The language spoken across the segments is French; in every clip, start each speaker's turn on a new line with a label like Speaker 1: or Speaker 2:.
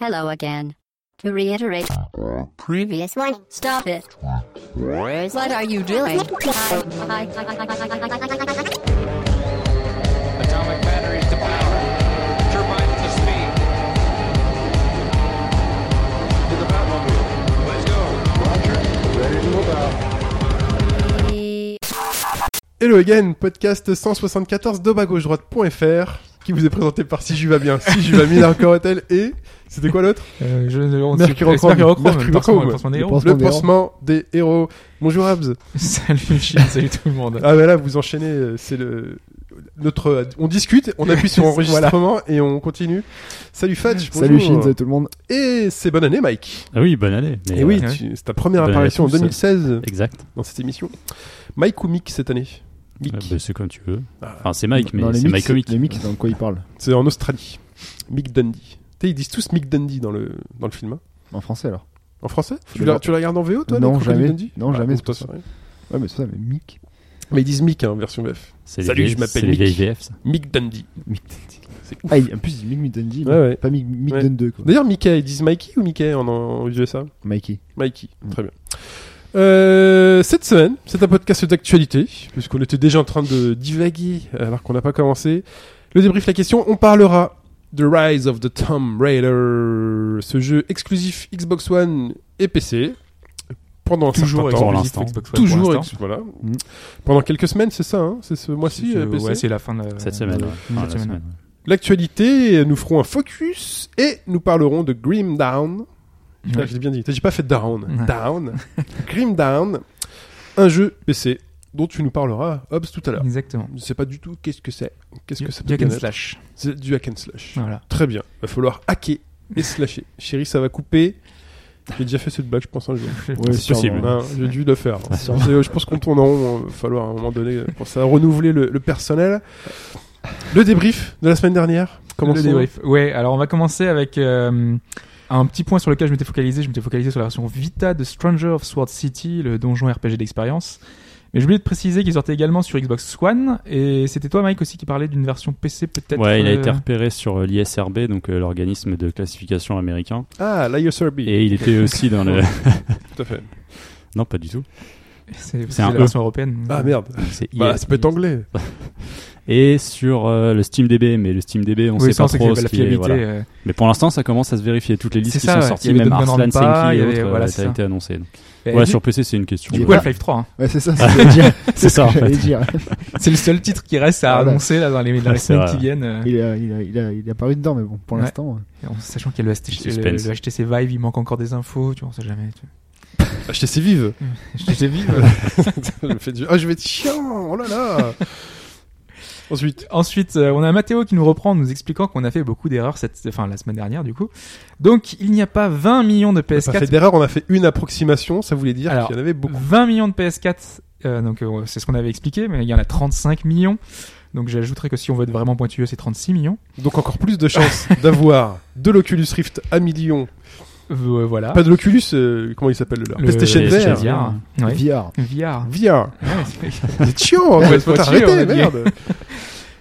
Speaker 1: Hello again. To reiterate, previous one, stop it. Uh, What are you doing?
Speaker 2: Atomic batteries to power. Turbines to speed. To the Batmobile. Let's go.
Speaker 3: Hello again, podcast 174 droite.fr qui vous est présenté par Si J'y va bien, Si J'y va bien, encore Hotel et c'était quoi l'autre
Speaker 4: Euh, je ne on-
Speaker 3: Mercurochrome.
Speaker 4: Mercurochrome,
Speaker 3: Mercurochrome.
Speaker 4: Mercurochrome, Pansement des
Speaker 5: Le
Speaker 4: héros.
Speaker 3: Le
Speaker 5: des
Speaker 3: pansement des héros. Bonjour Abs.
Speaker 4: Salut Chine, salut tout le monde.
Speaker 3: Ah bah là vous enchaînez, euh, c'est le notre on discute, on appuie sur enregistrement et on continue. Salut Fadj, bonjour.
Speaker 5: Salut Chine, salut tout le monde.
Speaker 3: Et c'est bonne année Mike.
Speaker 6: Ah oui, bonne année. Mais,
Speaker 3: et oui,
Speaker 6: euh,
Speaker 4: ouais.
Speaker 3: tu- c'est ta première
Speaker 6: Bonne année à
Speaker 3: apparition en
Speaker 6: tous.
Speaker 3: 2016
Speaker 6: exact.
Speaker 3: dans cette émission. Mike ou Mick cette année Mick.
Speaker 6: Ah bah, c'est comme tu veux.
Speaker 3: Ah.
Speaker 6: Enfin, c'est Mike, mais
Speaker 5: Non, les
Speaker 6: c'est
Speaker 5: mics,
Speaker 6: Mike Comic.
Speaker 5: Les mics, dans quoi ils parlent
Speaker 3: C'est en Australie. Mick Dundee. Tu sais, ils disent tous Mick Dundee dans le dans le film. hein.
Speaker 5: En français alors
Speaker 3: En français tu
Speaker 5: Je
Speaker 3: la,
Speaker 5: vois.
Speaker 3: tu la regardes en VO toi
Speaker 5: Non,
Speaker 3: les Crocodiles
Speaker 5: jamais.
Speaker 3: Dundee
Speaker 5: Non, jamais,
Speaker 3: bon, Ah, toi,
Speaker 5: c'est pour ça.
Speaker 3: c'est vrai.
Speaker 5: Ouais, mais c'est ça, mais mic.
Speaker 3: Mais ils disent Mick hein, en version VF.
Speaker 6: C'est les
Speaker 3: Salut,
Speaker 6: vieilles-
Speaker 3: je m'appelle
Speaker 6: C'est les
Speaker 3: Mick.
Speaker 6: vieilles VF, ça.
Speaker 3: Mick Dundee.
Speaker 5: Mick
Speaker 3: C'est ouf.
Speaker 5: Ah, il- en plus, il dit mic Mittendee,
Speaker 3: Ouais, ouais.
Speaker 5: pas mic, mic
Speaker 3: Ouais.
Speaker 5: Dundee, quoi.
Speaker 3: D'ailleurs, Mickey, ils disent Mikey ou Mickey en, en USA
Speaker 5: Mikey.
Speaker 3: Mikey,
Speaker 4: Mm.
Speaker 3: très bien. Euh, cette semaine, c'est un podcast d'actualité, puisqu'on était déjà en train de divaguer alors qu'on n'a pas commencé. Le débrief, la question, on parlera de Rise of the Tomb Raider, ce jeu exclusif Xbox One et PC, pendant un
Speaker 4: Toujours
Speaker 3: certain
Speaker 6: pour
Speaker 3: temps.
Speaker 4: exclusif
Speaker 6: exclusif.
Speaker 4: Xbox
Speaker 6: l'instant.
Speaker 4: One pour
Speaker 3: Toujours,
Speaker 4: l'instant.
Speaker 3: ex- voilà.
Speaker 5: Mm.
Speaker 3: Pendant quelques semaines, c'est ça, hein c'est ce mois-ci,
Speaker 4: C'est-
Speaker 3: euh, PC.
Speaker 4: Ouais, c'est la fin de la-
Speaker 6: Cette semaine.
Speaker 4: de-
Speaker 6: ouais.
Speaker 4: de
Speaker 6: Enfin,
Speaker 4: cette
Speaker 6: la
Speaker 4: semaine.
Speaker 6: semaine.
Speaker 3: L'actualité, nous ferons un focus et nous parlerons de Grim Down. Putain,
Speaker 4: Ouais.
Speaker 3: Ah, Je l'ai bien dit. J'ai pas fait Down.
Speaker 4: Ouais.
Speaker 3: Down. Grim Down. Un jeu PC dont tu nous parleras, Hobbs, tout à l'heure.
Speaker 4: Exactement.
Speaker 3: Je sais pas du tout qu'est-ce que c'est. Qu'est-ce que ça peut
Speaker 4: Jack and
Speaker 3: bien être.
Speaker 4: Slash.
Speaker 3: C'est du hack and slash.
Speaker 4: Voilà.
Speaker 3: Très bien. Va falloir hacker et slasher. Chérie, ça va couper. J'ai déjà fait cette blague, je pense, un jour.
Speaker 5: Ouais,
Speaker 6: C'est
Speaker 5: sûrement.
Speaker 6: possible.
Speaker 3: Non, J'ai dû le faire.
Speaker 6: Ah, sûrement.
Speaker 3: Je je pense qu'on tourne en rond. Il va falloir à un moment donné euh, pour ça renouveler le, le personnel. Le débrief de la semaine dernière. Comment
Speaker 4: Le débrief. Ouais, alors on va commencer avec euh, un petit point sur lequel je m'étais focalisé. Je m'étais focalisé sur la version Vita de Stranger of Sword City, le donjon RPG d'expérience. Mais j'ai oublié de préciser qu'il sortait également sur Xbox One. Et c'était toi, Mike, aussi, qui parlais d'une version PC peut-être.
Speaker 6: Ouais, il a
Speaker 4: euh,
Speaker 6: été repéré sur euh, l'ISRB, donc euh, l'organisme de classification américain.
Speaker 3: Ah, l'ISRB.
Speaker 6: Et il était aussi dans le.
Speaker 3: Tout à fait.
Speaker 6: Non, pas du tout.
Speaker 4: C'est c'est
Speaker 6: un
Speaker 4: la
Speaker 6: E.
Speaker 4: version européenne.
Speaker 3: Ah merde.
Speaker 6: C'est
Speaker 3: Bah,
Speaker 6: IS.
Speaker 3: ça peut être anglais.
Speaker 6: Et sur euh, le SteamDB, mais le SteamDB, on
Speaker 4: Oui,
Speaker 6: sait
Speaker 4: ça,
Speaker 6: pas
Speaker 4: on sait que
Speaker 6: trop
Speaker 4: la
Speaker 6: ce qui est.
Speaker 4: fiabilité.
Speaker 6: voilà.
Speaker 4: euh,
Speaker 6: Mais pour l'instant, ça commence à se vérifier. Toutes les listes
Speaker 4: C'est
Speaker 6: qui
Speaker 4: ça,
Speaker 6: sont
Speaker 4: ouais.
Speaker 6: sorties,
Speaker 4: Il y avait
Speaker 6: même
Speaker 4: Don't
Speaker 6: Arslan
Speaker 4: Run Pas,
Speaker 6: Senki
Speaker 4: il y
Speaker 6: et
Speaker 4: avait-
Speaker 6: autres,
Speaker 4: voilà,
Speaker 6: euh,
Speaker 4: c'est
Speaker 6: ça a
Speaker 4: ça.
Speaker 6: été annoncé. donc.
Speaker 4: et
Speaker 6: Ouais,
Speaker 4: du-
Speaker 6: sur PC, c'est une question.
Speaker 4: du coup,
Speaker 6: Voilà.
Speaker 4: Half-Life 3. hein.
Speaker 5: Ouais, c'est ça, c'est ce que j'allais dire.
Speaker 6: C'est ça, en
Speaker 5: ce que
Speaker 6: fait.
Speaker 5: j'allais dire.
Speaker 4: C'est le seul titre qui reste à
Speaker 3: Ah,
Speaker 5: Voilà.
Speaker 4: annoncer là, dans les, dans
Speaker 6: Ouais,
Speaker 4: les
Speaker 6: c'est
Speaker 4: semaines
Speaker 6: vrai.
Speaker 4: qui viennent. euh,
Speaker 5: Il a, il a, il a, il est apparu dedans, mais bon, pour
Speaker 4: Ouais.
Speaker 5: l'instant. hein.
Speaker 4: en sachant qu'il y a le, HTC le-
Speaker 6: Suspense.
Speaker 4: le HTC Vive, il manque encore des infos, tu vois, on sait jamais. tu vois.
Speaker 3: Achetez ses vives.
Speaker 4: HTC Vive.
Speaker 3: Je me fais du- Ah, je vais être chiant. Oh là là. Ensuite.
Speaker 4: Ensuite, euh, on a Mathéo qui nous reprend en nous expliquant qu'on a fait beaucoup d'erreurs cette, enfin, la semaine dernière, du coup. Donc, il n'y a pas 20 millions
Speaker 3: On
Speaker 4: de
Speaker 3: a pas fait
Speaker 4: PS4.
Speaker 3: d'erreur, on a fait une approximation, ça voulait dire
Speaker 4: Alors,
Speaker 3: qu'il y en avait beaucoup.
Speaker 4: 20 millions de PS4, euh, donc euh, c'est ce qu'on avait expliqué, mais il y en a 35 millions. Donc, j'ajouterais que si on veut être vraiment pointueux, c'est 36 millions.
Speaker 3: Donc encore plus de chances d'avoir de l'Oculus Rift à millions.
Speaker 4: Euh, voilà.
Speaker 3: Pas de l'Oculus, euh, comment il s'appelle le leur
Speaker 4: Le-
Speaker 3: PlayStation
Speaker 4: le-
Speaker 3: VR.
Speaker 4: VR.
Speaker 5: euh,
Speaker 4: Ouais.
Speaker 5: VR.
Speaker 4: VR.
Speaker 3: VR.
Speaker 4: Ah Ouais, c'est-
Speaker 3: C'est chiant, hein, quoi,
Speaker 4: Ouais,
Speaker 3: faut
Speaker 4: faut chier, on
Speaker 3: t'arrêter,
Speaker 4: a dit.
Speaker 3: merde.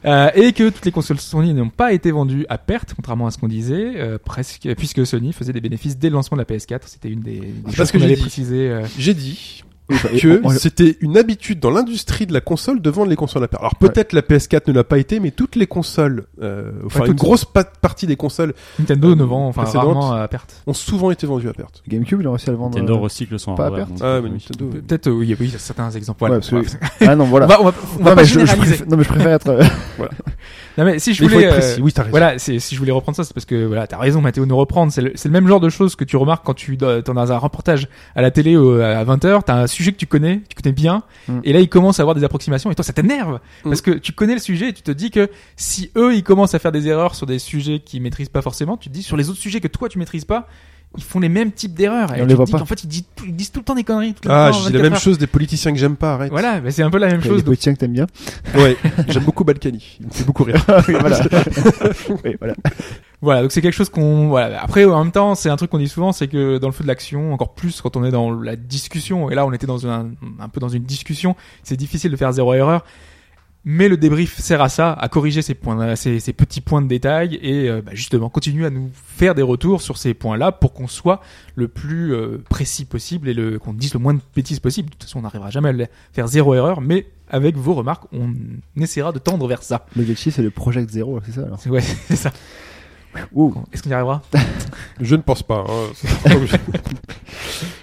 Speaker 4: Euh, et que toutes les consoles Sony n'ont pas été vendues à perte, contrairement à ce qu'on disait, euh, presque, puisque Sony faisait des bénéfices dès le lancement de la PS4. C'était une des, des
Speaker 3: parce
Speaker 4: choses
Speaker 3: que
Speaker 4: qu'on
Speaker 3: j'ai
Speaker 4: avait
Speaker 3: dit.
Speaker 4: précisées. euh,
Speaker 3: J'ai dit
Speaker 5: Et-
Speaker 3: que
Speaker 5: bah, on- on-
Speaker 3: c'était une habitude dans l'industrie de la console de vendre les consoles à perte. Alors peut-être la PS4 ne l'a pas été, mais toutes les consoles, euh, enfin
Speaker 4: Pas
Speaker 3: une
Speaker 4: toutes.
Speaker 3: grosse pa- partie des consoles
Speaker 4: Nintendo
Speaker 3: Euh,
Speaker 4: ne vend enfin
Speaker 3: précédente.
Speaker 4: rarement à perte.
Speaker 3: ont souvent été vendues à perte.
Speaker 5: GameCube, il a réussi à le vendre.
Speaker 6: Nintendo
Speaker 5: euh,
Speaker 6: recycle son
Speaker 5: Pas à
Speaker 6: hardware.
Speaker 5: perte.
Speaker 3: Ah,
Speaker 6: donc, euh,
Speaker 3: mais
Speaker 6: oui.
Speaker 3: Nintendo.
Speaker 4: Peut-être euh, oui, oui, il y a certains exemples. Voilà,
Speaker 5: Ouais, parce
Speaker 4: bref.
Speaker 5: que- Ah non,
Speaker 4: On
Speaker 5: voilà.
Speaker 4: va, on va- on va
Speaker 5: Non,
Speaker 4: pas
Speaker 5: mais je, je
Speaker 4: généraliser.
Speaker 5: préfère, non, mais je préfère être. euh,
Speaker 4: Non, mais si je
Speaker 3: Il faut
Speaker 4: voulais,
Speaker 3: être
Speaker 4: euh,
Speaker 3: précis. Oui, t'as raison.
Speaker 4: voilà, c'est- si je voulais reprendre ça, c'est parce que voilà, t'as raison, Mathéo, nous reprendre. C'est le, c'est le même genre de choses que tu remarques quand tu euh, t'en as un reportage à la télé euh, à 20h, t'as un sujet que tu connais, tu connais bien,
Speaker 5: Mm.
Speaker 4: et là il commence à avoir des approximations, et toi ça t'énerve
Speaker 3: Mm.
Speaker 4: parce que tu connais le sujet et tu te dis que si eux ils commencent à faire des erreurs sur des sujets qu'ils maîtrisent pas forcément, tu te dis sur les autres sujets que toi tu maîtrises pas, ils font les mêmes types d'erreurs.
Speaker 5: Et on
Speaker 4: tu
Speaker 5: les
Speaker 4: te
Speaker 5: voit
Speaker 4: dis
Speaker 5: pas.
Speaker 4: qu'en fait ils disent, tout- ils disent tout le temps des conneries. tout le
Speaker 3: Ah, je
Speaker 4: temps,
Speaker 3: dis la
Speaker 4: 24
Speaker 3: même
Speaker 4: heures.
Speaker 3: chose des politiciens que j'aime pas, arrête.
Speaker 4: Voilà, mais c'est un peu la même
Speaker 5: euh, les
Speaker 4: chose. donc-
Speaker 5: politiciens que t'aimes bien.
Speaker 3: Ouais, j'aime beaucoup Balkany. Il me fait beaucoup rire.
Speaker 5: Oui, voilà. Oui, voilà.
Speaker 4: Voilà, donc c'est quelque chose qu'on. Voilà. Après, en même temps, c'est un truc qu'on dit souvent, c'est que dans le feu de l'action, encore plus quand on est dans la discussion. Et là, on était dans un, un peu dans une discussion. C'est difficile de faire zéro erreur. Mais le débrief sert à ça, à corriger ces, points, euh, ces, ces petits points de détail et euh, bah, justement continuer à nous faire des retours sur ces points-là pour qu'on soit le plus euh, précis possible et le, qu'on dise le moins de bêtises possible. De toute façon, on n'arrivera jamais à le faire zéro erreur, mais avec vos remarques, on essaiera de tendre vers ça.
Speaker 5: Le Getchi, c'est le Project Zero, c'est ça alors
Speaker 4: Ouais, c'est ça.
Speaker 5: Ouh.
Speaker 4: Est-ce qu'on y arrivera
Speaker 3: Je ne pense pas. hein.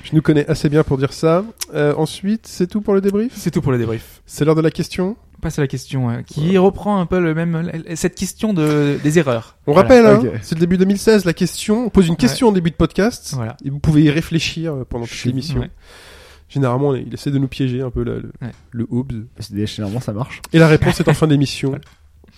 Speaker 3: je nous connais assez bien pour dire ça. Euh, ensuite, c'est tout pour le débrief
Speaker 4: C'est tout pour le débrief.
Speaker 3: C'est l'heure de la question
Speaker 4: On passe à la question euh, qui reprend un peu le même cette question de des erreurs.
Speaker 3: On
Speaker 4: Voilà.
Speaker 3: rappelle, hein,
Speaker 5: ok.
Speaker 3: c'est le début 2016, la question. On pose une question en début de podcast.
Speaker 4: Voilà.
Speaker 3: Et vous pouvez y réfléchir euh, pendant toute
Speaker 5: Chut.
Speaker 3: l'émission.
Speaker 4: Ouais.
Speaker 3: Généralement, on est- il essaie de nous piéger un peu là, le,
Speaker 4: Ouais.
Speaker 3: le Hobbes.
Speaker 5: C'est des- Généralement, ça marche.
Speaker 3: Et la réponse est en fin d'émission.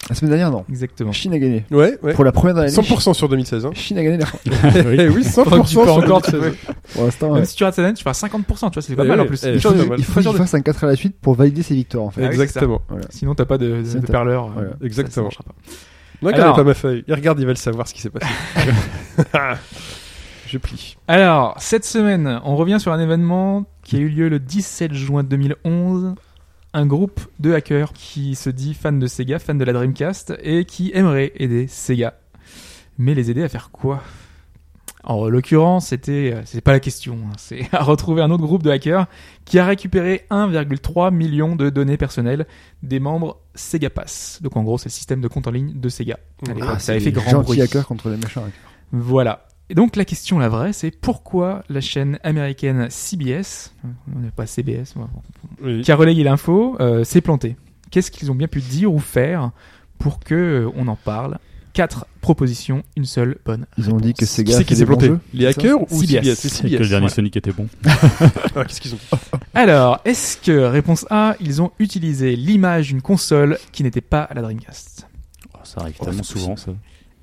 Speaker 5: La semaine dernière, non.
Speaker 4: Exactement.
Speaker 5: Chine a gagné.
Speaker 3: Ouais, ouais.
Speaker 5: Pour la première dans l'année.
Speaker 3: 100% sur 2016. Hein.
Speaker 5: Chine- Chine a gagné la France.
Speaker 3: Eh oui, 100%
Speaker 4: Enfin, tu peux
Speaker 3: sur
Speaker 4: encore, tu
Speaker 3: 2016.
Speaker 4: peux.
Speaker 5: Pour l'instant,
Speaker 4: Même
Speaker 5: ouais.
Speaker 4: si tu rates cette année, tu fais à 50%, tu vois, c'est pas
Speaker 3: Ouais,
Speaker 4: mal en
Speaker 3: ouais,
Speaker 4: plus.
Speaker 3: eh,
Speaker 5: Il
Speaker 3: c'est
Speaker 5: faut
Speaker 3: pas
Speaker 5: qu'il-
Speaker 3: mal.
Speaker 5: il faut qu'il fasse un 4 à la suite pour valider ses victoires, en fait.
Speaker 4: Ah oui, c'est
Speaker 3: Exactement.
Speaker 4: Sinon, t'as pas de,
Speaker 5: Sinon,
Speaker 4: de
Speaker 5: t'as-
Speaker 4: perleur. euh,
Speaker 5: voilà.
Speaker 4: ça, ça
Speaker 3: Exactement.
Speaker 4: marchera pas.
Speaker 3: Non,
Speaker 4: Alors-
Speaker 3: regardez pas ma feuille. Il regarde, il va le savoir ce qui s'est passé. je plie.
Speaker 4: Alors, cette semaine, on revient sur un événement qui a eu lieu le 17 juin 2011. Un groupe de hackers qui se dit fan de Sega, fan de la Dreamcast, et qui aimerait aider Sega. Mais les aider à faire quoi En l'occurrence, c'était, euh, c'est pas la question, hein, c'est à retrouver un autre groupe de hackers qui a récupéré 1,3 million de données personnelles des membres Sega Pass. Donc en gros, c'est le système de compte en ligne de Sega. Allez,
Speaker 5: Ah,
Speaker 4: ça avait fait
Speaker 5: c'est les
Speaker 4: grand
Speaker 5: gentils
Speaker 4: bruit.
Speaker 5: hackers contre les méchants hackers.
Speaker 4: Voilà. Et donc la question, la vraie, c'est pourquoi la chaîne américaine CBS, on n'est pas CBS, moi, bon,
Speaker 3: Oui.
Speaker 4: qui a relayé l'info, euh, s'est plantée. Qu'est-ce qu'ils ont bien pu dire ou faire pour que euh, on en parle Quatre propositions, une seule bonne.
Speaker 5: Ils ont dit que ces
Speaker 3: Qui
Speaker 5: gars
Speaker 3: c'est qui s'est planté Les hackers ou CBS
Speaker 4: CBS?
Speaker 3: C'est
Speaker 6: Et que le
Speaker 3: CBS.
Speaker 6: dernier
Speaker 4: voilà.
Speaker 6: Sonic était bon.
Speaker 3: Ah, Qu'est-ce qu'ils ont
Speaker 4: Alors, est-ce que réponse A, ils ont utilisé l'image d'une console qui n'était pas la Dreamcast
Speaker 6: Oh, ça arrive
Speaker 5: Oh,
Speaker 6: tellement
Speaker 5: c'est
Speaker 6: souvent, ça.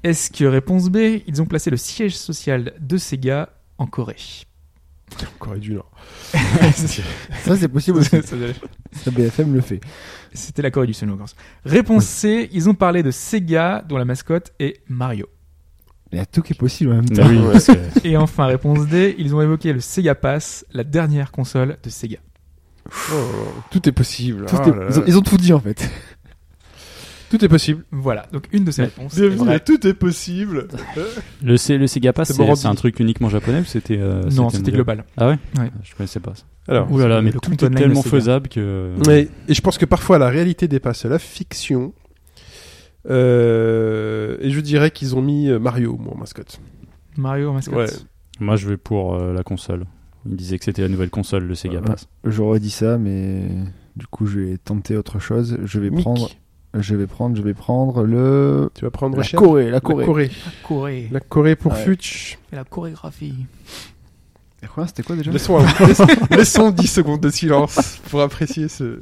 Speaker 4: Est-ce que réponse B, ils ont placé le siège social de Sega en Corée
Speaker 3: Encore Oh, du Nord.
Speaker 5: Ça, c'est possible aussi. Ça, BFM le fait.
Speaker 4: C'était la Corée du Sud, je pense. Réponse C, ils ont parlé de Sega, dont la mascotte est Mario.
Speaker 5: Il y a tout qui est possible en même
Speaker 6: Bah
Speaker 5: temps.
Speaker 6: oui, parce que
Speaker 4: Et enfin, réponse D, ils ont évoqué le Sega Pass, la dernière console de Sega.
Speaker 3: Oh, tout est possible.
Speaker 5: Tout
Speaker 3: Ah
Speaker 5: est-
Speaker 3: là
Speaker 5: ils, ont,
Speaker 3: là.
Speaker 5: ils ont tout dit en fait.
Speaker 3: Tout est possible.
Speaker 4: Voilà, donc une de ces réponses. est
Speaker 3: Bienvenue à
Speaker 6: Euh,
Speaker 4: vraie.
Speaker 3: Tout est possible.
Speaker 6: le, C- le Sega Pass,
Speaker 3: C'est
Speaker 6: c'est
Speaker 3: Morandi.
Speaker 6: c'est un truc uniquement japonais ou c'était. euh,
Speaker 4: Non, c'était
Speaker 6: mondial
Speaker 4: global.
Speaker 6: Ah ouais,
Speaker 4: Ouais.
Speaker 6: Je connaissais pas ça.
Speaker 3: Alors,
Speaker 6: Ouh là là, mais
Speaker 4: Le
Speaker 6: tout
Speaker 4: compte
Speaker 6: est
Speaker 4: online de
Speaker 6: tellement
Speaker 4: Sega.
Speaker 6: faisable que.
Speaker 3: Ouais, et je pense que parfois la réalité dépasse la fiction. Euh, et je dirais qu'ils ont mis euh, Mario, moi, en mascotte.
Speaker 4: Mario en mascotte.
Speaker 3: Ouais.
Speaker 6: Moi, je vais pour euh, la console. Il disait que c'était la nouvelle console, le Sega
Speaker 5: Ouais.
Speaker 6: Pass.
Speaker 5: J'aurais dit ça, mais du coup, je vais tenter autre chose. Je vais
Speaker 3: Mick,
Speaker 5: prendre, je vais prendre, je vais prendre le.
Speaker 3: tu vas prendre
Speaker 5: La
Speaker 3: cher.
Speaker 5: Corée, la
Speaker 3: La Corée.
Speaker 5: Corée.
Speaker 4: Corée.
Speaker 3: La Corée pour
Speaker 5: Ouais.
Speaker 3: Futch.
Speaker 4: Et la chorégraphie.
Speaker 5: La Corée, c'était quoi déjà
Speaker 3: Laissons, un- laissons- laissons 10 secondes de silence pour apprécier ce,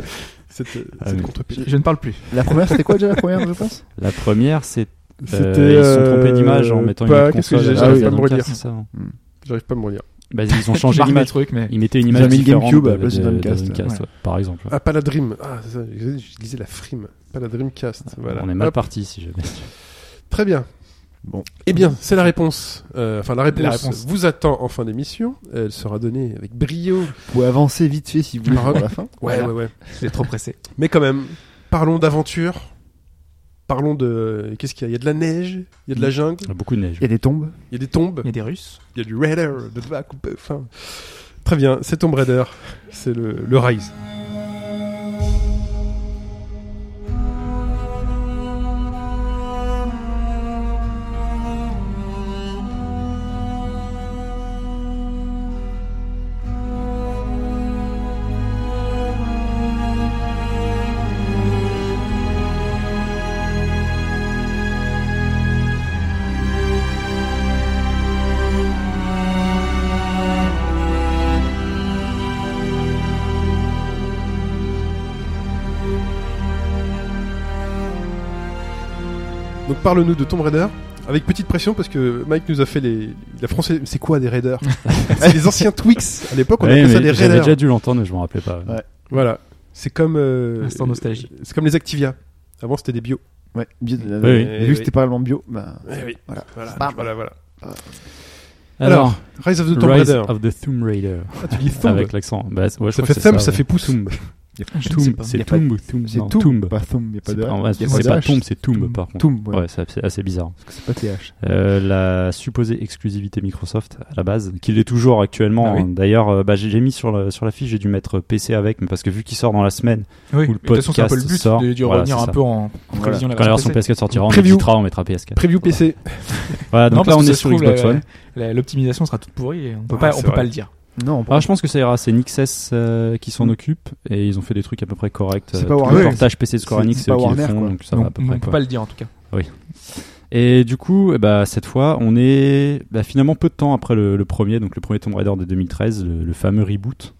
Speaker 3: cette, euh,
Speaker 6: Ah,
Speaker 3: cette
Speaker 6: mais-
Speaker 3: contre-pied.
Speaker 4: Je ne parle plus.
Speaker 5: La première, c'était quoi déjà la première, je pense
Speaker 6: La première, c'est. euh,
Speaker 3: C'était,
Speaker 6: ils se sont trompés
Speaker 3: euh,
Speaker 6: d'image en mettant
Speaker 3: pas-
Speaker 6: une autre
Speaker 3: qu'est-ce que
Speaker 6: console.
Speaker 3: j'ai-
Speaker 6: à la
Speaker 5: j'arrive
Speaker 3: pas à me
Speaker 6: Dreamcast,
Speaker 3: relire.
Speaker 6: c'est ça, hein.
Speaker 3: J'arrive pas à me relire.
Speaker 6: Bah, ils ont
Speaker 4: Je
Speaker 6: changé
Speaker 4: marque des
Speaker 6: l'image.
Speaker 4: trucs, mais.
Speaker 6: Ils mettaient une
Speaker 5: Ils ont
Speaker 6: image
Speaker 5: mis le
Speaker 6: différente
Speaker 5: GameCube à
Speaker 6: de,
Speaker 5: la place
Speaker 6: de-
Speaker 5: du
Speaker 6: de
Speaker 5: Dreamcast,
Speaker 6: Dreamcast,
Speaker 4: ouais.
Speaker 6: ouais, par exemple.
Speaker 3: Ah, pas la Dream. Ah, c'est ça. Je, je lisais la frime. Pas la Dreamcast. Voilà.
Speaker 6: On est mal
Speaker 3: Hop.
Speaker 6: parti si jamais.
Speaker 3: Très bien.
Speaker 5: Bon.
Speaker 3: Eh bien, c'est la réponse. Euh, Enfin, la réponse,
Speaker 4: La réponse.
Speaker 3: vous attend en fin d'émission. Elle sera donnée avec brio.
Speaker 5: Vous pouvez avancer vite fait si vous voulez
Speaker 3: Maroc.
Speaker 5: pour la fin.
Speaker 4: Voilà.
Speaker 3: ouais, ouais.
Speaker 4: J'étais trop pressé.
Speaker 3: Mais quand même, parlons d'aventure. Parlons de. Qu'est-ce qu'il y a Il y a de la neige, il y a de la jungle,
Speaker 6: Il y a beaucoup de neige.
Speaker 5: Il y a des tombes.
Speaker 3: il y a des tombes,
Speaker 4: Il y a des Russes.
Speaker 3: il y a du Raider, de la coupe. Enfin. Très bien, c'est Tomb Raider, c'est le, le Rise. Donc parle-nous de Tomb Raider. Avec petite pression parce que Mike nous a fait les. Il a français. C'est quoi des raiders C'est les anciens Twix. À l'époque, on
Speaker 6: Ouais,
Speaker 3: appelait ça
Speaker 6: mais
Speaker 3: des
Speaker 6: J'avais
Speaker 3: raiders.
Speaker 6: déjà dû l'entendre, mais je m'en rappelais pas.
Speaker 5: Ouais.
Speaker 3: Voilà. C'est comme. euh,
Speaker 4: Instant nostalgie.
Speaker 3: C'est comme les Activia. Avant, c'était des bio.
Speaker 5: Ouais, bio de la
Speaker 6: Oui, oui.
Speaker 5: Mais vu que c'était pas vraiment bio, bah.
Speaker 4: Eh
Speaker 3: Voilà, voilà,
Speaker 5: Bam.
Speaker 3: voilà, voilà.
Speaker 6: Alors,
Speaker 3: Rise of the Tomb
Speaker 6: Rise
Speaker 3: Raider.
Speaker 6: of the Tomb Raider.
Speaker 3: Ah, tu dis Tomb.
Speaker 6: Avec l'accent. Bah, ouais, je
Speaker 3: Ça
Speaker 6: crois
Speaker 3: fait
Speaker 6: que c'est
Speaker 3: thumb,
Speaker 6: ça,
Speaker 3: ça
Speaker 6: ouais.
Speaker 3: fait pouce.
Speaker 6: Tomb.
Speaker 5: Il y a
Speaker 4: Je ne sais
Speaker 6: Tomb,
Speaker 4: pas.
Speaker 6: c'est
Speaker 5: Y a pas de-
Speaker 6: Tomb, Tomb,
Speaker 5: C'est
Speaker 6: non,
Speaker 5: Tomb,
Speaker 6: Tomb.
Speaker 5: pas Tomb, il n'y a pas
Speaker 6: C'est
Speaker 5: de
Speaker 6: pas,
Speaker 5: H.
Speaker 6: ouais,
Speaker 5: Il y a
Speaker 6: c'est
Speaker 5: de
Speaker 6: pas
Speaker 5: H.
Speaker 6: Tomb, c'est Tomb par contre.
Speaker 5: Tomb, ouais.
Speaker 6: Ouais, c'est assez- assez bizarre.
Speaker 5: Parce que c'est pas TH.
Speaker 6: Euh, la supposée exclusivité Microsoft à la base, qui l'est toujours actuellement.
Speaker 4: Ah oui.
Speaker 6: hein. D'ailleurs, euh, bah, j'ai j'ai mis sur, la- sur la fiche, j'ai dû mettre PC avec, mais parce que vu qu'il sort dans la semaine,
Speaker 4: Oui, de
Speaker 6: Ou le
Speaker 4: toute façon, c'est un peu le
Speaker 6: podcast
Speaker 4: but
Speaker 6: sort.
Speaker 4: de, de
Speaker 6: Voilà,
Speaker 4: revenir
Speaker 6: c'est
Speaker 4: un
Speaker 6: ça.
Speaker 4: peu en, en
Speaker 5: Voilà.
Speaker 4: prévision de
Speaker 6: quand la version
Speaker 4: PC.
Speaker 6: PS4 sortira, on
Speaker 3: Preview.
Speaker 6: visitera, on mettra PS4.
Speaker 3: Preview PC.
Speaker 6: Ah, Voilà, donc
Speaker 4: non,
Speaker 6: là
Speaker 4: parce
Speaker 6: on
Speaker 4: que
Speaker 6: est
Speaker 4: ça se
Speaker 6: sur
Speaker 4: trouve,
Speaker 6: Xbox
Speaker 4: la-
Speaker 6: One.
Speaker 4: la- L'optimisation sera toute pourrie et on peut
Speaker 3: Ouais,
Speaker 4: pas, on
Speaker 3: c'est
Speaker 4: peut pas
Speaker 3: vrai.
Speaker 4: le dire.
Speaker 5: Non, on
Speaker 6: Ah, je pense que ça ira, c'est NixS euh, qui s'en occupe et ils ont fait des trucs à peu près corrects.
Speaker 5: Mm. C'est
Speaker 6: euh,
Speaker 5: pas
Speaker 6: tout
Speaker 5: Warner.
Speaker 6: Le portage PC de Square
Speaker 5: C'est-
Speaker 6: Enix,
Speaker 5: c'est
Speaker 6: c'est eux
Speaker 5: pas
Speaker 6: qui le
Speaker 5: Warner,
Speaker 6: font,
Speaker 5: quoi.
Speaker 6: donc ça
Speaker 4: Donc,
Speaker 6: va à peu
Speaker 4: on
Speaker 6: près.
Speaker 4: peut
Speaker 6: quoi.
Speaker 4: pas le dire en tout cas.
Speaker 6: Et du coup, eh bah, cette fois, on est bah, finalement peu de temps après le, le premier, donc le premier Tomb Raider de 2013, le, le fameux reboot.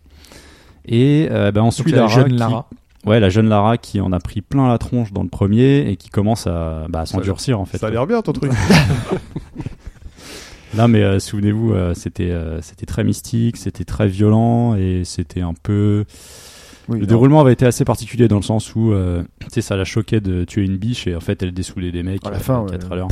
Speaker 6: Et euh, bah, on
Speaker 4: Donc,
Speaker 6: suit
Speaker 4: la
Speaker 6: Lara,
Speaker 4: jeune
Speaker 6: qui-
Speaker 4: Lara.
Speaker 6: ouais, la jeune Lara qui en a pris plein la tronche dans le premier et qui commence à, bah, à
Speaker 3: Ça a l'air-
Speaker 6: s'endurcir en fait.
Speaker 3: Ça a l'air bien ton truc.
Speaker 6: Non mais euh, souvenez-vous, euh, c'était euh, c'était très mystique, c'était très violent et c'était un peu.
Speaker 5: Oui,
Speaker 6: Le
Speaker 5: non.
Speaker 6: déroulement avait été assez particulier dans le sens où euh, tu sais ça la choquait de tuer une biche et en fait elle dessoulait des mecs
Speaker 5: À la
Speaker 6: euh,
Speaker 5: fin, ouais.
Speaker 6: quatre à l'heure.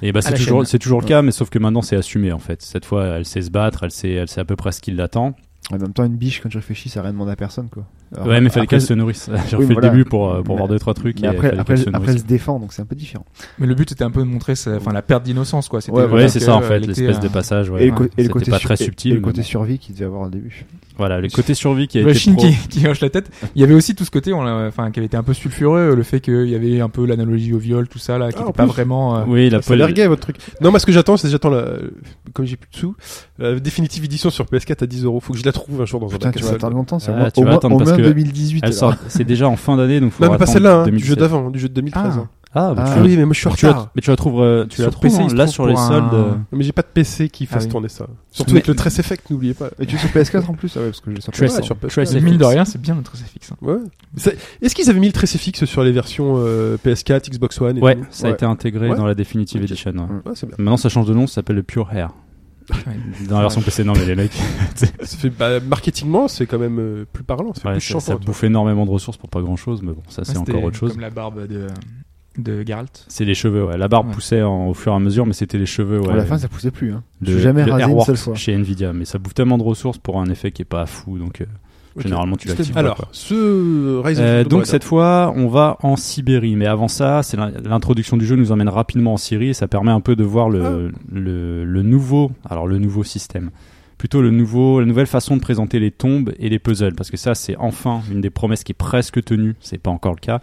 Speaker 6: Et bah
Speaker 4: À
Speaker 6: c'est
Speaker 4: la
Speaker 6: toujours
Speaker 4: chaîne.
Speaker 6: c'est toujours le cas mais sauf que maintenant c'est assumé en fait. Cette fois elle sait se battre, elle sait elle sait à peu près ce qui l'attend.
Speaker 5: En même temps, une biche, quand tu réfléchis, ça n'a rien demandé à personne, quoi. Alors,
Speaker 6: Ouais mais fallait
Speaker 5: Ah. après-
Speaker 6: qu'elle se nourrisse. J'ai
Speaker 5: Oui,
Speaker 6: refait
Speaker 5: voilà.
Speaker 6: le début pour euh, pour
Speaker 5: Mais-
Speaker 6: voir deux trois trucs
Speaker 5: Mais
Speaker 6: et
Speaker 5: après,
Speaker 6: fallait
Speaker 5: après,
Speaker 6: qu'elle se
Speaker 5: après, elle
Speaker 6: nourrisse.
Speaker 5: se défend, donc c'est un peu différent.
Speaker 4: Mais le but était un peu de montrer sa- enfin, la perte d'innocence. quoi. C'était
Speaker 5: Ouais,
Speaker 4: de
Speaker 5: voilà,
Speaker 6: Ouais,
Speaker 4: dire
Speaker 6: c'est
Speaker 4: que,
Speaker 6: ça en
Speaker 4: euh,
Speaker 6: fait,
Speaker 4: elle était,
Speaker 6: l'espèce de
Speaker 4: euh,
Speaker 6: passage. Ouais.
Speaker 5: et le, co- et le
Speaker 6: C'était
Speaker 5: côté,
Speaker 6: pas
Speaker 5: sur-
Speaker 6: très
Speaker 5: et-
Speaker 6: subtil.
Speaker 5: et le
Speaker 6: mais
Speaker 5: côté
Speaker 6: bon.
Speaker 5: survie qu'il devait avoir au début.
Speaker 6: Voilà, le côté survie qui a
Speaker 4: Le
Speaker 6: été
Speaker 4: Shin
Speaker 6: pro.
Speaker 4: qui, qui hoche la tête. Il y avait aussi tout ce côté, on l'a- enfin, qui avait été un peu sulfureux, le fait qu'il y avait un peu l'analogie au viol, tout ça, là, qui
Speaker 3: Ah, en
Speaker 4: n'était pas
Speaker 3: plus.
Speaker 4: vraiment. euh,
Speaker 6: Oui, la
Speaker 3: Ça a l'air
Speaker 6: poli-
Speaker 3: gay votre truc. Non, moi ce que j'attends, c'est j'attends la, euh, comme j'ai plus de sous, la définitive édition sur PS4 à 10 euros. Faut que je la trouve un jour dans un
Speaker 5: Putain,
Speaker 3: bac à
Speaker 5: tu vas
Speaker 3: soldes.
Speaker 5: attendre longtemps, c'est
Speaker 6: Ah,
Speaker 5: au moins-
Speaker 6: tu
Speaker 5: au
Speaker 6: vas
Speaker 5: moins
Speaker 6: attendre
Speaker 5: au
Speaker 6: parce
Speaker 5: moins
Speaker 6: que
Speaker 5: 2018.
Speaker 6: Elle
Speaker 5: alors.
Speaker 6: sort, c'est déjà en fin d'année, donc faut
Speaker 3: Non, mais pas
Speaker 6: attendre
Speaker 3: celle-là, hein, du
Speaker 6: 2017.
Speaker 3: jeu d'avant, du jeu de 2013.
Speaker 4: Ah.
Speaker 3: hein.
Speaker 6: Ah, bah,
Speaker 5: Ah.
Speaker 6: tu,
Speaker 3: oui, mais moi je suis en
Speaker 6: tu la,
Speaker 3: retard.
Speaker 6: mais tu la trouves, euh, tu la
Speaker 4: Sur
Speaker 6: trouves
Speaker 4: PC,
Speaker 6: hein,
Speaker 4: il se
Speaker 6: là
Speaker 4: trouve
Speaker 6: sur les
Speaker 4: pour un-
Speaker 6: soldes. euh,
Speaker 3: Mais j'ai pas de PC qui fasse
Speaker 4: oui.
Speaker 3: tourner ça. Surtout
Speaker 6: Mais-
Speaker 3: avec le Trace Effect, n'oubliez pas.
Speaker 5: Et tu es sur PS4 en plus, ah ouais, parce que je sors
Speaker 6: Trace-
Speaker 5: pas.
Speaker 3: sur PS4.
Speaker 6: Trace
Speaker 4: mais
Speaker 6: FX.
Speaker 4: Mine de rien, c'est bien notre fixe. hein.
Speaker 3: Ouais. C'est- Est-ce qu'ils avaient mis le Trace Effect sur les versions euh, PS4, Xbox One et
Speaker 6: Ouais,
Speaker 3: tout
Speaker 6: ça a
Speaker 5: Ouais.
Speaker 6: été intégré
Speaker 3: Ouais.
Speaker 6: dans la Definitive
Speaker 3: Ok.
Speaker 6: Edition. ouais.
Speaker 5: Mm.
Speaker 3: Ouais, c'est bien.
Speaker 6: Maintenant, ça change de nom, ça s'appelle le Pure Hair. Dans la version PC, non, mais les mecs,
Speaker 3: Ça fait, bah, marketingement, c'est quand même euh, plus parlant, c'est
Speaker 6: ouais,
Speaker 3: plus
Speaker 6: ça,
Speaker 3: chantant.
Speaker 6: ça bouffe énormément de ressources pour pas grand chose, mais bon, ça c'est encore autre chose.
Speaker 4: Comme la barbe de, de Geralt.
Speaker 6: C'est les cheveux, ouais. La barbe
Speaker 4: Ouais.
Speaker 6: poussait en- au fur et à mesure, mais c'était les cheveux, ouais.
Speaker 5: À la fin, ça poussait plus. Hein.
Speaker 6: Le-
Speaker 5: Je suis jamais
Speaker 6: le
Speaker 5: rasé une
Speaker 6: Airworks
Speaker 5: seule fois.
Speaker 6: chez Nvidia, mais ça bouffe tellement de ressources pour un effet qui est pas fou, donc euh,
Speaker 3: Ok.
Speaker 6: généralement tu l'actives. pas, quoi.
Speaker 3: Alors, ce Rise of
Speaker 6: Euh,
Speaker 3: the
Speaker 6: donc
Speaker 3: Tomb
Speaker 6: cette fois, on va en Sibérie. Mais avant ça, c'est l'in- l'introduction du jeu nous emmène rapidement en Syrie et ça permet un peu de voir le,
Speaker 5: Ah.
Speaker 6: le, le nouveau, alors le nouveau système, plutôt le nouveau, la nouvelle façon de présenter les tombes et les puzzles, parce que ça, c'est enfin une des promesses qui est presque tenue. C'est pas encore le cas.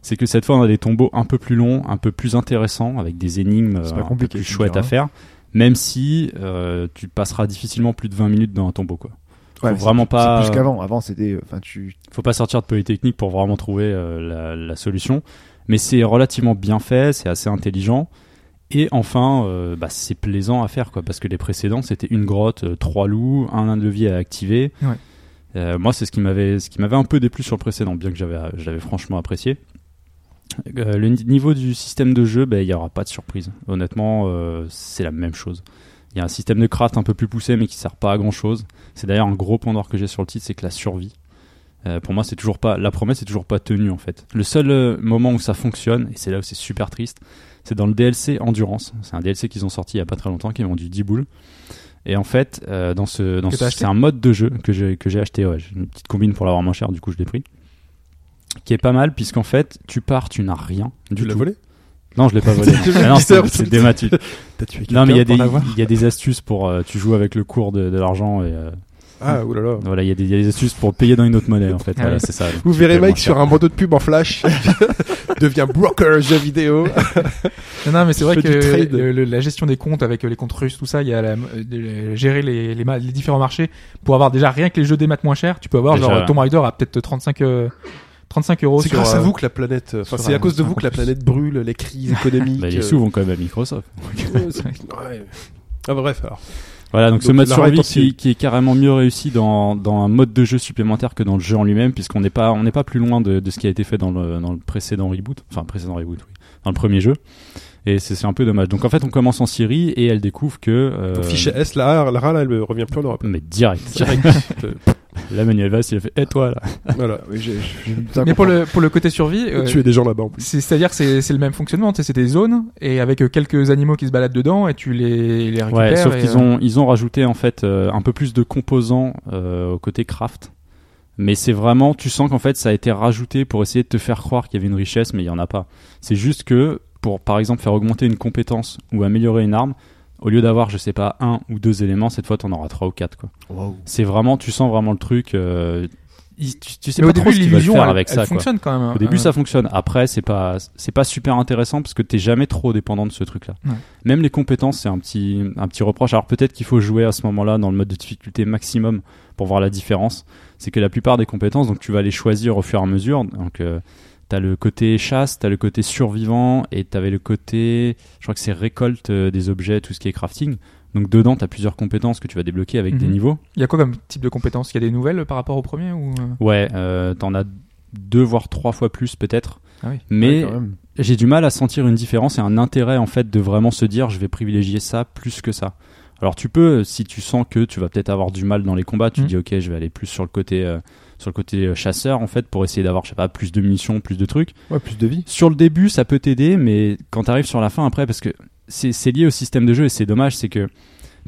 Speaker 6: C'est que cette fois, on a des tombeaux un peu plus longs, un peu plus intéressants, avec des énigmes
Speaker 5: C'est
Speaker 6: euh,
Speaker 5: pas
Speaker 6: un peu
Speaker 5: compliqué, hein.
Speaker 6: plus
Speaker 5: tu me
Speaker 6: chouettes
Speaker 5: diras.
Speaker 6: à faire. Même si euh, tu passeras difficilement plus de 20 minutes dans un tombeau, quoi.
Speaker 5: Ouais,
Speaker 6: Faut
Speaker 5: c'est-
Speaker 6: vraiment pas.
Speaker 5: C'est plus qu'avant. Avant, c'était. euh, Enfin, tu.
Speaker 6: faut pas sortir de polytechnique pour vraiment trouver euh, la, la solution. Mais c'est relativement bien fait, c'est assez intelligent. Et enfin, euh, bah, c'est plaisant à faire, quoi, parce que les précédents, c'était une grotte, euh, trois loups, un levier à activer.
Speaker 4: Ouais.
Speaker 6: Euh, moi, c'est ce qui m'avait ce qui m'avait un peu déplu sur le précédent, bien que j'avais j'avais franchement apprécié. Euh, le ni- niveau du système de jeu, bah, il y n'y aura pas de surprise. Honnêtement, euh, c'est la même chose. Il y a un système de craft un peu plus poussé, mais qui sert pas à grand chose. C'est d'ailleurs un gros point noir que j'ai sur le titre, c'est que la survie. Euh, pour moi, c'est toujours pas la promesse est toujours pas tenue en fait. Le seul euh, moment où ça fonctionne et c'est là où c'est super triste, c'est dans le DLC Endurance. C'est un DLC qu'ils ont sorti il y a pas très longtemps qui est vendu 10 boules. Et en fait, euh, dans ce dans
Speaker 4: Que
Speaker 6: ce-
Speaker 4: t'as acheté
Speaker 6: c'est un mode de jeu que j'ai que j'ai acheté. Ouais, j'ai une petite combine pour l'avoir moins cher, du coup je l'ai pris. Qui est pas mal puisqu'en fait tu pars, tu n'as rien
Speaker 3: Raider.
Speaker 6: du
Speaker 3: Tu l'as
Speaker 6: tout.
Speaker 3: volé
Speaker 6: Non, je l'ai pas volé.
Speaker 3: J'ai vu
Speaker 6: Ah non,
Speaker 3: le
Speaker 6: c'est
Speaker 3: teaser.
Speaker 6: c'est dématu.
Speaker 3: T'as tué
Speaker 6: Non, mais il y a des
Speaker 3: quelqu'un pour l'avoir
Speaker 6: il y a des astuces pour euh, tu joues avec le cours de, de l'argent et euh,
Speaker 3: Ah, oulala.
Speaker 6: voilà il y, a des- il y a des astuces pour payer dans une autre monnaie en fait.
Speaker 4: Ah
Speaker 6: Voilà,
Speaker 4: oui.
Speaker 6: c'est ça.
Speaker 3: Vous verrez
Speaker 6: Tellement
Speaker 3: Mike
Speaker 6: cher.
Speaker 3: sur un bandeau de pub en flash. devient broker jeu vidéo.
Speaker 4: Non, non, mais c'est vrai
Speaker 3: Je
Speaker 4: que
Speaker 3: fais du trade.
Speaker 4: le- le- la gestion des comptes avec euh, les comptes russes, tout ça, il y a la, euh, de- euh, gérer les, les, ma- les différents marchés pour avoir déjà rien que les jeux des maths moins chers. Tu peux avoir
Speaker 6: Déjà,
Speaker 4: genre
Speaker 6: ouais.
Speaker 4: Tomb Raider à peut-être 35, euh, 35 euros.
Speaker 3: C'est
Speaker 4: sur,
Speaker 3: grâce à
Speaker 4: euh,
Speaker 3: vous que la planète. Enfin,
Speaker 4: sur
Speaker 3: c'est
Speaker 4: un-
Speaker 3: à cause de
Speaker 4: un
Speaker 3: vous que la
Speaker 4: campus.
Speaker 3: planète brûle, les crises économiques.
Speaker 6: Bah, ils
Speaker 3: euh,
Speaker 6: s'ouvrent quand même à Microsoft.
Speaker 3: euh, c'est- ouais. Ah, bah, bref, alors.
Speaker 6: Euh, Voilà, donc, ce
Speaker 3: Donc,
Speaker 6: mode
Speaker 3: Lara est
Speaker 6: survie
Speaker 3: en
Speaker 6: qui,
Speaker 3: Syrie.
Speaker 6: qui est carrément mieux réussi dans, dans un mode de jeu supplémentaire que dans le jeu en lui-même, puisqu'on n'est pas, on n'est pas plus loin de, de ce qui a été fait dans le, dans le précédent reboot, enfin précédent reboot, oui, dans le premier jeu. Et c'est c'est un peu dommage. Donc en fait, on commence en Syrie et elle découvre que. euh,
Speaker 3: Ton fichier S, Lara, Lara, là, elle me revient plus en Europe.
Speaker 6: mais direct.
Speaker 3: Direct.
Speaker 6: Là, Manuel Valls, il a fait Eh toi là
Speaker 3: voilà.
Speaker 5: Ah Oui, j'ai- j'ai- j'ai-
Speaker 4: Mais pour le, pour le côté survie, euh,
Speaker 3: Tuer des gens là-bas en plus.
Speaker 4: C'est- C'est-à-dire que c'est c'est le même fonctionnement, tu sais, c'est des zones et avec euh, quelques animaux qui se baladent dedans et tu les, les récupères.
Speaker 6: Ouais, sauf
Speaker 4: et,
Speaker 6: qu'ils
Speaker 4: euh,
Speaker 6: ont, ils ont rajouté en fait euh, un peu plus de composants euh, au côté craft. Mais c'est vraiment, tu sens qu'en fait, ça a été rajouté pour essayer de te faire croire qu'il y avait une richesse, mais il n'y en a pas. C'est juste que, pour par exemple faire augmenter une compétence ou améliorer une arme, au lieu d'avoir, je sais pas, un ou deux éléments, cette fois, t'en auras trois ou quatre, quoi.
Speaker 5: Waouh.
Speaker 6: C'est vraiment, tu sens vraiment le truc. euh, il- tu, tu sais
Speaker 4: Mais
Speaker 6: pas
Speaker 4: au
Speaker 6: trop
Speaker 4: début,
Speaker 6: ce qu'ils veulent
Speaker 4: l'illusion,
Speaker 6: faire
Speaker 4: elle,
Speaker 6: avec
Speaker 4: elle
Speaker 6: ça, quoi.
Speaker 4: fonctionne quand même.
Speaker 6: Au début,
Speaker 4: Euh,
Speaker 6: ça fonctionne. Après, c'est pas c'est pas super intéressant parce que t'es jamais trop dépendant de ce truc-là.
Speaker 4: Ouais.
Speaker 6: Même les compétences, c'est un petit un petit reproche. Alors peut-être qu'il faut jouer à ce moment-là dans le mode de difficulté maximum pour voir la différence. C'est que la plupart des compétences, donc tu vas les choisir au fur et à mesure. Donc euh, t'as le côté chasse, t'as le côté survivant et t'avais le côté, je crois que c'est récolte euh, des objets, tout ce qui est crafting. Donc dedans, t'as plusieurs compétences que tu vas débloquer avec des
Speaker 4: Mhm.
Speaker 6: niveaux.
Speaker 4: Il y a quoi comme type de compétences Il y a des nouvelles par rapport au premier ou euh,
Speaker 6: Ouais, euh, t'en as deux voire trois fois plus peut-être.
Speaker 4: Ah oui.
Speaker 6: Mais
Speaker 5: Ouais, quand même.
Speaker 6: j'ai du mal à sentir une différence et un intérêt en fait de vraiment se dire je vais privilégier ça plus que ça. Alors tu peux, euh, si tu sens que tu vas peut-être avoir du mal dans les combats, tu
Speaker 4: Mhm.
Speaker 6: dis ok je vais aller plus sur le côté euh, sur le côté euh, chasseur en fait pour essayer d'avoir je sais pas plus de munitions, plus de trucs.
Speaker 5: Ouais, plus de vie.
Speaker 6: Sur le début ça peut t'aider, mais quand t'arrives sur la fin après parce que c'est c'est lié au système de jeu et c'est dommage c'est que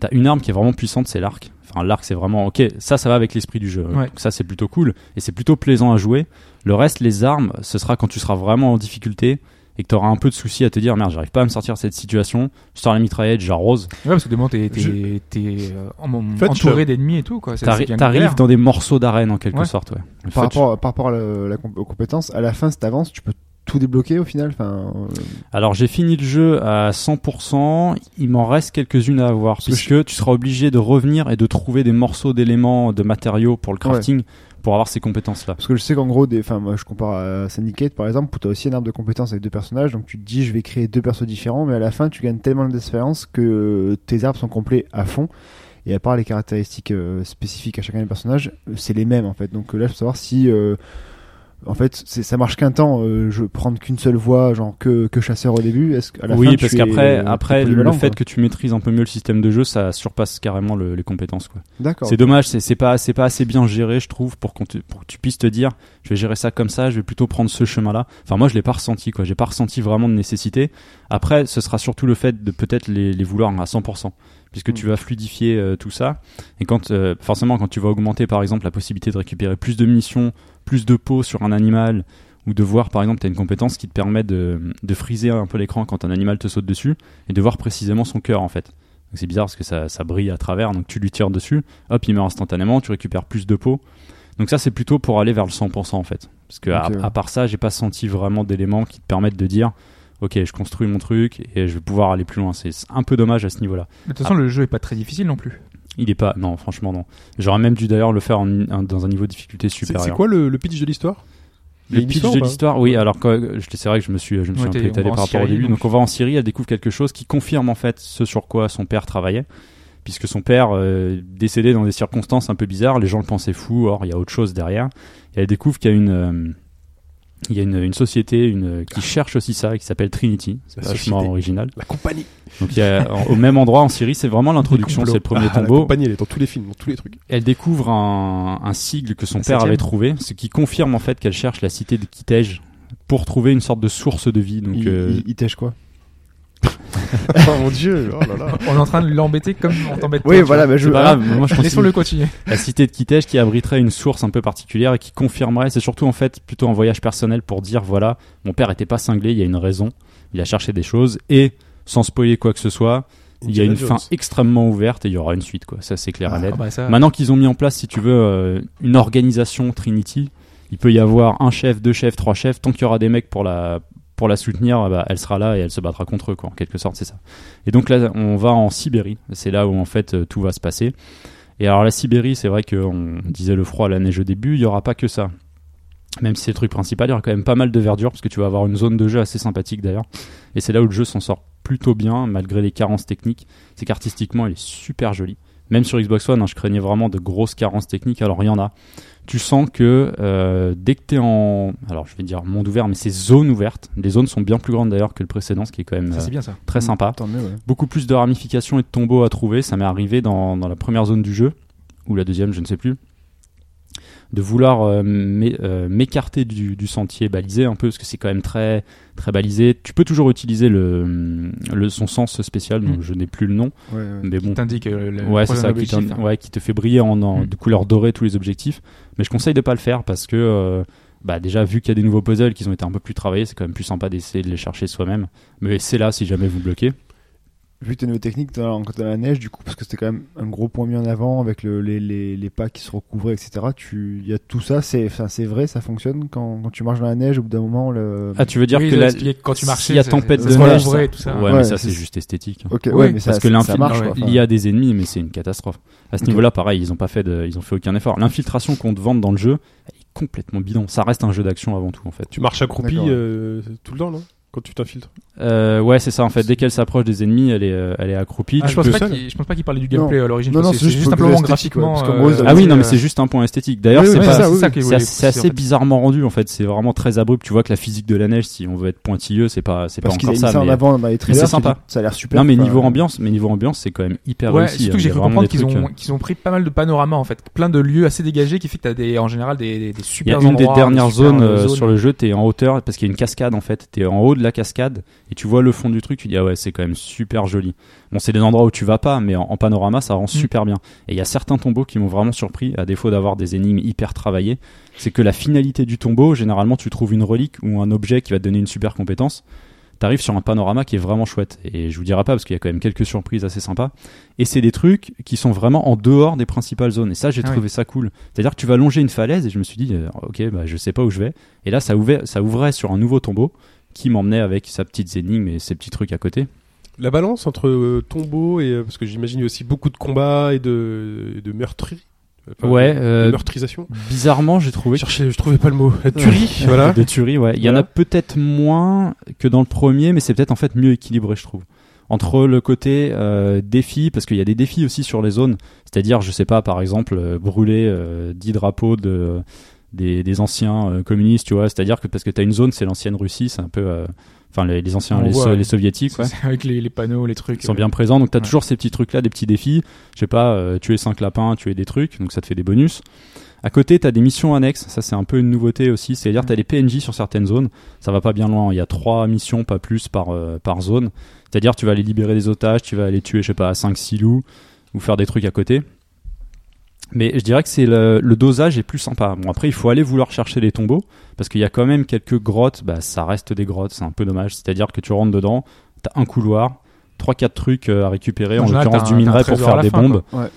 Speaker 6: t'as une arme qui est vraiment puissante c'est l'arc. Enfin l'arc c'est vraiment ok ça ça va avec l'esprit du jeu.
Speaker 4: Ouais.
Speaker 6: Donc ça c'est plutôt cool et c'est plutôt plaisant à jouer. Le reste, les armes, ce sera quand tu seras vraiment en difficulté et que tu auras un peu de souci à te dire merde, j'arrive pas à me sortir de cette situation, je sors la mitraillette, j'arrose.
Speaker 4: Ouais, parce que demain, t'es t'es-
Speaker 3: Je-
Speaker 4: t'es, euh, en-
Speaker 3: fait, je-
Speaker 4: entouré d'ennemis et tout, quoi. C'est- c'est
Speaker 6: T'arri-
Speaker 4: bien
Speaker 6: T'arrives
Speaker 4: galère.
Speaker 6: dans des morceaux d'arène en quelque
Speaker 4: Ouais.
Speaker 6: sorte. Ouais. Le
Speaker 5: Par
Speaker 6: fait, tu-
Speaker 5: rapport, par rapport à la, la comp- aux compétences, à la fin, si t'avances, tu peux tout débloquer au final. Enfin, euh,
Speaker 6: Alors j'ai fini le jeu à 100%, il m'en reste quelques-unes à avoir
Speaker 5: que
Speaker 6: puisque tu seras obligé de revenir et de trouver des morceaux d'éléments, de matériaux pour le crafting pour avoir ces compétences-là.
Speaker 5: parce que je sais qu'en gros, des, enfin, moi, je compare à Syndicate par exemple, où t'as aussi un arbre de compétences avec deux personnages, donc tu te dis, je vais créer deux persos différents, mais à la fin, tu gagnes tellement d'expérience que tes arbres sont complets à fond. Et à part les caractéristiques euh, spécifiques à chacun des personnages, euh, c'est les mêmes en fait. Donc euh, là, je veux savoir si, euh, en fait, c'est- ça marche qu'un temps. euh, je prends qu'une seule voix, genre que, que chasseur au début. Est-ce qu'à la fin,
Speaker 6: Oui,
Speaker 5: tu
Speaker 6: parce
Speaker 5: es,
Speaker 6: qu'après
Speaker 5: euh,
Speaker 6: après,
Speaker 5: plus
Speaker 6: le
Speaker 5: polyvalent,
Speaker 6: fait
Speaker 5: quoi
Speaker 6: que tu maîtrises un peu mieux le système de jeu, ça surpasse carrément le- les compétences. Quoi.
Speaker 5: D'accord.
Speaker 6: C'est dommage, c'est c'est pas, c'est pas assez bien géré, je trouve, pour, qu'on te- pour que tu puisses te dire, je vais gérer ça comme ça, je vais plutôt prendre ce chemin-là. Enfin, moi, je l'ai pas ressenti, quoi. J'ai pas ressenti vraiment de nécessité. Après, ce sera surtout le fait de peut-être les, les vouloir à 100%, puisque tu vas fluidifier euh, tout ça. Et quand, euh, forcément, quand tu vas augmenter, par exemple, la possibilité de récupérer plus de munitions, plus de peau sur un animal, ou de voir, par exemple, tu as une compétence qui te permet de, de friser un peu l'écran quand un animal te saute dessus, et de voir précisément son cœur, en fait. Donc, C'est bizarre parce que ça, ça brille à travers, donc tu lui tires dessus hop, il meurt instantanément, tu récupères plus de peau. Donc ça, c'est plutôt pour aller vers le 100% en fait. Parce que à,
Speaker 5: Ok, ouais.
Speaker 6: à part ça, j'ai pas senti vraiment d'éléments qui te permettent de dire, ok, je construis mon truc et je vais pouvoir aller plus loin. C'est c'est un peu dommage à ce niveau-là.
Speaker 4: De toute façon, le jeu est pas très difficile non plus.
Speaker 6: Il est pas, non, franchement non. J'aurais même dû d'ailleurs le faire en- en- dans un niveau de difficulté
Speaker 3: C'est
Speaker 6: supérieur.
Speaker 3: c'est quoi le, le pitch de l'histoire Il y a
Speaker 6: le
Speaker 3: une
Speaker 6: pitch
Speaker 3: histoire
Speaker 6: de
Speaker 3: ou pas
Speaker 6: l'histoire Oui, alors quoi, je- c'est vrai que je me suis, je me
Speaker 4: Ouais,
Speaker 6: suis un peu
Speaker 4: t'es- on
Speaker 6: étalé
Speaker 4: va
Speaker 6: par
Speaker 4: en
Speaker 6: rapport au
Speaker 4: Syrie,
Speaker 6: début.
Speaker 4: donc-
Speaker 6: Donc on va en Syrie, elle découvre quelque chose qui confirme en fait ce sur quoi son père travaillait, puisque son père euh, décédé dans des circonstances un peu bizarres, les gens le pensaient fou, or il y a autre chose derrière. Et elle découvre qu'il y a une, euh, il y a une, une société une, qui cherche aussi ça, et qui s'appelle Trinity. C'est
Speaker 3: La
Speaker 6: vachement
Speaker 3: société.
Speaker 6: original.
Speaker 3: La compagnie.
Speaker 6: Donc il y a, en- au même endroit en Syrie, c'est vraiment l'introduction,
Speaker 3: complot.
Speaker 6: c'est le premier
Speaker 3: Ah, la
Speaker 6: tombeau.
Speaker 3: compagnie, elle est dans tous les films, dans tous les trucs.
Speaker 6: Elle découvre un, un sigle que son
Speaker 4: La
Speaker 6: père
Speaker 4: septième.
Speaker 6: avait trouvé, ce qui confirme en fait qu'elle cherche la cité de Kitej pour trouver une sorte de source de vie. Donc,
Speaker 5: il,
Speaker 6: euh,
Speaker 5: il- il tèche quoi
Speaker 3: oh mon dieu, oh là là.
Speaker 4: On est en train de l'embêter comme on t'embête. toi,
Speaker 5: Oui,
Speaker 4: tu
Speaker 5: voilà,
Speaker 4: vois.
Speaker 5: bah, je.
Speaker 6: c'est pas grave, moi je pense
Speaker 4: Laissons-le continuer.
Speaker 6: la cité de Kitej qui abriterait une source un peu particulière et qui confirmerait, c'est surtout en fait plutôt un voyage personnel pour dire voilà, mon père était pas cinglé, il y a une raison, il a cherché des choses et sans spoiler quoi que ce soit, il y a
Speaker 3: Indiana
Speaker 6: une
Speaker 3: Jones.
Speaker 6: fin extrêmement ouverte et il y aura une suite quoi, ça c'est clair et net.
Speaker 4: Ah bah, ça-
Speaker 6: Maintenant qu'ils ont mis en place, si tu veux, euh, une organisation Trinity, il peut y avoir un chef, deux chefs, trois chefs. Tant qu'il y aura des mecs pour la, pour la soutenir, eh ben, elle sera là et elle se battra contre eux, quoi. En quelque sorte, c'est ça. Et donc là, on va en Sibérie. C'est là où, en fait, euh, tout va se passer. Et alors, la Sibérie, c'est vrai qu'on disait le froid, la neige au début. Il n'y aura pas que ça. Même si c'est le truc principal, il y aura quand même pas mal de verdure parce que tu vas avoir une zone de jeu assez sympathique d'ailleurs. Et c'est là où le jeu s'en sort plutôt bien malgré les carences techniques. C'est qu'artistiquement, il est super joli même sur Xbox One, hein, je craignais vraiment de grosses carences techniques, alors il y en a. Tu sens que euh, dès que t'es en. Alors je vais dire monde ouvert, mais c'est zone ouverte. Les zones sont bien plus grandes d'ailleurs que le précédent, ce qui est quand même
Speaker 4: Ça, c'est
Speaker 6: euh,
Speaker 4: bien ça.
Speaker 6: très sympa.
Speaker 5: Tant mieux, ouais.
Speaker 6: Beaucoup plus de ramifications et de tombeaux à trouver. Ça m'est arrivé dans, dans la première zone du jeu, ou la deuxième, je ne sais plus. de vouloir euh, m'é- euh, m'écarter du, du sentier balisé un peu parce que c'est quand même très très balisé. Tu peux toujours utiliser le, le son sens spécial dont
Speaker 4: Mm.
Speaker 6: je n'ai plus le nom,
Speaker 5: Ouais, ouais.
Speaker 6: mais bon.
Speaker 4: T'indique euh, le
Speaker 6: Ouais,
Speaker 4: prochain
Speaker 6: c'est ça, qui,
Speaker 4: objectif,
Speaker 6: t'in-
Speaker 4: hein.
Speaker 6: ouais, qui te fait briller en, en-
Speaker 4: Mm.
Speaker 6: de couleur dorée tous les objectifs. Mais je conseille de pas le faire parce que, euh, bah, déjà, vu qu'il y a des nouveaux puzzles qui ont été un peu plus travaillés, c'est quand même plus sympa d'essayer de les chercher soi-même. Mais c'est là si jamais vous bloquez.
Speaker 5: Vu tes nouvelles techniques dans, quand t'as la neige, du coup, parce que c'était quand même un gros point mis en avant avec le- les, les, les pas qui se recouvraient, etc. Tu, il y a tout ça, c'est, enfin, c'est vrai, ça fonctionne quand, quand tu marches dans la neige. Au bout d'un moment, le.
Speaker 6: Ah, tu veux dire
Speaker 4: Oui,
Speaker 6: que
Speaker 4: il a
Speaker 6: la-
Speaker 4: expliqué que quand tu
Speaker 6: s'il
Speaker 4: marchais,
Speaker 6: y a
Speaker 4: ça-
Speaker 6: tempête
Speaker 4: ça
Speaker 6: de
Speaker 4: se
Speaker 6: neige,
Speaker 4: recouvrait et
Speaker 6: ça-
Speaker 4: tout ça.
Speaker 6: Ouais,
Speaker 5: Ouais,
Speaker 6: mais ça,
Speaker 5: c'est-
Speaker 6: c'est juste esthétique. hein.
Speaker 5: Ok, ouais,
Speaker 4: Oui,
Speaker 5: mais ça,
Speaker 6: parce que
Speaker 5: ça-
Speaker 6: l'infi-
Speaker 5: ça marche.
Speaker 4: ouais,
Speaker 5: quoi. Enfin,
Speaker 6: Il y a des ennemis, mais c'est une catastrophe. À ce
Speaker 5: Ok.
Speaker 6: niveau-là, pareil, ils ont pas fait, de, ils ont fait aucun effort. L'infiltration qu'on te vante dans le jeu, elle est complètement bidon. Ça reste un jeu d'action avant tout, en fait.
Speaker 3: Tu marches accroupi
Speaker 5: D'accord, ouais.
Speaker 3: euh, tout le temps, non Quand tu t'infiltres.
Speaker 6: Euh, ouais, c'est ça, en fait. Dès qu'elle s'approche des ennemis, elle est, euh, elle est accroupie.
Speaker 4: Ah,
Speaker 6: Tu
Speaker 4: je, pense
Speaker 6: peux-
Speaker 4: pas
Speaker 3: seul.
Speaker 4: qu'il- je pense pas qu'il parlait du gameplay à l'origine.
Speaker 5: Non,
Speaker 4: je pense
Speaker 5: non,
Speaker 4: que
Speaker 5: c'est
Speaker 4: c'est
Speaker 5: juste
Speaker 4: juste
Speaker 5: pour le
Speaker 4: simplement
Speaker 5: côté esthétique,
Speaker 4: graphiquement.
Speaker 5: ouais, parce qu'en gros,
Speaker 4: euh,
Speaker 5: ils avaient
Speaker 6: Ah oui,
Speaker 5: C'est,
Speaker 6: non, mais
Speaker 5: euh,
Speaker 6: c'est juste un point esthétique. D'ailleurs,
Speaker 3: Oui,
Speaker 6: c'est
Speaker 3: oui,
Speaker 6: pas-
Speaker 3: c'est ça, oui,
Speaker 4: qu'il
Speaker 6: c'est
Speaker 4: voulait
Speaker 6: assez, c'est
Speaker 4: pousser, en
Speaker 6: assez
Speaker 4: fait.
Speaker 6: bizarrement rendu en fait. C'est vraiment très abrupt. Tu vois que la physique de la neige, si on veut être pointilleux, c'est pas, c'est pas
Speaker 5: Parce qu'ils
Speaker 6: encore
Speaker 5: avaient mis
Speaker 6: ça.
Speaker 5: ça en
Speaker 6: mais-
Speaker 5: avant dans les trailers.
Speaker 6: c'est sympa.
Speaker 5: Ça a l'air super.
Speaker 6: Non, mais
Speaker 5: enfin,
Speaker 6: niveau ambiance, mais niveau ambiance, c'est quand même hyper
Speaker 4: Ouais,
Speaker 6: réussi.
Speaker 4: surtout
Speaker 6: hein.
Speaker 4: que
Speaker 6: Il y
Speaker 4: j'ai
Speaker 6: a
Speaker 4: cru
Speaker 6: vraiment
Speaker 4: comprendre
Speaker 6: des
Speaker 4: qu'ils
Speaker 6: trucs,
Speaker 4: ont,
Speaker 6: euh,
Speaker 4: qu'ils ont pris pas mal de panoramas en fait, plein de lieux assez dégagés qui fait que t'as des, en général des, des, des
Speaker 6: Il y
Speaker 4: super
Speaker 6: a une des
Speaker 4: endroits,
Speaker 6: dernières
Speaker 4: super,
Speaker 6: zones
Speaker 4: euh,
Speaker 6: euh, sur le jeu. T'es en hauteur parce qu'il y a une cascade en fait. T'es en haut de la cascade et tu vois le fond du truc. Tu dis ah ouais, c'est quand même super joli. Bon, c'est des endroits où tu vas pas, mais en, en panorama, ça rend
Speaker 4: Mm.
Speaker 6: super bien. Et il y a certains tombeaux qui m'ont vraiment surpris. À défaut d'avoir des énigmes hyper travaillées, c'est que la finalité du tombeau, généralement, tu trouves une relique ou un objet qui va te donner une super compétence. T'arrives sur un panorama qui est vraiment chouette. Et je vous dirai pas parce qu'il y a quand même quelques surprises assez sympas. Et c'est des trucs qui sont vraiment en dehors des principales zones. Et ça, j'ai
Speaker 4: Ah oui.
Speaker 6: trouvé ça cool. C'est-à-dire que tu vas longer une falaise et je me suis dit, euh, ok, bah, je sais pas où je vais. Et là, ça ouvrait, ça ouvrait sur un nouveau tombeau qui m'emmenait avec sa petite énigme et ses petits trucs à côté.
Speaker 3: La balance entre euh, tombeau et. euh, parce que j'imagine il y a aussi beaucoup de combats et de, et de meurtri. enfin,
Speaker 6: Ouais,
Speaker 3: de-
Speaker 6: euh,
Speaker 3: de meurtrisation.
Speaker 6: Bizarrement, j'ai trouvé.
Speaker 3: Cherchez, je trouvais pas le mot. La tuerie, voilà.
Speaker 6: De tuerie, ouais. Il y en a peut-être moins que dans le premier, mais c'est peut-être en fait mieux équilibré, je trouve. Entre le côté euh, défi, parce qu'il y a des défis aussi sur les zones, c'est-à-dire, je sais pas, par exemple, euh, brûler euh, 10 drapeaux de, des, des anciens euh, communistes, tu vois, c'est-à-dire que parce que tu as une zone, c'est l'ancienne Russie, c'est un peu. euh, Enfin, les, les anciens,
Speaker 4: On
Speaker 6: les,
Speaker 4: voit,
Speaker 6: so-
Speaker 4: ouais.
Speaker 6: les soviétiques, ouais.
Speaker 4: C'est- Avec les, les panneaux, les trucs.
Speaker 6: qui sont
Speaker 4: euh,
Speaker 6: bien présents. Donc tu as
Speaker 4: Ouais.
Speaker 6: toujours ces petits trucs là, des petits défis. Je sais pas, euh, tuer cinq lapins, tuer des trucs, donc ça te fait des bonus. À côté, tu as des missions annexes, ça c'est un peu une nouveauté aussi, c'est-à-dire
Speaker 4: Mm.
Speaker 6: tu as des PNJ sur certaines zones, ça va pas bien loin, il y a trois missions, pas plus, par, euh, par zone. C'est-à-dire tu vas aller libérer des otages, tu vas aller tuer, je sais pas, 5-6 loups, ou faire des trucs à côté. Mais je dirais que c'est le, le dosage est plus sympa. Bon, après, il faut aller vouloir chercher les tombeaux, parce qu'il y a quand même quelques grottes, bah, ça reste des grottes, c'est un peu dommage. C'est-à-dire que tu rentres dedans, t'as un couloir, 3-4 trucs euh, à récupérer,
Speaker 4: En
Speaker 6: en,
Speaker 4: général,
Speaker 6: l'occurrence
Speaker 4: t'as
Speaker 6: du
Speaker 4: un- t'as un
Speaker 6: minerai pour
Speaker 4: trésor à
Speaker 6: faire
Speaker 4: la
Speaker 6: des
Speaker 4: fin,
Speaker 6: bombes.
Speaker 5: quoi. Ouais.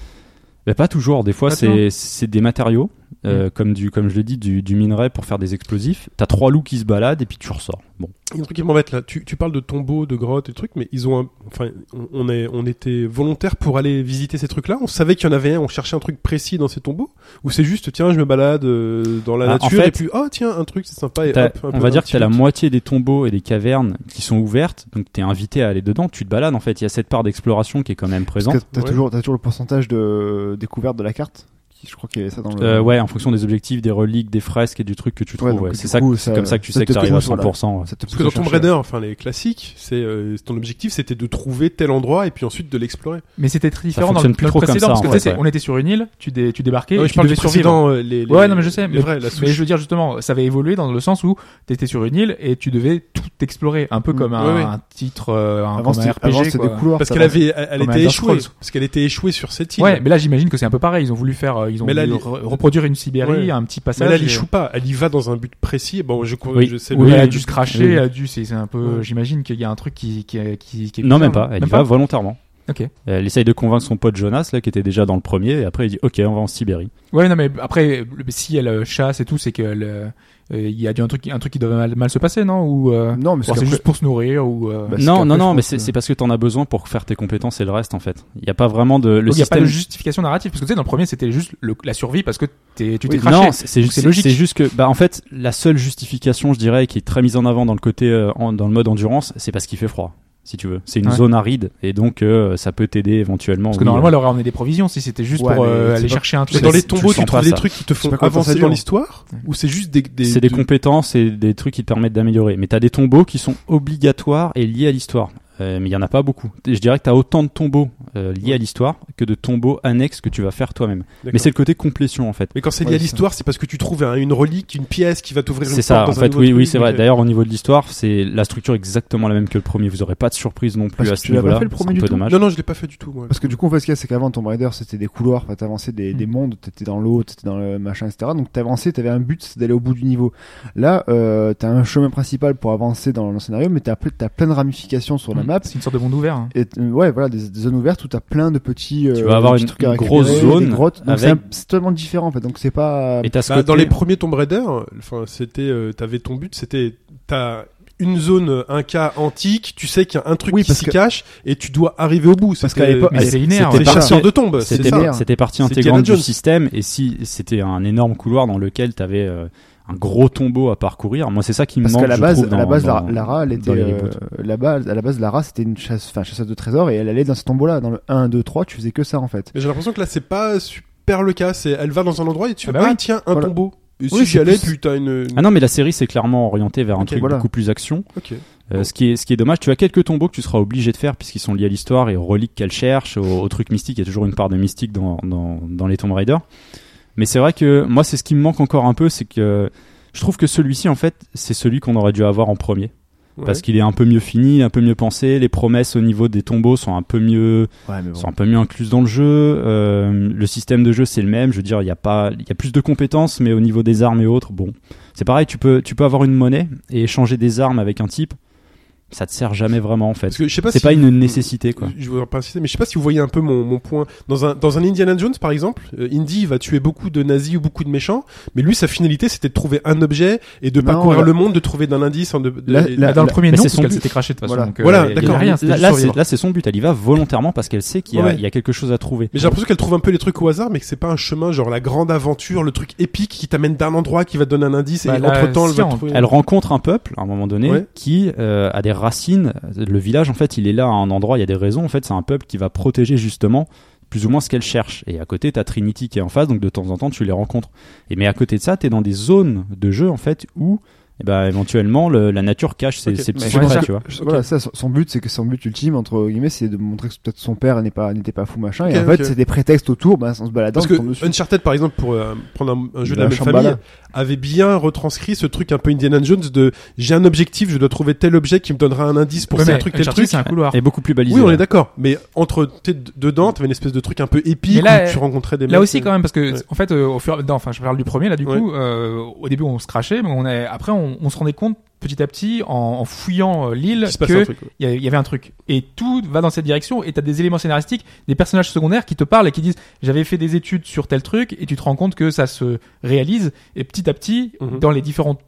Speaker 6: Mais pas toujours, des fois
Speaker 4: Pas Mm.
Speaker 6: c'est c'est des matériaux, euh, comme, du, comme je l'ai dit, du, du minerai pour faire des explosifs. T'as trois loups qui se baladent et puis tu ressors. Bon.
Speaker 3: Il y a un truc qui m'embête là. Tu, tu parles de tombeaux, de grottes et de trucs, mais ils ont un- Enfin, on, on est, on était volontaire pour aller visiter ces trucs-là. On savait qu'il y en avait un, on cherchait un truc précis dans ces tombeaux. Ou c'est juste, tiens, je me balade euh, dans la
Speaker 6: Bah, en
Speaker 3: nature
Speaker 6: fait,
Speaker 3: et puis, oh tiens, un truc, c'est sympa. Et
Speaker 6: T'as-
Speaker 3: hop, un peu-
Speaker 6: on va
Speaker 3: un
Speaker 6: dire que
Speaker 3: petit
Speaker 6: t'as la
Speaker 3: truc.
Speaker 6: moitié des tombeaux et des cavernes qui sont ouvertes, donc t'es invité à aller dedans, tu te balades en fait, il y a cette part d'exploration qui est quand même présente.
Speaker 5: Parce que T'as
Speaker 3: Ouais.
Speaker 5: toujours, t'as toujours le pourcentage de découverte de la carte. qui- Je crois qu'il y avait ça dans le.
Speaker 6: Euh, ouais, en fonction des objectifs, des reliques, des fresques et du truc que tu trouves,
Speaker 5: donc,
Speaker 6: ouais,
Speaker 5: du
Speaker 6: c'est ça,
Speaker 5: coup,
Speaker 6: que- c'est comme ça que tu sais que
Speaker 5: te
Speaker 6: t'arrives à
Speaker 5: pousse, voilà.
Speaker 6: 100%. ouais.
Speaker 5: Ça te
Speaker 3: Parce que
Speaker 5: pousse
Speaker 3: dans
Speaker 5: à
Speaker 3: Tomb
Speaker 5: chercher.
Speaker 3: Raider, enfin les classiques, c'est euh, ton objectif, c'était de trouver tel endroit et puis ensuite de l'explorer.
Speaker 4: Mais c'était très différent dans le,
Speaker 6: fonctionne
Speaker 4: dans
Speaker 6: plus
Speaker 4: le
Speaker 6: trop comme
Speaker 4: précédent
Speaker 6: ça,
Speaker 4: parce que
Speaker 6: en
Speaker 4: tu sais,
Speaker 6: fait,
Speaker 4: c'est-
Speaker 6: ouais.
Speaker 4: on était sur une île, tu, dé- tu débarquais,
Speaker 3: Non,
Speaker 4: et
Speaker 3: je
Speaker 4: tu
Speaker 3: parle
Speaker 4: devais
Speaker 3: du
Speaker 4: survivre.
Speaker 3: précédent, euh, les, les-
Speaker 4: Ouais, non, mais je sais,
Speaker 3: les
Speaker 4: mais-
Speaker 3: vrais, la
Speaker 4: Mais
Speaker 3: souche.
Speaker 4: je veux dire justement, ça avait évolué dans le sens où t'étais sur une île et tu devais tout explorer, un peu comme
Speaker 3: Ouais,
Speaker 4: un,
Speaker 3: ouais.
Speaker 4: un titre, euh, un,
Speaker 5: Avant,
Speaker 4: comme un
Speaker 5: c'était
Speaker 4: RPG.
Speaker 5: avant, c'était
Speaker 4: quoi.
Speaker 5: des couloirs.
Speaker 3: Parce
Speaker 5: ça
Speaker 3: qu'elle
Speaker 5: va.
Speaker 3: avait, elle, elle
Speaker 4: Comme
Speaker 3: était
Speaker 4: Elder
Speaker 3: échouée.
Speaker 4: Scrolls.
Speaker 3: Parce qu'elle était échouée sur cette île.
Speaker 4: Ouais, mais là j'imagine que c'est un peu pareil. Ils ont voulu faire, euh, ils ont
Speaker 3: Mais là,
Speaker 4: voulu
Speaker 3: les-
Speaker 4: re- reproduire une Sibérie,
Speaker 3: Ouais.
Speaker 4: un petit
Speaker 3: Mais
Speaker 4: passage.
Speaker 3: là, elle y
Speaker 4: et-
Speaker 3: échoue pas. Elle y va dans un but précis. Bon, je,
Speaker 6: Oui.
Speaker 3: je sais
Speaker 4: Oui,
Speaker 3: le-
Speaker 4: elle a
Speaker 3: le-
Speaker 4: dû se cracher,
Speaker 6: oui.
Speaker 4: elle a dû, c'est c'est un peu,
Speaker 3: Ouais.
Speaker 4: j'imagine qu'il y a un truc qui, qui, euh, qui, qui est
Speaker 6: Non,
Speaker 4: bizarre,
Speaker 6: même pas, elle
Speaker 4: hein. Même
Speaker 6: y va volontairement.
Speaker 4: Ok.
Speaker 6: Elle essaye de convaincre son pote Jonas, là, qui était déjà dans le premier, et après il dit Ok, on va en Sibérie.
Speaker 4: Ouais, non, mais après, le- si elle euh, chasse et tout, c'est qu'elle, euh, euh, il y a dû un truc, un truc qui devait mal, mal se passer, non Ou euh,
Speaker 5: Non, mais
Speaker 4: alors c'est juste pour se nourrir ou. euh,
Speaker 5: Bah, c'est
Speaker 6: non,
Speaker 5: qu'après,
Speaker 6: non,
Speaker 5: je
Speaker 6: non,
Speaker 5: pense
Speaker 6: mais c'est
Speaker 5: que-
Speaker 6: c'est parce que t'en as besoin pour faire tes compétences et le reste en fait. Il n'y a pas vraiment de. Le
Speaker 4: donc il n'y a pas
Speaker 6: système
Speaker 4: de justification narrative parce que tu sais dans le premier c'était juste le- la survie parce que t'es- tu t'es
Speaker 6: Oui,
Speaker 4: craché.
Speaker 6: Non, c'est- c'est
Speaker 4: Donc, c'est
Speaker 6: c'est-
Speaker 4: logique.
Speaker 6: C'est juste que, bah, en fait, la seule justification, je dirais, qui est très mise en avant dans le côté, euh, en- dans le mode endurance, c'est parce qu'il fait froid, si tu veux. C'est une
Speaker 4: Ouais.
Speaker 6: zone aride et donc euh, ça peut t'aider éventuellement.
Speaker 4: Parce que
Speaker 6: oui,
Speaker 4: normalement
Speaker 6: euh.
Speaker 4: elle aurait emmené des provisions si c'était juste
Speaker 5: Ouais,
Speaker 4: pour
Speaker 5: mais
Speaker 4: euh,
Speaker 5: c'est
Speaker 4: aller
Speaker 5: pas-
Speaker 4: chercher un
Speaker 3: Mais
Speaker 4: truc.
Speaker 3: dans les
Speaker 6: tu le
Speaker 3: tombeaux, tu
Speaker 6: sens
Speaker 3: trouves
Speaker 6: pas,
Speaker 3: des
Speaker 6: ça.
Speaker 3: trucs qui te font
Speaker 5: pas comment ça
Speaker 3: avancer
Speaker 5: dure.
Speaker 3: dans l'histoire
Speaker 4: Ouais.
Speaker 3: ou c'est juste des, des,
Speaker 6: c'est des
Speaker 3: de-
Speaker 6: compétences et des trucs qui te permettent d'améliorer. Mais t'as des tombeaux qui sont obligatoires et liés à l'histoire. Euh, mais il n'y en a pas beaucoup. Et Je dirais que tu as autant de tombeaux euh, liés à l'histoire que de tombeaux annexes que tu vas faire toi-même. Mais
Speaker 3: D'accord.
Speaker 6: c'est le côté complétion en fait.
Speaker 3: Mais quand c'est lié
Speaker 5: Ouais,
Speaker 3: à l'histoire, c'est parce que tu trouves un- une relique, une pièce qui va t'ouvrir une
Speaker 6: C'est
Speaker 3: porte
Speaker 6: ça, en
Speaker 3: dans un
Speaker 6: fait,
Speaker 3: nouveau
Speaker 6: oui, oui,
Speaker 3: truc,
Speaker 6: c'est vrai.
Speaker 3: donc, euh,
Speaker 6: D'ailleurs, au niveau de l'histoire, c'est la structure est exactement la même que le premier. Vous aurez pas de surprise non plus
Speaker 5: Parce
Speaker 6: à
Speaker 5: que
Speaker 6: ce
Speaker 5: tu l'as pas
Speaker 6: niveau-là.
Speaker 5: fait le premier
Speaker 6: C'est un
Speaker 5: du
Speaker 6: peu
Speaker 5: tout.
Speaker 6: dommage.
Speaker 3: Non, non, je l'ai pas fait du tout. Moi.
Speaker 5: Parce que du coup, en fait, ce qu'il y a, c'est qu'avant, Tomb Raider, c'était des couloirs, enfin, t'avançais des, des
Speaker 6: Hmm.
Speaker 4: Mm.
Speaker 5: mondes, t'étais dans l'eau, t'étais dans le machin, etc. Donc t'avançais, t'avais un but, c'est d'aller au bout du niveau. Là, euh, t'as un chemin principal pour avancer dans le scénario, mais t'as ple- t'as plein de ramifications sur
Speaker 6: Hmm.
Speaker 5: la map.
Speaker 4: C'est une sorte de monde ouvert. hein.
Speaker 5: Et, euh, ouais, voilà, des, des zones ouvertes où t'as plein de petits. euh,
Speaker 6: Tu vas avoir
Speaker 5: petits
Speaker 6: une-
Speaker 5: trucs à
Speaker 6: une grosse
Speaker 5: récupérer, des
Speaker 6: zone
Speaker 5: grottes. Donc,
Speaker 6: avec-
Speaker 5: c'est un- C'est totalement différent, en fait. Donc c'est pas.
Speaker 6: Et t'as ce
Speaker 3: Bah, dans
Speaker 6: côté-
Speaker 3: les premiers Tomb Raider, enfin, c'était, euh, t'avais ton but, c'était, t'as une zone, euh, un cas antique, tu sais qu'il y a un truc
Speaker 5: Oui,
Speaker 3: qui
Speaker 5: parce
Speaker 3: s'y
Speaker 5: que-
Speaker 3: cache, et tu dois arriver au bout.
Speaker 5: Parce
Speaker 3: C'était-
Speaker 5: qu'à l'époque-
Speaker 4: Mais
Speaker 5: Ah,
Speaker 4: c'est linéaire.
Speaker 6: c'était
Speaker 3: c'est
Speaker 6: pas-
Speaker 3: chasseur de tombes, c'est
Speaker 6: C'était
Speaker 3: ça.
Speaker 5: linéaire.
Speaker 6: c'était partie
Speaker 3: C'est
Speaker 6: intégrante
Speaker 3: Indiana
Speaker 6: du
Speaker 3: Jones.
Speaker 6: système. Et si c'était un énorme couloir dans lequel tu avais un gros tombeau à parcourir, moi c'est ça qui me
Speaker 5: Parce
Speaker 6: manque.
Speaker 5: qu'à la
Speaker 6: je
Speaker 5: base,
Speaker 6: trouve,
Speaker 5: à la
Speaker 6: dans-
Speaker 5: base,
Speaker 6: dans-
Speaker 5: Lara- Lara, elle était
Speaker 6: dans les
Speaker 5: euh,
Speaker 6: reboots.
Speaker 5: là-bas. À la base, Lara, c'était une chasse, enfin, chasseuse de trésors, et elle allait dans ce tombeau-là. Dans le 1, 2, 3, tu faisais que ça, en fait.
Speaker 3: Mais j'ai l'impression que là, c'est pas super le cas. C'est, elle va dans un endroit et tu
Speaker 4: Ah
Speaker 3: fais,
Speaker 4: bah
Speaker 3: ah,
Speaker 4: oui.
Speaker 3: tiens, un
Speaker 5: Voilà.
Speaker 3: tombeau. Et
Speaker 5: Oui,
Speaker 3: si j'y
Speaker 5: c'est
Speaker 3: allais,
Speaker 5: plus-
Speaker 3: puis t'as une.
Speaker 6: Ah non, mais la série c'est clairement orientée vers un
Speaker 3: Ok,
Speaker 6: truc
Speaker 5: voilà.
Speaker 6: beaucoup plus action.
Speaker 3: Ok.
Speaker 6: Euh, ce, qui est, ce qui est dommage, tu as quelques tombeaux que tu seras obligé de faire puisqu'ils sont liés à l'histoire et aux reliques qu'elle cherche, aux, aux trucs mystiques. Il y a toujours une part de mystique dans, dans, dans les Tomb Raider. Mais c'est vrai que moi, c'est ce qui me manque encore un peu, c'est que je trouve que celui-ci, en fait, c'est celui qu'on aurait dû avoir en premier.
Speaker 3: Ouais.
Speaker 6: Parce qu'il est un peu mieux fini, un peu mieux pensé. Les promesses au niveau des tombeaux sont un peu mieux,
Speaker 5: Ouais, mais
Speaker 6: sont un peu mieux incluses dans le jeu. Euh, le système de jeu c'est le même. Je veux dire, il y a pas, il y a plus de compétences, mais au niveau des armes et autres, bon, c'est pareil. Tu peux, tu peux avoir une monnaie et échanger des armes avec un type. Ça te sert jamais vraiment en fait.
Speaker 3: Parce que je sais pas
Speaker 6: C'est
Speaker 3: si-
Speaker 6: pas une nécessité quoi.
Speaker 3: Je voudrais pas insister, mais je sais pas si vous voyez un peu mon, mon point. Dans un, dans un Indiana Jones, par exemple, euh, Indy il va tuer beaucoup de nazis ou beaucoup de méchants, mais lui, sa finalité, c'était de trouver un objet et de
Speaker 5: Non,
Speaker 3: parcourir
Speaker 5: là-
Speaker 3: le monde, de trouver d'un indice. en de- de-
Speaker 5: Là-
Speaker 3: et-
Speaker 5: là-
Speaker 4: Bah, dans le premier,
Speaker 6: Mais
Speaker 4: non,
Speaker 6: c'est
Speaker 4: parce
Speaker 6: son
Speaker 4: qu'elle
Speaker 6: but.
Speaker 4: s'était crachée de toute façon.
Speaker 5: Voilà.
Speaker 4: donc, euh,
Speaker 3: Voilà,
Speaker 4: il y avait
Speaker 3: d'accord.
Speaker 4: rien, c'était
Speaker 6: là,
Speaker 4: juste
Speaker 6: là, c'est-
Speaker 4: survivre.
Speaker 6: là, c'est son but. Elle y va volontairement parce qu'elle sait qu'il y, a-
Speaker 3: Ouais.
Speaker 6: il y a quelque chose à trouver.
Speaker 3: Mais j'ai l'impression qu'elle trouve un peu les trucs au hasard, mais que c'est pas un chemin, genre la grande aventure, le truc épique qui t'amène d'un endroit qui va te donner un indice
Speaker 4: Bah,
Speaker 3: et
Speaker 4: là,
Speaker 3: entre temps, elle
Speaker 4: si,
Speaker 3: va
Speaker 4: on-
Speaker 3: trouver.
Speaker 6: Elle rencontre un peuple à un moment donné
Speaker 3: Mmh. Ouais.
Speaker 6: qui euh, a des racines. Le village, en fait, il est là à un endroit, il y a des raisons. En fait, c'est un peuple qui va protéger justement plus ou moins ce qu'elle cherche. Et à côté, t'as Trinity qui est en face, donc de temps en temps, tu les rencontres. Et mais à côté de ça, t'es dans des zones de jeu en fait où eh ben, éventuellement le- la nature cache ses,
Speaker 3: Ok.
Speaker 6: ses petits
Speaker 5: Mais
Speaker 4: je pense
Speaker 6: secrets,
Speaker 4: que-
Speaker 6: tu vois.
Speaker 5: Je- Voilà, ça, son- son but, c'est que son but ultime, entre guillemets, c'est de montrer que peut-être son père n'est pas, n'était pas fou, machin. et
Speaker 3: Ok,
Speaker 5: en fait,
Speaker 3: ok.
Speaker 5: c'est des prétextes autour, bah, en se baladant,
Speaker 3: Parce
Speaker 5: on tombe
Speaker 3: que
Speaker 5: dessus.
Speaker 3: Uncharted, par exemple, pour euh, prendre un, un jeu de la
Speaker 5: Bah,
Speaker 3: même
Speaker 5: Shambhala.
Speaker 3: famille, avait bien retranscrit ce truc un peu Indiana Jones de j'ai un objectif, je dois trouver tel objet qui me donnera un indice pour
Speaker 4: Ouais,
Speaker 3: tel
Speaker 4: mais
Speaker 3: truc, tel
Speaker 4: Uncharted,
Speaker 3: truc.
Speaker 4: c'est un couloir.
Speaker 6: Et beaucoup plus balisé.
Speaker 3: Ah. Oui, on
Speaker 6: là.
Speaker 3: est d'accord. Mais entre t'es d- dedans, t'avais une espèce de truc un peu
Speaker 4: Mais
Speaker 3: épique
Speaker 4: là,
Speaker 3: où tu rencontrais des
Speaker 4: Là
Speaker 3: mecs,
Speaker 4: aussi
Speaker 3: euh,
Speaker 4: quand même parce que
Speaker 3: Ouais.
Speaker 4: en fait euh, au fur et non, enfin je parle du premier là du
Speaker 3: Ouais.
Speaker 4: coup euh, au début on se crachait mais on est après on, on se rendait compte petit à petit en, en fouillant euh, l'île
Speaker 3: qui se passe
Speaker 4: que
Speaker 3: un truc.
Speaker 5: Bah,
Speaker 3: ouais.
Speaker 4: il y a- il y avait un truc et tout va dans cette direction et t'as des éléments scénaristiques des personnages secondaires qui te parlent et qui disent j'avais fait des études sur tel truc et tu te rends compte que ça se réalise et petit à petit
Speaker 3: Mhm.
Speaker 4: dans les différentes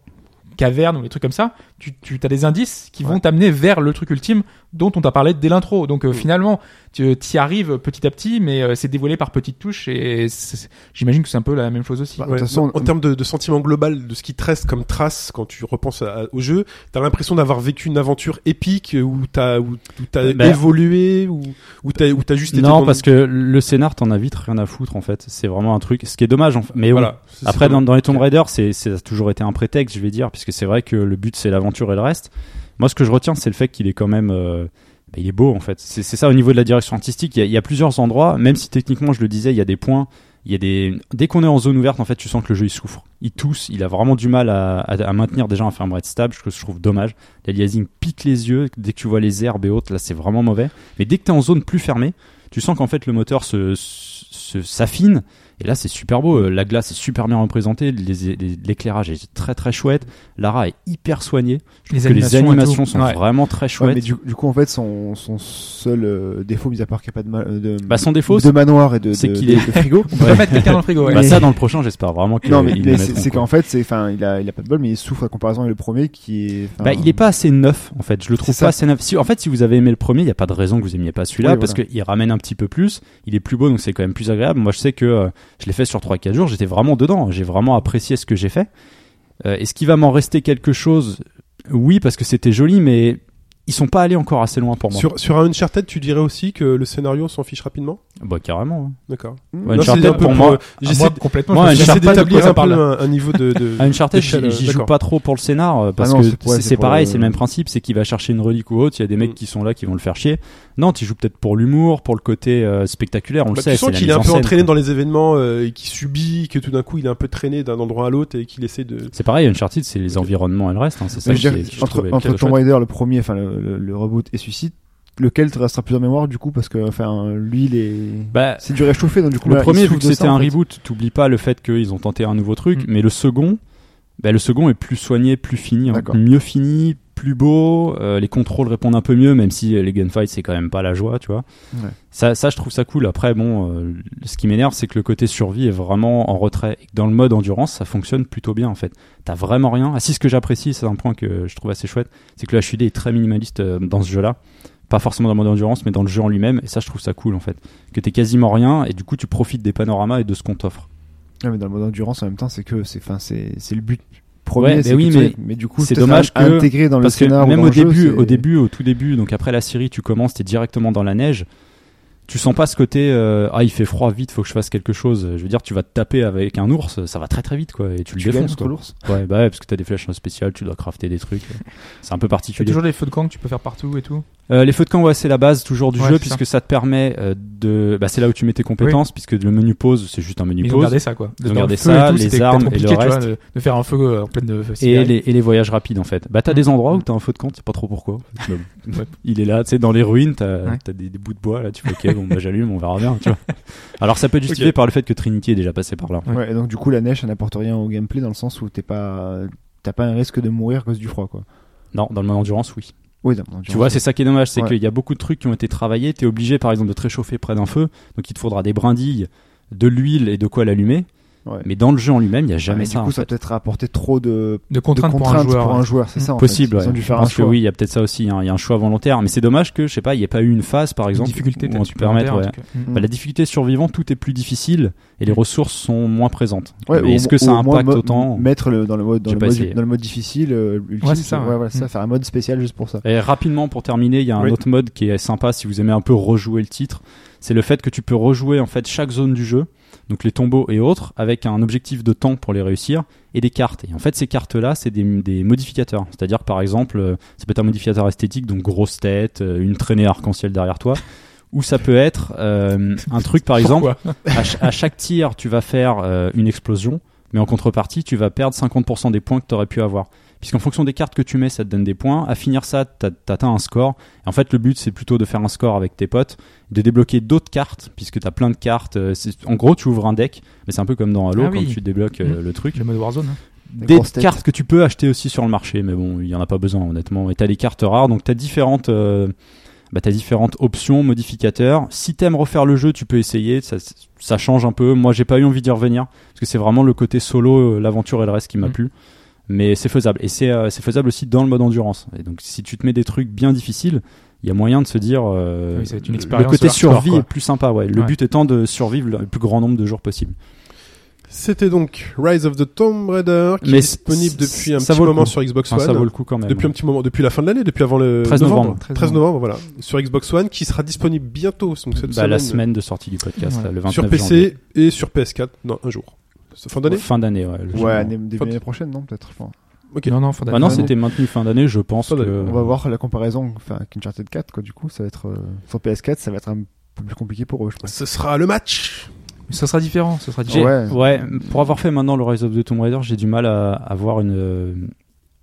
Speaker 4: cavernes ou les trucs comme ça tu tu as des indices qui vont t'amener vers le truc ultime dont on t'a parlé dès l'intro donc euh, finalement tu y arrives petit à petit mais euh, c'est dévoilé par petites touches et c'est- j'imagine que c'est un peu la même chose aussi
Speaker 5: Bah,
Speaker 3: Ouais.
Speaker 5: toute façon,
Speaker 3: en
Speaker 5: on-
Speaker 3: termes de, de sentiment global de ce qui te reste comme trace quand tu repenses à- au jeu, t'as l'impression d'avoir vécu une aventure épique où t'as où, où t'as
Speaker 6: Ben-
Speaker 3: évolué ou où t'as où t'as juste été
Speaker 6: Non,
Speaker 3: dans-
Speaker 6: parce que le scénar, t'en as vite rien à foutre en fait. C'est vraiment un truc. Ce qui est dommage. En fait. Mais voilà.
Speaker 3: voilà. C'est-
Speaker 6: Après,
Speaker 3: c'est-
Speaker 6: dans, dans les Tomb Raider, c'est, c'est- ça a toujours été un prétexte, je vais dire, puisque c'est vrai que le but, c'est l'aventure et le reste. Moi, ce que je retiens, c'est le fait qu'il est quand même. euh, bah, il est beau, en fait. C'est, c'est ça au niveau de la direction artistique. Il y, a, il y a plusieurs endroits, même si techniquement, je le disais, il y a des points. Il y a des... Dès qu'on est en zone ouverte, en fait, tu sens que le jeu, il souffre. Il tousse. Il a vraiment du mal à, à- à maintenir déjà un framerate stable, ce que je trouve dommage. L'aliasing pique les yeux. Dès que tu vois les herbes et autres, là, c'est vraiment mauvais. Mais dès que tu es en zone plus fermée, tu sens qu'en fait, le moteur se- se- s'affine. Et là, c'est super beau. Euh, La glace est super bien représentée. les- les- L'éclairage est très très chouette. Lara est hyper soignée. Je
Speaker 4: Les
Speaker 6: trouve que les
Speaker 4: animations et
Speaker 6: animations
Speaker 4: tout.
Speaker 6: sont
Speaker 4: Ouais.
Speaker 6: vraiment très
Speaker 5: ouais,
Speaker 6: chouettes.
Speaker 5: mais du, du coup, en fait, son, son seul euh, défaut, mis à part qu'il n'y a pas de, ma- euh, de,
Speaker 6: Bah, son défaut,
Speaker 5: de
Speaker 6: c'est
Speaker 5: manoir et de,
Speaker 6: c'est
Speaker 5: de-
Speaker 6: qu'il
Speaker 5: de-
Speaker 6: est-
Speaker 5: de frigo.
Speaker 4: on peut pas mettre quelqu'un dans le frigo ouais.
Speaker 6: bah, ça dans le prochain. J'espère vraiment que
Speaker 5: non, mais
Speaker 6: ils
Speaker 5: il est-
Speaker 6: le
Speaker 5: c'est
Speaker 6: mettront,
Speaker 5: c'est
Speaker 6: quoi.
Speaker 5: qu'en fait, c'est, enfin, il a, il a pas de bol, mais il souffre à comparaison avec le premier qui est. enfin,
Speaker 6: Bah, il est pas assez neuf en fait. Je le trouve
Speaker 5: C'est ça.
Speaker 6: pas assez neuf. Si, en fait, si vous avez aimé le premier, il n'y a pas de raison que vous aimiez pas celui-là
Speaker 5: Oui,
Speaker 6: parce
Speaker 5: voilà.
Speaker 6: qu'il ramène un petit peu plus. Il est plus beau donc c'est quand même plus agréable. Moi, je sais que euh, je l'ai fait sur 3-4 jours. J'étais vraiment dedans. J'ai vraiment apprécié ce que j'ai fait. Euh, Est-ce qu'il va m'en rester quelque chose Oui, parce que c'était joli, mais. ils sont pas allés encore assez loin pour moi.
Speaker 3: Sur, sur un Uncharted, tu dirais aussi que le scénario s'en fiche rapidement
Speaker 6: Bah carrément. ouais.
Speaker 3: D'accord.
Speaker 6: Ouais,
Speaker 3: Non,
Speaker 6: Uncharted,
Speaker 3: c'est un peu euh,
Speaker 6: pour moi-
Speaker 3: J'essaie
Speaker 4: moi, complètement.
Speaker 6: moi,
Speaker 4: je me suis
Speaker 3: j'essaie
Speaker 6: Uncharted,
Speaker 4: dit, de
Speaker 3: d'établir
Speaker 4: quoi ça
Speaker 3: un peu
Speaker 4: parle
Speaker 3: un, un niveau de. de-
Speaker 6: À Uncharted,
Speaker 3: d'échelle,
Speaker 6: j'y- j'y
Speaker 3: euh,
Speaker 6: joue
Speaker 3: d'accord.
Speaker 6: pas trop pour le scénar euh, parce
Speaker 5: Ah non,
Speaker 6: que
Speaker 5: c'est-
Speaker 6: c'est
Speaker 5: ouais, c'est
Speaker 6: c'est
Speaker 5: pour
Speaker 6: pareil,
Speaker 5: le-
Speaker 6: c'est le même principe, c'est qu'il va chercher une relique ou autre, il y a des mecs
Speaker 3: Mm.
Speaker 6: qui sont là qui vont le faire chier. Non, tu joues peut-être pour l'humour, pour le côté euh, spectaculaire, on
Speaker 3: Bah,
Speaker 6: le sait.
Speaker 3: tu sens
Speaker 6: c'est la
Speaker 3: qu'il est un
Speaker 6: mise en
Speaker 3: peu
Speaker 6: scène,
Speaker 3: entraîné
Speaker 6: quoi.
Speaker 3: dans les événements euh, et qu'il subit, que tout d'un coup il est un peu traîné d'un endroit à l'autre et qu'il essaie de.
Speaker 6: C'est pareil, Uncharted, c'est les environnements et le reste. hein, c'est ça
Speaker 5: Mais je
Speaker 6: qui
Speaker 5: dirais,
Speaker 6: est- que je
Speaker 5: entre,
Speaker 6: trouvais le
Speaker 5: entre
Speaker 6: cadeau
Speaker 5: Tomb
Speaker 6: chouette.
Speaker 5: Raider, le premier, enfin le, le- le reboot et Suicide, lequel te restera plus en mémoire du coup Parce que enfin, lui, il est.
Speaker 6: Bah,
Speaker 5: C'est du réchauffé, donc du coup,
Speaker 6: le
Speaker 5: là, il
Speaker 6: premier,
Speaker 5: souffre
Speaker 6: vu que
Speaker 5: de ça,
Speaker 6: c'était
Speaker 5: en
Speaker 6: un
Speaker 5: fait.
Speaker 6: reboot, t'oublies pas le fait qu'ils ont tenté un nouveau truc,
Speaker 4: Mm.
Speaker 6: mais le second, bah, le second est plus soigné, plus fini, hein.
Speaker 5: D'accord.
Speaker 6: mieux fini, plus beau, euh, les contrôles répondent un peu mieux, même si euh, les gunfights c'est quand même pas la joie, tu vois.
Speaker 5: Ouais.
Speaker 6: Ça, ça, je trouve ça cool. Après, bon, euh, ce qui m'énerve, c'est que le côté survie est vraiment en retrait. Et que Dans le mode endurance, ça fonctionne plutôt bien en fait. T'as vraiment rien. Ah, si, ce que j'apprécie, c'est un point que je trouve assez chouette, c'est que le HUD est très minimaliste euh, dans ce jeu-là. Pas forcément dans le mode endurance, mais dans le jeu en lui-même. Et ça, je trouve ça cool en fait que t'es quasiment rien et du coup tu profites des panoramas et de ce qu'on t'offre.
Speaker 5: Ouais, mais dans le mode endurance, en même temps, c'est que c'est enfin, c'est c'est le but premier.
Speaker 6: mais
Speaker 5: c'est
Speaker 6: oui,
Speaker 5: que tu
Speaker 6: mais
Speaker 5: sais, mais du coup,
Speaker 6: c'est
Speaker 5: peut-être
Speaker 6: dommage
Speaker 5: à- à
Speaker 6: que-
Speaker 5: intégrer dans le
Speaker 6: Parce que
Speaker 5: scénar ou
Speaker 6: même
Speaker 5: dans
Speaker 6: au
Speaker 5: le jeu,
Speaker 6: début, au
Speaker 5: c'est-
Speaker 6: début, au tout début, donc après la Syrie, tu commences, t'es directement dans la neige. Tu sens pas ce côté euh, ah il fait froid vite, faut que je fasse quelque chose. Je veux dire, tu vas te taper avec un ours, ça va très très vite quoi, et tu le
Speaker 5: tu gagnes
Speaker 6: défonces
Speaker 5: contre
Speaker 6: quoi.
Speaker 5: l'ours.
Speaker 6: Ouais, bah ouais, parce que t'as des flèches spéciales, tu dois crafter des trucs. C'est un peu
Speaker 4: Tu as
Speaker 6: particulier.
Speaker 4: toujours les feux de camp que tu peux faire partout et tout.
Speaker 6: Euh, les feux de camp, ouais, c'est la base toujours du
Speaker 4: Ouais,
Speaker 6: jeu
Speaker 4: c'est ça.
Speaker 6: puisque ça. te permet euh, de, bah c'est là où tu mets tes compétences puisque le menu pause, c'est juste un menu
Speaker 4: Ils ont
Speaker 6: pause.
Speaker 4: gardé ça quoi.
Speaker 6: Ils ont
Speaker 4: Dans le
Speaker 6: gardé
Speaker 4: feu
Speaker 6: ça,
Speaker 4: et tout,
Speaker 6: les
Speaker 4: c'était
Speaker 6: armes et
Speaker 4: compliqué,
Speaker 6: le
Speaker 4: tu vois,
Speaker 6: reste.
Speaker 4: de, de faire un feu euh, en pleine de feu.
Speaker 6: Et
Speaker 4: Sibérie.
Speaker 6: les, et les voyages rapides en fait. Bah t'as
Speaker 4: Mm.
Speaker 6: des endroits où t'as un feu de camp, tu sais pas trop pourquoi. Mais bon,
Speaker 4: Ouais.
Speaker 6: Il est là, tu sais, dans les ruines, t'as
Speaker 4: Ouais.
Speaker 6: t'as des, des bouts de bois là, tu fais ok, bon bah j'allume, on verra bien, tu vois. Alors ça peut être justifié
Speaker 3: Ok.
Speaker 6: par le fait que Trinity est déjà passé par là.
Speaker 4: Ouais.
Speaker 5: Ouais, et donc du coup, la neige, ça n'apporte rien au gameplay dans le sens où t'es pas, t'as pas un risque de mourir à cause du froid, quoi.
Speaker 6: Non, dans le mode endurance, oui.
Speaker 5: Oui, dans le mode
Speaker 6: Tu vois,
Speaker 5: endurance,
Speaker 6: c'est ça qui est dommage, c'est
Speaker 5: Ouais.
Speaker 6: qu'il y a beaucoup de trucs qui ont été travaillés. T'es obligé, par exemple, de te réchauffer près d'un feu, donc il te faudra des brindilles, de l'huile et de quoi l'allumer.
Speaker 5: ouais.
Speaker 6: Mais dans le jeu en lui-même, il y a
Speaker 5: Ah,
Speaker 6: jamais
Speaker 5: mais
Speaker 6: ça.
Speaker 5: Du
Speaker 6: en
Speaker 5: coup, ça
Speaker 6: fait.
Speaker 5: peut être apporté trop de
Speaker 4: de
Speaker 5: de
Speaker 4: contraintes pour un joueur. euh, ouais.
Speaker 5: c'est ça en
Speaker 6: Mmh. Possible.
Speaker 5: fait. Ils ont
Speaker 6: ouais.
Speaker 5: dû
Speaker 6: Je
Speaker 5: faire un
Speaker 6: pense que
Speaker 5: choix.
Speaker 6: oui, il y a peut-être ça aussi. hein. Il y a un choix volontaire, mais c'est dommage que je sais pas, il n'y ait pas eu une phase, par exemple,
Speaker 4: difficulté
Speaker 6: où on
Speaker 4: peut-être
Speaker 6: te permette,
Speaker 4: supplémentaire,
Speaker 6: ouais.
Speaker 4: en tout cas. Mm.
Speaker 6: Bah, la difficulté survivant, tout est plus difficile et les ressources sont moins présentes.
Speaker 5: Ouais,
Speaker 6: Mais
Speaker 5: au-
Speaker 6: est-ce que ça
Speaker 5: au moins
Speaker 6: impacte
Speaker 5: mo-
Speaker 6: autant
Speaker 5: mettre le, dans le mode dans
Speaker 6: J'ai
Speaker 5: le
Speaker 6: pas
Speaker 5: mode,
Speaker 6: essayé.
Speaker 5: dans le mode difficile euh, ultime,
Speaker 4: Ouais, c'est ça, ouais.
Speaker 5: voilà, ça
Speaker 4: Mm.
Speaker 5: faire un mode spécial juste pour ça.
Speaker 6: Et rapidement, pour terminer, il y a un
Speaker 3: Oui.
Speaker 6: autre mode qui est sympa si vous aimez un peu rejouer le titre. C'est le fait que tu peux rejouer en fait chaque zone du jeu, donc les tombeaux et autres, avec un objectif de temps pour les réussir et des cartes. Et en fait, ces cartes-là, c'est des, des modificateurs. C'est-à-dire, que, par exemple, euh, ça peut être un modificateur esthétique, donc grosse tête, euh, une traînée arc-en-ciel derrière toi. Ou ça peut être euh, un truc, par exemple,
Speaker 4: Pourquoi
Speaker 6: à, ch- à chaque tir, tu vas faire euh, une explosion, mais en contrepartie, tu vas perdre 50% des points que tu aurais pu avoir. Puisqu'en fonction des cartes que tu mets, ça te donne des points. À finir ça, t'as- t'atteins un score. Et en fait, le but, c'est plutôt de faire un score avec tes potes, de débloquer d'autres cartes, puisque t'as plein de cartes. euh, c'est- En gros, tu ouvres un deck, mais c'est un peu comme dans Halo
Speaker 4: Ah
Speaker 6: quand
Speaker 4: oui.
Speaker 6: tu débloques euh,
Speaker 4: Mhm.
Speaker 6: le truc.
Speaker 4: le mode Warzone. hein.
Speaker 5: Des
Speaker 6: Des
Speaker 5: grosses têtes.
Speaker 6: cartes que tu peux acheter aussi sur le marché, mais bon, il y en a pas besoin, honnêtement. Et t'as des cartes rares, donc t'as différentes. euh, bah, t'as différentes options, modificateurs. Si t'aimes refaire le jeu, tu peux essayer. Ça, ça change un peu. Moi, j'ai pas eu envie d'y revenir parce que c'est vraiment le côté solo, euh, l'aventure et le reste qui m'a
Speaker 4: Mm.
Speaker 6: plu. Mais c'est faisable. Et c'est euh, c'est faisable aussi dans le mode endurance. Et donc, si tu te mets des trucs bien difficiles, il y a moyen de se dire euh,
Speaker 4: Oui, ça va être une
Speaker 6: le
Speaker 4: expérience
Speaker 6: côté
Speaker 4: hardcore,
Speaker 6: survie
Speaker 4: quoi.
Speaker 6: est plus sympa. Ouais. Le
Speaker 4: Ouais.
Speaker 6: but étant de survivre le plus grand nombre de jours possible.
Speaker 3: C'était donc Rise of the Tomb Raider qui
Speaker 6: Mais
Speaker 3: est
Speaker 6: c-
Speaker 3: disponible
Speaker 6: c-
Speaker 3: depuis un
Speaker 6: ça
Speaker 3: petit
Speaker 6: vaut le
Speaker 3: moment
Speaker 6: coup.
Speaker 3: sur Xbox
Speaker 6: Enfin, ça
Speaker 3: One.
Speaker 6: vaut le coup quand même.
Speaker 3: Depuis un petit moment, depuis la fin de l'année, depuis avant le
Speaker 6: 13 novembre.
Speaker 3: 13 13 novembre, voilà, sur Xbox One, qui sera disponible bientôt, donc cette
Speaker 6: Bah, la semaine de sortie du podcast,
Speaker 4: Ouais.
Speaker 6: là, le 29
Speaker 3: sur PC
Speaker 6: janvier.
Speaker 3: et sur PS4 dans un jour. C'est Fin d'année.
Speaker 6: Fin d'année, ouais. le
Speaker 5: Ouais,
Speaker 6: jour.
Speaker 5: année- début
Speaker 3: Faut-
Speaker 5: l'année prochaine, non peut-être. Enfin,
Speaker 3: Ok.
Speaker 4: Non, non, faut
Speaker 6: Bah non,
Speaker 5: Fin d'année.
Speaker 6: c'était maintenu fin d'année, je pense
Speaker 3: Fin d'année.
Speaker 6: que-
Speaker 5: On va voir la comparaison enfin, avec Uncharted 4 quoi. Du coup, ça va être euh, sur PS4, ça va être un peu plus compliqué pour eux, je pense.
Speaker 3: Ce sera le match.
Speaker 4: Ça sera différent. Ça sera
Speaker 6: J'ai-
Speaker 4: différent.
Speaker 6: Ouais.
Speaker 5: Ouais.
Speaker 6: pour avoir fait maintenant le Rise of the Tomb Raider, j'ai du mal à avoir une euh,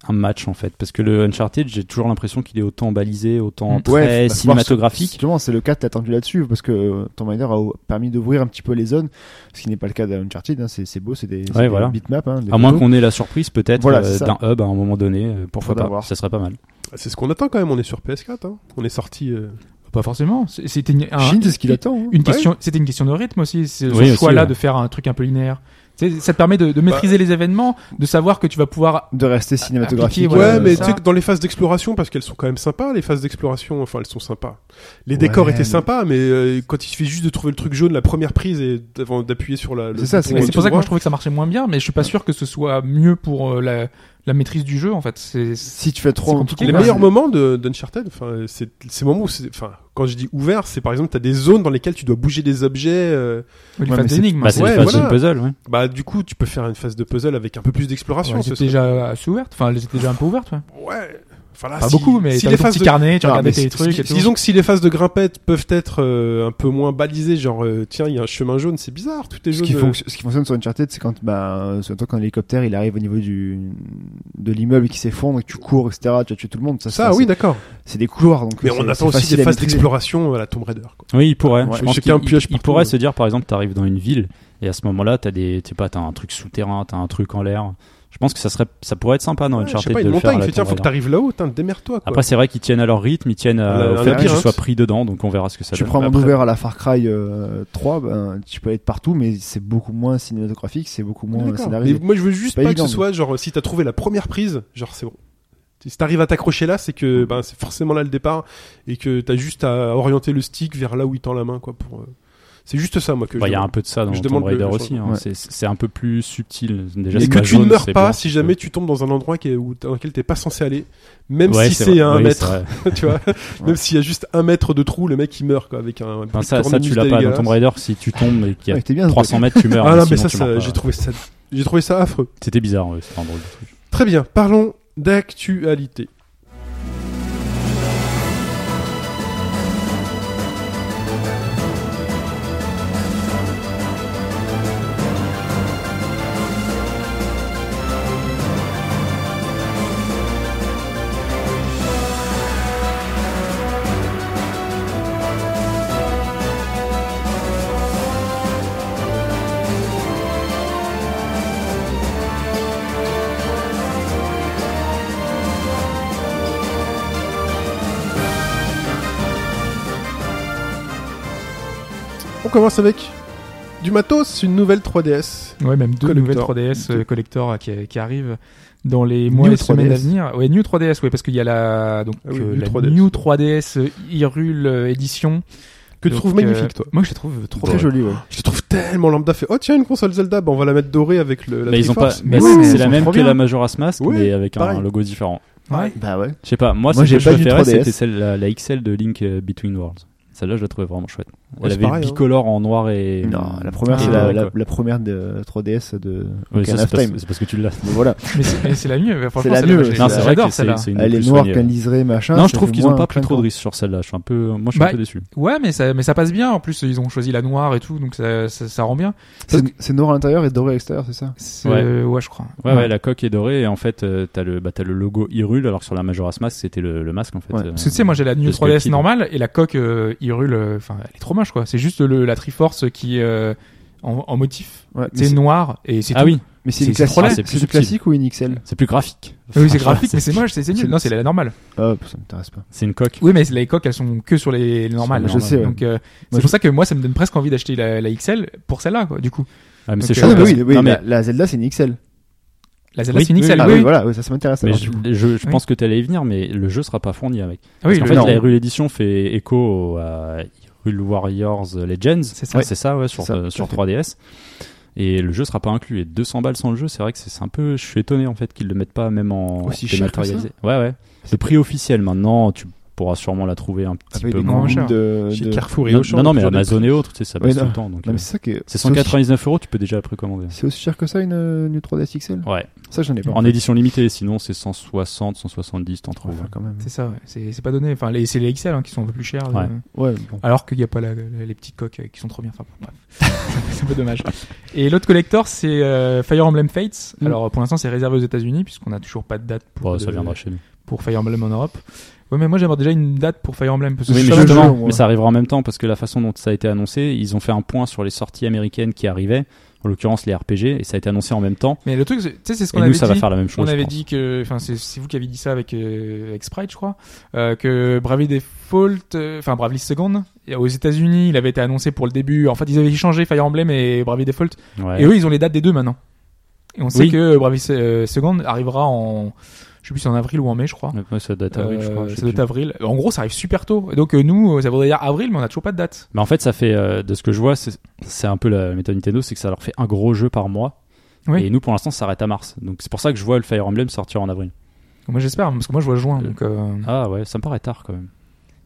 Speaker 6: un match en fait parce que le Uncharted, j'ai toujours l'impression qu'il est autant balisé, autant
Speaker 4: Mm.
Speaker 6: très
Speaker 5: faut- faut voir ce-
Speaker 6: cinématographique.
Speaker 5: Justement, c'est le cas t'as attendu là-dessus parce que euh, Tomb Raider a permis d'ouvrir un petit peu les zones, ce qui n'est pas le cas d'Uncharted. Hein, c'est c'est beau, c'est des, c'est des
Speaker 6: voilà.
Speaker 5: bitmaps. Hein, des
Speaker 6: À moins
Speaker 5: photos.
Speaker 6: qu'on ait la surprise peut-être
Speaker 5: Voilà,
Speaker 6: euh,
Speaker 5: c'est ça.
Speaker 6: d'un hub à un moment donné, euh, pourquoi
Speaker 5: Faudra
Speaker 6: pas,
Speaker 5: voir.
Speaker 6: ça serait pas mal. Bah,
Speaker 3: C'est ce qu'on attend quand même. On est sur PS4. hein. On est sorti. euh,
Speaker 4: Pas forcément. C'est- C'était Ah, une, un-
Speaker 5: Shin, c'est ce qu'il attend. hein.
Speaker 4: une question. C'était une question de rythme aussi. C'est
Speaker 6: Oui,
Speaker 4: ce
Speaker 6: aussi,
Speaker 4: choix-là
Speaker 6: ouais.
Speaker 4: de faire un truc un peu linéaire. Tu sais, Ça te permet de, de maîtriser les événements, de savoir que tu vas pouvoir.
Speaker 5: de rester cinématographique.
Speaker 4: appliquer,
Speaker 3: Ouais,
Speaker 4: voilà,
Speaker 5: euh,
Speaker 3: mais
Speaker 4: ça.
Speaker 3: tu sais que dans les phases d'exploration, parce qu'elles sont quand même sympas, les phases d'exploration, enfin elles sont sympas. Les
Speaker 5: Ouais,
Speaker 3: décors étaient
Speaker 5: mais-
Speaker 3: sympas, mais euh, quand il suffit juste de trouver le truc jaune, la première prise et avant d'appuyer sur la. le
Speaker 5: C'est ça,
Speaker 3: bouton
Speaker 5: Ouais,
Speaker 4: C'est pour ça que
Speaker 3: droit,
Speaker 4: moi je trouvais que ça marchait moins bien, mais je suis pas sûr que ce soit mieux pour euh, la, la maîtrise du jeu en fait. C'est c'est-
Speaker 5: Si tu fais trop
Speaker 4: C'est
Speaker 5: en
Speaker 4: compliqué.
Speaker 3: Les
Speaker 4: Ouais,
Speaker 3: meilleurs
Speaker 4: c'est-
Speaker 3: moments de- d'Uncharted, enfin, c'est ces moments où, c'est- enfin, quand je dis ouvert, c'est par exemple, t'as des zones dans lesquelles tu dois bouger des objets. euh,
Speaker 4: les
Speaker 5: Ouais,
Speaker 4: phases
Speaker 5: mais c'est-
Speaker 4: d'énigmes.
Speaker 6: Bah, c'est
Speaker 3: Ouais,
Speaker 6: des phases
Speaker 3: voilà.
Speaker 6: de puzzle, ouais.
Speaker 3: bah, du coup, tu peux faire une phase de puzzle avec un peu plus d'exploration.
Speaker 4: Ouais, elles
Speaker 3: ce
Speaker 4: étaient
Speaker 3: serait-
Speaker 4: déjà assez ouvertes. Enfin, elles étaient déjà un peu ouvertes. Ouais.
Speaker 3: Ouais. Enfin, là,
Speaker 4: Pas
Speaker 3: si-
Speaker 4: beaucoup, mais
Speaker 3: si
Speaker 4: t'avais
Speaker 3: les
Speaker 4: ton
Speaker 3: phases
Speaker 4: petit
Speaker 3: de-
Speaker 4: carnet, tu
Speaker 5: Non,
Speaker 4: regardais
Speaker 5: mais
Speaker 4: tes
Speaker 5: c'est-
Speaker 4: trucs et tout.
Speaker 3: Disons que si les phases de grimpette peuvent être euh, un peu moins balisées, genre euh, tiens, il y a un chemin jaune, c'est bizarre, tout est
Speaker 5: Ce
Speaker 3: jaune.
Speaker 5: qui,
Speaker 3: euh,
Speaker 5: fonc- ce qui fonctionne sur Uncharted, c'est quand, bah, surtout quand l'hélicoptère il arrive au niveau du, de l'immeuble qui s'effondre et que tu cours, etc., tu as tué tout le monde. Ça,
Speaker 3: Ça,
Speaker 5: c'est-
Speaker 3: oui, d'accord.
Speaker 5: C'est des couloirs, donc.
Speaker 3: Mais
Speaker 5: c'est-
Speaker 3: on
Speaker 5: c'est
Speaker 3: attend aussi
Speaker 5: facile
Speaker 3: des
Speaker 5: à
Speaker 3: phases
Speaker 5: maîtriser.
Speaker 3: d'exploration à la Tomb Raider. quoi.
Speaker 6: Oui, il pourrait.
Speaker 5: Ouais,
Speaker 6: je pense
Speaker 3: chacun
Speaker 6: qu'il
Speaker 3: pioche
Speaker 6: il- il
Speaker 3: partout,
Speaker 6: pourrait
Speaker 3: ouais.
Speaker 6: se dire, par exemple, t'arrives dans une ville et à ce moment-là, t'as des, t'es pas, t'as un truc souterrain, t'as un truc en l'air. Je pense que ça serait, ça pourrait être sympa dans
Speaker 3: Ouais, je sais
Speaker 6: Uncharted
Speaker 3: pas,
Speaker 6: de
Speaker 3: une
Speaker 6: le faire. à
Speaker 3: montagne,
Speaker 6: la
Speaker 3: fait tiens, faut que
Speaker 6: Tomb Raider.
Speaker 3: t'arrives là-haut, tiens, démerde-toi. quoi.
Speaker 6: Après, c'est vrai qu'ils tiennent à leur rythme, ils tiennent
Speaker 3: Le-
Speaker 6: à,
Speaker 3: un
Speaker 6: au fait que tu
Speaker 3: labyrinthe.
Speaker 6: sois pris dedans, donc on verra ce que ça
Speaker 5: Tu
Speaker 6: donne.
Speaker 5: prends mon
Speaker 3: Après-
Speaker 5: ouvert à la Far Cry euh, 3, ben, tu peux être partout, mais c'est beaucoup moins cinématographique, c'est beaucoup moins
Speaker 3: D'accord. Mais
Speaker 5: scénarisé.
Speaker 3: moi, je veux juste
Speaker 5: Pas
Speaker 3: pas, que
Speaker 5: évident,
Speaker 3: ce soit genre si t'as trouvé la première prise, genre c'est bon. Si t'arrives à t'accrocher là, c'est que ben, c'est forcément là le départ et que t'as juste à orienter le stick vers là où il tend la main, quoi. Pour, euh, c'est juste ça, moi que
Speaker 6: Bah,
Speaker 3: je
Speaker 6: il y a un
Speaker 3: demande.
Speaker 6: peu de ça dans
Speaker 3: Je
Speaker 6: Tomb
Speaker 3: demande le-
Speaker 6: Raider
Speaker 3: le-
Speaker 6: aussi. hein.
Speaker 5: Ouais.
Speaker 6: C'est- C'est un peu plus subtil. Déjà,
Speaker 3: Et
Speaker 6: c'est
Speaker 3: que
Speaker 6: pas
Speaker 3: tu ne
Speaker 6: jaune,
Speaker 3: meurs
Speaker 6: c'est
Speaker 3: pas
Speaker 6: blanc,
Speaker 3: si
Speaker 6: c'est-
Speaker 3: jamais tu tombes dans un endroit qui est, où- dans lequel t'es pas censé aller, même
Speaker 6: Ouais,
Speaker 3: si
Speaker 6: vrai.
Speaker 3: c'est à un
Speaker 6: Oui,
Speaker 3: mètre,
Speaker 6: vrai.
Speaker 3: tu vois. Même s'il y a juste un mètre de trou, le mec il meurt quoi avec un.
Speaker 6: Enfin, ça, ça,
Speaker 3: cornemuse
Speaker 6: tu l'as pas dans
Speaker 3: dégueulasse.
Speaker 6: Tomb Raider. Si tu tombes et qu'il y a
Speaker 5: Ouais, t'es bien, ce
Speaker 6: 300 mètres, tu meurs.
Speaker 3: Ah
Speaker 6: mais
Speaker 3: non, mais ça,
Speaker 6: sinon, tu
Speaker 3: ça,
Speaker 6: meurs pas.
Speaker 3: j'ai trouvé ça, j'ai trouvé ça affreux.
Speaker 6: C'était bizarre. ouais, c'était un drôle de truc.
Speaker 3: Très bien, parlons d'actualité. On commence avec du matos, une nouvelle 3DS.
Speaker 4: Ouais, même deux
Speaker 3: Collector.
Speaker 4: nouvelles 3DS euh, collector euh, qui, qui arrivent dans les mois
Speaker 5: New
Speaker 4: et semaines à
Speaker 5: 3DS.
Speaker 4: venir. Ouais, New 3DS, ouais, parce qu'il y a la donc
Speaker 3: Ah oui,
Speaker 4: euh,
Speaker 3: New
Speaker 4: la
Speaker 3: 3DS.
Speaker 4: New 3DS euh, Hyrule euh, édition
Speaker 3: Que tu
Speaker 4: Donc,
Speaker 3: trouves
Speaker 4: euh,
Speaker 3: magnifique, toi.
Speaker 4: Moi, je la trouve trop
Speaker 5: Très
Speaker 4: belle.
Speaker 5: joli, ouais.
Speaker 3: Je trouve tellement lambda fait. Oh tiens, une console Zelda, bah, on va la mettre dorée avec le. La
Speaker 6: Mais ils ont pas.
Speaker 3: Triforce.
Speaker 4: Mais
Speaker 6: mais
Speaker 4: oui,
Speaker 6: C'est
Speaker 4: ils
Speaker 6: la
Speaker 4: sont
Speaker 6: même
Speaker 4: trop
Speaker 6: que
Speaker 4: bien.
Speaker 6: la Majora's Mask,
Speaker 3: Oui,
Speaker 6: mais avec un
Speaker 3: pareil.
Speaker 6: logo différent.
Speaker 4: Ouais.
Speaker 5: Bah ouais.
Speaker 6: Je sais pas. Moi,
Speaker 5: Moi,
Speaker 6: ce
Speaker 5: j'ai
Speaker 6: que je
Speaker 5: pas du
Speaker 6: préférais,
Speaker 5: 3DS.
Speaker 6: c'était celle la, la XL de Link euh, Between Worlds. Celle-là, je la trouvais vraiment chouette.
Speaker 3: Ouais,
Speaker 6: Elle
Speaker 3: c'est
Speaker 6: avait
Speaker 3: pareil,
Speaker 6: le
Speaker 3: hein.
Speaker 6: bicolore en noir et.
Speaker 5: Non, la première,
Speaker 4: Ah,
Speaker 5: c'est la,
Speaker 6: ouais,
Speaker 5: la-
Speaker 6: quoi.
Speaker 5: la première de 3DS de
Speaker 6: Ouais, ça,
Speaker 5: Ocarina
Speaker 6: c'est
Speaker 5: of
Speaker 6: parce-
Speaker 5: Time.
Speaker 6: c'est parce que tu l'as.
Speaker 5: Mais voilà,
Speaker 4: Mais c'est- mais c'est la mieux. Franchement,
Speaker 5: C'est la
Speaker 4: celle-là,
Speaker 5: mieux,
Speaker 4: j'ai-
Speaker 5: c'est
Speaker 6: Non, c'est vrai que
Speaker 4: j'adore
Speaker 6: c'est
Speaker 4: celle-là.
Speaker 6: c'est une
Speaker 5: elle
Speaker 6: des
Speaker 5: est
Speaker 6: plus
Speaker 5: noire,
Speaker 6: soignées.
Speaker 5: qu'un liseré, machin.
Speaker 6: Non,
Speaker 5: ça
Speaker 6: je trouve
Speaker 5: fait
Speaker 6: qu'ils ont
Speaker 5: moins
Speaker 6: pas pris
Speaker 5: clinquant.
Speaker 6: trop de risques sur celle-là. Je suis un peu, moi, je suis
Speaker 4: Bah,
Speaker 6: un peu déçu.
Speaker 4: Ouais, mais ça, mais ça passe bien. En plus, ils ont choisi la noire et tout, donc ça, ça, ça rend bien.
Speaker 5: C'est c'est noir à l'intérieur et doré à l'extérieur, c'est ça
Speaker 4: C'est-
Speaker 6: Ouais.
Speaker 4: euh, ouais, je crois.
Speaker 6: Ouais, ouais, la coque est dorée et en fait, euh, t'as le, bah, t'as le logo Hyrule alors que sur la Majora's Mask, c'était le, le masque en fait.
Speaker 5: Ouais.
Speaker 6: Euh,
Speaker 4: Parce que tu sais, moi j'ai la New
Speaker 6: Parce que
Speaker 4: 3DS
Speaker 6: Kid-
Speaker 4: normale et la coque euh, Hyrule, euh, enfin elle est trop moche quoi. C'est juste le, la Triforce qui est euh, en, en motif,
Speaker 5: Ouais, mais
Speaker 4: c'est
Speaker 5: c'est-
Speaker 4: noir et c'est
Speaker 6: Ah
Speaker 4: tout.
Speaker 6: oui,
Speaker 5: Mais c'est
Speaker 4: c'est
Speaker 5: une classique.
Speaker 4: trop laid,
Speaker 6: c'est plus
Speaker 5: C'est du
Speaker 6: subtil.
Speaker 5: classique ou une XL
Speaker 6: c'est plus graphique.
Speaker 4: Ah oui, c'est
Speaker 6: Enfin,
Speaker 4: graphique, mais c'est moche, c'est c'est nul.
Speaker 5: c'est-
Speaker 4: Non, c'est la normale.
Speaker 5: Hop, Oh, ça m'intéresse pas.
Speaker 6: C'est une coque.
Speaker 4: Oui, mais les coques elles sont que sur les, les normales.
Speaker 6: les
Speaker 5: Je sais, ouais.
Speaker 4: Donc euh, c'est
Speaker 5: Moi,
Speaker 4: pour ça que moi ça me donne presque envie d'acheter la, la XL pour celle-là quoi. Du coup,
Speaker 6: Ah, mais
Speaker 4: Ok.
Speaker 6: c'est chaud.
Speaker 5: Ah, non, mais
Speaker 6: parce-
Speaker 5: oui, oui,
Speaker 6: non, mais-
Speaker 5: la, la Zelda, c'est une XL.
Speaker 4: la Zelda
Speaker 6: Oui,
Speaker 4: c'est une
Speaker 6: oui,
Speaker 4: XL.
Speaker 5: ah
Speaker 4: oui,
Speaker 5: oui,
Speaker 4: oui.
Speaker 5: voilà, oui, ça, ça m'intéresse.
Speaker 6: Mais
Speaker 5: alors.
Speaker 6: je, je, je
Speaker 4: Oui.
Speaker 6: pense que t'allais y venir, mais le jeu sera pas fourni avec.
Speaker 4: Ah oui,
Speaker 6: Parce
Speaker 4: le-
Speaker 6: qu'en fait,
Speaker 5: non.
Speaker 6: la Hyrule Edition fait écho au, à Hyrule Warriors Legends.
Speaker 4: C'est ça.
Speaker 6: c'est ça, ouais, sur,
Speaker 5: C'est ça,
Speaker 6: euh,
Speaker 5: tout à
Speaker 6: sur
Speaker 5: fait.
Speaker 6: 3DS. Et le jeu sera pas inclus. Et 200 balles sans le jeu, c'est vrai que c'est c'est un peu. Je suis étonné en fait qu'ils le mettent pas même en
Speaker 5: Aussi cher que ça
Speaker 6: dématérialisé. Ouais, ouais. Le prix officiel maintenant, tu pourras sûrement la trouver un petit
Speaker 5: Avec
Speaker 6: peu
Speaker 5: des
Speaker 4: moins
Speaker 6: moins.
Speaker 5: combines
Speaker 4: cher.
Speaker 5: de.
Speaker 3: Chez
Speaker 5: de-
Speaker 3: Carrefour et
Speaker 6: Non,
Speaker 3: Auchan,
Speaker 6: non, non, mais
Speaker 3: toujours des
Speaker 6: Amazon et autres, tu sais, ça
Speaker 5: Oui,
Speaker 6: passe
Speaker 5: non.
Speaker 6: tout le temps. Donc,
Speaker 5: Non,
Speaker 6: euh,
Speaker 5: mais c'est ça qui est.
Speaker 6: c'est 199 euros, tu peux déjà la précommander.
Speaker 5: C'est aussi cher que ça une euh, New 3DS XL
Speaker 6: Ouais,
Speaker 5: Ça, j'en ai pas.
Speaker 6: en édition limitée, sinon c'est 160, 170, t'en trouves.
Speaker 5: Enfin, quand même.
Speaker 4: C'est ça, ouais. c'est c'est pas donné. Enfin, les- c'est les XL hein, qui sont un peu plus chères.
Speaker 6: Ouais.
Speaker 4: euh,
Speaker 5: Ouais, bon.
Speaker 4: Alors qu'il n'y a pas la- la- les petites coques euh, qui sont trop bien. Enfin, bon, bref. c'est un peu dommage. Et l'autre collector, c'est euh, Fire Emblem Fates.
Speaker 5: Mm.
Speaker 4: Alors, pour l'instant, c'est réservé aux États-Unis, puisqu'on n'a toujours pas de date pour,
Speaker 6: Ouais, Oh, ça
Speaker 4: le-
Speaker 6: viendra chez nous.
Speaker 4: pour Fire Emblem en Europe. Ouais, mais moi, j'aimerais déjà une date pour Fire Emblem. Parce que
Speaker 6: Oui,
Speaker 4: je
Speaker 6: mais
Speaker 5: le
Speaker 4: savais-
Speaker 5: jeu,
Speaker 6: justement,
Speaker 5: moi.
Speaker 6: mais ça arrivera en même temps parce que la façon dont ça a été annoncé, ils ont fait un point sur les sorties américaines qui arrivaient, en l'occurrence les RPG, et ça a été annoncé en même temps.
Speaker 4: mais le truc, c'est- tu sais, c'est ce
Speaker 6: Et
Speaker 4: qu'on
Speaker 6: nous,
Speaker 4: avait
Speaker 6: ça
Speaker 4: dit.
Speaker 6: va faire la même chose.
Speaker 4: On
Speaker 6: je
Speaker 4: avait
Speaker 6: pense.
Speaker 4: dit que, enfin, c'est c'est vous qui avez dit ça avec, euh, avec Sprite, je crois, euh, que Bravely Default, euh, enfin Bravely Second, et aux États-Unis, il avait été annoncé pour le début. En fait, ils avaient changé Fire Emblem et Bravely Default
Speaker 6: Ouais.
Speaker 4: Et eux, ils ont les dates des deux maintenant. Et on sait
Speaker 6: Oui.
Speaker 4: que Bravis Second arrivera en, je sais plus, si en avril ou en mai, je crois.
Speaker 6: Ouais, ça date avril, je
Speaker 4: Euh,
Speaker 6: crois. je sais
Speaker 4: ça doit
Speaker 6: plus.
Speaker 4: être avril. En gros, ça arrive super tôt. Et donc euh, nous, euh, ça voudrait dire avril, mais on n'a toujours pas de date.
Speaker 6: Mais en fait, ça fait, euh, de ce que je vois, c'est c'est un peu la méthode Nintendo, c'est que ça leur fait un gros jeu par mois.
Speaker 4: Oui.
Speaker 6: Et nous, pour l'instant, ça s'arrête à mars. Donc c'est pour ça que je vois le Fire Emblem sortir en avril.
Speaker 4: Moi j'espère, parce que moi je vois juin. Donc, euh,
Speaker 6: Ah ouais, ça me paraît tard quand même.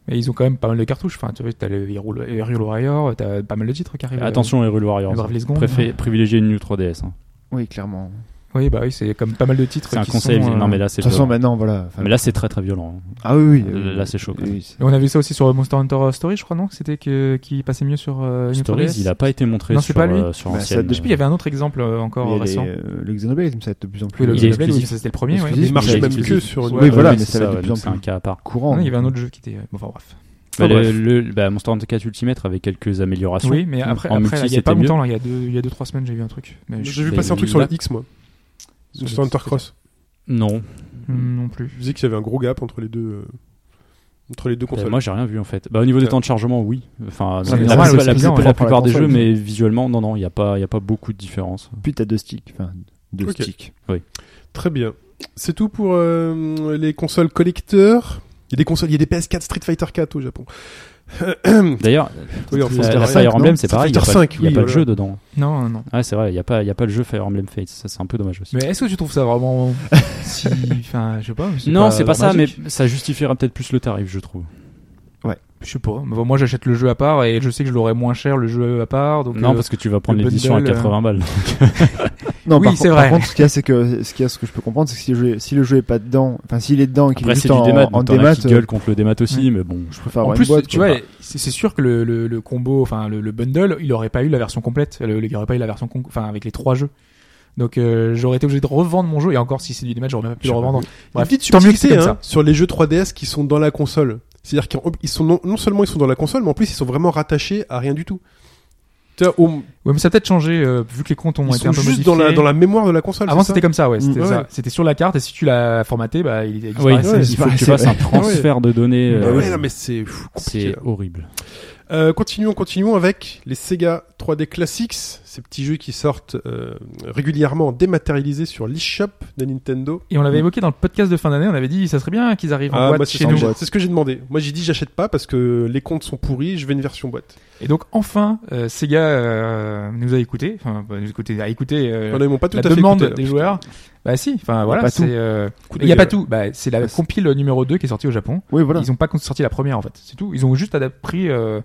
Speaker 4: mais ils ont quand même pas mal de cartouches. Enfin, tu vois, t'as le Hero- le Hero Warrior, t'as pas mal de titres qui arrivent. euh,
Speaker 6: Attention, Hyrule Warriors. hein.
Speaker 4: le Bravely Second.
Speaker 6: Préfé- privilégier une New 3DS. hein.
Speaker 5: Oui, clairement.
Speaker 4: Oui, bah oui, c'est comme pas mal de titres.
Speaker 6: C'est un
Speaker 4: qui
Speaker 6: conseil.
Speaker 4: sont, euh,
Speaker 6: Non, mais là,
Speaker 5: De
Speaker 6: c'est
Speaker 5: toute façon,
Speaker 6: violent.
Speaker 5: maintenant, voilà. enfin,
Speaker 6: Mais là, c'est très très violent. hein.
Speaker 5: ah oui, oui.
Speaker 4: euh,
Speaker 6: Là, c'est chaud, quand même.
Speaker 5: oui, c'est-
Speaker 4: Et on avait ça aussi sur Monster Hunter Story, je crois, non C'était que qui passait mieux sur euh,
Speaker 6: Stories, il a pas été montré
Speaker 4: Non, c'est
Speaker 6: sur,
Speaker 4: pas lui.
Speaker 6: euh, sur
Speaker 5: Bah, ça
Speaker 6: ancienne.
Speaker 5: date
Speaker 4: Je sais plus, il y avait un autre exemple euh, encore
Speaker 5: il y a
Speaker 4: récent.
Speaker 5: les, euh, le Xenoblade, ça va être de plus en plus.
Speaker 4: Oui, le
Speaker 6: il est
Speaker 4: Xenoblade,
Speaker 6: exclusif.
Speaker 4: oui, c'était le premier. ouais.
Speaker 5: Exclusif,
Speaker 3: Il marche
Speaker 6: il est
Speaker 3: même
Speaker 6: exclusif.
Speaker 3: que sur une.
Speaker 5: Oui, voilà,
Speaker 6: Ouais,
Speaker 5: mais
Speaker 6: c'est
Speaker 5: ça va être de plus
Speaker 6: donc
Speaker 5: en
Speaker 6: C'est un
Speaker 5: plus.
Speaker 6: cas à part.
Speaker 5: courant.
Speaker 4: Non, il y avait un
Speaker 5: donc.
Speaker 4: autre jeu qui était. euh, Bon, enfin, bref.
Speaker 6: Bah,
Speaker 4: bref.
Speaker 6: le, le- bah, Monster Hunter 4 Ultimate avec quelques améliorations.
Speaker 4: Oui, mais après,
Speaker 6: Ah, Mm. en multi,
Speaker 4: après là, il y a
Speaker 6: c'était
Speaker 4: pas
Speaker 6: mieux.
Speaker 4: longtemps, là, il y a deux, il y a deux, trois semaines, j'ai vu un truc. Mais je-
Speaker 3: J'ai vu
Speaker 6: Mais
Speaker 3: passer un
Speaker 6: il
Speaker 3: truc sur
Speaker 6: l'a-
Speaker 3: le X, moi.
Speaker 6: le
Speaker 3: Sur Hunter Cross.
Speaker 6: Non,
Speaker 4: Hmm, non plus.
Speaker 3: Je disais qu'il y avait un gros gap entre les deux. euh, Entre les deux
Speaker 6: Bah,
Speaker 3: consoles.
Speaker 6: moi j'ai rien vu en fait. Bah, au niveau des
Speaker 3: Ouais.
Speaker 6: temps de chargement, oui. Enfin,
Speaker 5: mais
Speaker 6: la-
Speaker 5: normal,
Speaker 6: la,
Speaker 5: c'est
Speaker 6: la-
Speaker 5: bizarre,
Speaker 6: la
Speaker 5: ouais.
Speaker 6: plupart des
Speaker 5: Pour
Speaker 6: jeux,
Speaker 5: la console.
Speaker 6: mais visuellement, non, non, il n'y a, pas- il y a pas beaucoup de différence.
Speaker 5: Puis t'as deux sticks. Enfin, deux
Speaker 3: Ok.
Speaker 5: sticks.
Speaker 3: Très bien. C'est tout pour euh, les consoles collecteurs. Il y a des consoles, il y a des PS4 Street Fighter 4 au Japon.
Speaker 6: D'ailleurs,
Speaker 3: Oui, en France,
Speaker 6: la,
Speaker 5: Fighter
Speaker 6: la
Speaker 5: cinq,
Speaker 6: Fire Emblem,
Speaker 5: non
Speaker 6: c'est pareil, il n'y
Speaker 3: Street
Speaker 6: a pas,
Speaker 3: Fighter cinq,
Speaker 6: il y a
Speaker 3: oui,
Speaker 6: pas de
Speaker 3: voilà.
Speaker 6: jeu dedans.
Speaker 4: Non, non.
Speaker 6: Ah, c'est vrai, il n'y a, pas- il y a pas le jeu Fire Emblem Fates, ça c'est un peu dommage aussi.
Speaker 4: Mais est-ce que tu trouves ça vraiment. si. Enfin, je sais pas.
Speaker 6: non, c'est pas ça, mais
Speaker 4: dramatique.
Speaker 6: ça justifiera peut-être plus le tarif, je trouve.
Speaker 4: Je sais pas. Bon, moi, j'achète le jeu à part et je sais que je l'aurai moins cher le jeu à part. Donc,
Speaker 6: non,
Speaker 4: euh,
Speaker 6: parce que tu vas prendre
Speaker 4: le
Speaker 6: l'édition à
Speaker 4: bundle, euh,
Speaker 6: 80 balles.
Speaker 5: Non,
Speaker 4: Oui,
Speaker 5: par,
Speaker 4: c'est
Speaker 5: contre- par
Speaker 4: vrai.
Speaker 5: contre, ce qu'il y a, c'est que ce qu'il y a, ce que je peux comprendre, c'est que si le, jeu, si le jeu est pas dedans, enfin s'il est dedans et qu'il est
Speaker 6: Après, c'est
Speaker 5: juste
Speaker 6: du
Speaker 5: en,
Speaker 6: démat, euh.
Speaker 5: en
Speaker 6: donc t'en
Speaker 5: démat,
Speaker 6: as qui gueulent contre le démat aussi, mais bon.
Speaker 5: je préfère
Speaker 4: en
Speaker 5: avoir
Speaker 4: plus,
Speaker 5: une boîte.
Speaker 4: tu
Speaker 5: quoi.
Speaker 4: vois, c'est c'est sûr que le, le, le combo, enfin le, le bundle, il aurait pas eu la version complète, le, il aurait pas eu la version, con- enfin avec les trois jeux. Donc euh, j'aurais été obligé de revendre mon jeu et encore si c'est du démat, j'aurais même pas pu le revendre. Bref,
Speaker 3: Une petite
Speaker 4: tant mieux que c'est
Speaker 3: subtilité,
Speaker 4: comme
Speaker 3: hein, sur les jeux 3DS qui sont dans la console. C'est-à-dire qu'ils ils sont non, non seulement ils sont dans la console, mais en plus ils sont vraiment rattachés à rien du tout. Tu vois, au-
Speaker 4: Ouais, mais ça a peut-être changé euh, vu que les comptes ont
Speaker 3: ils
Speaker 4: été un
Speaker 3: sont
Speaker 4: peu
Speaker 3: juste
Speaker 4: modifiés.
Speaker 3: dans la, dans la mémoire de la console.
Speaker 4: Avant
Speaker 3: c'est ça
Speaker 4: c'était comme ça, Mm. ouais, c'était
Speaker 3: ouais.
Speaker 4: ça. C'était sur la carte et si tu l'as formaté, bah il, il
Speaker 6: Oui,
Speaker 4: disparaissait.
Speaker 6: il faut que tu
Speaker 5: c'est
Speaker 6: fasses
Speaker 5: vrai.
Speaker 6: un transfert de données.
Speaker 3: Ah
Speaker 6: euh,
Speaker 3: ouais, non, mais c'est pff, compliqué. hein.
Speaker 6: C'est horrible.
Speaker 3: Euh, continuons, continuons avec les Sega 3D Classics, ces petits jeux qui sortent euh, régulièrement dématérialisés sur l'eShop de Nintendo.
Speaker 4: Et on l'avait évoqué dans le podcast de fin d'année, on avait dit ça serait bien qu'ils arrivent en
Speaker 3: Ah,
Speaker 4: boîte
Speaker 3: moi, c'est
Speaker 4: chez
Speaker 3: ça,
Speaker 4: nous.
Speaker 3: j'ai- c'est ce que j'ai demandé. Moi, j'ai dit j'achète pas parce que les comptes sont pourris, je veux une version boîte.
Speaker 4: Et donc enfin, euh, Sega euh, nous a écoutés, enfin bah, nous écouter, a écouté euh,
Speaker 3: Voilà, ils m'ont pas tout
Speaker 4: la
Speaker 3: à fait
Speaker 4: demande
Speaker 3: écouté, là,
Speaker 4: des
Speaker 3: putain.
Speaker 4: joueurs. Bah si, enfin voilà,
Speaker 5: pas
Speaker 4: c'est
Speaker 5: tout.
Speaker 4: euh,
Speaker 3: Coup de
Speaker 4: il y a pas
Speaker 3: gueule.
Speaker 4: tout. Bah c'est la
Speaker 5: Ah, c'est-
Speaker 4: compile numéro 2 qui est sortie au Japon.
Speaker 5: Oui, voilà.
Speaker 4: Ils ont pas sorti la première en fait, c'est tout. Ils ont juste adapté pris, euh,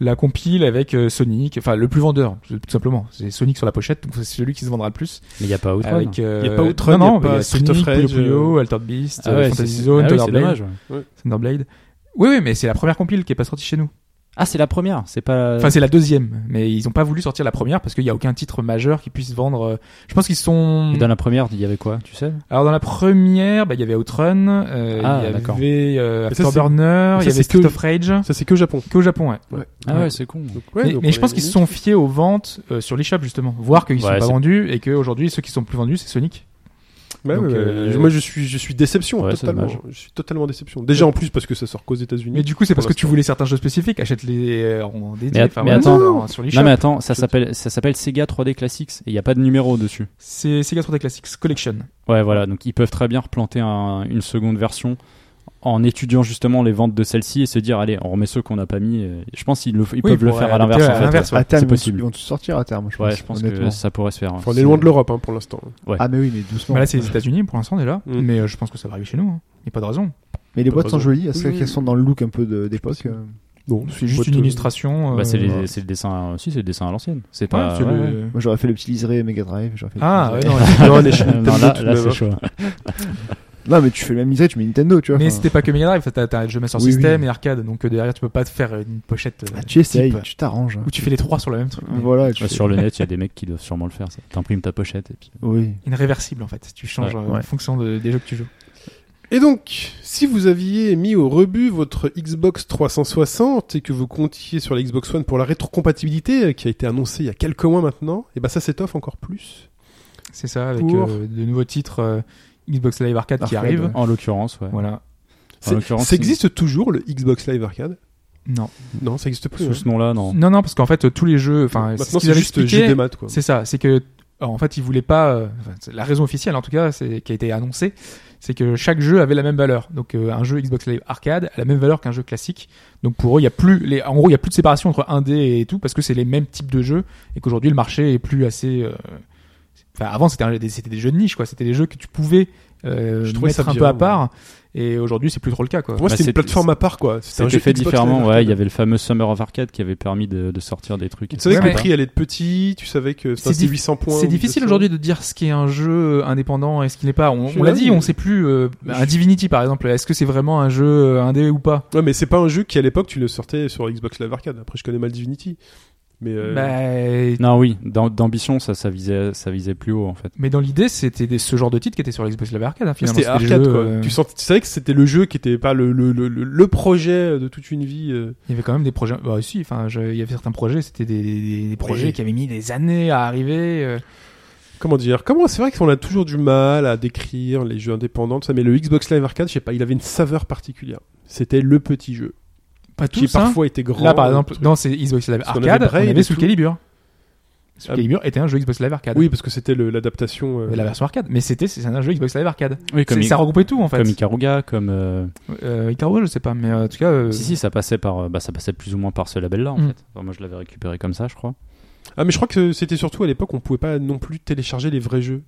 Speaker 4: la compile avec euh, Sonic, enfin le plus vendeur tout simplement. C'est Sonic sur la pochette, donc c'est celui qui se vendra le plus.
Speaker 6: Mais il n'y a pas Outrun.
Speaker 4: Avec, euh,
Speaker 3: Il y a pas Outrun,
Speaker 4: non, non,
Speaker 3: il y a
Speaker 4: mais
Speaker 3: pas Street
Speaker 4: Sonic,
Speaker 3: of Rage,
Speaker 4: Puyo Puyo,
Speaker 3: euh,
Speaker 4: Altered Beast,
Speaker 6: Ah
Speaker 4: euh,
Speaker 6: ouais,
Speaker 4: Fantasy
Speaker 6: c'est-
Speaker 4: Zone,
Speaker 6: ah ouais, c'est
Speaker 4: Thunderblade.
Speaker 6: dommage. ouais.
Speaker 4: Thunderblade. Oui, oui, mais c'est la première compile qui est pas sortie chez nous.
Speaker 6: Ah, c'est la première, c'est pas.
Speaker 4: Enfin, c'est la deuxième, mais ils ont pas voulu sortir la première parce qu'il y a aucun titre majeur qui puisse vendre. euh, Je pense qu'ils sont.
Speaker 6: Dans la première, il y avait quoi, tu sais
Speaker 4: Alors dans la première, bah, il y avait Outrun, euh,
Speaker 6: Ah,
Speaker 4: il y
Speaker 6: d'accord.
Speaker 4: avait euh,
Speaker 3: Mais ça, c'est-
Speaker 4: Afterburner,
Speaker 3: mais ça,
Speaker 4: il y avait
Speaker 3: c'est
Speaker 4: Street
Speaker 3: que-
Speaker 4: of Rage,
Speaker 3: Ça, c'est que au Japon.
Speaker 4: qu'au Japon, ouais.
Speaker 6: Ah
Speaker 4: ouais,
Speaker 6: ouais, c'est con.
Speaker 3: Donc, ouais,
Speaker 4: mais
Speaker 3: donc euh,
Speaker 4: mais je
Speaker 3: on
Speaker 4: pense
Speaker 3: est-
Speaker 4: qu'ils se sont fiés aux ventes euh, sur l'eShop justement, voir qu'ils sont
Speaker 6: Ouais,
Speaker 4: pas
Speaker 6: c'est-
Speaker 4: vendus et qu'aujourd'hui ceux qui sont le plus vendus c'est Sonic.
Speaker 3: Ouais,
Speaker 4: donc,
Speaker 3: ouais, ouais.
Speaker 4: euh,
Speaker 3: Je- Moi, je suis, je suis déception
Speaker 6: Ouais, c'est
Speaker 3: totalement.
Speaker 6: dommage.
Speaker 3: Je suis totalement déception. Déjà en plus parce que ça sort qu'aux États-Unis.
Speaker 4: Mais du coup c'est parce
Speaker 3: Pour
Speaker 4: que tu voulais certains jeux spécifiques, achète les euh, en dédié,
Speaker 6: Mais at-
Speaker 4: enfin,
Speaker 6: mais
Speaker 4: voilà,
Speaker 6: attends.
Speaker 4: sur- sur l'eShop.
Speaker 6: Non mais attends, ça s'appelle ça s'appelle Sega 3D Classics et il y a pas de numéro dessus.
Speaker 4: C'est Sega 3D Classics Collection.
Speaker 6: Ouais voilà, donc ils peuvent très bien replanter un- une seconde version en étudiant justement les ventes de celle-ci et se dire allez, on remet ceux qu'on n'a pas mis. euh, Je pense qu'ils le f- ils
Speaker 4: Oui,
Speaker 6: peuvent le
Speaker 4: pour
Speaker 6: faire à
Speaker 4: adapter
Speaker 6: l'inverse
Speaker 4: à
Speaker 6: en fait.
Speaker 4: l'inverse,
Speaker 6: ouais.
Speaker 5: à
Speaker 6: c'est
Speaker 5: terme, ils vont-
Speaker 6: possible.
Speaker 5: Ils vont tout sortir à terme, je pense.
Speaker 6: Ouais, je pense
Speaker 5: honnêtement.
Speaker 6: que ça pourrait se faire.
Speaker 3: Enfin, on est loin de l'Europe hein, pour l'instant.
Speaker 5: Ah, mais oui, mais doucement.
Speaker 4: Bah là c'est les États-Unis pour l'instant déjà,
Speaker 3: Mm.
Speaker 4: mais euh, je pense que ça va arriver chez nous. Hein. Il n'y a pas de raison.
Speaker 5: Mais les
Speaker 3: T'as
Speaker 5: boîtes sont
Speaker 3: raison.
Speaker 5: jolies, est-ce
Speaker 3: Oui, oui.
Speaker 5: qu'elles sont dans le look un peu de- d'époque euh,
Speaker 3: Non,
Speaker 4: C'est juste
Speaker 3: boîte,
Speaker 4: une
Speaker 3: euh,
Speaker 4: illustration. euh,
Speaker 6: Bah, c'est
Speaker 4: ouais,
Speaker 6: les- c'est le dessin euh, si c'est le dessin à l'ancienne. C'est
Speaker 4: c'est
Speaker 6: pas ouais, ouais.
Speaker 4: le-
Speaker 5: Moi j'aurais fait le petit liseré Mega Drive. j'aurais fait le
Speaker 4: Ah ouais,
Speaker 5: petit
Speaker 3: Non,
Speaker 4: non,
Speaker 3: les
Speaker 6: Euh,
Speaker 3: Nintendo
Speaker 6: non, là,
Speaker 3: tout de
Speaker 6: là,
Speaker 3: même,
Speaker 6: c'est
Speaker 3: hein.
Speaker 6: chaud.
Speaker 5: liseré. Non, mais tu fais le même liseré, tu mets Nintendo, tu vois.
Speaker 4: Mais
Speaker 5: enfin.
Speaker 4: c'était pas que Mega Drive, t'as, t'as le jeu Master
Speaker 5: Oui,
Speaker 4: System et arcade, donc euh, derrière tu peux pas te faire une pochette euh,
Speaker 5: Ah, tu essayes,
Speaker 4: type,
Speaker 5: tu t'arranges.
Speaker 4: où tu fais les trois sur le même truc. mais
Speaker 5: Voilà, tu
Speaker 6: Ouais,
Speaker 5: fais-
Speaker 6: Sur le net, il y a des mecs qui doivent sûrement le faire. ça. T'imprimes ta pochette et puis.
Speaker 5: Oui.
Speaker 4: Une réversible en fait, tu changes
Speaker 6: Ouais,
Speaker 4: euh, en
Speaker 5: ouais.
Speaker 4: fonction de- des jeux que tu joues.
Speaker 3: Et donc, si vous aviez mis au rebut votre Xbox 360 et que vous comptiez sur la Xbox One pour la rétrocompatibilité euh, qui a été annoncée il y a quelques mois maintenant, et ben ça s'étoffe encore plus.
Speaker 4: C'est ça, avec
Speaker 3: Pour-
Speaker 4: euh, de nouveaux titres euh, Xbox Live Arcade qui
Speaker 5: Arcade,
Speaker 4: arrivent.
Speaker 5: ouais.
Speaker 6: En l'occurrence, ouais.
Speaker 4: Voilà.
Speaker 6: En
Speaker 3: C'est-
Speaker 6: l'occurrence,
Speaker 3: Ça existe toujours le Xbox Live Arcade
Speaker 4: Non.
Speaker 3: Non, ça existe plus.
Speaker 6: Sous
Speaker 3: hein.
Speaker 6: ce nom-là, non.
Speaker 4: non, non, parce qu'en fait euh, tous les jeux, enfin,
Speaker 3: Maintenant,
Speaker 4: qu'ils
Speaker 3: c'est
Speaker 4: avaient
Speaker 3: juste
Speaker 4: expliqué,
Speaker 3: jeu des maths, quoi.
Speaker 4: C'est ça, c'est que alors, en fait, ils voulaient pas euh, enfin, c'est la raison officielle en tout cas, c'est qui a été annoncée, c'est que chaque jeu avait la même valeur. Donc euh, un jeu Xbox Live Arcade a la même valeur qu'un jeu classique. Donc pour eux, il y a plus les en gros, il y a plus de séparation entre indé et tout parce que c'est les mêmes types de jeux et qu'aujourd'hui le marché est plus assez euh, Enfin, avant, c'était un- des- c'était des jeux de niche, quoi. C'était des jeux que tu pouvais euh,
Speaker 3: Je trouvais ça
Speaker 4: mettre un
Speaker 3: bien,
Speaker 4: peu à
Speaker 3: ouais.
Speaker 4: part. Et aujourd'hui, c'est plus trop le cas, quoi.
Speaker 3: Pour moi,
Speaker 6: Bah,
Speaker 3: c'était une
Speaker 6: c'est-
Speaker 3: plateforme à part, quoi. C'était un
Speaker 6: C'était
Speaker 3: jeu
Speaker 6: fait
Speaker 3: Xbox
Speaker 6: différemment,
Speaker 3: Live
Speaker 6: ouais. Il y
Speaker 3: Arcade.
Speaker 6: avait le fameux Summer of Arcade qui avait permis de, de sortir des trucs.
Speaker 3: Tu savais
Speaker 4: Ouais,
Speaker 3: que
Speaker 4: mais-
Speaker 3: le prix allait être petit, tu savais que
Speaker 4: C'est
Speaker 3: c'était
Speaker 4: dif-
Speaker 3: 800 points.
Speaker 4: C'est
Speaker 3: ou
Speaker 4: difficile
Speaker 3: 200.
Speaker 4: aujourd'hui de dire ce qui est un jeu euh, indépendant et ce qui n'est pas. On,
Speaker 3: Je sais
Speaker 4: on l'a
Speaker 3: pas,
Speaker 4: dit,
Speaker 3: mais-
Speaker 4: on sait plus. euh, un Divinity, par exemple, est-ce que c'est vraiment un jeu euh, indé ou pas
Speaker 3: Ouais, mais c'est pas un jeu qui, à l'époque, tu le sortais sur Xbox Live Arcade. Après, je connais mal Divinity. Mais. euh,
Speaker 4: Bah,
Speaker 6: Non, oui, d'am- d'ambition, ça, ça visait, ça visait plus haut en fait.
Speaker 4: Mais dans l'idée, c'était des- ce genre de titre qui était sur l'Xbox Live Arcade. hein, finalement,
Speaker 3: C'était
Speaker 4: des
Speaker 3: arcade
Speaker 4: jeux,
Speaker 3: quoi.
Speaker 4: euh,
Speaker 3: Tu, sentais- tu savais que c'était le jeu qui était pas le, le, le, le- le projet de toute une vie. euh.
Speaker 4: Il y avait quand même des projets. Bah aussi, enfin, je- il y avait certains projets. C'était des, des- des projets
Speaker 3: Oui.
Speaker 4: qui avaient mis des années à arriver. euh.
Speaker 3: Comment dire Comment c'est vrai qu'on a toujours du mal à décrire les jeux indépendants, tout ça, mais le Xbox Live Arcade, je sais pas, il avait une saveur particulière. C'était le petit jeu
Speaker 4: Pas
Speaker 3: qui
Speaker 4: tous. hein.
Speaker 3: parfois était grand.
Speaker 4: Là, par
Speaker 3: euh,
Speaker 4: exemple,
Speaker 3: truc.
Speaker 4: dans ces Xbox Live
Speaker 3: Parce qu'on avait
Speaker 4: Arcade, on
Speaker 3: Braid
Speaker 4: avait,
Speaker 3: et
Speaker 4: Soul
Speaker 3: tout.
Speaker 4: Calibur. Soul
Speaker 3: Ah.
Speaker 4: Calibur était un jeu Xbox Live Arcade.
Speaker 3: oui, parce que c'était le- l'adaptation. euh,
Speaker 4: Mais La version arcade, mais c'était c'est un jeu Xbox Live Arcade.
Speaker 6: Oui, comme,
Speaker 4: C'est-
Speaker 6: I-
Speaker 4: ça regroupait tout en fait.
Speaker 6: comme Ikaruga, comme. euh,
Speaker 4: Euh, Icaro, je sais pas, mais euh, en tout cas, euh,
Speaker 6: Si, si, ça passait, par, euh, bah, ça passait plus ou moins par ce label-là en
Speaker 4: Mm.
Speaker 6: fait. Enfin, moi, je l'avais récupéré comme ça, je crois.
Speaker 3: Ah, mais je crois que c'était surtout à l'époque, on pouvait pas non plus télécharger les vrais jeux.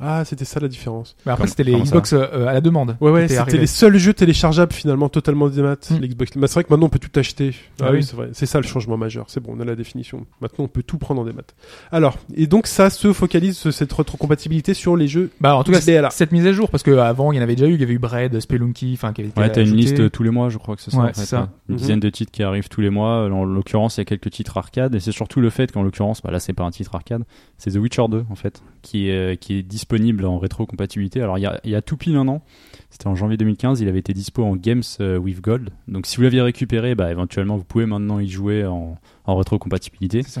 Speaker 3: Ah, c'était ça la différence.
Speaker 4: bah, après
Speaker 6: Comment-
Speaker 4: c'était les
Speaker 6: comment ça
Speaker 4: Xbox euh, à la demande.
Speaker 3: Ouais, ouais,
Speaker 4: qui étaient
Speaker 3: c'était
Speaker 4: arrivés.
Speaker 3: les seuls jeux téléchargeables finalement totalement des maths.
Speaker 4: Mm.
Speaker 3: l'Xbox. Bah, c'est vrai que maintenant on peut tout acheter. Ah,
Speaker 4: Ah
Speaker 3: oui,
Speaker 4: oui.
Speaker 3: c'est vrai. C'est ça le changement majeur. C'est bon, on a la définition. Maintenant on peut tout prendre en des maths. Alors, et donc ça se focalise ce- cette retrocompatibilité sur les jeux.
Speaker 4: Bah en tout cas,
Speaker 3: XBLA.
Speaker 4: cette mise à jour parce que euh, avant il y en avait déjà eu, il y avait eu Braid, Spelunky, enfin qui avait été
Speaker 6: Ouais, t'as une
Speaker 4: ajouté.
Speaker 6: liste euh, tous les mois, je crois que c'est ça.
Speaker 4: Ouais,
Speaker 6: en fait,
Speaker 4: c'est ça.
Speaker 6: ouais. Une
Speaker 3: Mhm.
Speaker 6: dizaine de titres qui arrivent tous les mois. Euh, En l'occurrence, il y a quelques titres arcade. Et c'est surtout le fait qu'en l'occurrence, bah là, c'est pas un titre arcade, c'est The Witcher 2, en fait, qui est, euh, qui est disponible en rétrocompatibilité. Alors, il y a, il y a tout pile un an, c'était en janvier 2015, il avait été dispo en Games euh, with Gold. Donc, si vous l'aviez récupéré, bah, éventuellement, vous pouvez maintenant y jouer en, en rétrocompatibilité.
Speaker 4: C'est ça.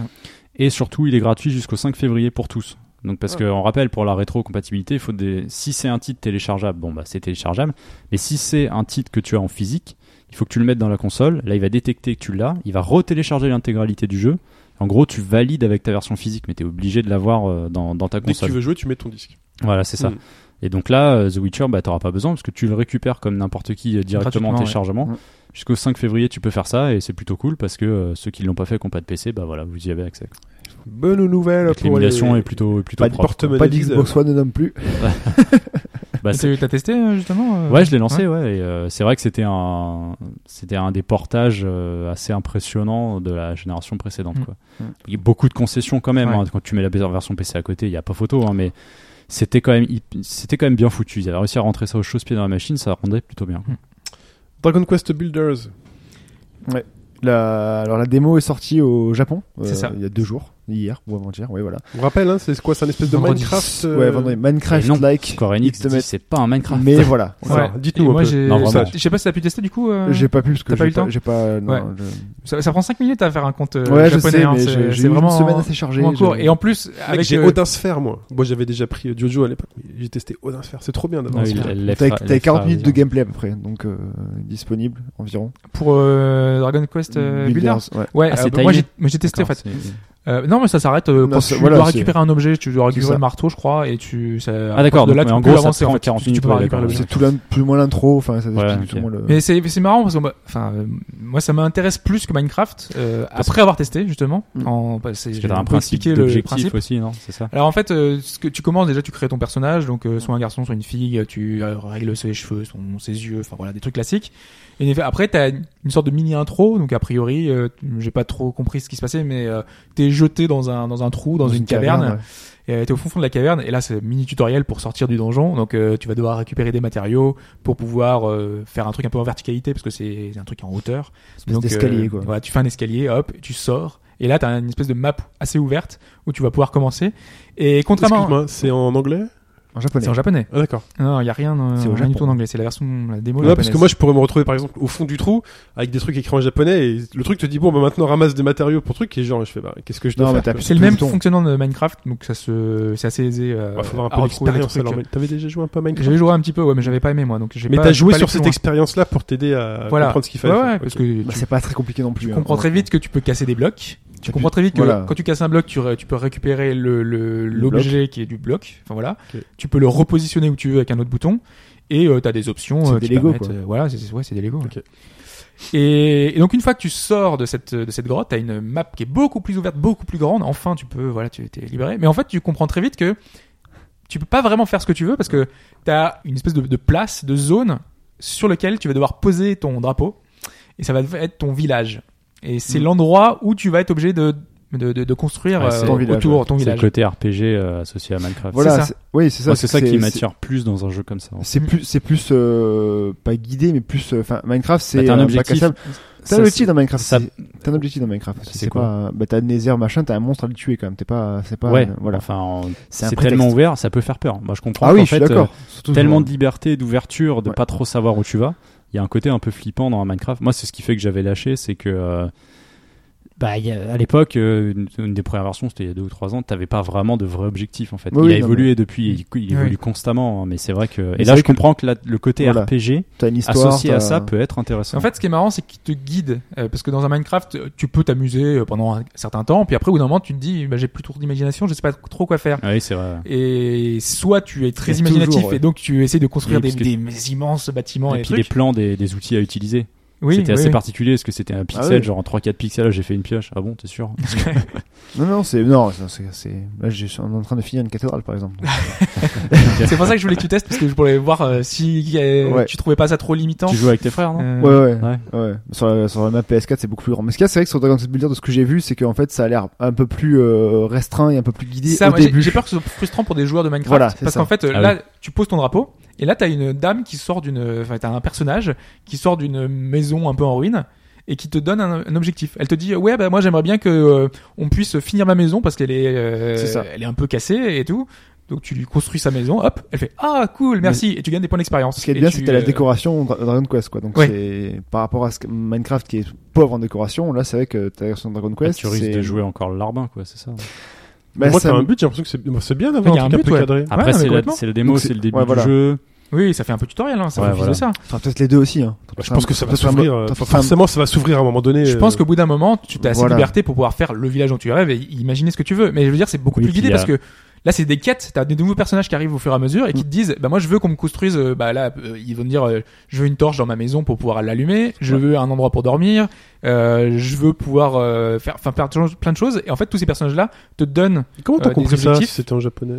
Speaker 6: Et surtout, il est gratuit jusqu'au 5 février pour tous. Donc parce qu'on rappelle pour la rétrocompatibilité, il faut des... si c'est un titre téléchargeable, bon bah c'est téléchargeable, mais si c'est un titre que tu as en physique, il faut que tu le mettes dans la console, là il va détecter que tu l'as, il va retélécharger l'intégralité du jeu. En gros, tu valides avec ta version physique, mais tu es obligé de l'avoir euh, dans, dans ta
Speaker 3: Dès que tu
Speaker 6: console.
Speaker 3: veux jouer, tu mets ton disque.
Speaker 6: Voilà, c'est ça.
Speaker 3: Mm.
Speaker 6: Et donc là, euh, The Witcher, bah, t'auras pas besoin parce que tu le récupères comme n'importe qui euh, directement en
Speaker 4: Gratuitement, ouais.
Speaker 6: téléchargement.
Speaker 5: Mm.
Speaker 6: Jusqu'au 5 février, tu peux faire ça et c'est plutôt cool parce que euh, ceux qui l'ont pas fait, qui n'ont pas de PC, bah voilà, vous y avez accès.
Speaker 3: Bonne nouvelle
Speaker 6: Donc,
Speaker 3: pour les.
Speaker 6: L'émulation est plutôt, est plutôt
Speaker 3: Pas de
Speaker 6: propre, quoi.
Speaker 3: porte-monnaie.
Speaker 5: Pas d'Xbox One non plus.
Speaker 6: Bah,
Speaker 4: Et
Speaker 6: c'est-
Speaker 4: tu- T'as testé euh, justement euh,
Speaker 6: Ouais, je l'ai lancé, ouais. et, euh, c'est vrai que c'était un, c'était un des portages euh, assez impressionnants de la génération précédente.
Speaker 4: Mm.
Speaker 6: Quoi.
Speaker 5: Mm.
Speaker 6: Il y a beaucoup de concessions quand même.
Speaker 4: Ouais.
Speaker 6: hein, quand tu mets la version PC à côté, il n'y a pas photo, hein, mais c'était quand même, hip- c'était quand même bien foutu. Ils avaient réussi à rentrer ça au chausse-pied dans la machine, ça rendait plutôt bien.
Speaker 3: Dragon Quest Builders.
Speaker 5: La- Alors la démo est sortie au Japon. euh,
Speaker 4: C'est ça.
Speaker 5: Il y a deux jours, hier ou avant-hier. Ouais, voilà.
Speaker 3: On rappelle, hein, c'est quoi C'est un espèce de
Speaker 4: Vendredi.
Speaker 3: Minecraft. euh,
Speaker 5: Ouais, vendredi.
Speaker 6: Mais non,
Speaker 5: Minecraft like.
Speaker 6: Square Enix
Speaker 5: X de
Speaker 6: dit,
Speaker 5: mètres.
Speaker 6: c'est pas un Minecraft.
Speaker 5: Mais voilà.
Speaker 4: Ouais.
Speaker 3: Alors,
Speaker 4: Et
Speaker 3: dites-nous un
Speaker 4: moi,
Speaker 3: peu.
Speaker 4: j'ai-
Speaker 6: Non, vraiment.
Speaker 4: Je sais pas si t'as pu tester du coup. euh,
Speaker 5: J'ai pas pu parce
Speaker 4: T'as
Speaker 5: que
Speaker 4: pas eu
Speaker 5: j'ai
Speaker 4: le temps
Speaker 5: pas, j'ai pas- non,
Speaker 4: Ouais.
Speaker 5: je-
Speaker 4: Ça, ça prend 5 minutes à faire un compte euh,
Speaker 5: Ouais, je
Speaker 4: japonais.
Speaker 5: sais,
Speaker 4: hein,
Speaker 5: mais
Speaker 4: c'est-
Speaker 5: j'ai
Speaker 4: c'est
Speaker 5: j'ai eu une
Speaker 4: vraiment
Speaker 5: semaine assez chargée.
Speaker 4: vraiment court.
Speaker 5: je-
Speaker 4: Et en plus,
Speaker 3: Mec,
Speaker 4: avec
Speaker 3: j'ai
Speaker 4: euh,
Speaker 3: Odin Sphere, moi. Moi, j'avais déjà pris euh, Jojo à l'époque. mais J'ai testé Odin Sphere. C'est trop bien d'avoir
Speaker 6: Ah oui,
Speaker 3: Sphere.
Speaker 6: elle- elle
Speaker 5: T'as-
Speaker 6: l'a fra- elle
Speaker 5: T'as
Speaker 6: l'a
Speaker 5: 40
Speaker 6: phrasé,
Speaker 5: minutes de
Speaker 6: hein.
Speaker 5: gameplay à peu près, donc euh, disponible environ.
Speaker 4: pour euh, Dragon Quest euh, Builders.
Speaker 5: ouais.
Speaker 4: Ouais,
Speaker 6: Ah,
Speaker 4: euh,
Speaker 6: c'est
Speaker 4: bah, moi j'ai
Speaker 6: timé.
Speaker 4: mais j'ai testé en
Speaker 6: D'accord,
Speaker 4: fait.
Speaker 6: c'est-
Speaker 4: Euh, non, mais ça s'arrête euh,
Speaker 5: Non,
Speaker 4: quand
Speaker 5: c'est-
Speaker 4: tu
Speaker 5: voilà,
Speaker 4: dois
Speaker 5: c'est-
Speaker 4: récupérer un objet, tu dois
Speaker 5: ça.
Speaker 4: récupérer le marteau, je crois, et tu. Ça,
Speaker 6: Ah, d'accord,
Speaker 4: de là,
Speaker 6: donc,
Speaker 4: tu
Speaker 6: mais en
Speaker 4: peux
Speaker 6: gros, ça
Speaker 4: avancer,
Speaker 6: te
Speaker 4: en
Speaker 6: prend
Speaker 4: fait.
Speaker 6: 40
Speaker 4: Tu- tu
Speaker 6: minutes,
Speaker 4: peux
Speaker 6: ouais,
Speaker 4: récupérer
Speaker 6: d'accord.
Speaker 4: l'objet.
Speaker 5: C'est tout, l'in- plus ou moins l'intro, enfin ça
Speaker 6: Ouais,
Speaker 5: explique
Speaker 6: ok.
Speaker 5: plus ou moins le.
Speaker 4: Mais c'est c'est marrant parce que moi- enfin euh, moi ça m'intéresse plus que Minecraft euh, après avoir testé justement.
Speaker 5: Mm.
Speaker 4: En, bah, c'est-
Speaker 6: Parce
Speaker 4: j'ai
Speaker 6: que t'as
Speaker 4: un peu
Speaker 6: un principe
Speaker 4: expliqué le
Speaker 6: d'objectif
Speaker 4: principe.
Speaker 6: aussi, non C'est ça
Speaker 4: Alors en fait, euh, ce que tu commences déjà, tu crées ton personnage, donc euh, soit un garçon, soit une fille, tu euh, règles ses cheveux, son, ses yeux, enfin voilà des trucs classiques. Et en effet, après t'as une une sorte de mini intro, donc a priori, euh, j'ai pas trop compris ce qui se passait, mais euh, t'es jeté dans un dans un trou, dans, une, caverne,
Speaker 5: ouais.
Speaker 4: et euh, t'es au fond fond de la caverne et là c'est mini tutoriel pour sortir du donjon donc euh, tu vas devoir récupérer des matériaux pour pouvoir euh, faire un truc un peu en verticalité parce que c'est un truc en hauteur donc
Speaker 5: d'escalier,
Speaker 4: euh,
Speaker 5: quoi.
Speaker 4: voilà, tu fais un escalier hop tu sors et là t'as une espèce de map assez ouverte où tu vas pouvoir commencer et contrairement
Speaker 3: Excuse-moi, c'est en anglais
Speaker 5: En japonais.
Speaker 4: c'est en japonais
Speaker 3: Ah, d'accord.
Speaker 4: non il y a rien, euh,
Speaker 5: C'est au
Speaker 4: rien du
Speaker 5: Japon.
Speaker 4: tout en anglais c'est la version la démo
Speaker 3: Ouais, parce
Speaker 4: japonaise.
Speaker 3: que moi je pourrais me retrouver par exemple au fond du trou avec des trucs écrits en japonais et le truc te dit bon bah maintenant ramasse des matériaux pour trucs et genre je fais bah qu'est-ce que je dois
Speaker 5: Non, mais
Speaker 3: faire
Speaker 5: t'as
Speaker 3: quoi.
Speaker 4: c'est le même
Speaker 5: ton.
Speaker 4: fonctionnement de Minecraft donc ça se c'est assez aisé euh,
Speaker 3: Bah, faut avoir
Speaker 4: à
Speaker 3: un peu
Speaker 4: retrouver les
Speaker 3: d'expérience
Speaker 4: trucs.
Speaker 3: alors mais t'avais déjà joué un peu à Minecraft
Speaker 4: j'avais joué un petit peu ouais mais j'avais pas aimé moi donc j'ai
Speaker 3: mais
Speaker 4: pas-
Speaker 3: t'as
Speaker 4: j'ai
Speaker 3: joué
Speaker 4: pas allé
Speaker 3: sur
Speaker 4: plus
Speaker 3: cette
Speaker 4: loin.
Speaker 3: expérience là pour t'aider à
Speaker 4: Voilà.
Speaker 3: comprendre ce qu'il
Speaker 4: ouais
Speaker 3: fallait
Speaker 4: ouais
Speaker 3: faire.
Speaker 4: parce
Speaker 3: Ok.
Speaker 4: que
Speaker 5: Bah,
Speaker 4: tu-
Speaker 5: c'est pas très compliqué non plus.
Speaker 4: Tu
Speaker 5: hein,
Speaker 4: comprends
Speaker 5: ouais.
Speaker 4: très vite que tu peux casser des blocs. Tu
Speaker 5: T'as
Speaker 4: comprends
Speaker 5: plus-
Speaker 4: très vite que
Speaker 5: voilà.
Speaker 4: quand tu casses un bloc, tu, re- tu peux récupérer le- le- l'objet qui est du bloc. Enfin voilà.
Speaker 3: Ok.
Speaker 4: Tu peux le repositionner où tu veux avec un autre bouton. Et tu as des options.
Speaker 5: C'est
Speaker 4: euh,
Speaker 5: des
Speaker 4: qui
Speaker 5: Lego,
Speaker 4: permettent,
Speaker 5: quoi.
Speaker 4: euh, voilà, c'est c'est- ouais, c'est des Lego. ouais.
Speaker 3: Ok.
Speaker 4: Et, et donc une fois que tu sors de cette de cette grotte, t'as une map qui est beaucoup plus ouverte, beaucoup plus grande. Enfin, tu peux voilà, tu t'es libéré. Mais en fait, tu comprends très vite que tu peux pas vraiment faire ce que tu veux parce que tu as une espèce de, de place, de zone sur laquelle tu vas devoir poser ton drapeau et ça va être ton village. Et c'est
Speaker 6: Mm.
Speaker 4: l'endroit où tu vas être obligé de, de, de- de construire
Speaker 6: Ouais, c'est
Speaker 4: euh,
Speaker 5: ton village,
Speaker 4: autour
Speaker 5: ouais.
Speaker 4: ton
Speaker 6: C'est le
Speaker 4: village.
Speaker 6: côté RPG euh, associé à Minecraft.
Speaker 4: Voilà,
Speaker 6: Moi,
Speaker 4: ça.
Speaker 5: c'est- oui, c'est
Speaker 6: c'est
Speaker 5: ça.
Speaker 6: ça qui
Speaker 5: c'est-
Speaker 6: m'attire plus dans un jeu comme ça.
Speaker 5: C'est plus, c'est plus euh, pas guidé, mais plus. euh, Enfin, Minecraft, c'est
Speaker 6: Bah, t'as un
Speaker 5: euh, bac à
Speaker 6: objectif.
Speaker 5: sable. T'as
Speaker 6: Ça,
Speaker 5: un objectif dans Minecraft.
Speaker 6: ça-
Speaker 5: c'est- T'as un objectif dans Minecraft. aussi,
Speaker 6: C'est
Speaker 5: C'est
Speaker 6: quoi
Speaker 5: pas. Bah, t'as Nether machin. T'as un monstre à le tuer quand même. T'es pas. C'est pas.
Speaker 6: ouais,
Speaker 5: euh, Voilà.
Speaker 6: Enfin, en-
Speaker 5: C'est un
Speaker 6: c'est
Speaker 5: prétexte.
Speaker 6: tellement ouvert, ça peut faire peur. Moi, je comprends.
Speaker 5: Ah oui,
Speaker 6: qu'en
Speaker 5: je suis
Speaker 6: fait, euh,
Speaker 5: d'accord. Surtout,
Speaker 6: tellement
Speaker 5: je-
Speaker 6: de liberté, d'ouverture, de
Speaker 5: Ouais.
Speaker 6: pas trop savoir où tu vas. Il y a un côté un peu flippant dans Minecraft. Moi, c'est ce qui fait que j'avais lâché, c'est que euh, bah, il y a- à l'époque, euh, une, une des premières versions, c'était il y a deux ou trois ans, t'avais pas vraiment de vrai objectif en fait.
Speaker 5: Oui,
Speaker 6: il
Speaker 5: oui,
Speaker 6: a
Speaker 5: non,
Speaker 6: évolué depuis, il, il évolue
Speaker 4: Oui.
Speaker 6: constamment, hein, mais c'est vrai que.
Speaker 5: c'est
Speaker 6: Et là,
Speaker 5: vrai
Speaker 6: je
Speaker 5: que-
Speaker 6: comprends que la- le côté
Speaker 5: Voilà.
Speaker 6: RPG
Speaker 5: T'as une histoire.
Speaker 6: associé à
Speaker 5: t'as-
Speaker 6: ça peut être intéressant.
Speaker 4: En fait, ce qui est marrant, c'est qu'il te guide. euh, parce que dans un Minecraft, euh, tu peux t'amuser euh, pendant un certain temps, puis après, au bout d'un moment, tu te dis, bah, j'ai plus trop d'imagination, je sais pas trop quoi faire.
Speaker 6: Ah oui, c'est vrai.
Speaker 4: Et soit tu es très
Speaker 5: Et
Speaker 4: imaginatif
Speaker 5: toujours, ouais.
Speaker 4: et donc tu essaies de construire
Speaker 6: Oui,
Speaker 4: des,
Speaker 6: parce que-
Speaker 4: des immenses bâtiments et,
Speaker 6: Et puis des
Speaker 4: trucs.
Speaker 6: plans, des, des outils à utiliser.
Speaker 4: Oui,
Speaker 6: c'était
Speaker 4: oui,
Speaker 6: assez
Speaker 4: oui.
Speaker 6: particulier, parce que c'était un pixel,
Speaker 5: Ah oui.
Speaker 6: genre en 3-4 pixels, là, j'ai fait une pioche. Ah bon, t'es sûr
Speaker 5: Non, non, c'est. Non, c'est- c'est. c'est- Là, je suis en train de finir une cathédrale, par exemple.
Speaker 6: Ah,
Speaker 4: C'est pour ça que je voulais que tu testes parce que je voulais voir euh, si euh,
Speaker 5: Ouais.
Speaker 4: tu trouvais pas ça trop limitant.
Speaker 6: Tu joues avec tes frères, non
Speaker 4: Euh,
Speaker 5: Ouais, ouais.
Speaker 6: Ouais.
Speaker 5: ouais. Sur, la, sur la map PS4, c'est beaucoup plus grand. Mais ce qu'il y a, c'est vrai que sur Dragon Quest Builder, de ce que j'ai vu, c'est qu'en fait, ça a l'air un peu plus euh, restreint et un peu plus guidé
Speaker 4: Ça,
Speaker 5: au
Speaker 4: moi, j'ai-
Speaker 5: début.
Speaker 4: j'ai peur que ce soit frustrant pour des joueurs de Minecraft
Speaker 5: Voilà, c'est
Speaker 4: parce
Speaker 5: ça.
Speaker 4: qu'en fait euh,
Speaker 6: Ah
Speaker 4: là tu poses ton drapeau et là t'as une dame qui sort d'une enfin t'as un personnage qui sort d'une maison un peu en ruine et qui te donne un, un objectif. Elle te dit ouais bah moi j'aimerais bien que euh, on puisse finir ma maison parce qu'elle est euh,
Speaker 5: C'est ça.
Speaker 4: elle est un peu cassée et tout. Donc tu lui construis sa maison, hop, elle fait ah cool merci et tu gagnes des points d'expérience.
Speaker 5: Ce qui est
Speaker 4: Et
Speaker 5: bien,
Speaker 4: tu,
Speaker 5: c'est que t'as la
Speaker 4: euh,
Speaker 5: décoration Dra- Dragon Quest, quoi. Donc,
Speaker 4: Ouais.
Speaker 5: c'est par rapport à ce que- Minecraft qui est pauvre en décoration, là, c'est vrai que t'as la version Dragon
Speaker 6: Ah,
Speaker 5: Quest.
Speaker 6: tu risques
Speaker 5: c'est-
Speaker 6: de jouer encore le larbin, quoi, c'est ça.
Speaker 5: Bah,
Speaker 3: Moi,
Speaker 5: ça
Speaker 3: t'as un
Speaker 5: me-
Speaker 3: but, j'ai l'impression que c'est- bon, c'est bien
Speaker 4: Il
Speaker 3: d'avoir
Speaker 4: y a
Speaker 3: un
Speaker 4: un
Speaker 3: truc un
Speaker 4: but,
Speaker 3: peu
Speaker 4: ouais.
Speaker 3: cadré.
Speaker 6: Après,
Speaker 4: non, mais
Speaker 6: c'est la,
Speaker 4: complètement.
Speaker 6: c'est la démo,
Speaker 5: Donc,
Speaker 6: c'est
Speaker 5: c'est-
Speaker 6: le début
Speaker 5: ouais,
Speaker 6: du
Speaker 5: voilà.
Speaker 6: jeu.
Speaker 4: Oui, ça fait un peu tutoriel hein, ça
Speaker 6: Ouais,
Speaker 4: refuse
Speaker 6: voilà.
Speaker 4: de ça.
Speaker 5: Enfin, peut-être les deux aussi. Hein.
Speaker 3: Je pense que ça va
Speaker 5: Peut-être un-
Speaker 3: s'ouvrir. euh,
Speaker 5: peut-être
Speaker 3: for-
Speaker 5: un-
Speaker 3: Forcément, ça va s'ouvrir à un moment donné.
Speaker 4: Je
Speaker 3: euh,
Speaker 4: pense qu'au bout d'un moment, tu as assez
Speaker 5: voilà.
Speaker 4: de liberté pour pouvoir faire le village dont tu rêves et imaginer ce que tu veux. Mais je veux dire, c'est beaucoup
Speaker 6: Oui,
Speaker 4: plus
Speaker 6: puis
Speaker 4: guidé
Speaker 6: il y a-
Speaker 4: parce que là, c'est des quêtes. T'as des nouveaux personnages qui arrivent au fur et à mesure et qui te disent, bah moi, je veux qu'on me construise. euh, Bah là, euh, ils vont me dire, euh, je veux une torche dans ma maison pour pouvoir l'allumer. Je veux un endroit pour dormir. euh, je veux pouvoir euh, faire, enfin, plein de choses- plein de choses. Et en fait, tous ces personnages-là te donnent,
Speaker 3: Comment t'as
Speaker 4: euh,
Speaker 3: compris
Speaker 4: des
Speaker 3: ça si
Speaker 4: objectifs.
Speaker 3: c'était en japonais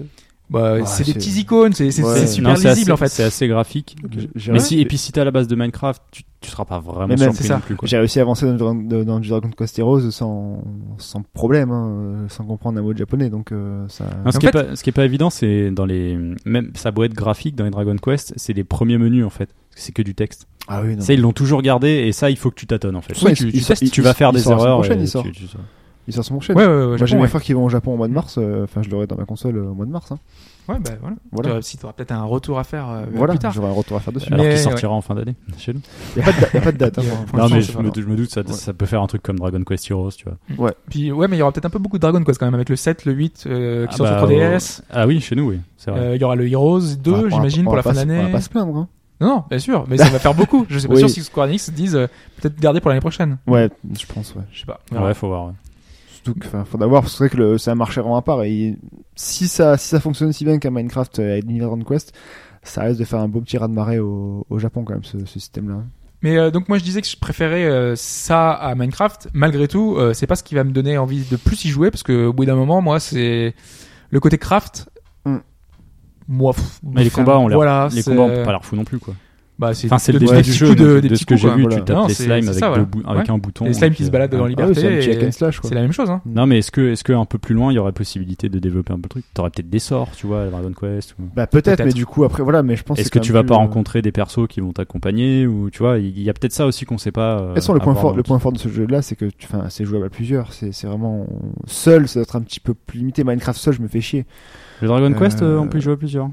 Speaker 4: bah, c'est des
Speaker 5: c'est-
Speaker 4: petits icônes, c'est c'est-
Speaker 5: Ouais.
Speaker 4: c'est
Speaker 5: Non,
Speaker 4: super
Speaker 6: c'est
Speaker 4: lisible
Speaker 6: assez,
Speaker 4: en fait.
Speaker 6: C'est assez graphique.
Speaker 5: J'ai-
Speaker 6: Mais si, et puis si t'es à la base de Minecraft, tu, tu seras pas vraiment
Speaker 5: Mais même,
Speaker 6: surpris
Speaker 4: c'est ça.
Speaker 6: non plus, quoi.
Speaker 5: J'ai réussi à avancer dans, le- dans- dans du Dragon Quest Heroes sans, sans problème, hein, euh, sans comprendre un mot de japonais. Donc, euh, ça.
Speaker 6: Non, ce,
Speaker 4: En
Speaker 6: qui est
Speaker 4: fait-
Speaker 6: pas, ce qui est pas évident, c'est dans les. Même sa boîte graphique dans les Dragon Quest, c'est les premiers menus en fait. Parce que c'est que du texte.
Speaker 5: Ah oui, non.
Speaker 6: Ça, ils l'ont toujours gardé et ça, il faut que tu tâtonnes en fait.
Speaker 5: Oui,
Speaker 6: tu,
Speaker 5: il-
Speaker 6: tu
Speaker 5: il-
Speaker 6: testes,
Speaker 5: il-
Speaker 6: tu vas faire
Speaker 5: il
Speaker 6: des
Speaker 5: sort la semaine
Speaker 6: erreurs.
Speaker 5: prochaine,
Speaker 6: et
Speaker 5: il sort.
Speaker 6: tu- tu- tu-
Speaker 5: Ils sortent sur mon chaîne.
Speaker 4: Ouais, ouais, ouais, au
Speaker 5: Moi, j'ai
Speaker 4: Japon,
Speaker 5: mes
Speaker 4: ouais.
Speaker 5: frères qui vont au Japon au mois de mars. euh, Enfin, je l'aurai dans ma console euh, au mois de mars. Hein.
Speaker 4: Ouais, bah voilà.
Speaker 5: Voilà.
Speaker 4: T'auras- Si t'auras peut-être un retour à faire euh,
Speaker 5: Voilà,
Speaker 4: plus tard.
Speaker 5: j'aurai un retour à faire dessus.
Speaker 6: Alors
Speaker 4: Mais,
Speaker 6: qu'il sortira en fin d'année chez nous.
Speaker 5: Il n'y a, pas de da- y a pas de date. hein,
Speaker 4: Il y a-
Speaker 5: pour
Speaker 4: pour
Speaker 6: Non,
Speaker 5: l'instant,
Speaker 6: mais
Speaker 5: c'est
Speaker 6: je
Speaker 5: pas
Speaker 6: me,
Speaker 5: grave.
Speaker 6: je me doute, ça,
Speaker 5: Ouais.
Speaker 6: ça peut faire un truc comme Dragon Quest Heroes, tu vois.
Speaker 4: Puis ouais, mais il y aura peut-être un peu beaucoup de Dragon Quest quand même avec le 7, le 8 euh, qui
Speaker 6: Ah
Speaker 4: sont sur
Speaker 6: bah,
Speaker 4: 3DS.
Speaker 6: ouais. Ah oui, chez nous, oui. C'est vrai.
Speaker 4: Euh, Il y aura le Heroes
Speaker 5: On va- on
Speaker 4: 2,
Speaker 5: va-
Speaker 4: j'imagine,
Speaker 5: on
Speaker 4: pour
Speaker 5: va
Speaker 4: la
Speaker 5: pas
Speaker 4: fin
Speaker 5: se- On va
Speaker 4: d'année.
Speaker 5: pas se plaindre. hein.
Speaker 4: Non, non, bien sûr, mais ça va faire beaucoup. Je sais pas
Speaker 5: Oui.
Speaker 4: sûr si Square Enix se disent euh, peut-être garder pour l'année prochaine.
Speaker 5: Ouais, je pense, ouais.
Speaker 4: Je sais pas.
Speaker 6: ouais, faut voir. ouais.
Speaker 5: Surtout que, enfin, faudra voir, parce que c'est vrai que le, c'est un marché vraiment à part. Et si ça, si ça fonctionne si bien qu'un Minecraft euh, avec l'univers Dragon Quest, ça risque de faire un beau petit raz de marée au, au Japon, quand même, ce, ce système-là. Ah
Speaker 4: Mais euh, donc moi je disais que je préférais euh, ça à Minecraft. Malgré tout, euh, c'est pas ce qui va me donner envie de plus y jouer parce que au bout d'un moment, moi c'est le côté craft.
Speaker 5: Hmm.
Speaker 4: Moi, pff,
Speaker 6: Mais les
Speaker 4: enfin,
Speaker 6: combats, on l'air-
Speaker 4: voilà,
Speaker 6: les
Speaker 4: Ah, c'est-
Speaker 6: combats ont pas l'air fous non plus, quoi.
Speaker 4: Bah, c'est
Speaker 6: Enfin, c'est le
Speaker 4: des-
Speaker 6: début
Speaker 4: des
Speaker 6: du
Speaker 4: petits
Speaker 6: jeu,
Speaker 4: coups de-
Speaker 6: de,
Speaker 4: des
Speaker 6: de
Speaker 4: petits
Speaker 6: ce que
Speaker 4: coups,
Speaker 6: j'ai
Speaker 4: quoi.
Speaker 6: vu.
Speaker 5: Voilà.
Speaker 6: Tu tapes
Speaker 4: Non,
Speaker 6: les
Speaker 4: c'est-
Speaker 6: slimes
Speaker 4: c'est
Speaker 6: avec,
Speaker 4: ça,
Speaker 6: deux
Speaker 4: voilà.
Speaker 6: bou- avec
Speaker 4: Ouais.
Speaker 6: un bouton.
Speaker 4: Les
Speaker 6: et
Speaker 4: slimes
Speaker 6: puis,
Speaker 4: qui se baladent
Speaker 6: euh,
Speaker 4: dans
Speaker 5: Ah oui, c'est un
Speaker 4: liberté.
Speaker 5: petit hack and
Speaker 4: et-
Speaker 5: slash, quoi.
Speaker 4: C'est la même chose. Hein.
Speaker 6: Non, mais est-ce que, est-ce que un peu plus loin, il y aurait possibilité de développer un peu le truc T'aurais peut-être des sorts, tu vois, à Dragon Quest. ou-
Speaker 5: Bah, peut-être,
Speaker 4: Peut-être.
Speaker 5: mais du coup, après, voilà, mais je pense
Speaker 6: Est-ce
Speaker 5: c'est
Speaker 6: que
Speaker 5: quand
Speaker 6: tu vas
Speaker 5: même
Speaker 6: pas
Speaker 5: plus, euh,
Speaker 6: rencontrer des persos qui vont t'accompagner ou tu vois Il il y a peut-être ça aussi qu'on sait pas. euh,
Speaker 5: De toute façon, le point,
Speaker 6: avoir
Speaker 5: fort,
Speaker 6: dans-
Speaker 5: le point fort de ce jeu-là, c'est que tu- enfin, c'est jouable à plusieurs. C'est c'est vraiment. Seul, ça doit être un petit peu plus limité. Minecraft seul, je me fais chier.
Speaker 6: Le Dragon Quest, euh,
Speaker 5: Euh,
Speaker 6: on peut y jouer à plusieurs.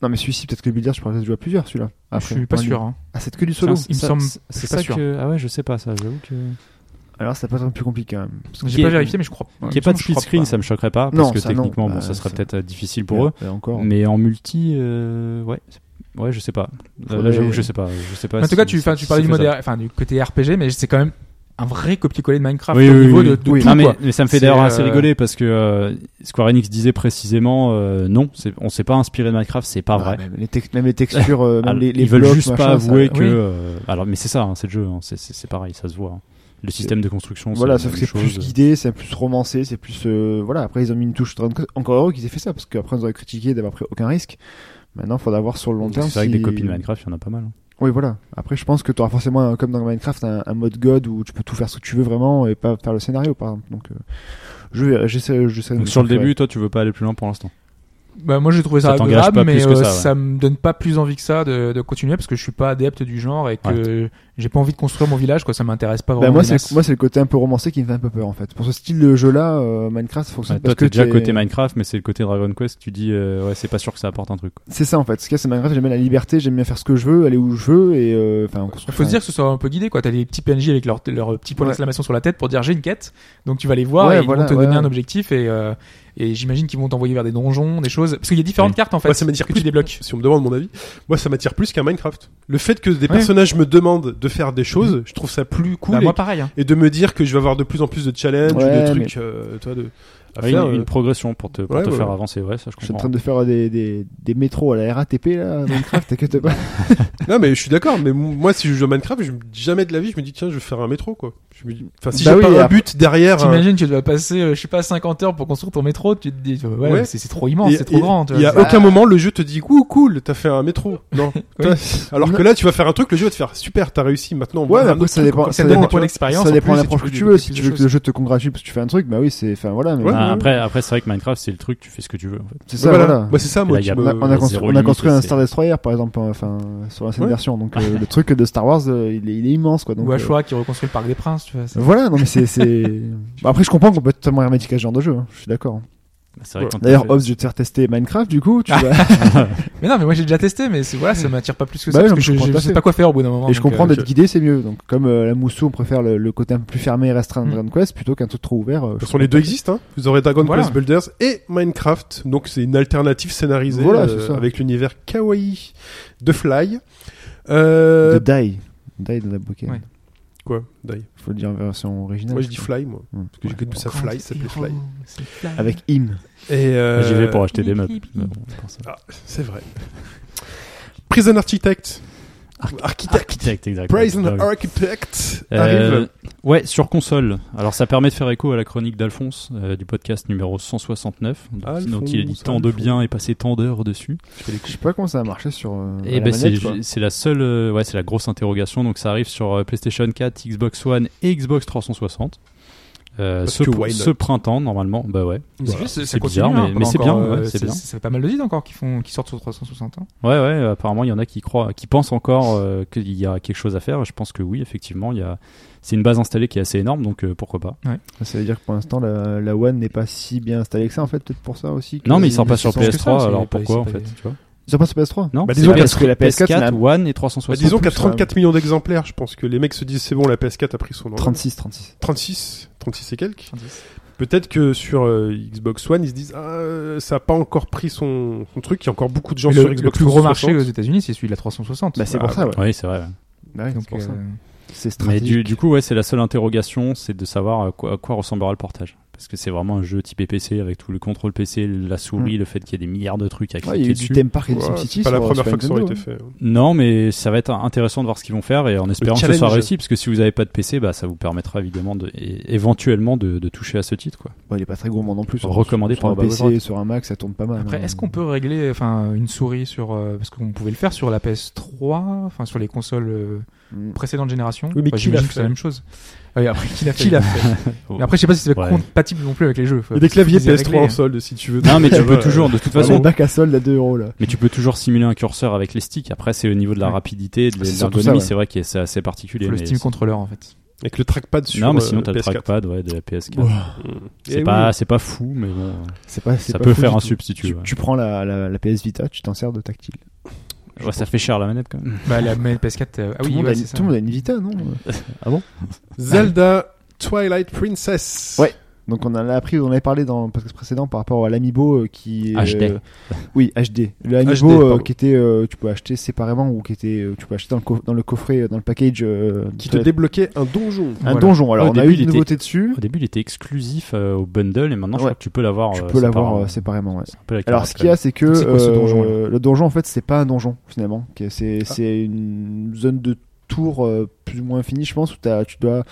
Speaker 5: Non, mais celui-ci, peut-être que le builder, je pourrais peut-être jouer à plusieurs, celui-là.
Speaker 4: je
Speaker 5: Après,
Speaker 4: suis pas
Speaker 5: en ligne.
Speaker 4: sûr. hein.
Speaker 5: Ah, c'est que du solo.
Speaker 4: Ça, il me
Speaker 6: Ça-
Speaker 4: semble-
Speaker 6: c'est-
Speaker 4: je suis
Speaker 6: C'est
Speaker 4: pas
Speaker 6: ça
Speaker 4: sûr.
Speaker 6: que. Ah ouais, je sais pas ça. J'avoue que.
Speaker 5: Alors, ça peut être un peu plus compliqué, quand même. Parce que-
Speaker 4: J'ai
Speaker 6: Qui
Speaker 4: pas
Speaker 6: est-
Speaker 4: vérifié, mais je crois.
Speaker 6: Qu'il n'y ait pas de
Speaker 4: Je crois
Speaker 6: split screen, ça me choquerait pas
Speaker 5: Non,
Speaker 6: parce que
Speaker 5: ça, non.
Speaker 6: techniquement, bon,
Speaker 5: Euh,
Speaker 6: ça serait
Speaker 5: c'est-
Speaker 6: peut-être euh, difficile pour eux.
Speaker 5: Et encore.
Speaker 6: Mais en multi, euh, ouais, c'est- ouais, je sais pas. Euh, Là,
Speaker 5: Faudrait-
Speaker 6: j'avoue, que je sais pas, je sais pas.
Speaker 4: Mais en
Speaker 6: si-
Speaker 4: tout cas, tu, enfin,
Speaker 6: si
Speaker 4: tu parlais
Speaker 6: c'est
Speaker 4: du, mode,
Speaker 6: faisable.
Speaker 4: enfin, du côté RPG, mais c'est quand même un vrai copier-coller de Minecraft
Speaker 6: Oui,
Speaker 4: au
Speaker 6: oui,
Speaker 4: niveau
Speaker 6: oui,
Speaker 4: de,
Speaker 6: oui.
Speaker 4: de
Speaker 5: Oui.
Speaker 4: tout.
Speaker 6: Non, mais,
Speaker 4: quoi.
Speaker 6: mais ça me fait
Speaker 4: C'est,
Speaker 6: d'ailleurs
Speaker 4: euh,
Speaker 6: assez rigoler parce que euh, Square Enix disait précisément euh, non, c'est- on s'est pas inspiré de Minecraft, c'est pas
Speaker 5: Ah,
Speaker 6: vrai.
Speaker 5: Même les, tex- même les textures, euh, même
Speaker 6: Alors,
Speaker 5: les, les
Speaker 6: ils veulent
Speaker 5: blocs,
Speaker 6: juste
Speaker 5: machin,
Speaker 6: pas avouer
Speaker 5: ça-
Speaker 6: que.
Speaker 4: Oui.
Speaker 6: euh, alors, mais c'est ça, hein, c'est le jeu, hein, c'est- c'est c'est pareil, ça se voit. hein. Le système de construction, c'est
Speaker 5: Voilà,
Speaker 6: la
Speaker 5: sauf
Speaker 6: même
Speaker 5: que c'est
Speaker 6: chose.
Speaker 5: plus guidé, c'est plus romancé, c'est plus. euh, voilà, après ils ont mis une touche. Encore heureux qu'ils aient fait ça, parce qu'après ils auraient critiqué d'avoir pris aucun risque. Maintenant, faudra voir sur le long
Speaker 6: Parce que
Speaker 5: terme.
Speaker 6: Bah, C'est vrai que
Speaker 5: si-
Speaker 6: des copies de Minecraft, il y en a pas mal. hein.
Speaker 5: Oui, voilà. Après, je pense que tu auras forcément, euh, comme dans Minecraft, un, un mode God où tu peux tout faire ce que tu veux vraiment et pas faire le scénario, par exemple. Donc, euh, je verrai, j'essaie, j'essaie de
Speaker 6: Donc
Speaker 5: me
Speaker 6: sur le
Speaker 5: faire-
Speaker 6: début, toi, tu veux pas aller plus loin pour l'instant.
Speaker 4: Bah, moi j'ai trouvé
Speaker 6: Ça
Speaker 4: ça,
Speaker 6: t'engage
Speaker 4: agréable,
Speaker 6: pas
Speaker 4: mais
Speaker 6: plus que
Speaker 4: euh,
Speaker 6: ça,
Speaker 4: ça,
Speaker 6: ouais.
Speaker 4: me donne pas plus envie que ça de, de continuer parce que je suis pas adepte du genre et que j'ai pas envie de construire mon village quoi. Ça m'intéresse pas
Speaker 5: Bah,
Speaker 4: vraiment.
Speaker 5: moi,
Speaker 4: des
Speaker 5: c'est,
Speaker 4: masses.
Speaker 5: le- moi, c'est le côté un peu romancé qui me fait un peu peur, en fait. Pour ce style de jeu-là, euh, Minecraft fonctionne
Speaker 6: Ouais,
Speaker 5: parce
Speaker 6: toi, t'es
Speaker 5: que
Speaker 6: déjà
Speaker 5: t'es-
Speaker 6: côté Minecraft, mais c'est le côté Dragon Quest. Tu dis, euh, ouais, c'est pas sûr que ça apporte un truc. quoi.
Speaker 5: C'est ça, en fait. Ce qu'il y a, c'est Minecraft, j'aime bien la liberté, j'aime bien faire ce que je veux, aller où je veux et, euh, enfin, on
Speaker 4: Il
Speaker 5: construit-
Speaker 4: faut se dire que ce soit un peu guidé, quoi. T'as des petits PNJ avec leur, leur petit point
Speaker 5: Ouais.
Speaker 4: d'exclamation sur la tête pour dire j'ai une quête. Donc tu vas les voir
Speaker 5: Ouais,
Speaker 4: et ils
Speaker 5: voilà,
Speaker 4: vont te
Speaker 5: ouais,
Speaker 4: donner
Speaker 5: ouais.
Speaker 4: un objectif et, euh, et j'imagine qu'ils vont t'envoyer vers des donjons, des choses. Parce qu'il y a différentes
Speaker 6: Oui.
Speaker 4: cartes en fait
Speaker 3: Moi, ça m'attire
Speaker 4: que
Speaker 3: plus.
Speaker 4: tu débloques.
Speaker 3: Si on me demande mon avis, moi ça m'attire plus qu'un Minecraft. Le fait que des
Speaker 4: Ouais.
Speaker 3: personnages me demandent de faire des choses, je trouve ça plus cool
Speaker 4: Bah,
Speaker 3: et-
Speaker 4: moi pareil. hein.
Speaker 3: et, de me dire que je vais avoir de plus en plus de challenges, ou
Speaker 5: Ouais,
Speaker 3: de trucs, euh, toi, de, à
Speaker 6: Ouais,
Speaker 3: faire.
Speaker 6: Ah une,
Speaker 3: euh.
Speaker 6: une progression pour te, pour
Speaker 3: Ouais,
Speaker 6: te
Speaker 3: ouais,
Speaker 6: faire
Speaker 3: ouais.
Speaker 6: avancer. Ouais, ça, je
Speaker 5: Je suis en
Speaker 6: comprends.
Speaker 5: train de faire des, des, des métros à la RATP, là, Minecraft, t'inquiète pas.
Speaker 3: Non, mais je suis d'accord, mais m- moi si je joue à Minecraft, je me dis jamais de la vie, je me dis tiens, je vais faire un métro quoi. Je me dis, enfin, si
Speaker 5: Bah
Speaker 3: j'ai
Speaker 5: oui,
Speaker 3: pas un
Speaker 5: après-
Speaker 3: but derrière. un-
Speaker 4: T'imagines, tu dois passer, euh, je sais pas, 50 heures pour construire ton métro. Tu te dis, ouais,
Speaker 3: Ouais.
Speaker 4: mais c'est c'est trop immense,
Speaker 3: Et-
Speaker 4: c'est trop
Speaker 3: et-
Speaker 4: grand. tu
Speaker 3: Il y a
Speaker 4: vois.
Speaker 3: aucun moment le jeu te dit ouh cool, t'as fait un métro. Non. Toi, Alors que là, tu vas faire un truc, le jeu va te faire super, t'as réussi. Maintenant, on
Speaker 5: Ouais,
Speaker 3: va
Speaker 5: mais
Speaker 3: faire un
Speaker 5: après,
Speaker 3: autre
Speaker 5: ça
Speaker 3: truc,
Speaker 5: dépend-
Speaker 3: quoi.
Speaker 4: Ça
Speaker 5: ça
Speaker 4: donne
Speaker 5: dépend-
Speaker 4: un point d'expérience.
Speaker 5: Ça
Speaker 4: en
Speaker 5: dépend
Speaker 4: plus,
Speaker 5: de
Speaker 4: et
Speaker 5: l'approche que
Speaker 4: peux
Speaker 5: tu veux. Si
Speaker 4: débloquer
Speaker 5: tu
Speaker 4: plus
Speaker 5: veux
Speaker 4: de
Speaker 5: que le jeu te congratule parce que tu fais un truc, bah oui, c'est, enfin, voilà, mais
Speaker 3: Ouais.
Speaker 6: Ah, après, après, c'est vrai que Minecraft, c'est le truc, tu fais ce que tu veux. En fait.
Speaker 5: c'est ça,
Speaker 3: Bah, Voilà.
Speaker 5: voilà.
Speaker 3: Moi, c'est ça, moi.
Speaker 6: Là,
Speaker 3: qui
Speaker 6: il y a
Speaker 5: On
Speaker 3: me-
Speaker 5: a, on a
Speaker 6: Euh,
Speaker 5: construit,
Speaker 6: zéro
Speaker 5: on a
Speaker 6: limite,
Speaker 5: construit un
Speaker 6: c'est-
Speaker 5: Star Destroyer par exemple euh, enfin euh, sur la scène
Speaker 3: Ouais.
Speaker 5: version donc euh, le truc de Star Wars euh, il, est, il est immense quoi donc
Speaker 4: Ou
Speaker 5: euh,
Speaker 4: Ashura qui reconstruit le parc des princes, tu vois. c'est-
Speaker 5: voilà non mais c'est c'est Bah, après je comprends qu'on peut être totalement hermétique à ce genre de jeu hein, je suis d'accord
Speaker 6: C'est vrai que quand t'as
Speaker 5: d'ailleurs
Speaker 6: fait-
Speaker 5: Hobbs je vais te faire tester Minecraft du coup tu vas-
Speaker 4: Mais non, mais moi j'ai déjà testé, mais c'est voilà, ça m'attire pas plus que ça.
Speaker 5: Bah
Speaker 4: parce
Speaker 5: oui, non,
Speaker 4: que
Speaker 5: mais je
Speaker 4: je,
Speaker 5: comprends
Speaker 4: je
Speaker 5: tout à
Speaker 4: sais
Speaker 5: fait.
Speaker 4: pas quoi faire au bout d'un moment.
Speaker 5: et je
Speaker 4: donc,
Speaker 5: comprends
Speaker 4: euh,
Speaker 5: d'être guidé c'est mieux donc comme euh, la moussou on préfère le, le côté un peu plus fermé et restreint de
Speaker 4: Mm.
Speaker 5: Dragon Quest plutôt qu'un truc trop ouvert euh,
Speaker 3: De
Speaker 5: je
Speaker 3: toute façon, les deux
Speaker 5: comprends.
Speaker 3: existent. Hein. Vous aurez Dragon
Speaker 4: Voilà.
Speaker 3: Quest Builders et Minecraft. Donc, c'est une alternative scénarisée
Speaker 5: Voilà,
Speaker 3: euh,
Speaker 5: c'est ça.
Speaker 3: avec l'univers kawaii de Fly. Euh...
Speaker 5: de Die Die de la bouquet
Speaker 4: Ouais.
Speaker 3: Quoi Die.
Speaker 5: faut le dire en version originale
Speaker 3: Moi, je dis Fly, moi.
Speaker 6: Hmm.
Speaker 5: Ouais.
Speaker 3: Parce que j'ai connu ça
Speaker 4: Grand
Speaker 3: Fly, ça s'appelait
Speaker 4: héros,
Speaker 3: Fly.
Speaker 4: c'est Fly.
Speaker 5: avec Im
Speaker 3: Et euh...
Speaker 6: J'y vais pour acheter des meubles.
Speaker 4: Hippie, hippie.
Speaker 6: Mais bon, c'est pour ça.
Speaker 3: Ah, c'est vrai. Prison Architect. Architect.
Speaker 6: Architect, exact.
Speaker 3: Prison
Speaker 6: Ouais.
Speaker 3: Architect
Speaker 6: Euh,
Speaker 3: arrive.
Speaker 6: ouais, sur console. Alors ça permet de faire écho à la chronique d'Alphonse euh, du podcast numéro 169. Donc,
Speaker 3: Alphonse,
Speaker 6: donc il dit tant de
Speaker 3: Alphonse.
Speaker 6: bien et passé tant d'heures dessus.
Speaker 5: je sais pas comment ça a marché sur euh, à
Speaker 6: Et
Speaker 5: la
Speaker 6: ben c'est
Speaker 5: manette, quoi.
Speaker 6: c'est la seule, euh, ouais, c'est la grosse interrogation. Donc ça arrive sur euh, PlayStation 4, Xbox One et Xbox 360. Euh,
Speaker 3: Parce
Speaker 6: ce,
Speaker 3: que
Speaker 6: pr-
Speaker 3: why not
Speaker 6: ce printemps normalement, bah ouais,
Speaker 4: C'est
Speaker 3: Voilà.
Speaker 4: juste, ça
Speaker 6: C'est
Speaker 4: continue,
Speaker 6: bizarre,
Speaker 4: hein,
Speaker 6: mais- mais c'est
Speaker 4: encore,
Speaker 6: bien, ouais,
Speaker 4: euh,
Speaker 6: c'est bien.
Speaker 4: Ça fait pas mal de titres encore qui font, qui sortent sur 360 ans.
Speaker 6: ouais, ouais. euh, apparemment il y en a qui croient, qui pensent encore euh, qu'il y a quelque chose à faire. Je pense que oui, effectivement, il y a, c'est une base installée qui est assez énorme, donc euh, pourquoi pas.
Speaker 5: Ça veut dire que pour l'instant, la, la One n'est pas si bien installée que ça, en fait, peut-être pour ça aussi. que-
Speaker 6: Non, mais il sort pas
Speaker 5: Bah, ils
Speaker 6: sur
Speaker 5: sont-
Speaker 4: que ça,
Speaker 6: PS3,
Speaker 4: c'est-
Speaker 6: alors
Speaker 4: c'est pas-
Speaker 6: pourquoi en
Speaker 4: c'est
Speaker 6: fait
Speaker 4: pas-
Speaker 6: tu vois
Speaker 5: Ils sortent pas sur PS3
Speaker 6: Non,
Speaker 3: Bah,
Speaker 6: c'est
Speaker 3: disons
Speaker 6: la
Speaker 3: qu'à-
Speaker 6: PS4,
Speaker 5: que la PS4,
Speaker 6: PS4,
Speaker 5: n'a-
Speaker 6: One et
Speaker 3: Bah,
Speaker 6: 360.
Speaker 3: disons
Speaker 5: plus,
Speaker 3: qu'à
Speaker 5: ouais.
Speaker 3: 34 millions d'exemplaires, je pense que les mecs se disent c'est bon, la PS4 a pris son envol.
Speaker 5: 36, 36.
Speaker 3: 36, 36 et quelques. Peut-être que sur euh, Xbox One, ils se disent ah, euh, ça n'a pas encore pris son, son truc. Il y a encore beaucoup de gens
Speaker 4: Et
Speaker 3: sur
Speaker 4: Le, le
Speaker 3: Xbox
Speaker 4: plus gros marché
Speaker 3: 360.
Speaker 4: aux États-Unis, c'est celui de la 360.
Speaker 5: Bah, c'est
Speaker 3: Ah,
Speaker 5: pour ça, ouais.
Speaker 6: Oui, c'est vrai.
Speaker 5: Bah oui,
Speaker 4: Donc,
Speaker 5: c'est pour
Speaker 4: euh,
Speaker 5: ça. C'est
Speaker 6: Mais
Speaker 5: stratégique.
Speaker 6: du, du coup, ouais, c'est la seule interrogation, c'est de savoir à quoi, à quoi ressemblera le portage. Parce que c'est vraiment un jeu type PC avec tout le contrôle PC, la souris, le fait qu'il y ait des milliards de trucs à
Speaker 5: Mm. Ouais,
Speaker 6: cliquer
Speaker 5: il y a eu du
Speaker 6: dessus.
Speaker 5: Theme Park et du
Speaker 3: Voilà,
Speaker 5: SimCity.
Speaker 3: c'est pas la
Speaker 5: sur-
Speaker 3: première
Speaker 5: sur
Speaker 3: fois que ça aurait
Speaker 5: Nintendo,
Speaker 3: été fait.
Speaker 6: Non, mais ça va être intéressant de voir ce qu'ils vont faire et en espérant que ce soit
Speaker 3: challenge.
Speaker 6: réussi. Parce que si vous n'avez pas de PC, bah, ça vous permettra évidemment de, et- éventuellement de, de toucher à ce titre. Quoi.
Speaker 5: hein. Ouais, il est pas très gourmand non plus. sur-
Speaker 6: Recommandé
Speaker 5: sur
Speaker 6: par
Speaker 5: un
Speaker 6: Bob
Speaker 5: PC,
Speaker 6: Woodward.
Speaker 5: sur un Mac, ça tourne pas mal.
Speaker 4: Après,
Speaker 5: hein.
Speaker 4: est-ce qu'on peut régler, enfin, une souris sur, euh, parce qu'on pouvait le faire sur la PS3, enfin, sur les consoles euh,
Speaker 5: Mm.
Speaker 4: précédentes générations.
Speaker 3: Oui, mais
Speaker 4: Enfin,
Speaker 3: qui l'a
Speaker 4: j'imagine que
Speaker 3: fait
Speaker 4: c'est la même chose. Oui, après, qui l'a fait,
Speaker 3: Qui l'a
Speaker 4: Mais après, je sais pas si c'est
Speaker 6: Ouais.
Speaker 4: compatible non plus avec les jeux.
Speaker 3: hein. Il y a des claviers
Speaker 4: Ils les hein.
Speaker 3: PS3 en
Speaker 4: réglaient.
Speaker 3: solde si tu veux. euh,
Speaker 6: Non, mais tu peux
Speaker 3: Voilà.
Speaker 6: toujours, de toute
Speaker 5: Ouais,
Speaker 6: façon.
Speaker 5: le bac à solde à 2 euros là.
Speaker 6: Mais tu peux toujours simuler un curseur avec les sticks. Après, c'est au niveau de la
Speaker 4: Ouais.
Speaker 6: rapidité, de
Speaker 5: Ah, C'est surtout ça,
Speaker 6: l'ergonomie.
Speaker 5: ouais.
Speaker 6: C'est vrai que c'est assez particulier.
Speaker 4: le
Speaker 6: mais
Speaker 4: Steam
Speaker 6: c'est-
Speaker 4: Controller, en fait.
Speaker 3: Avec le trackpad sur
Speaker 6: non, mais
Speaker 3: euh,
Speaker 6: sinon, t'as le
Speaker 3: PS4.
Speaker 6: trackpad ouais, de la PS4.
Speaker 3: Mm. Eh
Speaker 6: C'est
Speaker 3: oui.
Speaker 6: pas, c'est pas fou, mais bon,
Speaker 5: C'est pas, c'est
Speaker 6: ça
Speaker 5: pas
Speaker 6: peut
Speaker 5: fou
Speaker 6: faire
Speaker 5: du
Speaker 6: un
Speaker 5: tout.
Speaker 6: substitut.
Speaker 5: Tu,
Speaker 6: ouais.
Speaker 5: tu prends la, la, la PS Vita, tu t'en sers de tactile.
Speaker 6: Ouais, ça fait cher la manette quand même.
Speaker 4: Bah, la mais PS4, euh, ah
Speaker 5: tout, le
Speaker 4: oui,
Speaker 5: monde
Speaker 4: ouais,
Speaker 5: a, une-
Speaker 4: c'est ça.
Speaker 5: tout le monde a une Vita, non
Speaker 3: Zelda Twilight Princess.
Speaker 5: Ouais. Donc on en a appris, on en avait parlé dans le podcast précédent par rapport à l'amiibo euh, qui est,
Speaker 6: HD.
Speaker 5: euh, oui, HD. Le amiibo
Speaker 3: HD,
Speaker 5: euh,
Speaker 3: pardon.
Speaker 5: qui était euh, tu peux acheter séparément ou qui était euh, tu peux acheter dans le, co- dans le coffret euh, dans le package euh,
Speaker 3: Qui te
Speaker 5: de-
Speaker 3: débloquait un donjon.
Speaker 5: un
Speaker 4: Voilà.
Speaker 5: donjon. Alors
Speaker 6: Ah, Au
Speaker 5: on a
Speaker 6: début,
Speaker 5: eu
Speaker 6: il
Speaker 5: une
Speaker 6: était-
Speaker 5: nouveauté dessus.
Speaker 6: Au début, il était exclusif euh, au bundle et maintenant je
Speaker 5: Ouais.
Speaker 6: crois que tu peux l'avoir.
Speaker 5: Tu
Speaker 6: euh,
Speaker 5: peux l'avoir
Speaker 6: séparément.
Speaker 5: euh, séparément. ouais.
Speaker 6: C'est un peu la
Speaker 5: Alors
Speaker 6: carte,
Speaker 5: ce qu'il y a, c'est que
Speaker 4: C'est quoi ce
Speaker 5: euh,
Speaker 4: donjon-là
Speaker 5: le donjon en fait c'est pas un donjon finalement. Que C'est
Speaker 3: Ah.
Speaker 5: c'est une zone de tour euh, plus ou moins finie je pense où t'as- tu dois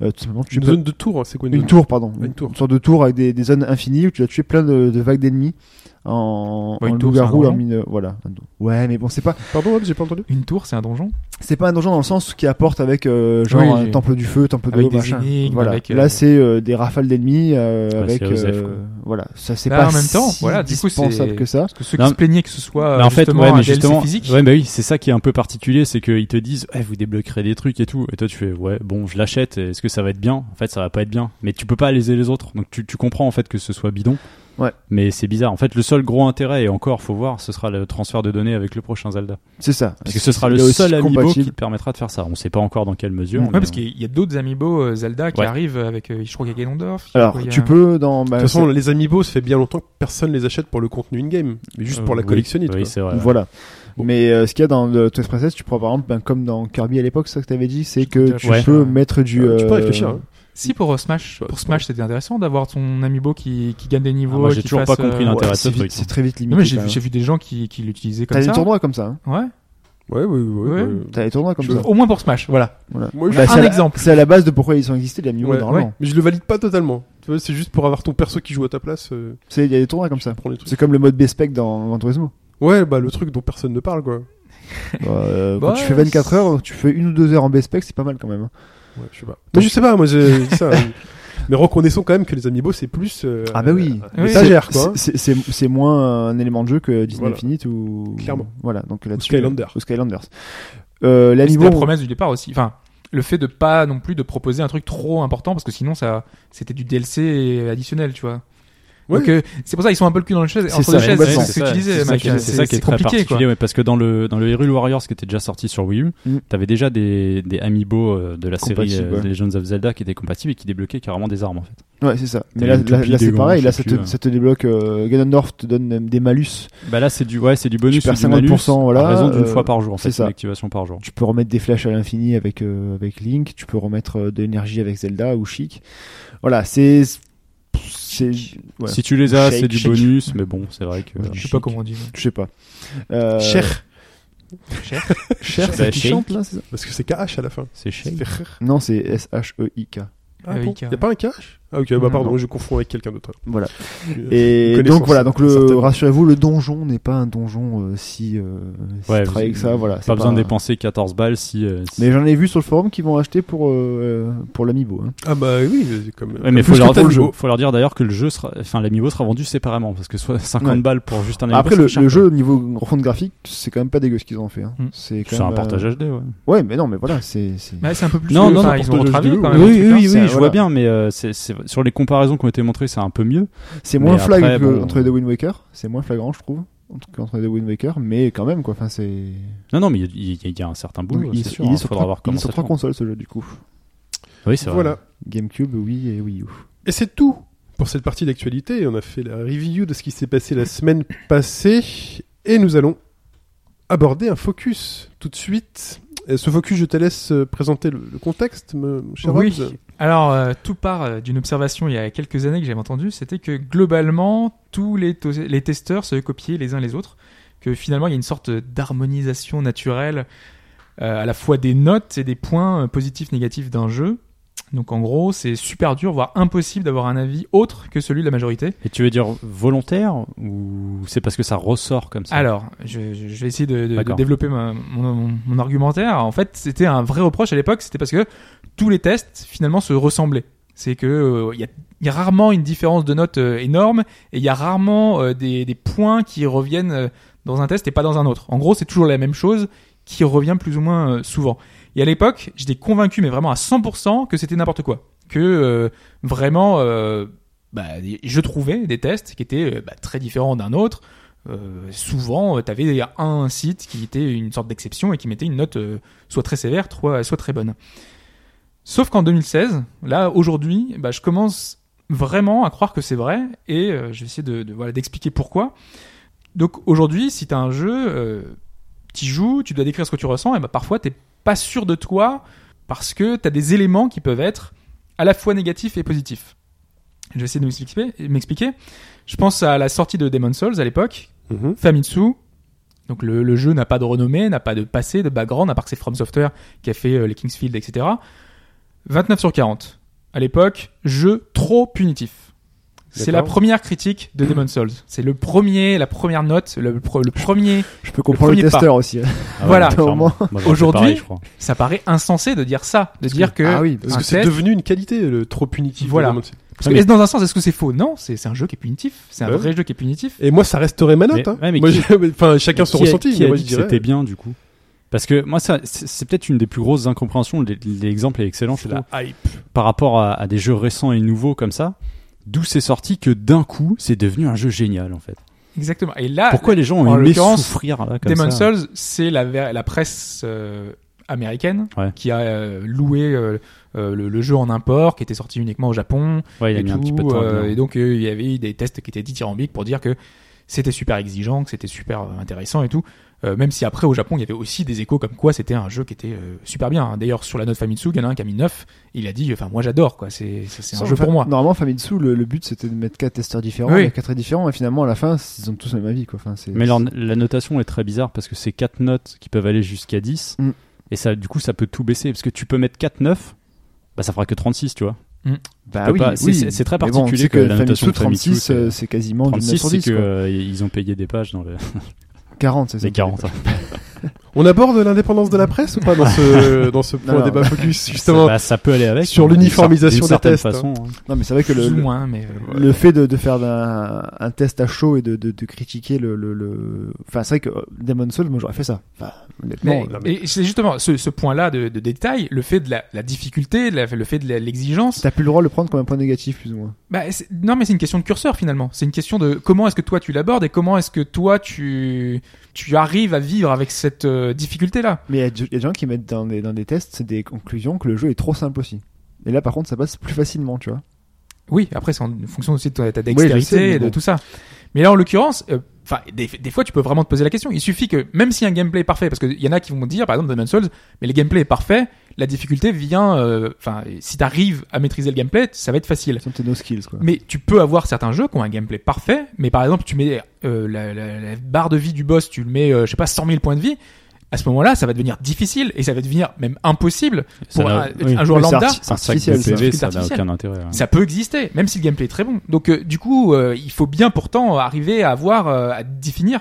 Speaker 5: euh, tout simplement tu
Speaker 3: Une
Speaker 5: peux-
Speaker 3: zone de tour, hein, c'est quoi une,
Speaker 5: une
Speaker 3: zone
Speaker 5: tour, pardon.
Speaker 4: Ah,
Speaker 3: Une tour.
Speaker 5: sorte de tour avec des, des zones infinies où tu dois tuer plein de, de vagues d'ennemis en,
Speaker 4: Ouais,
Speaker 5: en
Speaker 4: une tour,
Speaker 5: loup-garou,
Speaker 4: c'est un
Speaker 5: en
Speaker 4: donjon.
Speaker 5: mine. Voilà. Ouais, mais bon, c'est pas,
Speaker 3: Pardon, hop, j'ai pas entendu.
Speaker 4: Une tour, c'est un donjon
Speaker 5: c'est pas un donjon dans le sens qui apporte avec euh, genre
Speaker 4: Oui,
Speaker 5: un
Speaker 4: j'ai-
Speaker 5: temple du feu, temple de
Speaker 4: avec
Speaker 5: l'eau,
Speaker 4: des
Speaker 5: machin.
Speaker 4: énigmes,
Speaker 5: voilà.
Speaker 4: avec, euh,
Speaker 5: Là, c'est euh, des rafales d'ennemis euh,
Speaker 6: Ouais,
Speaker 5: avec.
Speaker 6: c'est Osef,
Speaker 5: euh,
Speaker 6: quoi.
Speaker 5: voilà. Ça, c'est
Speaker 4: Là,
Speaker 5: pas
Speaker 4: en même temps,
Speaker 5: si
Speaker 4: voilà, du coup, c'est-
Speaker 5: dispensable que ça.
Speaker 4: Parce que ceux
Speaker 6: Non,
Speaker 4: qui se plaignaient que ce soit
Speaker 6: Mais
Speaker 4: euh,
Speaker 6: en fait,
Speaker 4: justement
Speaker 6: ouais,
Speaker 4: un
Speaker 6: mais
Speaker 4: DLC
Speaker 6: justement,
Speaker 4: physique.
Speaker 6: ouais, bah oui, c'est ça qui est un peu particulier, c'est qu'ils te disent, eh, vous débloquerez des trucs et tout, et toi tu fais, ouais, bon, je l'achète, et est-ce que ça va être bien En fait, ça va pas être bien, mais tu peux pas léser les autres, donc tu, tu comprends en fait que ce soit bidon.
Speaker 5: Ouais.
Speaker 6: Mais c'est bizarre. En fait, le seul gros intérêt, et encore, faut voir, ce sera le transfert de données avec le prochain Zelda,
Speaker 5: C'est ça.
Speaker 6: parce que ce sera le
Speaker 5: Là aussi,
Speaker 6: seul amiibo qui
Speaker 5: compatible.
Speaker 6: te permettra de faire ça. On sait pas encore dans quelle mesure.
Speaker 5: Mm.
Speaker 6: mais-
Speaker 4: Ouais, parce qu'il y a d'autres amiibo euh, Zelda qui
Speaker 6: Ouais.
Speaker 4: arrivent avec, euh, je crois qu'il y a Ganondorf. il y a-
Speaker 5: Alors,
Speaker 4: il y a-
Speaker 5: tu peux dans. bah,
Speaker 3: De toute façon, les amiibo, ça fait bien longtemps que personne les achète pour le contenu in-game, mais juste pour la
Speaker 6: Euh, oui,
Speaker 3: collectionnite.
Speaker 6: Oui,
Speaker 3: quoi.
Speaker 6: c'est vrai. ouais.
Speaker 5: Voilà.
Speaker 6: Bon.
Speaker 5: Mais euh, ce qu'il y a dans le Twist Princess, tu pourras par exemple, ben, comme dans Kirby à l'époque, c'est ça que t'avais dit, c'est que tu
Speaker 6: Ouais.
Speaker 5: peux mettre du.
Speaker 3: Euh, tu peux
Speaker 5: euh,
Speaker 3: réfléchir. hein.
Speaker 4: Si pour euh, Smash,
Speaker 3: Bah,
Speaker 4: pour Smash c'était intéressant d'avoir ton amiibo qui, qui gagne des
Speaker 6: Ah,
Speaker 4: niveaux.
Speaker 6: moi, j'ai
Speaker 4: qui
Speaker 6: toujours
Speaker 4: fasse,
Speaker 6: pas
Speaker 4: euh, ouais.
Speaker 6: compris l'intérêt de ce
Speaker 5: c'est vite-
Speaker 6: truc.
Speaker 5: c'est très
Speaker 4: Non,
Speaker 5: vite limité.
Speaker 4: mais j'ai
Speaker 5: quand
Speaker 4: vu,
Speaker 5: même.
Speaker 4: j'ai vu des gens qui, qui l'utilisaient comme
Speaker 5: T'as
Speaker 4: ça.
Speaker 5: des tournois comme ça. hein.
Speaker 4: Ouais.
Speaker 3: Ouais, ouais, ouais.
Speaker 4: Ouais.
Speaker 3: ouais.
Speaker 5: T'as des tournois comme
Speaker 3: Je-
Speaker 5: ça.
Speaker 4: Au moins pour Smash, voilà.
Speaker 5: Voilà.
Speaker 3: Moi, je-
Speaker 5: Bah,
Speaker 4: Un
Speaker 5: c'est à la-
Speaker 4: exemple.
Speaker 5: C'est à la base de pourquoi ils ont existé les amiibo
Speaker 3: Ouais,
Speaker 5: normalement.
Speaker 4: ouais.
Speaker 3: Mais je le valide pas totalement. Tu vois, c'est juste pour avoir ton perso qui joue à ta place. euh,
Speaker 5: C'est- Il y a des tournois comme ça.
Speaker 3: prends les trucs.
Speaker 5: C'est comme le mode Bespec dans Gran Turismo.
Speaker 3: Ouais, bah le truc dont personne ne parle quoi.
Speaker 5: Euh, quand
Speaker 4: Bah,
Speaker 5: tu fais 24 heures, tu fais une ou deux heures en Bespec, c'est pas mal quand même. hein.
Speaker 3: Ouais, je sais pas. Mais je sais pas, moi je dis ça. euh, mais reconnaissons quand même que les amiibo c'est plus. euh,
Speaker 5: Ah bah oui.
Speaker 3: euh,
Speaker 4: Oui.
Speaker 3: étagère, quoi.
Speaker 5: C'est- C'est c'est- c'est moins un élément de jeu que Disney
Speaker 3: Voilà.
Speaker 5: Infinite ou.
Speaker 3: Clairement.
Speaker 5: Voilà, donc là-dessus.
Speaker 3: Skylander.
Speaker 5: Ou Skylanders. Euh,
Speaker 4: Et C'était la
Speaker 5: L'amiibo.
Speaker 4: promesse du départ aussi. Enfin, le fait de pas non plus de proposer un truc trop important parce que sinon ça, c'était du DLC additionnel, tu vois.
Speaker 3: Ouais.
Speaker 4: Donc euh, c'est pour ça ils sont un peu le cul dans les chaises.
Speaker 5: C'est
Speaker 4: Entre
Speaker 5: ça,
Speaker 4: les chaises,
Speaker 5: complètement.
Speaker 4: c'est ce que tu disais,
Speaker 6: C'est ça
Speaker 4: Mike,
Speaker 6: qui est- c'est ça qui est très
Speaker 4: compliqué, quoi.
Speaker 6: particulier, ouais, parce que dans le dans le Hyrule Warriors qui était déjà sorti sur Wii U,
Speaker 5: Mm.
Speaker 6: t'avais déjà des des amiibo euh, de la série
Speaker 5: Compatible,
Speaker 6: euh,
Speaker 5: ouais.
Speaker 6: The Legends of Zelda qui étaient compatibles et qui débloquaient carrément des armes en fait.
Speaker 5: Ouais, c'est ça. Mais
Speaker 6: T'as
Speaker 5: là,
Speaker 6: une
Speaker 5: là,
Speaker 6: toupie
Speaker 5: là, c'est
Speaker 6: des gants,
Speaker 5: pareil.
Speaker 6: je
Speaker 5: Là,
Speaker 6: sais
Speaker 5: ça te,
Speaker 6: plus, hein.
Speaker 5: ça te débloque. Euh, Ganondorf te donne euh, des malus.
Speaker 6: Bah là c'est du ouais c'est du bonus
Speaker 5: Tu perds
Speaker 6: ou du malus
Speaker 5: 50%, voilà,
Speaker 6: à raison d'une
Speaker 5: euh,
Speaker 6: fois par jour en fait,
Speaker 5: c'est ça.
Speaker 6: une activation par jour.
Speaker 5: Tu peux remettre des flashs à l'infini avec, euh, avec Link. Tu peux remettre euh, de l'énergie avec Zelda ou Chic. Voilà, c'est. C'est. Ouais.
Speaker 6: Si tu les as,
Speaker 5: Shake,
Speaker 6: c'est du
Speaker 5: shake.
Speaker 6: bonus, mais bon, c'est vrai que
Speaker 5: Ouais.
Speaker 4: Je sais pas comment on dit.
Speaker 5: Je sais pas. Euh,
Speaker 3: Cher.
Speaker 4: Cher.
Speaker 5: Cher,
Speaker 6: Bah,
Speaker 5: c'est qui
Speaker 6: Shake.
Speaker 5: chante là, c'est ça
Speaker 3: Parce que c'est KH à la fin.
Speaker 6: c'est cher.
Speaker 5: Non, c'est E S-H-E-I-K.
Speaker 3: Ah,
Speaker 4: Ah oui,
Speaker 3: bon
Speaker 4: KH.
Speaker 3: y a pas un KH Ah ok, bah
Speaker 4: Non,
Speaker 3: pardon,
Speaker 5: non.
Speaker 3: je confonds avec quelqu'un d'autre.
Speaker 5: Voilà.
Speaker 3: Euh,
Speaker 5: Et
Speaker 3: connaissance,
Speaker 5: donc voilà, donc le
Speaker 3: certainement.
Speaker 5: rassurez-vous, le donjon n'est pas un donjon euh, si, euh, si
Speaker 6: Ouais,
Speaker 5: travaillé
Speaker 6: vous-
Speaker 5: que ça. Voilà, c'est
Speaker 6: Pas besoin de dépenser 14 balles si, euh, si-
Speaker 5: Mais j'en ai vu sur le forum qui vont acheter pour euh, pour l'amiibo. Hein.
Speaker 3: Ah bah oui, c'est comme.
Speaker 6: Ouais, mais
Speaker 3: comme
Speaker 6: faut
Speaker 3: plus
Speaker 6: leur,
Speaker 3: que t'as
Speaker 6: faut,
Speaker 3: le jeu.
Speaker 6: faut leur dire d'ailleurs que le jeu sera, enfin l'amiibo sera vendu séparément parce que soit 50
Speaker 5: Ouais.
Speaker 6: balles pour juste un amiibo.
Speaker 5: Après le,
Speaker 6: c'est cher,
Speaker 5: le
Speaker 6: quoi.
Speaker 5: jeu au niveau refonte graphique, c'est quand même pas dégueu ce qu'ils ont fait. Hein.
Speaker 4: Mm.
Speaker 5: C'est quand
Speaker 6: c'est Hmm. un
Speaker 5: même, euh,
Speaker 6: portage HD, ouais.
Speaker 5: Ouais, mais non, mais voilà, c'est c'est-
Speaker 4: Mais c'est un peu plus.
Speaker 6: Non,
Speaker 4: que-
Speaker 6: non,
Speaker 4: enfin,
Speaker 6: non,
Speaker 4: ils
Speaker 6: pour
Speaker 4: ont
Speaker 6: te-
Speaker 4: retravaillé
Speaker 6: je-
Speaker 4: quand
Speaker 6: oui,
Speaker 4: même. le
Speaker 6: oui,
Speaker 4: truc, hein.
Speaker 6: oui,
Speaker 5: c'est-
Speaker 6: oui, je vois
Speaker 5: voilà.
Speaker 6: bien, mais euh, c'est- c'est- sur les comparaisons qui ont été montrées, c'est un peu mieux.
Speaker 5: c'est
Speaker 6: Mais
Speaker 5: moins
Speaker 6: après,
Speaker 5: flag que-
Speaker 6: bon.
Speaker 5: entre les deux Wind Waker. C'est moins flagrant, je trouve, entre, entre les deux Wind Waker, mais quand même quoi. Enfin, c'est
Speaker 6: Non, non, mais il y, il y- il y a un certain boulot,
Speaker 5: il,
Speaker 6: c'est sûr.
Speaker 5: il
Speaker 6: hein,
Speaker 5: est sur
Speaker 6: faudra
Speaker 5: trois,
Speaker 6: voir
Speaker 5: il est
Speaker 6: comment
Speaker 5: sur
Speaker 6: ça
Speaker 5: trois
Speaker 6: tourne.
Speaker 5: consoles ce jeu du coup.
Speaker 6: Oui, c'est vrai.
Speaker 3: Voilà.
Speaker 5: GameCube, oui et Wii U.
Speaker 3: Et c'est tout pour cette partie d'actualité. On a fait la review de ce qui s'est passé la semaine passée. Et nous allons aborder un focus tout de suite. Et ce focus, je te laisse euh, présenter le, le contexte, me- mon cher
Speaker 4: Oui.
Speaker 3: Hobbs.
Speaker 4: Alors, euh, tout part euh, d'une observation il y a quelques années que j'avais entendue, c'était que globalement, tous les, to- les testeurs se copiaient les uns les autres, que finalement, il y a une sorte d'harmonisation naturelle euh, à la fois des notes et des points euh, positifs, négatifs d'un jeu. Donc en gros, c'est super dur, voire impossible d'avoir un avis autre que celui de la majorité.
Speaker 6: Et tu veux dire volontaire ou c'est parce que ça ressort comme ça
Speaker 4: Alors, je, je- je vais essayer de, de- de
Speaker 6: D'accord.
Speaker 4: développer ma- mon, mon- mon argumentaire. En fait, c'était un vrai reproche à l'époque, c'était parce que tous les tests finalement se ressemblaient. C'est que euh, il y, a, il y a rarement une différence de notes euh, énorme et il y a rarement euh, des, des points qui reviennent euh, dans un test et pas dans un autre. En gros, c'est toujours la même chose qui revient plus ou moins euh, souvent. Et à l'époque, j'étais convaincu, mais vraiment à 100%, que c'était n'importe quoi. Que euh, vraiment, euh, bah, je trouvais des tests qui étaient euh, bah, très différents d'un autre. Euh, souvent, tu avais un site qui était une sorte d'exception et qui mettait une note euh, soit très sévère, soit, soit très bonne. Sauf qu'en 2016, là, aujourd'hui, bah, je commence vraiment à croire que c'est vrai et euh, je vais essayer de, de- voilà, d'expliquer pourquoi. Donc aujourd'hui, si tu as un jeu, tu joues, tu dois décrire ce que tu ressens et bah, parfois t'es pas sûr de toi parce que tu as des éléments qui peuvent être à la fois négatifs et positifs. Je vais essayer de m'expliquer- m'expliquer. Je pense à la sortie de Demon's Souls à l'époque,
Speaker 3: Mhm.
Speaker 4: Famitsu. Donc le, le jeu n'a pas de renommée, n'a pas de passé, de background, à part que c'est From Software qui a fait euh, les Kingsfield, etc. 29 sur 40. À l'époque, jeu trop punitif. C'est la
Speaker 3: D'accord.
Speaker 4: première critique de Demon's Souls. C'est le premier, la première note, le, pro- le premier.
Speaker 5: Je peux comprendre le,
Speaker 4: premier pas.
Speaker 5: testeur aussi.
Speaker 6: hein.
Speaker 4: Voilà.
Speaker 6: Ah clairement.
Speaker 5: Au
Speaker 6: Moi, j'aurais fait
Speaker 4: Aujourd'hui,
Speaker 6: pareil, je crois.
Speaker 4: Ça paraît insensé de dire ça, de dire que.
Speaker 5: Ah oui,
Speaker 3: Parce
Speaker 4: un
Speaker 3: que c'est
Speaker 4: test-
Speaker 3: devenu une qualité, le trop punitif.
Speaker 4: Voilà.
Speaker 3: vraiment.
Speaker 4: parce que-
Speaker 6: mais-
Speaker 4: est-ce dans un sens, est-ce que c'est faux Non, c'est c'est un jeu qui est punitif. C'est un
Speaker 3: Ouais.
Speaker 4: vrai jeu qui est punitif.
Speaker 3: Et moi, ça resterait ma note.
Speaker 6: Mais-
Speaker 3: hein.
Speaker 6: ouais, mais
Speaker 3: Moi,
Speaker 6: qui-
Speaker 3: je- enfin, chacun son
Speaker 6: Qui a-
Speaker 3: ressenti.
Speaker 6: qui
Speaker 3: mais
Speaker 6: a
Speaker 3: moi,
Speaker 6: dit
Speaker 3: je
Speaker 6: que
Speaker 3: dirais-
Speaker 6: c'était bien du coup Parce que moi, ça, c'est c'est peut-être une des plus grosses incompréhensions. L'e- L'exemple est excellent, je trouve,
Speaker 3: hype.
Speaker 6: par rapport à, à des jeux récents et nouveaux comme ça. D'où c'est sorti que d'un coup, c'est devenu un jeu génial en fait.
Speaker 4: Exactement. Et là,
Speaker 6: Pourquoi les gens ont
Speaker 4: Ah, en
Speaker 6: aimé
Speaker 4: l'occurrence,
Speaker 6: souffrir là comme
Speaker 4: Demon
Speaker 6: ça hein.
Speaker 4: Souls, c'est la, ver- la presse euh, américaine
Speaker 6: Ouais.
Speaker 4: qui a euh, loué euh, euh, le, le jeu en import, qui était sorti uniquement au Japon.
Speaker 6: Ouais, il a
Speaker 4: et,
Speaker 6: mis un
Speaker 4: tout,
Speaker 6: petit peu de temps.
Speaker 4: euh,
Speaker 6: dedans.
Speaker 4: et donc, euh, il y avait eu des tests qui étaient dithyrambiques pour dire que c'était super exigeant, que c'était super euh, intéressant et tout. Euh, même si après, au Japon, il y avait aussi des échos comme quoi c'était un jeu qui était euh, super bien. hein. D'ailleurs, sur la note Famitsu, il y en a un qui a mis 9. Il a dit, enfin, moi j'adore, quoi. C'est c'est- c'est un
Speaker 5: Sans-
Speaker 4: jeu
Speaker 5: enfin,
Speaker 4: pour moi.
Speaker 5: Normalement, Famitsu, le, le but c'était de mettre 4 testeurs différents,
Speaker 4: Oui.
Speaker 5: avec 4 différents, et finalement à la fin, ils ont tous le même avis. Quoi. Enfin, c'est-
Speaker 6: Mais leur- la notation est très bizarre parce que c'est 4 notes qui peuvent aller jusqu'à 10.
Speaker 5: Mm.
Speaker 6: Et ça, du coup, ça peut tout baisser. Parce que tu peux mettre 4 9 bah, ça fera que 36, tu vois.
Speaker 5: Bah
Speaker 6: peux pas- c'est- c'est- c'est très
Speaker 5: Mais bon,
Speaker 6: particulier
Speaker 5: c'est
Speaker 6: que la notation de Famitsu,
Speaker 5: 36,
Speaker 6: c'est-
Speaker 5: euh, c'est quasiment du 9
Speaker 6: 36,
Speaker 5: sur
Speaker 6: c'est
Speaker 5: 10.
Speaker 6: qu'ils
Speaker 5: quoi.
Speaker 6: ont payé des pages dans le- hein.
Speaker 5: 40, c'est ça.
Speaker 6: les 40.
Speaker 3: On aborde l'indépendance de la presse ou pas dans ce, dans ce point
Speaker 5: Non, non.
Speaker 3: débat focus, justement
Speaker 6: Bah, ça peut aller avec.
Speaker 3: Sur
Speaker 6: hein, d'une
Speaker 3: l'uniformisation des
Speaker 6: cer- d'une certaine
Speaker 3: tests,
Speaker 6: façon, hein.
Speaker 5: Non, mais c'est vrai que le,
Speaker 4: Plus ou
Speaker 5: le,
Speaker 4: moins, mais. euh,
Speaker 5: le fait de, de faire d'un- un, test à chaud et de, de, de critiquer le, le, le- Enfin, c'est vrai que euh, Demon's Souls, moi j'aurais fait ça. Enfin, honnêtement.
Speaker 4: Mais-
Speaker 5: euh,
Speaker 4: Et c'est justement ce, ce point-là de, de détail, le fait de la, la difficulté, la- le fait de la- l'exigence.
Speaker 5: T'as plus le droit de le prendre comme un point négatif, plus ou moins.
Speaker 4: Bah, c'est- non, mais c'est une question de curseur finalement. C'est une question de comment est-ce que toi tu l'abordes et comment est-ce que toi tu tu arrives à vivre avec cette euh, difficulté-là.
Speaker 5: Mais il y a du- il y, a des gens qui mettent dans des, dans des tests c'est des conclusions que le jeu est trop simple aussi. Et là, par contre, ça passe plus facilement, tu vois.
Speaker 4: Oui, après c'est en fonction aussi de ta, ta
Speaker 5: je
Speaker 4: dextérité
Speaker 5: sais, mais
Speaker 4: et de
Speaker 5: bon.
Speaker 4: tout ça. Mais là, en l'occurrence, euh, enfin, des, des fois tu peux vraiment te poser la question. Il suffit que même si un gameplay est parfait, parce qu'il y en a qui vont dire, par exemple, Demon's Souls, mais le gameplay est parfait, la difficulté vient, euh, enfin, si t'arrives à maîtriser le gameplay, ça va être facile.
Speaker 5: Ce sont tes no skills, quoi.
Speaker 4: Mais tu peux avoir certains jeux qui ont un gameplay parfait, mais par exemple, tu mets euh, la, la- la barre de vie du boss, tu le mets, euh, je sais pas, 100 000 points de vie. À ce moment-là, ça va devenir difficile et ça va devenir même impossible
Speaker 6: Ça
Speaker 4: pour
Speaker 6: n'a-
Speaker 4: un,
Speaker 6: oui.
Speaker 4: un joueur
Speaker 5: Oui, c'est
Speaker 4: lambda.
Speaker 5: arti- c'est
Speaker 6: Un sac de
Speaker 5: artificiel, ça.
Speaker 6: PV,
Speaker 4: c'est
Speaker 6: ça n'a
Speaker 4: artificiel.
Speaker 6: aucun intérêt. hein.
Speaker 4: Ça peut exister, même si le gameplay est très bon. Donc, euh, du coup, euh, il faut bien pourtant arriver à avoir, euh, à définir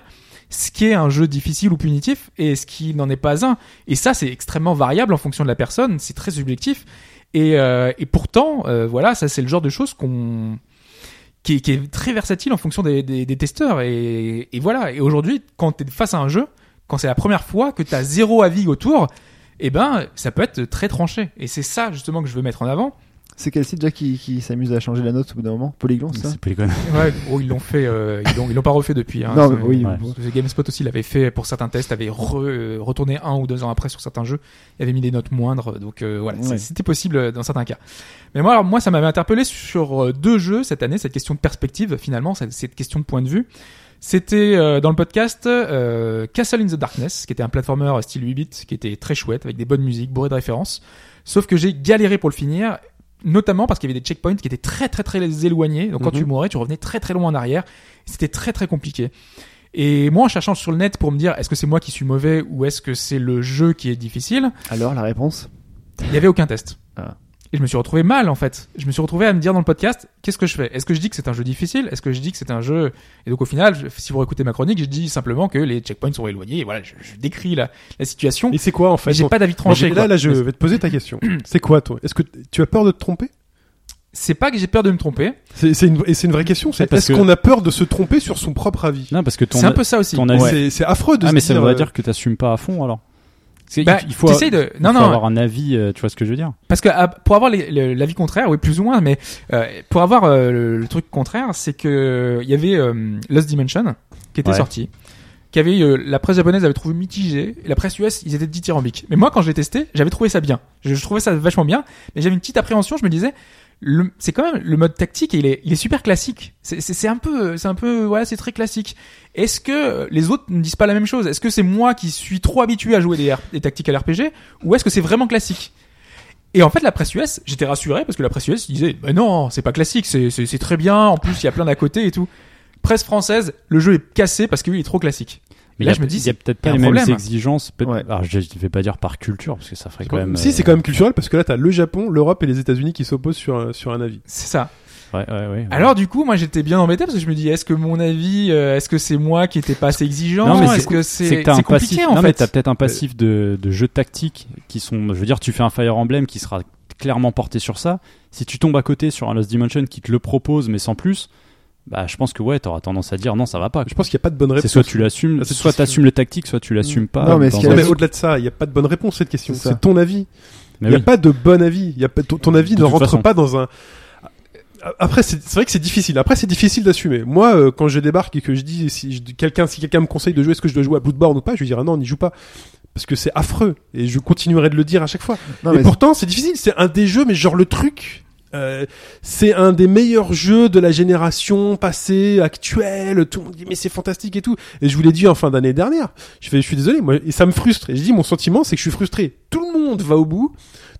Speaker 4: ce qui est un jeu difficile ou punitif et ce qui n'en est pas un. Et ça, c'est extrêmement variable en fonction de la personne. C'est très subjectif. Et, euh, et pourtant, euh, voilà, ça, c'est le genre de choses qu'on qui est, qui est très versatile en fonction des, des, des testeurs. Et, et voilà. Et aujourd'hui, quand tu es face à un jeu, quand c'est la première fois que tu as zéro avis autour, eh ben, ça peut être très tranché. Et c'est ça, justement, que je veux mettre en avant.
Speaker 5: C'est quel site déjà qui, qui s'amuse à changer la note au bout d'un moment Polygon, c'est ça
Speaker 6: C'est Polygon.
Speaker 4: Ouais, oh, ils l'ont fait, euh, ils l'ont, ils l'ont pas refait depuis. Hein,
Speaker 5: Non,
Speaker 4: Ça,
Speaker 5: mais oui.
Speaker 6: ouais.
Speaker 5: bon.
Speaker 4: parce que GameSpot aussi l'avait fait pour certains tests, avait re- euh, retourné un ou deux ans après sur certains jeux, il avait mis des notes moindres, donc euh, voilà,
Speaker 5: Ouais.
Speaker 4: c'est- c'était possible euh, dans certains cas. Mais moi, alors, moi, ça m'avait interpellé sur euh, deux jeux cette année, cette question de perspective finalement, cette, cette question de point de vue. C'était euh, dans le podcast euh, Castle in the Darkness, qui était un platformer style 8 bit, qui était très chouette, avec des bonnes musiques, bourré de références. Sauf que j'ai galéré pour le finir, notamment parce qu'il y avait des checkpoints qui étaient très très très éloignés. Donc quand
Speaker 3: Mhm.
Speaker 4: tu mourais, tu revenais très très loin en arrière. C'était très très compliqué. Et moi, en cherchant sur le net pour me dire est-ce que c'est moi qui suis mauvais ou est-ce que c'est le jeu qui est difficile,
Speaker 5: Alors, la réponse
Speaker 4: il n'y avait aucun test.
Speaker 5: Ah.
Speaker 4: Et je me suis retrouvé mal en fait. Je me suis retrouvé à me dire dans le podcast qu'est-ce que je fais Est-ce que je dis que c'est un jeu difficile Est-ce que je dis que c'est un jeu Et donc au final, je- si vous écoutez ma chronique, je dis simplement que les checkpoints sont éloignés. Et voilà, je, je décris la, la situation.
Speaker 3: Et c'est quoi en fait
Speaker 4: Mais j'ai
Speaker 3: ton-
Speaker 4: pas d'avis
Speaker 3: Mais
Speaker 4: tranché.
Speaker 3: Là,
Speaker 4: quoi.
Speaker 3: là, je vais te poser ta question. C'est quoi toi Est-ce que t- tu as peur de te tromper
Speaker 4: C'est pas que j'ai peur de me tromper.
Speaker 3: C'est c'est une et c'est une vraie question.
Speaker 6: Ouais,
Speaker 3: C'est
Speaker 6: parce
Speaker 3: est-ce
Speaker 6: que-
Speaker 3: qu'on a peur de se tromper sur son propre avis
Speaker 6: Non, parce que ton.
Speaker 4: C'est un peu ça aussi.
Speaker 6: ton avis-
Speaker 3: C'est c'est affreux de
Speaker 6: Ah,
Speaker 3: se
Speaker 6: mais ça
Speaker 3: dire,
Speaker 6: voudrait
Speaker 3: euh,
Speaker 6: dire que t'assumes pas à fond alors. Parce que
Speaker 4: Bah,
Speaker 6: il- il faut,
Speaker 4: t'essayes de-
Speaker 6: il
Speaker 4: non,
Speaker 6: faut
Speaker 4: non.
Speaker 6: avoir un avis, euh, tu vois ce que je veux dire
Speaker 4: Parce que à- pour avoir les- le- l'avis contraire, oui, plus ou moins, mais euh, pour avoir euh, le, le truc contraire, c'est que il y avait euh, Lost Dimension qui était
Speaker 6: Ouais.
Speaker 4: sorti, qui avait euh, la presse japonaise avait trouvé mitigé, et la presse US ils étaient dithyrambiques. Mais moi, quand je l'ai testé, j'avais trouvé ça bien. Je, je trouvais ça vachement bien, mais j'avais une petite appréhension. Je me disais, le- c'est quand même le mode tactique, et il est, il est super classique. C'est- C'est c'est un peu, c'est un peu, voilà, c'est très classique. Est-ce que euh, les autres ne disent pas la même chose Est-ce que c'est moi qui suis trop habitué à jouer des, R- des tactiques à l'RPG, ou est-ce que c'est vraiment classique et en fait, la presse US, j'étais rassuré parce que la presse US disait, bah non, c'est pas classique, c'est, c'est, c'est très bien, en plus il y a plein d'à côté et tout. Presse française, le jeu est cassé parce qu'il est trop classique.
Speaker 6: Mais
Speaker 4: Là,
Speaker 6: il y a-
Speaker 4: je me dis,
Speaker 6: il y a peut-être
Speaker 4: il y a
Speaker 6: pas les
Speaker 4: un
Speaker 6: mêmes
Speaker 4: problème.
Speaker 6: exigences. peut-
Speaker 5: Ouais.
Speaker 6: Alors, je ne vais pas dire par culture, parce que ça ferait quand même.
Speaker 3: Si,
Speaker 6: euh,
Speaker 3: c'est quand même culturel parce que là, t'as le Japon, l'Europe et les États-Unis qui s'opposent sur, un- sur un avis.
Speaker 4: C'est ça.
Speaker 6: Ouais, ouais, ouais.
Speaker 4: Alors du coup, moi j'étais bien embêté parce que je me dis, est-ce que mon avis, euh, est-ce que c'est moi qui n'étais pas assez exigeant
Speaker 6: Non, mais c'est
Speaker 4: Est-ce que
Speaker 6: c'est
Speaker 4: c'est
Speaker 6: que t'as un
Speaker 4: c'est compliqué
Speaker 6: passif.
Speaker 4: en
Speaker 6: non, mais
Speaker 4: fait Euh.
Speaker 6: t'as peut-être un passif de, de jeux tactiques qui sont. Je veux dire, tu fais un Fire Emblem qui sera clairement porté sur ça. Si tu tombes à côté sur un Lost Dimension qui te le propose, mais sans plus, bah, je pense que ouais, t'auras tendance à dire non, ça va pas.
Speaker 3: Je pense qu'il n'y a pas de bonne
Speaker 6: C'est
Speaker 3: réponse.
Speaker 6: soit tu l'assumes,
Speaker 3: Ah, c'est-
Speaker 6: soit t'assumes le tactique, soit tu l'assumes pas.
Speaker 5: Non, mais est-ce
Speaker 6: dans
Speaker 5: qu'il y
Speaker 3: Non,
Speaker 5: a-
Speaker 6: un-
Speaker 3: mais au-delà de ça, il n'y a pas de bonne réponse cette question.
Speaker 5: C'est ça.
Speaker 3: C'est ton avis. Il
Speaker 6: Mais
Speaker 3: n'y a
Speaker 6: oui.
Speaker 3: pas de bon avis. Il Y a pas, ton, ton avis
Speaker 6: De
Speaker 3: ne
Speaker 6: toute
Speaker 3: rentre
Speaker 6: façon.
Speaker 3: pas dans un. Après, c'est c'est vrai que c'est difficile. Après, c'est difficile d'assumer. Moi, euh, quand je débarque et que je dis si je- quelqu'un, si quelqu'un me conseille de jouer, est-ce que je dois jouer à Bloodborne ou pas, je lui dirais non, n'y joue pas. Parce que c'est affreux. Et je continuerai de le dire à chaque fois.
Speaker 5: Non,
Speaker 3: et
Speaker 5: mais
Speaker 3: pourtant, c'est difficile. C'est un des jeux, mais genre le truc. euh, c'est un des meilleurs jeux de la génération passée, actuelle. Tout le monde dit mais c'est fantastique et tout. Et je vous l'ai dit en fin d'année dernière. Je fais je suis désolé, moi et ça me frustre. Et je dis mon sentiment, c'est que je suis frustré. Tout le monde va au bout.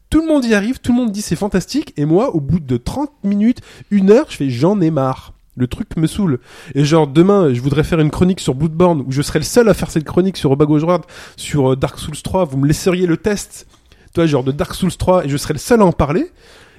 Speaker 3: Tout le monde y arrive, tout le monde dit c'est fantastique, et moi, au bout de 30 minutes, une heure, je fais j'en ai marre. Le truc me saoule. Et genre, demain, je voudrais faire une chronique sur Bloodborne, où je serais le seul à faire cette chronique sur Oba Gauche Droite, sur euh, Dark Souls 3, vous me laisseriez le test, tu vois, genre de Dark Souls 3, et je serais le seul à en parler,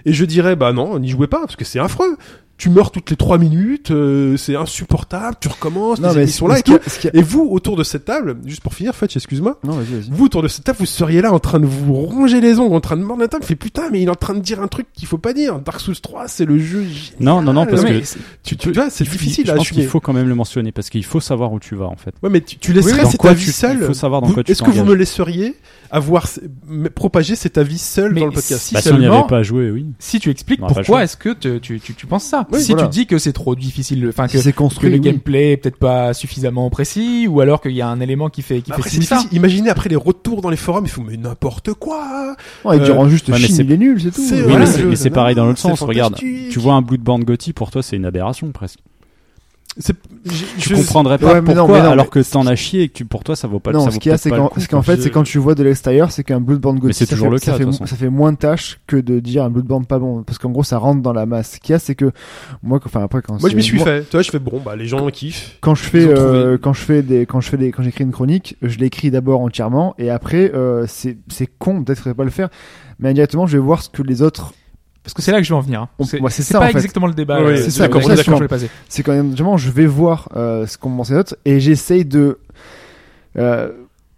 Speaker 3: et je dirais, bah non, n'y jouez pas, parce que c'est affreux. Tu meurs toutes les 3 minutes, euh, c'est insupportable, tu recommences,
Speaker 5: non,
Speaker 3: les
Speaker 5: mais
Speaker 3: émissions là et
Speaker 5: ce qu'il
Speaker 3: tout.
Speaker 5: y a- ce qu'il y a-
Speaker 3: Et vous, autour de cette table, juste pour finir, Fetch, excuse-moi,
Speaker 5: Non, vas-y, vas-y.
Speaker 3: vous, autour de cette table, vous seriez là en train de vous ronger les ongles, en train de mordre la table, fait putain, mais il est en train de dire un truc qu'il faut pas dire. Dark Souls 3, c'est le jeu. génial.
Speaker 6: Non, non, non, parce
Speaker 3: Non, mais
Speaker 6: que
Speaker 3: Tu, tu vois, c'est
Speaker 6: il-
Speaker 3: difficile
Speaker 6: Je
Speaker 3: à
Speaker 6: pense qu'il
Speaker 3: assumer.
Speaker 6: faut quand même le mentionner parce qu'il faut savoir où tu vas en fait.
Speaker 3: Ouais, mais tu, tu laisserais
Speaker 6: Oui, oui. Dans
Speaker 3: cet
Speaker 6: quoi
Speaker 3: avis
Speaker 6: tu-
Speaker 3: seul.
Speaker 6: il faut savoir dans
Speaker 3: Vous-
Speaker 6: quoi tu
Speaker 3: Est-ce que vous
Speaker 6: t'engages.
Speaker 3: me laisseriez avoir ce- me- propager cet avis seul
Speaker 4: Mais
Speaker 3: dans le podcast
Speaker 4: Si
Speaker 6: bah, si on n'y
Speaker 4: seulement-
Speaker 6: avait pas joué, oui.
Speaker 4: Si tu expliques
Speaker 6: On aura pas le
Speaker 4: pourquoi
Speaker 6: choix.
Speaker 4: est-ce que te- tu, tu, tu penses ça
Speaker 5: Oui,
Speaker 4: Si
Speaker 5: voilà.
Speaker 4: tu dis que c'est trop difficile, enfin que,
Speaker 5: Si c'est
Speaker 4: que
Speaker 5: construit,
Speaker 4: le
Speaker 5: oui.
Speaker 4: gameplay est peut-être pas suffisamment précis, ou alors qu'il y a un élément qui fait qui
Speaker 3: Bah,
Speaker 4: fait
Speaker 3: après, c'est
Speaker 4: signe ça.
Speaker 3: difficile. Imaginez après les retours dans les forums, ils font mais n'importe quoi.
Speaker 5: Ouais, il
Speaker 3: Euh,
Speaker 5: rend juste
Speaker 6: ouais, mais
Speaker 5: Chine,
Speaker 6: c'est-
Speaker 5: il est nul, c'est tout.
Speaker 3: C'est-
Speaker 6: Oui,
Speaker 3: voilà,
Speaker 6: mais
Speaker 3: le
Speaker 6: c'est-
Speaker 3: jeu,
Speaker 6: mais
Speaker 3: ça
Speaker 6: c'est pareil dans l'autre
Speaker 3: c'est
Speaker 6: sens. Regarde,
Speaker 3: fantastique.
Speaker 6: tu vois un Bloodborne Gotti, pour toi, c'est une aberration presque.
Speaker 3: C'est- j'ai-
Speaker 6: Tu
Speaker 3: je-
Speaker 6: comprendrais pas
Speaker 5: Ouais, mais non,
Speaker 6: pourquoi,
Speaker 5: mais non,
Speaker 6: alors
Speaker 5: mais-
Speaker 6: que t'en as chié et que tu, pour toi, ça vaut pas le
Speaker 5: non,
Speaker 6: ça
Speaker 5: ce
Speaker 6: vaut
Speaker 5: qu'il y a,
Speaker 6: peut-être
Speaker 5: c'est
Speaker 6: pas
Speaker 5: qu'en
Speaker 6: le coup,
Speaker 5: ce qu'en
Speaker 6: quoi.
Speaker 5: fait, c'est quand tu vois de l'extérieur, c'est qu'un Bloodborne Gothic,
Speaker 6: c'est
Speaker 5: ça
Speaker 6: toujours
Speaker 5: fait-
Speaker 6: le
Speaker 5: ça
Speaker 6: cas,
Speaker 5: fait,
Speaker 6: de toute façon.
Speaker 5: ça fait moins de tâches que de dire un Bloodborne pas bon, parce qu'en gros, ça rentre dans la masse. Ce qu'il y a, c'est que moi, quand- enfin après, quand
Speaker 3: Moi, je
Speaker 5: c'est-
Speaker 3: m'y suis
Speaker 5: moi,
Speaker 3: fait. Tu vois, je fais bon, bah les gens kiffent.
Speaker 5: Quand je fais,
Speaker 3: Ils ont trouvé.
Speaker 5: euh, quand je fais des, quand je fais des, quand j'écris une chronique, je l'écris d'abord entièrement et après, euh, c'est, c'est con, peut-être que je vais pas le faire, mais indirectement, je vais voir ce que les autres.
Speaker 4: Parce que c'est là que je veux en venir. hein.
Speaker 5: On-
Speaker 4: C'est
Speaker 5: ouais, c'est
Speaker 4: c'est
Speaker 5: ça,
Speaker 4: pas
Speaker 5: en fait.
Speaker 4: exactement le débat.
Speaker 3: Ouais,
Speaker 4: euh,
Speaker 3: c'est
Speaker 4: de-
Speaker 5: ça,
Speaker 4: de-
Speaker 5: comme
Speaker 4: de-
Speaker 5: ça,
Speaker 4: de-
Speaker 5: je
Speaker 4: que je voulais passer.
Speaker 5: C'est quand indirectement, je vais voir euh, ce qu'ont pensé les autres et j'essaye de euh,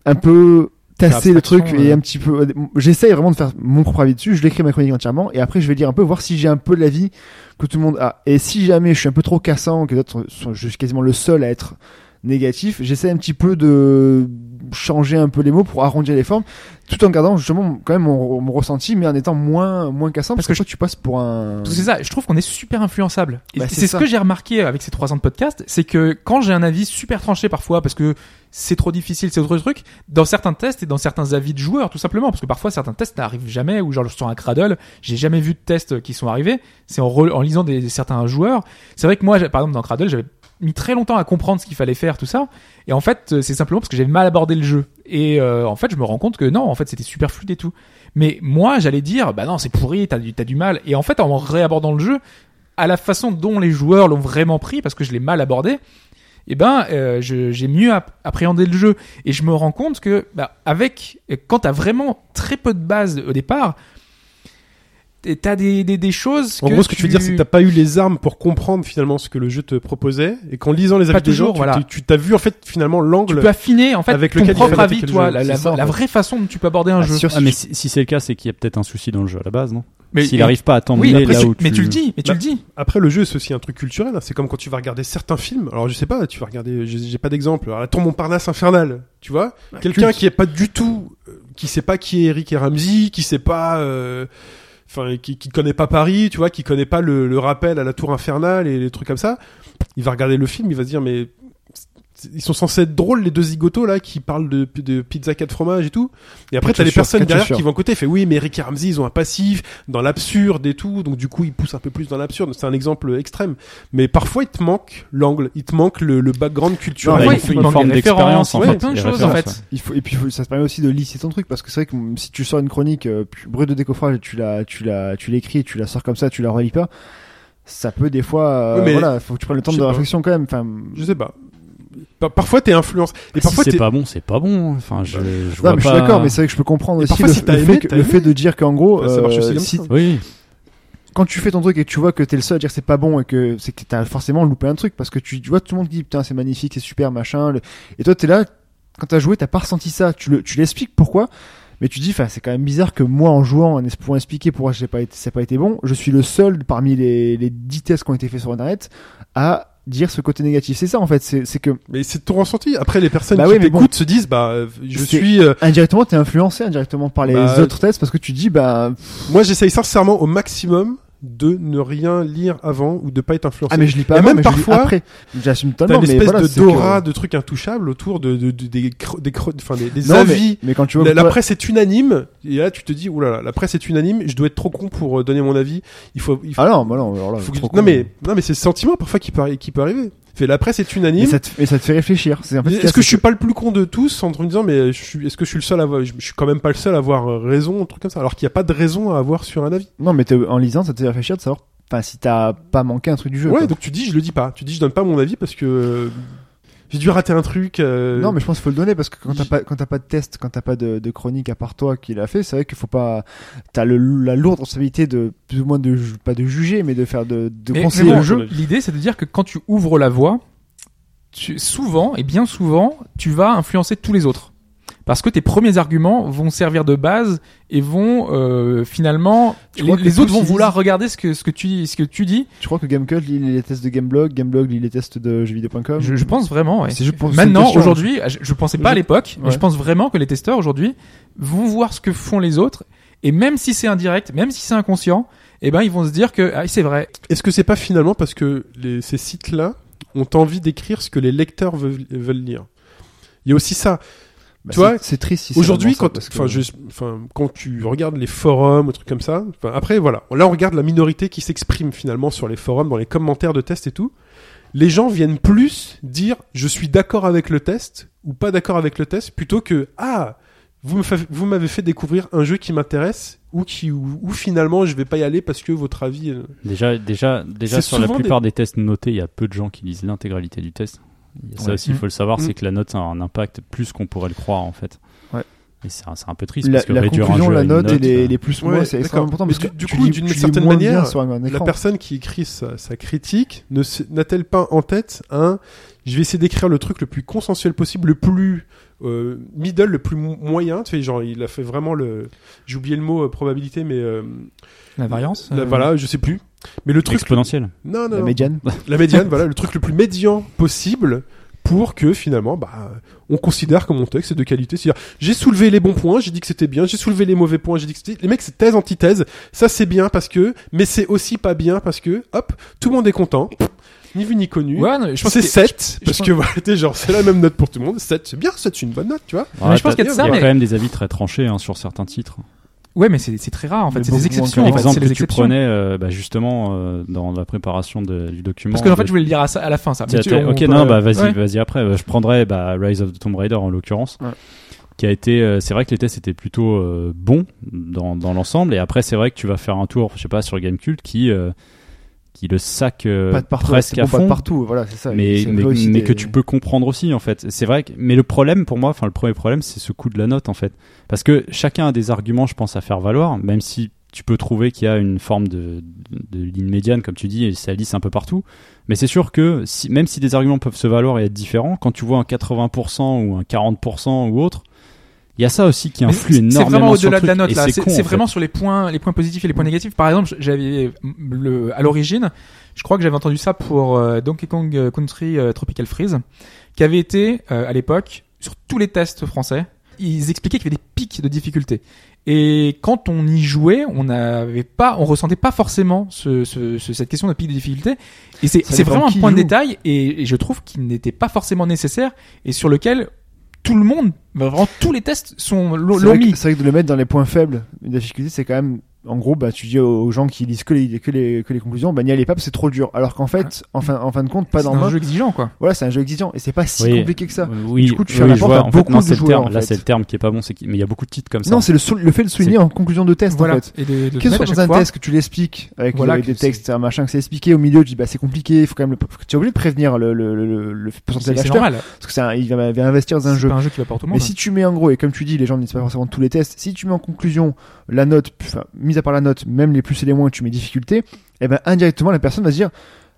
Speaker 5: un peu tasser le
Speaker 4: Abstraction,
Speaker 5: truc et
Speaker 4: euh.
Speaker 5: un petit peu. J'essaye vraiment de faire mon propre avis dessus. Je l'écris ma chronique entièrement et après je vais lire un peu, voir si j'ai un peu l'avis que tout le monde a. Et si jamais je suis un peu trop cassant, que les autres sont, je suis quasiment le seul à être négatif, j'essaie un petit peu de changer un peu les mots pour arrondir les formes, tout en gardant justement quand même mon, mon ressenti, mais en étant moins moins cassant parce,
Speaker 4: Parce que
Speaker 5: que, toi tu passes pour un.
Speaker 4: Parce que c'est ça, je trouve qu'on est super influençable. Et
Speaker 5: Bah, c'est
Speaker 4: c'est ce
Speaker 5: ça.
Speaker 4: que j'ai remarqué avec ces trois ans de podcast, c'est que quand j'ai un avis super tranché parfois, parce que c'est trop difficile, c'est autre truc, dans certains tests et dans certains avis de joueurs, tout simplement, parce que parfois certains tests n'arrivent jamais, ou genre sur un cradle, j'ai jamais vu de tests qui sont arrivés, c'est en, re- en lisant des, certains joueurs. C'est vrai que moi, j'ai- par exemple, dans cradle, j'avais mis très longtemps à comprendre ce qu'il fallait faire, tout ça, et en fait, euh, c'est simplement parce que j'avais mal abordé le jeu. Et euh, en fait, je me rends compte que non, en fait, c'était super fluide et tout. Mais moi, j'allais dire, bah non, c'est pourri, t'as du, t'as du mal. Et en fait, en réabordant le jeu, à la façon dont les joueurs l'ont vraiment pris, parce que je l'ai mal abordé, eh ben, euh, je- j'ai mieux ap- appréhendé le jeu. Et je me rends compte que, bah, avec, quand t'as vraiment très peu de base au départ, t'es- t'as des, des, des choses.
Speaker 3: En gros, ce que tu veux dire, c'est que t'as pas eu les armes pour comprendre finalement ce que le jeu te proposait, et qu'en lisant les avis des
Speaker 4: toujours,
Speaker 3: gens, tu-
Speaker 4: voilà.
Speaker 3: tu tu t'as vu en fait finalement
Speaker 4: tu
Speaker 3: l'angle.
Speaker 4: peux affiner en fait
Speaker 3: avec
Speaker 4: ton
Speaker 3: lequel il
Speaker 4: propre
Speaker 3: fallait
Speaker 4: avis,
Speaker 3: attaquer le
Speaker 4: toi,
Speaker 3: jeu.
Speaker 4: la, la,
Speaker 5: C'est ça, en
Speaker 4: la
Speaker 5: fait.
Speaker 4: vraie façon dont tu peux aborder un
Speaker 5: Ah,
Speaker 4: jeu.
Speaker 5: sur-
Speaker 6: Ah, mais si, si c'est le cas, c'est qu'il y a peut-être un souci dans le jeu à la base, non
Speaker 4: Mais
Speaker 6: S'il
Speaker 4: mais-
Speaker 6: arrive pas à
Speaker 4: oui,
Speaker 6: t'emmener
Speaker 4: après,
Speaker 6: là
Speaker 4: tu-
Speaker 6: où
Speaker 4: mais tu
Speaker 6: tu
Speaker 4: le dis, mais tu
Speaker 3: Bah,
Speaker 4: le dis.
Speaker 3: Après, le jeu, c'est aussi un truc culturel. hein. C'est comme quand tu vas regarder certains films. Alors, je sais pas, tu vas regarder, j'ai j'ai pas d'exemple. Alors, La Tour Montparnasse infernale, tu vois. Quelqu'un qui est pas du tout, euh, qui sait pas qui est Eric et Ramsey, qui sait pas, euh, enfin, qui, qui connaît pas Paris, tu vois, qui connaît pas le, le rappel à la Tour infernale et les trucs comme ça. Il va regarder le film, il va se dire, mais c'est- ils sont censés être drôles les deux zigotos là qui parlent de, de pizza 4 fromages et tout et après
Speaker 5: Quatre
Speaker 3: t'as les
Speaker 5: chaussures,
Speaker 3: personnes
Speaker 5: quatre
Speaker 3: derrière
Speaker 5: chaussures.
Speaker 3: qui vont à côté fait oui mais Eric et Ramsey ils ont un passif dans l'absurde et tout donc du coup ils poussent un peu plus dans l'absurde c'est un exemple euh, extrême mais parfois il te manque l'angle il te manque le, le background
Speaker 5: Non,
Speaker 3: culturel
Speaker 5: mais
Speaker 4: Ouais,
Speaker 5: il
Speaker 6: Bah, faut une
Speaker 4: manque
Speaker 6: forme
Speaker 4: des références,
Speaker 6: d'expérience, en
Speaker 4: ouais,
Speaker 6: fait,
Speaker 4: plein de
Speaker 6: des
Speaker 4: choses en
Speaker 6: références,
Speaker 4: fait.
Speaker 5: Il faut, et puis il faut- ça te permet aussi de lisser ton truc parce que c'est vrai que mm, si tu sors une chronique euh, puis bruit de décoffrage et tu la tu la tu l'écris et tu la sors comme ça tu la relis pas ça peut des fois euh,
Speaker 3: Oui, mais-
Speaker 5: voilà faut que tu prennes le temps
Speaker 3: je
Speaker 5: de
Speaker 3: sais pas.
Speaker 5: réflexion quand même enfin
Speaker 3: je sais pas Par- Parfois, t'es influencé.
Speaker 5: Ah,
Speaker 3: Et
Speaker 6: si
Speaker 3: parfois,
Speaker 6: c'est
Speaker 3: t'es-
Speaker 6: pas bon, c'est pas bon. hein. Enfin, je, je vois
Speaker 5: Non, mais je suis
Speaker 6: pas-
Speaker 5: d'accord, mais c'est vrai que je peux comprendre
Speaker 3: Et
Speaker 5: aussi
Speaker 3: parfois,
Speaker 5: le,
Speaker 3: si t'as
Speaker 5: le
Speaker 3: aimé,
Speaker 5: fait que-
Speaker 3: t'as
Speaker 5: le
Speaker 3: aimé.
Speaker 5: fait de dire qu'en gros,
Speaker 3: Ça marche aussi
Speaker 5: euh,
Speaker 3: comme
Speaker 5: si-
Speaker 3: ça.
Speaker 6: Oui,
Speaker 5: quand tu fais ton truc et que tu vois que t'es le seul à dire que c'est pas bon et que c'est que t'as forcément loupé un truc parce que tu, tu vois tout le monde dit putain c'est magnifique, c'est super machin, le- et toi t'es là, quand t'as joué t'as pas ressenti ça, tu le, tu l'expliques pourquoi, mais tu dis enfin c'est quand même bizarre que moi en jouant en es- pour expliquer pourquoi j'ai pas été, ça a pas été bon, je suis le seul parmi les les dix tests qui ont été faits sur internet à dire ce côté négatif. C'est ça en fait, c'est c'est que
Speaker 3: mais c'est ton ressenti. Après, les personnes
Speaker 5: Bah
Speaker 3: qui
Speaker 5: oui, mais
Speaker 3: t'écoutent
Speaker 5: bon.
Speaker 3: se disent, bah, euh, je
Speaker 5: C'est-
Speaker 3: suis. euh,
Speaker 5: indirectement t'es influencé indirectement par les
Speaker 3: Bah,
Speaker 5: autres tests parce que tu dis bah
Speaker 3: Moi, j'essaye sincèrement au maximum de ne rien lire avant ou de pas être influencé.
Speaker 5: ah mais je lis pas
Speaker 3: Et
Speaker 5: avant,
Speaker 3: même
Speaker 5: mais je lis
Speaker 3: parfois,
Speaker 5: après j'assume
Speaker 3: T'as
Speaker 5: totalement
Speaker 3: une
Speaker 5: mais
Speaker 3: espèce
Speaker 5: voilà,
Speaker 3: de
Speaker 5: c'est que-
Speaker 3: d'aura de trucs intouchables autour de, de- de- des, cro- des, cro- enfin, des, des
Speaker 5: Non, mais-
Speaker 3: avis.
Speaker 5: mais, quand tu vois
Speaker 3: La,
Speaker 5: que
Speaker 3: la
Speaker 5: toi-
Speaker 3: presse est unanime et là tu te dis oulala la presse est unanime je dois être trop con pour euh, donner mon avis il faut il faut,
Speaker 5: Ah non, bah non, alors là,
Speaker 3: faut que-
Speaker 5: trop
Speaker 3: non
Speaker 5: con.
Speaker 3: mais non mais c'est ce sentiment parfois qui peut qui peut arriver fait la presse est
Speaker 5: Mais
Speaker 3: unanime
Speaker 5: ça, te, mais ça te fait réfléchir. C'est en fait,
Speaker 3: est-ce que je suis pas le plus con de tous en me disant mais je suis- est-ce que je suis le seul à avoir je je suis quand même pas le seul à avoir euh, raison un truc comme ça alors qu'il n'y a pas de raison à avoir sur un avis
Speaker 5: Non, mais t'es- en lisant, ça te fait réfléchir de savoir enfin, si t'as pas manqué un truc du jeu.
Speaker 3: ouais
Speaker 5: quoi.
Speaker 3: donc tu dis je le dis pas tu dis je donne pas mon avis parce que euh, j'ai dû rater un truc euh,
Speaker 5: Non, mais je pense qu'il faut le donner parce que quand t'as
Speaker 3: j-
Speaker 5: pas, quand t'as pas de test, quand t'as pas de, de chronique à part toi qui l'a fait, c'est vrai qu'il faut pas. T'as le, la lourde responsabilité de plus ou moins de ju- pas de juger, mais de faire de, de
Speaker 4: Mais-
Speaker 5: conseiller
Speaker 4: mais bon,
Speaker 5: le jeu.
Speaker 4: L'idée, c'est de dire que quand tu ouvres la voie, tu, souvent, et bien souvent, tu vas influencer tous les autres. Parce que tes premiers arguments vont servir de base et vont euh, finalement
Speaker 5: Je
Speaker 4: les,
Speaker 5: crois que
Speaker 4: les
Speaker 5: tous
Speaker 4: autres vont
Speaker 5: ils-
Speaker 4: vouloir regarder ce que ce que tu dis ce que tu dis.
Speaker 5: Tu crois que Gamecode lit les tests de Gameblog, Gameblog lit les tests de jeuxvideo.com
Speaker 4: Je, je pense vraiment. ouais.
Speaker 5: Euh, C'est juste pour- c'est une
Speaker 4: Maintenant,
Speaker 5: question, hein.
Speaker 4: aujourd'hui, ah, je, je pensais pas à
Speaker 5: Je-
Speaker 4: l'époque, mais
Speaker 5: ouais.
Speaker 4: je pense vraiment que les testeurs aujourd'hui vont voir ce que font les autres et même si c'est indirect, même si c'est inconscient, eh ben ils vont se dire que ah, c'est vrai.
Speaker 3: Est-ce que c'est pas finalement parce que les- ces sites-là ont envie d'écrire ce que les lecteurs veulent, veulent lire Il y a aussi ça.
Speaker 5: Bah,
Speaker 3: tu vois,
Speaker 5: c'est- c'est triste. si c'est
Speaker 3: Aujourd'hui,
Speaker 5: vraiment ça, hein,
Speaker 3: quand,
Speaker 5: parce que-
Speaker 3: enfin, je- enfin, quand tu regardes les forums ou trucs comme ça, enfin, après, voilà. Là, on regarde la minorité qui s'exprime finalement sur les forums, dans les commentaires de tests et tout. Les gens viennent plus dire je suis d'accord avec le test ou pas d'accord avec le test plutôt que ah vous me fa- vous m'avez fait découvrir un jeu qui m'intéresse ou qui ou, ou finalement je vais pas y aller parce que votre avis euh,
Speaker 6: déjà, déjà, déjà
Speaker 3: C'est
Speaker 6: sur la
Speaker 3: souvent
Speaker 6: plupart des... tests notés, il y a peu de gens qui lisent l'intégralité du test. Il y a Ça
Speaker 5: Ouais.
Speaker 6: aussi, il faut le savoir,
Speaker 3: Mm.
Speaker 6: c'est que la note ça a un impact plus qu'on pourrait le croire en fait.
Speaker 5: Ouais.
Speaker 6: Et c'est un, c'est un peu triste
Speaker 5: La,
Speaker 6: parce que
Speaker 5: la
Speaker 6: réduire un
Speaker 5: conclusion,
Speaker 6: jeu à
Speaker 5: la
Speaker 6: une
Speaker 5: note, et les,
Speaker 6: bah,
Speaker 5: les plus
Speaker 3: Ouais,
Speaker 5: moins, c'est extrêmement
Speaker 3: d'accord.
Speaker 5: important
Speaker 3: Mais
Speaker 5: parce que
Speaker 3: du- du
Speaker 5: tu
Speaker 3: coup,
Speaker 5: lis-
Speaker 3: d'une
Speaker 5: tu lis
Speaker 3: certaine
Speaker 5: moins bien
Speaker 3: manière,
Speaker 5: sur un
Speaker 3: la
Speaker 5: écran.
Speaker 3: personne qui écrit sa, sa critique ne s- n'a-t-elle pas en tête un je vais essayer d'écrire le truc le plus consensuel possible le plus euh, middle le plus mo- moyen tu sais genre il a fait vraiment le j'ai oublié le mot euh, probabilité mais euh,
Speaker 4: La variance.
Speaker 3: la-
Speaker 4: euh,
Speaker 3: voilà je sais plus mais le truc
Speaker 6: exponentielle.
Speaker 3: non non
Speaker 5: La
Speaker 3: non.
Speaker 5: médiane.
Speaker 3: la médiane voilà le truc le plus médian possible pour que finalement bah on considère que mon texte est de qualité c'est-à-dire j'ai soulevé les bons points j'ai dit que c'était bien j'ai soulevé les mauvais points j'ai dit que c'était les mecs c'est thèse antithèse ça c'est bien parce que mais c'est aussi pas bien parce que hop tout le monde est content ni vu ni connu
Speaker 4: Ouais, non, je pense
Speaker 3: c'est
Speaker 4: que-
Speaker 3: 7
Speaker 4: je
Speaker 3: parce
Speaker 4: pense-
Speaker 3: que voilà t'es genre c'est la même note pour tout le monde 7 c'est bien 7 c'est une bonne note tu vois
Speaker 4: mais je pense qu'il y a de ça,
Speaker 6: Il y a
Speaker 4: mais-
Speaker 6: quand même des avis très tranchés hein, sur certains titres.
Speaker 4: Ouais, mais c'est c'est très rare en fait.
Speaker 5: Mais
Speaker 4: C'est des
Speaker 5: beaucoup
Speaker 4: exceptions.
Speaker 5: moins
Speaker 4: en
Speaker 5: que
Speaker 4: fait,
Speaker 5: les
Speaker 6: L'exemple
Speaker 4: c'est
Speaker 6: que
Speaker 4: les
Speaker 6: tu
Speaker 4: exceptions.
Speaker 6: prenais euh, bah, justement euh, dans la préparation de- du document.
Speaker 4: Parce que en fait,
Speaker 6: de-
Speaker 4: je voulais le dire à ça à la fin, ça.
Speaker 6: Tiens,
Speaker 4: Mais tu-
Speaker 6: attends,
Speaker 4: on
Speaker 6: ok,
Speaker 4: peut-
Speaker 5: hein.
Speaker 6: non, bah vas-y,
Speaker 4: Ouais.
Speaker 6: vas-y après. Euh, Je prendrais bah, Rise of the Tomb Raider en l'occurrence,
Speaker 5: Ouais.
Speaker 6: qui a été. euh, c'est vrai que les tests étaient plutôt euh, bons dans, dans l'ensemble, et après c'est vrai que tu vas faire un tour, je sais pas, sur Gamecult qui euh, qui le sac euh,
Speaker 5: Pas de partout.
Speaker 6: presque
Speaker 5: c'est
Speaker 6: à
Speaker 5: bon, pas
Speaker 6: fond,
Speaker 5: de partout. Voilà, c'est ça.
Speaker 6: mais
Speaker 5: C'est
Speaker 6: mais,
Speaker 5: vrai aussi
Speaker 6: mais
Speaker 5: des-
Speaker 6: que tu peux comprendre aussi en fait. C'est vrai que. Mais le problème pour moi, enfin le premier problème, c'est ce coup de la note en fait, parce que chacun a des arguments, je pense, à faire valoir, même si tu peux trouver qu'il y a une forme de, de ligne médiane, comme tu dis, et ça lisse un peu partout. Mais c'est sûr que si, même si des arguments peuvent se valoir et être différents, quand tu vois un 80% ou un 40% ou autre, il y a ça aussi qui
Speaker 4: Mais
Speaker 6: influe
Speaker 4: C'est
Speaker 6: énormément
Speaker 4: vraiment
Speaker 6: sur le
Speaker 4: au-delà de la
Speaker 6: truc.
Speaker 4: note
Speaker 6: Et
Speaker 4: là.
Speaker 6: c'est
Speaker 4: C'est
Speaker 6: con, en
Speaker 4: c'est
Speaker 6: fait.
Speaker 4: vraiment sur les points, les points positifs et les points négatifs. Par exemple, j'avais mm, le, à l'origine, je crois que j'avais entendu ça pour euh, Donkey Kong Country euh, Tropical Freeze, qui avait été euh, à l'époque sur tous les tests français. Ils expliquaient qu'il y avait des pics de difficulté. Et quand on y jouait, on n'avait pas, on ressentait pas forcément ce, ce- ce- cette question de pic de difficulté. Et c'est
Speaker 5: Ça
Speaker 4: c'est
Speaker 5: dépend
Speaker 4: vraiment un
Speaker 5: qui
Speaker 4: point de
Speaker 5: joue.
Speaker 4: détail. Et, et je trouve qu'il n'était pas forcément nécessaire et sur lequel tout le monde, vraiment tous les tests sont l'ont
Speaker 5: C'est vrai,
Speaker 4: l'ont mis.
Speaker 5: que- c'est vrai que de le mettre dans les points faibles, une difficulté, c'est quand même en gros, bah, tu dis aux gens qui lisent que les, que les, que les conclusions, bah, n'y allez pas parce que c'est trop dur. Alors qu'en fait, en fin, en fin de compte, pas
Speaker 4: C'est
Speaker 5: dans
Speaker 4: un
Speaker 5: Main,
Speaker 4: jeu exigeant, quoi.
Speaker 5: Voilà, c'est un jeu exigeant et c'est pas si
Speaker 6: Oui.
Speaker 5: compliqué que ça.
Speaker 6: Oui,
Speaker 5: Du coup, tu
Speaker 6: oui,
Speaker 5: fermes la
Speaker 6: je
Speaker 5: porte
Speaker 6: vois.
Speaker 5: à
Speaker 6: En fait,
Speaker 5: beaucoup
Speaker 6: non,
Speaker 5: de
Speaker 6: c'est le
Speaker 5: joueurs,
Speaker 6: terme.
Speaker 5: en
Speaker 6: Là,
Speaker 5: fait.
Speaker 6: c'est le terme qui est pas bon. c'est qu'il- Mais il y a beaucoup de titres comme ça.
Speaker 5: Non, c'est le, sou- le fait de souligner en conclusion de test,
Speaker 4: Voilà.
Speaker 5: en fait.
Speaker 4: Et de, de
Speaker 5: Qu'est-ce
Speaker 4: mettre
Speaker 5: que
Speaker 4: à
Speaker 5: dans
Speaker 4: chaque
Speaker 5: un
Speaker 4: fois-
Speaker 5: test que tu l'expliques avec
Speaker 4: Voilà,
Speaker 5: le-
Speaker 4: que
Speaker 5: des
Speaker 4: c'est-
Speaker 5: textes, un machin que c'est expliqué au milieu, tu dis bah c'est compliqué, il faut quand même le... tu es obligé de prévenir le, le, le- le, le
Speaker 4: C'est
Speaker 5: pourcentage
Speaker 4: c'est
Speaker 5: d'acheteurs
Speaker 4: normal.
Speaker 5: parce que c'est un- il va, va investir dans un
Speaker 4: C'est
Speaker 5: jeu.
Speaker 4: pas un jeu qui va pour tout le
Speaker 5: Mais
Speaker 4: monde.
Speaker 5: si tu mets en gros et comme tu dis les gens ne lisent pas forcément tous les tests, si tu mets en conclusion la note, enfin, mise à part la note, même les plus et les moins, tu mets difficulté, et ben indirectement la personne va se dire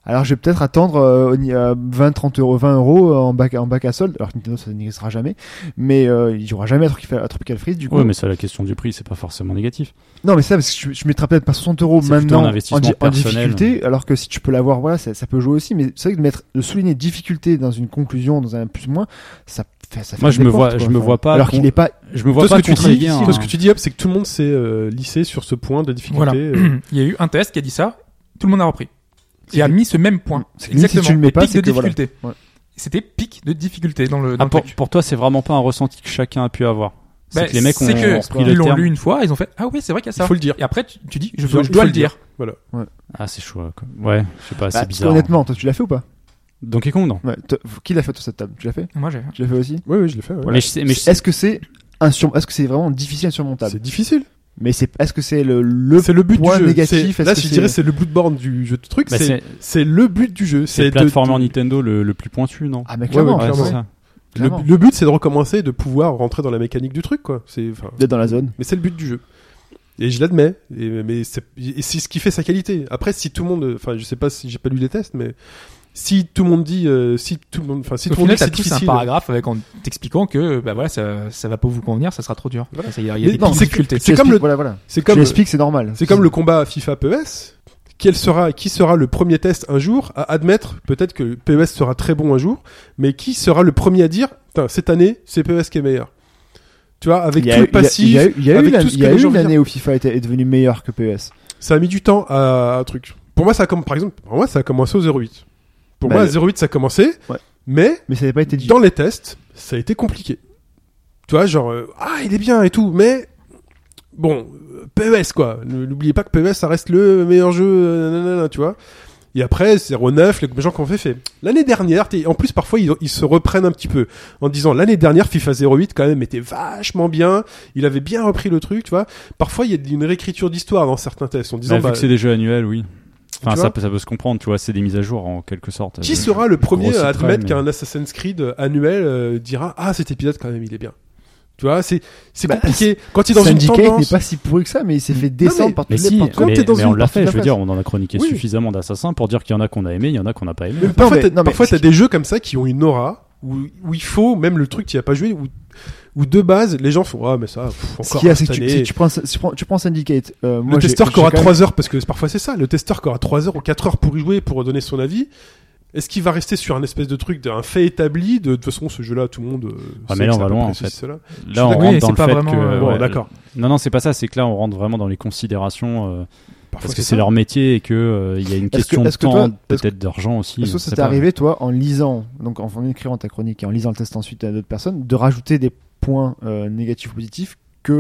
Speaker 5: alors je vais peut-être attendre euh, au ni- euh, 20 30 euros 20 euros en bac en bac à solde alors que Nintendo ça n'existera jamais mais euh, il y aura jamais un truc qui fait un Tropical Freeze du coup
Speaker 6: Ouais, mais ça, la question du prix, c'est pas forcément négatif.
Speaker 5: non, mais ça, parce que je, je mettrais peut-être pas 60 euros
Speaker 6: C'est plutôt
Speaker 5: maintenant
Speaker 6: un
Speaker 5: en,
Speaker 6: investissement
Speaker 5: di- en
Speaker 6: personnel.
Speaker 5: difficulté, alors que si tu peux l'avoir, voilà, ça, ça peut jouer aussi. Mais c'est vrai que de mettre, de souligner difficulté dans une conclusion, dans un plus ou moins, ça, fait- ça fait
Speaker 6: Moi, je
Speaker 5: des
Speaker 6: me
Speaker 5: portes,
Speaker 6: vois-
Speaker 5: quoi.
Speaker 6: je me vois pas
Speaker 5: Alors
Speaker 6: con-
Speaker 5: qu'il est pas.
Speaker 6: Je me vois
Speaker 3: Toi, ce
Speaker 6: pas
Speaker 3: que tu dis,
Speaker 6: contredire.
Speaker 3: toi, ce que
Speaker 6: hein.
Speaker 3: tu dis, Hop, c'est que tout le monde s'est euh, lissé sur ce point de difficulté.
Speaker 4: Voilà.
Speaker 3: euh,
Speaker 4: Il y a eu un test qui a dit ça, tout le monde a repris. Et a mis ce même point.
Speaker 5: C'est que limite,
Speaker 4: Exactement.
Speaker 5: si tu le mets pas,
Speaker 4: pic de
Speaker 5: c'est que voilà.
Speaker 4: difficulté.
Speaker 5: Ouais.
Speaker 4: C'était pic de difficulté dans le, dans
Speaker 6: Ah,
Speaker 4: le
Speaker 6: pour,
Speaker 4: truc.
Speaker 6: pour toi, c'est vraiment pas un ressenti que chacun a pu avoir. C'est
Speaker 4: Bah,
Speaker 6: que les mecs ont,
Speaker 4: c'est que
Speaker 6: ont pris
Speaker 4: ils
Speaker 6: le
Speaker 4: l'ont
Speaker 6: terme.
Speaker 4: lu une fois, ils ont fait ah ouais c'est vrai qu'il y a ça.
Speaker 3: Il faut le dire.
Speaker 4: Et après tu, tu dis je,
Speaker 3: Il faut-
Speaker 4: je
Speaker 3: il
Speaker 4: dois
Speaker 3: faut
Speaker 4: le
Speaker 3: le dire.
Speaker 4: dire.
Speaker 6: Ah, c'est chaud. quoi. Ouais, je sais pas,
Speaker 5: Bah,
Speaker 6: c'est bizarre. hein.
Speaker 5: Honnêtement, toi, tu l'as fait ou pas
Speaker 6: Donkey Kong, non
Speaker 5: ouais, toi, Qui l'a fait toi cette table Tu l'as fait
Speaker 4: Moi j'ai.
Speaker 5: Tu l'as fait aussi
Speaker 3: Oui, oui, je l'ai fait. ouais.
Speaker 6: Mais je sais, mais je sais-
Speaker 5: Est-ce que c'est insur... Est-ce que c'est vraiment difficile à surmontable
Speaker 3: C'est difficile.
Speaker 5: Mais c'est est-ce que c'est le, le
Speaker 3: C'est le but
Speaker 5: point
Speaker 3: du jeu.
Speaker 5: négatif,
Speaker 3: C'est-
Speaker 5: est-ce
Speaker 3: Là,
Speaker 5: que
Speaker 3: je
Speaker 5: c'est-
Speaker 3: dirais, c'est le Bloodborne du jeu de truc.
Speaker 6: bah,
Speaker 3: c'est-
Speaker 6: c'est
Speaker 3: C'est le but du jeu.
Speaker 6: c'est
Speaker 3: de-
Speaker 6: le platformer
Speaker 3: de-
Speaker 6: Nintendo le, le plus pointu, non
Speaker 5: ah mais
Speaker 3: ouais,
Speaker 5: clairement,
Speaker 3: ouais,
Speaker 6: Ouais,
Speaker 3: clairement.
Speaker 6: c'est ça.
Speaker 3: Le,
Speaker 5: clairement.
Speaker 3: le but, c'est de recommencer et de pouvoir rentrer dans la mécanique du truc, quoi. C'est, enfin,
Speaker 5: d'être dans la zone.
Speaker 3: mais c'est le but du jeu. Et je l'admets. Et, mais c'est, et c'est ce qui fait sa qualité. Après, si tout le monde, enfin, je sais pas si j'ai pas lu les tests, mais si tout le monde dit, euh, si tout le monde, enfin, si
Speaker 4: Au
Speaker 3: tout le monde dit
Speaker 4: final
Speaker 3: que c'est
Speaker 4: t'as tous un
Speaker 3: difficile.
Speaker 4: paragraphe avec en t'expliquant que bah voilà ça ça va pas vous convenir ça sera trop dur.
Speaker 3: Voilà.
Speaker 4: Ça, Il y a il y a
Speaker 3: Mais
Speaker 4: des
Speaker 3: non,
Speaker 4: pics de
Speaker 3: c'est-
Speaker 4: difficulté.
Speaker 3: c'est comme
Speaker 5: J'explique,
Speaker 3: le-
Speaker 5: voilà voilà.
Speaker 3: C'est
Speaker 5: Je
Speaker 3: comme,
Speaker 5: l'explique, c'est normal.
Speaker 3: c'est comme le combat FIFA PES. Quel sera, qui sera le premier test un jour à admettre peut-être que PES sera très bon un jour, mais qui sera le premier à dire, Putain, cette année, c'est PES qui est meilleur. Tu vois, avec
Speaker 5: Il y a
Speaker 3: tout
Speaker 5: eu-
Speaker 3: le passif,
Speaker 5: il y a eu- il y a eu
Speaker 3: avec
Speaker 5: l'an-
Speaker 3: tout ce
Speaker 5: il
Speaker 3: que
Speaker 5: y a
Speaker 3: les
Speaker 5: eu
Speaker 3: gens
Speaker 5: une
Speaker 3: veulent
Speaker 5: année où FIFA était- est devenu meilleur que E PES.
Speaker 3: ça a mis du temps à, à un truc. Pour moi, ça a comme, par exemple, pour moi, ça a commencé au 08. Pour
Speaker 5: Bah,
Speaker 3: moi,
Speaker 5: le-
Speaker 3: 08, ça a commencé,
Speaker 5: Ouais.
Speaker 3: mais
Speaker 5: Mais ça n'avait pas été dit.
Speaker 3: dans les tests, ça a été compliqué. Tu vois, genre, euh, ah, il est bien et tout, mais bon, euh, PES, quoi. N- N'oubliez pas que PES, ça reste le meilleur jeu, euh, nanana, tu vois. Et après, 09, les gens qui ont fait, fait. L'année dernière, t'es- en plus, parfois, ils, ils se reprennent un petit peu en disant, l'année dernière, FIFA 08, quand même, était vachement bien. Il avait bien repris le truc, tu vois. Parfois, il y a de- une réécriture d'histoire dans certains tests en disant,
Speaker 6: Bah, vu
Speaker 3: bah,
Speaker 6: que c'est des jeux annuels, oui. Enfin,
Speaker 3: Tu
Speaker 6: ça,
Speaker 3: vois
Speaker 6: peut- ça peut se comprendre, tu vois, c'est des mises à jour en quelque
Speaker 5: Ah,
Speaker 6: sorte.
Speaker 3: Qui
Speaker 5: bah,
Speaker 6: Euh,
Speaker 3: sera le premier
Speaker 6: Grosse
Speaker 3: à
Speaker 6: traîne,
Speaker 3: admettre
Speaker 6: mais-
Speaker 3: qu'un Assassin's Creed annuel euh, dira ah cet épisode quand même il est bien. Tu vois, c'est c'est
Speaker 5: Bah,
Speaker 3: compliqué quand il est dans une
Speaker 5: Syndicate n'est
Speaker 3: tendance.
Speaker 5: pas si pourri que ça, mais il s'est fait descendre
Speaker 3: mais-
Speaker 5: par tous
Speaker 6: Mais
Speaker 5: les
Speaker 6: si,
Speaker 5: par tous
Speaker 3: quand
Speaker 6: mais,
Speaker 3: t'es dans
Speaker 6: mais
Speaker 3: une
Speaker 6: on l'a
Speaker 5: partie de
Speaker 6: fait,
Speaker 5: la
Speaker 6: je veux
Speaker 5: presse.
Speaker 6: dire, on en a chroniqué
Speaker 3: Oui.
Speaker 6: suffisamment d'assassins pour dire qu'il y en a qu'on a aimé, il y en a qu'on n'a pas aimé.
Speaker 3: Mais parfois
Speaker 5: mais-
Speaker 3: t'as
Speaker 5: non, mais-
Speaker 3: parfois, t'as des jeux comme ça qui ont une aura où, où il faut même le truc qui a pas joué où, où de base les gens font ah mais ça pff,
Speaker 5: Ce
Speaker 3: encore
Speaker 5: qu'il y a, c'est
Speaker 3: cette
Speaker 5: que tu,
Speaker 3: année.
Speaker 5: si tu prends, si tu prends, tu prends Syndicate. euh,
Speaker 3: le
Speaker 5: moi, j'ai-
Speaker 3: testeur
Speaker 5: j'ai
Speaker 3: qui aura
Speaker 5: quand même-
Speaker 3: 3 heures parce que parfois c'est ça, le testeur qui aura 3 heures ou 4 heures pour y jouer pour donner son avis. Est-ce qu'il va rester sur un espèce de truc d'un fait établi de de toute façon ce jeu-là tout le monde euh,
Speaker 6: Ah,
Speaker 3: sait
Speaker 6: mais là,
Speaker 3: que c'est
Speaker 6: on va
Speaker 3: à peu
Speaker 6: loin,
Speaker 3: près
Speaker 6: en
Speaker 3: ceci,
Speaker 6: fait.
Speaker 3: cela.
Speaker 6: Là, on
Speaker 4: Oui,
Speaker 6: rentre
Speaker 4: c'est
Speaker 6: dans le
Speaker 4: pas
Speaker 6: fait
Speaker 4: vraiment,
Speaker 6: que.
Speaker 4: euh,
Speaker 3: Bon,
Speaker 6: ouais,
Speaker 3: d'accord.
Speaker 6: Non, non, c'est pas ça, c'est que là, on rentre vraiment dans les considérations euh,
Speaker 3: Parfois
Speaker 6: parce que
Speaker 3: c'est
Speaker 6: c'est
Speaker 3: ça.
Speaker 6: leur métier et que euh, il y a une
Speaker 5: que-
Speaker 6: question
Speaker 5: est-ce
Speaker 6: de
Speaker 5: que toi-
Speaker 6: temps,
Speaker 5: est-ce que-
Speaker 6: peut-être d'argent aussi.
Speaker 5: Est-ce que
Speaker 6: je
Speaker 5: ça
Speaker 6: sais
Speaker 5: t'est
Speaker 6: pas.
Speaker 5: arrivé, toi, en lisant, donc en, en écrivant ta chronique et en lisant le test ensuite à d'autres personnes, de rajouter des points euh, négatifs ou positifs que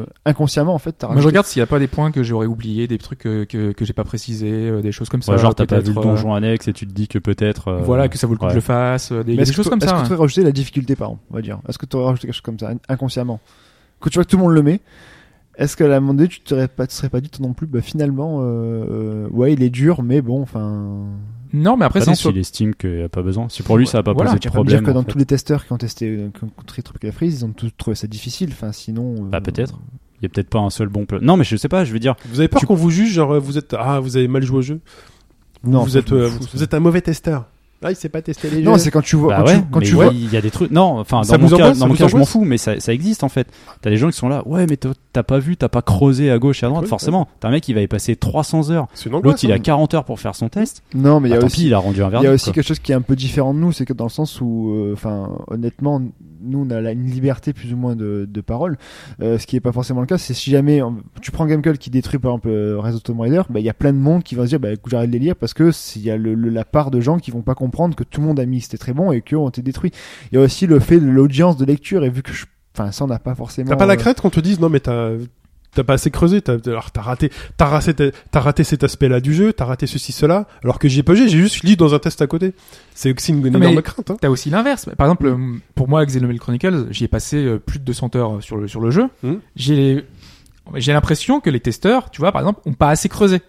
Speaker 5: euh, inconsciemment, en fait, t'as
Speaker 4: Moi je
Speaker 5: rajouté.
Speaker 4: regarde s'il y a pas des points que j'aurais oublié, des trucs euh, que que j'ai pas précisé, euh, des choses comme ça.
Speaker 6: Ouais, genre, t'as pas vu le
Speaker 4: peut-être, euh,
Speaker 6: donjon annexe et tu te dis que peut-être. euh,
Speaker 4: Voilà que ça vaut le coup que je le
Speaker 6: ouais.
Speaker 4: fasse, euh, des il y
Speaker 5: Mais
Speaker 4: a
Speaker 5: est-ce
Speaker 4: des
Speaker 5: que
Speaker 4: choses
Speaker 5: t'aurais-
Speaker 4: comme
Speaker 5: Est-ce
Speaker 4: ça.
Speaker 5: que tu
Speaker 4: hein.
Speaker 5: aurais rajouté la difficulté, par exemple, on va dire Est-ce que tu aurais rajouté quelque chose comme ça, in- inconsciemment Quand tu vois que tout le monde le met, est-ce que à la moment donné, tu te serais pas, tu te serais pas dit, toi non plus, bah finalement, euh, euh, ouais, il est dur, mais bon, enfin.
Speaker 4: Non mais après
Speaker 6: Bah non,
Speaker 4: c'est
Speaker 6: s'il
Speaker 4: sur-
Speaker 6: estime qu'il n'y a pas besoin. Si pour lui, ça n'a pas
Speaker 4: Voilà,
Speaker 6: posé
Speaker 5: Tu
Speaker 6: de
Speaker 5: vas pas me dire
Speaker 6: problème.
Speaker 5: que
Speaker 6: en
Speaker 5: dans
Speaker 6: fait.
Speaker 5: tous les testeurs qui ont testé euh, qui ont contré Tropical Freeze, ils ont tous trouvé ça difficile. Enfin, sinon. euh,
Speaker 6: Bah, peut-être. Il n'y a peut-être pas un seul bon plan. Non, mais je sais pas, je veux dire.
Speaker 3: Vous avez peur
Speaker 6: Tu-
Speaker 3: qu'on vous juge, genre euh, vous êtes ah vous avez mal joué au jeu,
Speaker 5: Non,
Speaker 3: vous
Speaker 5: ça,
Speaker 3: êtes
Speaker 5: je m'en
Speaker 3: euh,
Speaker 5: fous,
Speaker 3: vous,
Speaker 5: ça.
Speaker 3: vous êtes un mauvais testeur. Ah il sait pas tester les
Speaker 5: Non,
Speaker 3: jeux.
Speaker 5: c'est quand tu vois.
Speaker 6: Bah
Speaker 5: quand
Speaker 6: ouais,
Speaker 5: tu, quand
Speaker 6: mais
Speaker 5: tu
Speaker 6: ouais,
Speaker 5: vois.
Speaker 6: il y a des trucs. Non, enfin,
Speaker 3: Ça
Speaker 6: dans mon
Speaker 3: vous
Speaker 6: cas,
Speaker 3: angoisse,
Speaker 6: dans
Speaker 3: ça
Speaker 6: mon
Speaker 3: vous
Speaker 6: cas je m'en
Speaker 3: angoisse
Speaker 6: fous, mais ça, ça existe en fait. T'as des gens qui sont là, ouais, mais t'as t'as pas vu, t'as pas creusé à gauche et à droite,
Speaker 3: Oui,
Speaker 6: forcément. T'as un mec qui va y passer 300 heures.
Speaker 3: C'est une angoisse.
Speaker 6: L'autre, il
Speaker 3: hein.
Speaker 6: a 40 heures pour faire son test.
Speaker 5: Non, mais il y
Speaker 6: Bah,
Speaker 5: a
Speaker 6: tant pis,
Speaker 5: aussi.
Speaker 6: il a rendu un
Speaker 5: Il y
Speaker 6: verdict.
Speaker 5: a aussi
Speaker 6: quoi.
Speaker 5: quelque chose qui est un peu différent de nous, c'est que dans le sens où, euh, enfin, honnêtement, nous on a la- une liberté plus ou moins de, de parole, Euh, ce qui est pas forcément le cas. C'est si jamais euh, tu prends Gamecult qui détruit par exemple euh, Rise of Tomb Raider, bah il y a plein de monde qui va se dire, bah écoute, j'arrête de les lire parce que s'il y a le, le- la part de gens qui vont pas comprendre que tout le monde a mis c'était très bon et que on été détruit. Il y a aussi le fait de l'audience de lecture et vu que, je- enfin, ça on n'a pas forcément.
Speaker 3: T'as pas la
Speaker 5: euh,
Speaker 3: crête qu'on te dise non mais t'as t'as pas assez creusé. T'as, alors t'as raté, t'as raté, t'as raté cet aspect-là du jeu, t'as raté ceci, cela. Alors que JPG, j'ai juste lu dans un test à côté. C'est aussi une, une
Speaker 4: mais-
Speaker 3: énorme crainte. hein.
Speaker 4: T'as aussi l'inverse. Par exemple, euh, pour moi, Xenoblade Chronicles, j'y ai passé euh, plus de 200 heures sur le, sur le jeu.
Speaker 6: Hmm.
Speaker 3: Mhm.
Speaker 4: J'ai, j'ai l'impression que les testeurs, tu vois, par exemple, ont pas assez creusé.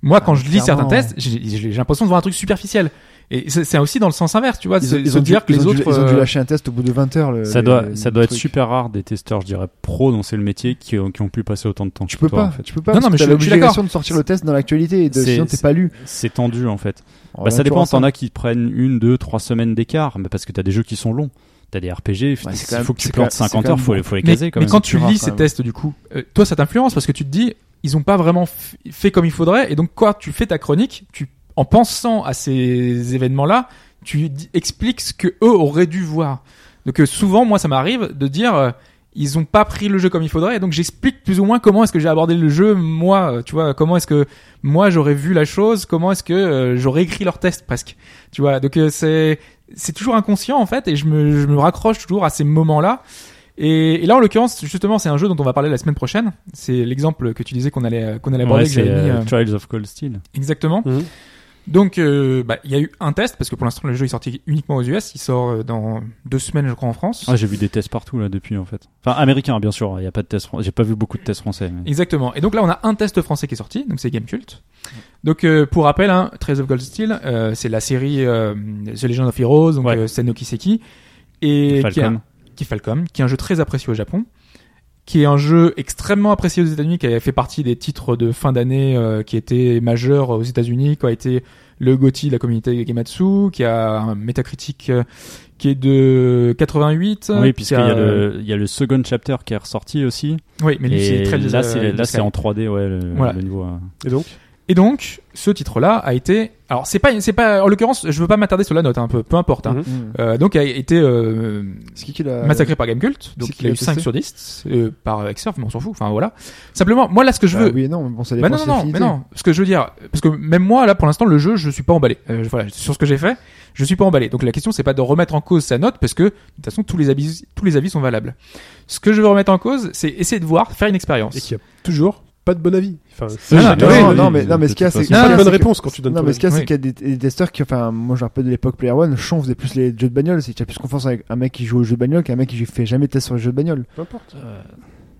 Speaker 4: Moi, quand je lis certains
Speaker 5: Ah, clairement.
Speaker 4: tests, j'ai, j'ai- j'ai l'impression de voir un truc superficiel. Et c'est, c'est aussi dans le sens inverse, tu vois,
Speaker 5: Ils
Speaker 4: se-
Speaker 5: ont- ils
Speaker 4: se
Speaker 5: ont dû-
Speaker 4: dire que
Speaker 5: ils
Speaker 4: les
Speaker 5: ont dû-
Speaker 4: autres.
Speaker 5: Ils ont dû
Speaker 4: euh,
Speaker 5: lâcher un test au bout de 20 heures. le-
Speaker 6: Ça
Speaker 5: le-
Speaker 6: doit,
Speaker 5: le
Speaker 6: ça doit être
Speaker 5: Euh, truc.
Speaker 6: super rare des testeurs, je dirais, pro dans c'est le métier qui, ont- qui ont pu passer autant de temps.
Speaker 5: Tu
Speaker 6: que
Speaker 5: peux
Speaker 6: toi,
Speaker 5: pas,
Speaker 6: en fait.
Speaker 5: tu peux pas.
Speaker 4: Non,
Speaker 5: parce
Speaker 4: non, mais je
Speaker 5: que t'as
Speaker 4: suis- je suis
Speaker 5: l'obligation de sortir le test dans l'actualité, et de-
Speaker 6: C'est-
Speaker 5: sinon t'es
Speaker 6: c'est-
Speaker 5: pas lu.
Speaker 6: C'est tendu en fait. bah,
Speaker 5: Alors là,
Speaker 6: ça
Speaker 5: tu
Speaker 6: dépend,
Speaker 5: vois
Speaker 6: t'en as qui prennent une, deux, trois semaines d'écart, mais parce que t'as des jeux qui sont longs. T'as des RPG,
Speaker 5: Ouais, c'est quand
Speaker 6: il
Speaker 5: même-
Speaker 6: faut que tu
Speaker 5: c'est quand
Speaker 6: plantes
Speaker 5: même-
Speaker 6: 50
Speaker 5: c'est quand
Speaker 6: heures,
Speaker 5: même
Speaker 6: faut les, faut les
Speaker 4: mais,
Speaker 6: caser quand
Speaker 4: mais
Speaker 6: même.
Speaker 4: quand tu
Speaker 5: rare,
Speaker 4: lis
Speaker 5: quand
Speaker 4: ces
Speaker 5: même.
Speaker 4: tests, du coup, euh, toi, ça t'influence parce que tu te dis, ils ont pas vraiment f- fait comme il faudrait. Et donc, quand tu fais ta chronique, tu, en pensant à ces événements-là, tu dis- expliques ce que eux auraient dû voir. Donc, euh, souvent, moi, ça m'arrive de dire, euh, ils ont pas pris le jeu comme il faudrait. Et donc, j'explique plus ou moins comment est-ce que j'ai abordé le jeu, moi, euh, tu vois, comment est-ce que moi j'aurais vu la chose, comment est-ce que euh, j'aurais écrit leur test presque. Tu vois, donc euh, c'est c'est toujours inconscient en fait et je me, je me raccroche toujours à ces moments-là. Et, et là en l'occurrence justement c'est un jeu dont on va parler la semaine prochaine. C'est l'exemple que tu disais qu'on allait euh, qu'on allait aborder
Speaker 6: Ouais,
Speaker 4: que
Speaker 6: c'est
Speaker 4: j'avais mis,
Speaker 6: euh,
Speaker 4: euh,
Speaker 6: Trials of Cold Steel.
Speaker 4: exactement.
Speaker 3: Mhm.
Speaker 4: Donc euh, bah, il y a eu un test parce que pour l'instant le jeu est sorti uniquement aux US. Il sort euh, dans deux semaines je crois en France.
Speaker 6: Ah, j'ai vu des tests partout là depuis en fait. Enfin, américain bien sûr, il y a pas de tests fran- j'ai pas vu beaucoup de tests français. mais-
Speaker 4: Exactement. Et donc là, on a un test français qui est sorti, donc c'est Gamecult. Donc euh, pour rappel, hein, Trails of Gold Steel, euh, c'est la série euh, The Legend of Heroes, donc
Speaker 6: Ouais.
Speaker 4: euh, Senno Kiseki, et
Speaker 6: Falcom.
Speaker 4: Qui, est un, qui est Falcom, qui est un jeu très apprécié au Japon, qui est un jeu extrêmement apprécié aux États-Unis, qui a fait partie des titres de fin d'année euh, qui étaient majeurs aux États-Unis, qui a été le GOTY, la communauté Gematsu, qui a un métacritique euh, qui est de 88.
Speaker 6: Oui,
Speaker 4: qui
Speaker 6: puisqu'il y, a
Speaker 4: euh,
Speaker 6: le- il y a le second chapter qui est ressorti aussi.
Speaker 4: Oui, mais lui, c'est euh,
Speaker 6: et
Speaker 4: Trails
Speaker 6: là,
Speaker 4: of-
Speaker 6: c'est là,
Speaker 4: of
Speaker 6: c'est
Speaker 4: Sky.
Speaker 6: en 3D, ouais, le,
Speaker 4: Voilà.
Speaker 6: le niveau. euh.
Speaker 3: Et donc,
Speaker 4: Et donc, ce titre-là a été. Alors, c'est pas, c'est pas. En l'occurrence, je veux pas m'attarder sur la note, hein, peu, peu importe. Hein.
Speaker 3: Mhm.
Speaker 5: Mmh.
Speaker 4: Euh, donc, a été euh,
Speaker 5: C'est qui qui l'a-
Speaker 4: massacré par Gamecult. Donc,
Speaker 5: c'est
Speaker 4: il a eu
Speaker 5: qui l'a
Speaker 4: 5
Speaker 5: testé
Speaker 4: sur 10 euh, par Exurf, mais on s'en fout. Enfin, voilà. Simplement, moi, là, ce que je
Speaker 5: Bah
Speaker 4: veux.
Speaker 5: oui, non, mais bon, ça
Speaker 4: Bah
Speaker 5: dépend.
Speaker 4: non,
Speaker 5: si
Speaker 4: non, non,
Speaker 5: l'affinité.
Speaker 4: mais non. Ce que je veux dire, parce que même moi, là, pour l'instant, le jeu, je suis pas emballé. Euh, voilà, sur ce que j'ai fait, je suis pas emballé. Donc la question, c'est pas de remettre en cause sa note, parce que de toute façon, tous les avis, tous les avis sont valables. Ce que je veux remettre en cause, c'est essayer de voir, faire une expérience.
Speaker 3: et qu'il y a toujours pas de bon avis. Enfin,
Speaker 6: Ça,
Speaker 4: non,
Speaker 6: j'ai
Speaker 4: non,
Speaker 6: bien
Speaker 4: oui,
Speaker 6: entendu,
Speaker 5: non, mais-
Speaker 6: de
Speaker 5: non, mais
Speaker 6: toute
Speaker 5: ce qu'il y a,
Speaker 6: façon.
Speaker 5: c'est-
Speaker 3: c'est pas
Speaker 5: Ah,
Speaker 3: une bonne
Speaker 5: que-
Speaker 3: réponse quand tu donnes.
Speaker 5: Non,
Speaker 3: ton
Speaker 5: mais
Speaker 3: avis.
Speaker 5: ce qu'il y a,
Speaker 4: Oui.
Speaker 5: c'est qu'il y a des, des testeurs qui, enfin, moi je me rappelle de l'époque Player One, Chon faisait plus les jeux de bagnole, c'est que tu as plus confiance avec un mec qui joue aux jeux de bagnole qu'un mec qui fait jamais de test sur les jeux de bagnole.
Speaker 3: Peu importe.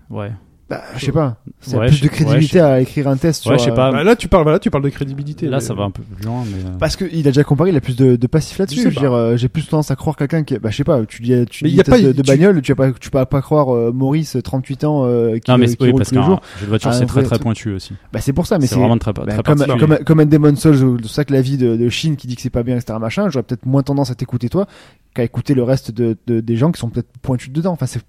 Speaker 6: Ouais.
Speaker 5: Bah, je sais pas. C'est
Speaker 6: Ouais,
Speaker 5: plus
Speaker 6: je-
Speaker 5: de
Speaker 6: ouais,
Speaker 5: crédibilité
Speaker 6: je-
Speaker 5: à écrire un test sur.
Speaker 6: Ouais, je sais
Speaker 5: euh,
Speaker 6: pas.
Speaker 3: Bah, là, tu parles, voilà, tu parles de crédibilité.
Speaker 6: Là,
Speaker 3: mais-
Speaker 6: ça va un peu plus loin, mais. euh,
Speaker 5: Parce qu'il a déjà comparé, il a plus de, de passif
Speaker 3: Je
Speaker 5: là-dessus.
Speaker 3: sais
Speaker 5: Je veux
Speaker 3: pas.
Speaker 5: dire, euh, j'ai plus tendance à croire quelqu'un qui, bah, je sais pas, tu dis, tu
Speaker 3: Mais
Speaker 5: dis
Speaker 3: y a
Speaker 5: test
Speaker 3: pas-
Speaker 5: de, de
Speaker 3: tu-
Speaker 5: bagnole, tu vas pas, tu vas pas croire euh, Maurice, 38 ans, euh, qui,
Speaker 6: Non, mais
Speaker 5: qui
Speaker 6: oui,
Speaker 5: roule
Speaker 6: parce
Speaker 5: tous les
Speaker 6: qu'un
Speaker 5: jours.
Speaker 6: jeu de voiture,
Speaker 5: Ah,
Speaker 6: c'est
Speaker 5: un
Speaker 6: très
Speaker 5: vrai
Speaker 6: très
Speaker 5: truc.
Speaker 6: pointu aussi.
Speaker 5: Bah, c'est pour ça, mais
Speaker 6: C'est
Speaker 5: c'est
Speaker 6: vraiment très, très
Speaker 5: bah, comme,
Speaker 6: particulier.
Speaker 5: comme, comme un Demon Souls, c'est ça que la vie de, de Shin qui dit que c'est pas bien, etc. Machin, j'aurais peut-être moins tendance à t'écouter toi qu'à écouter le reste de, de- des gens qui sont peut-être pointus dedans. Enfin, c'est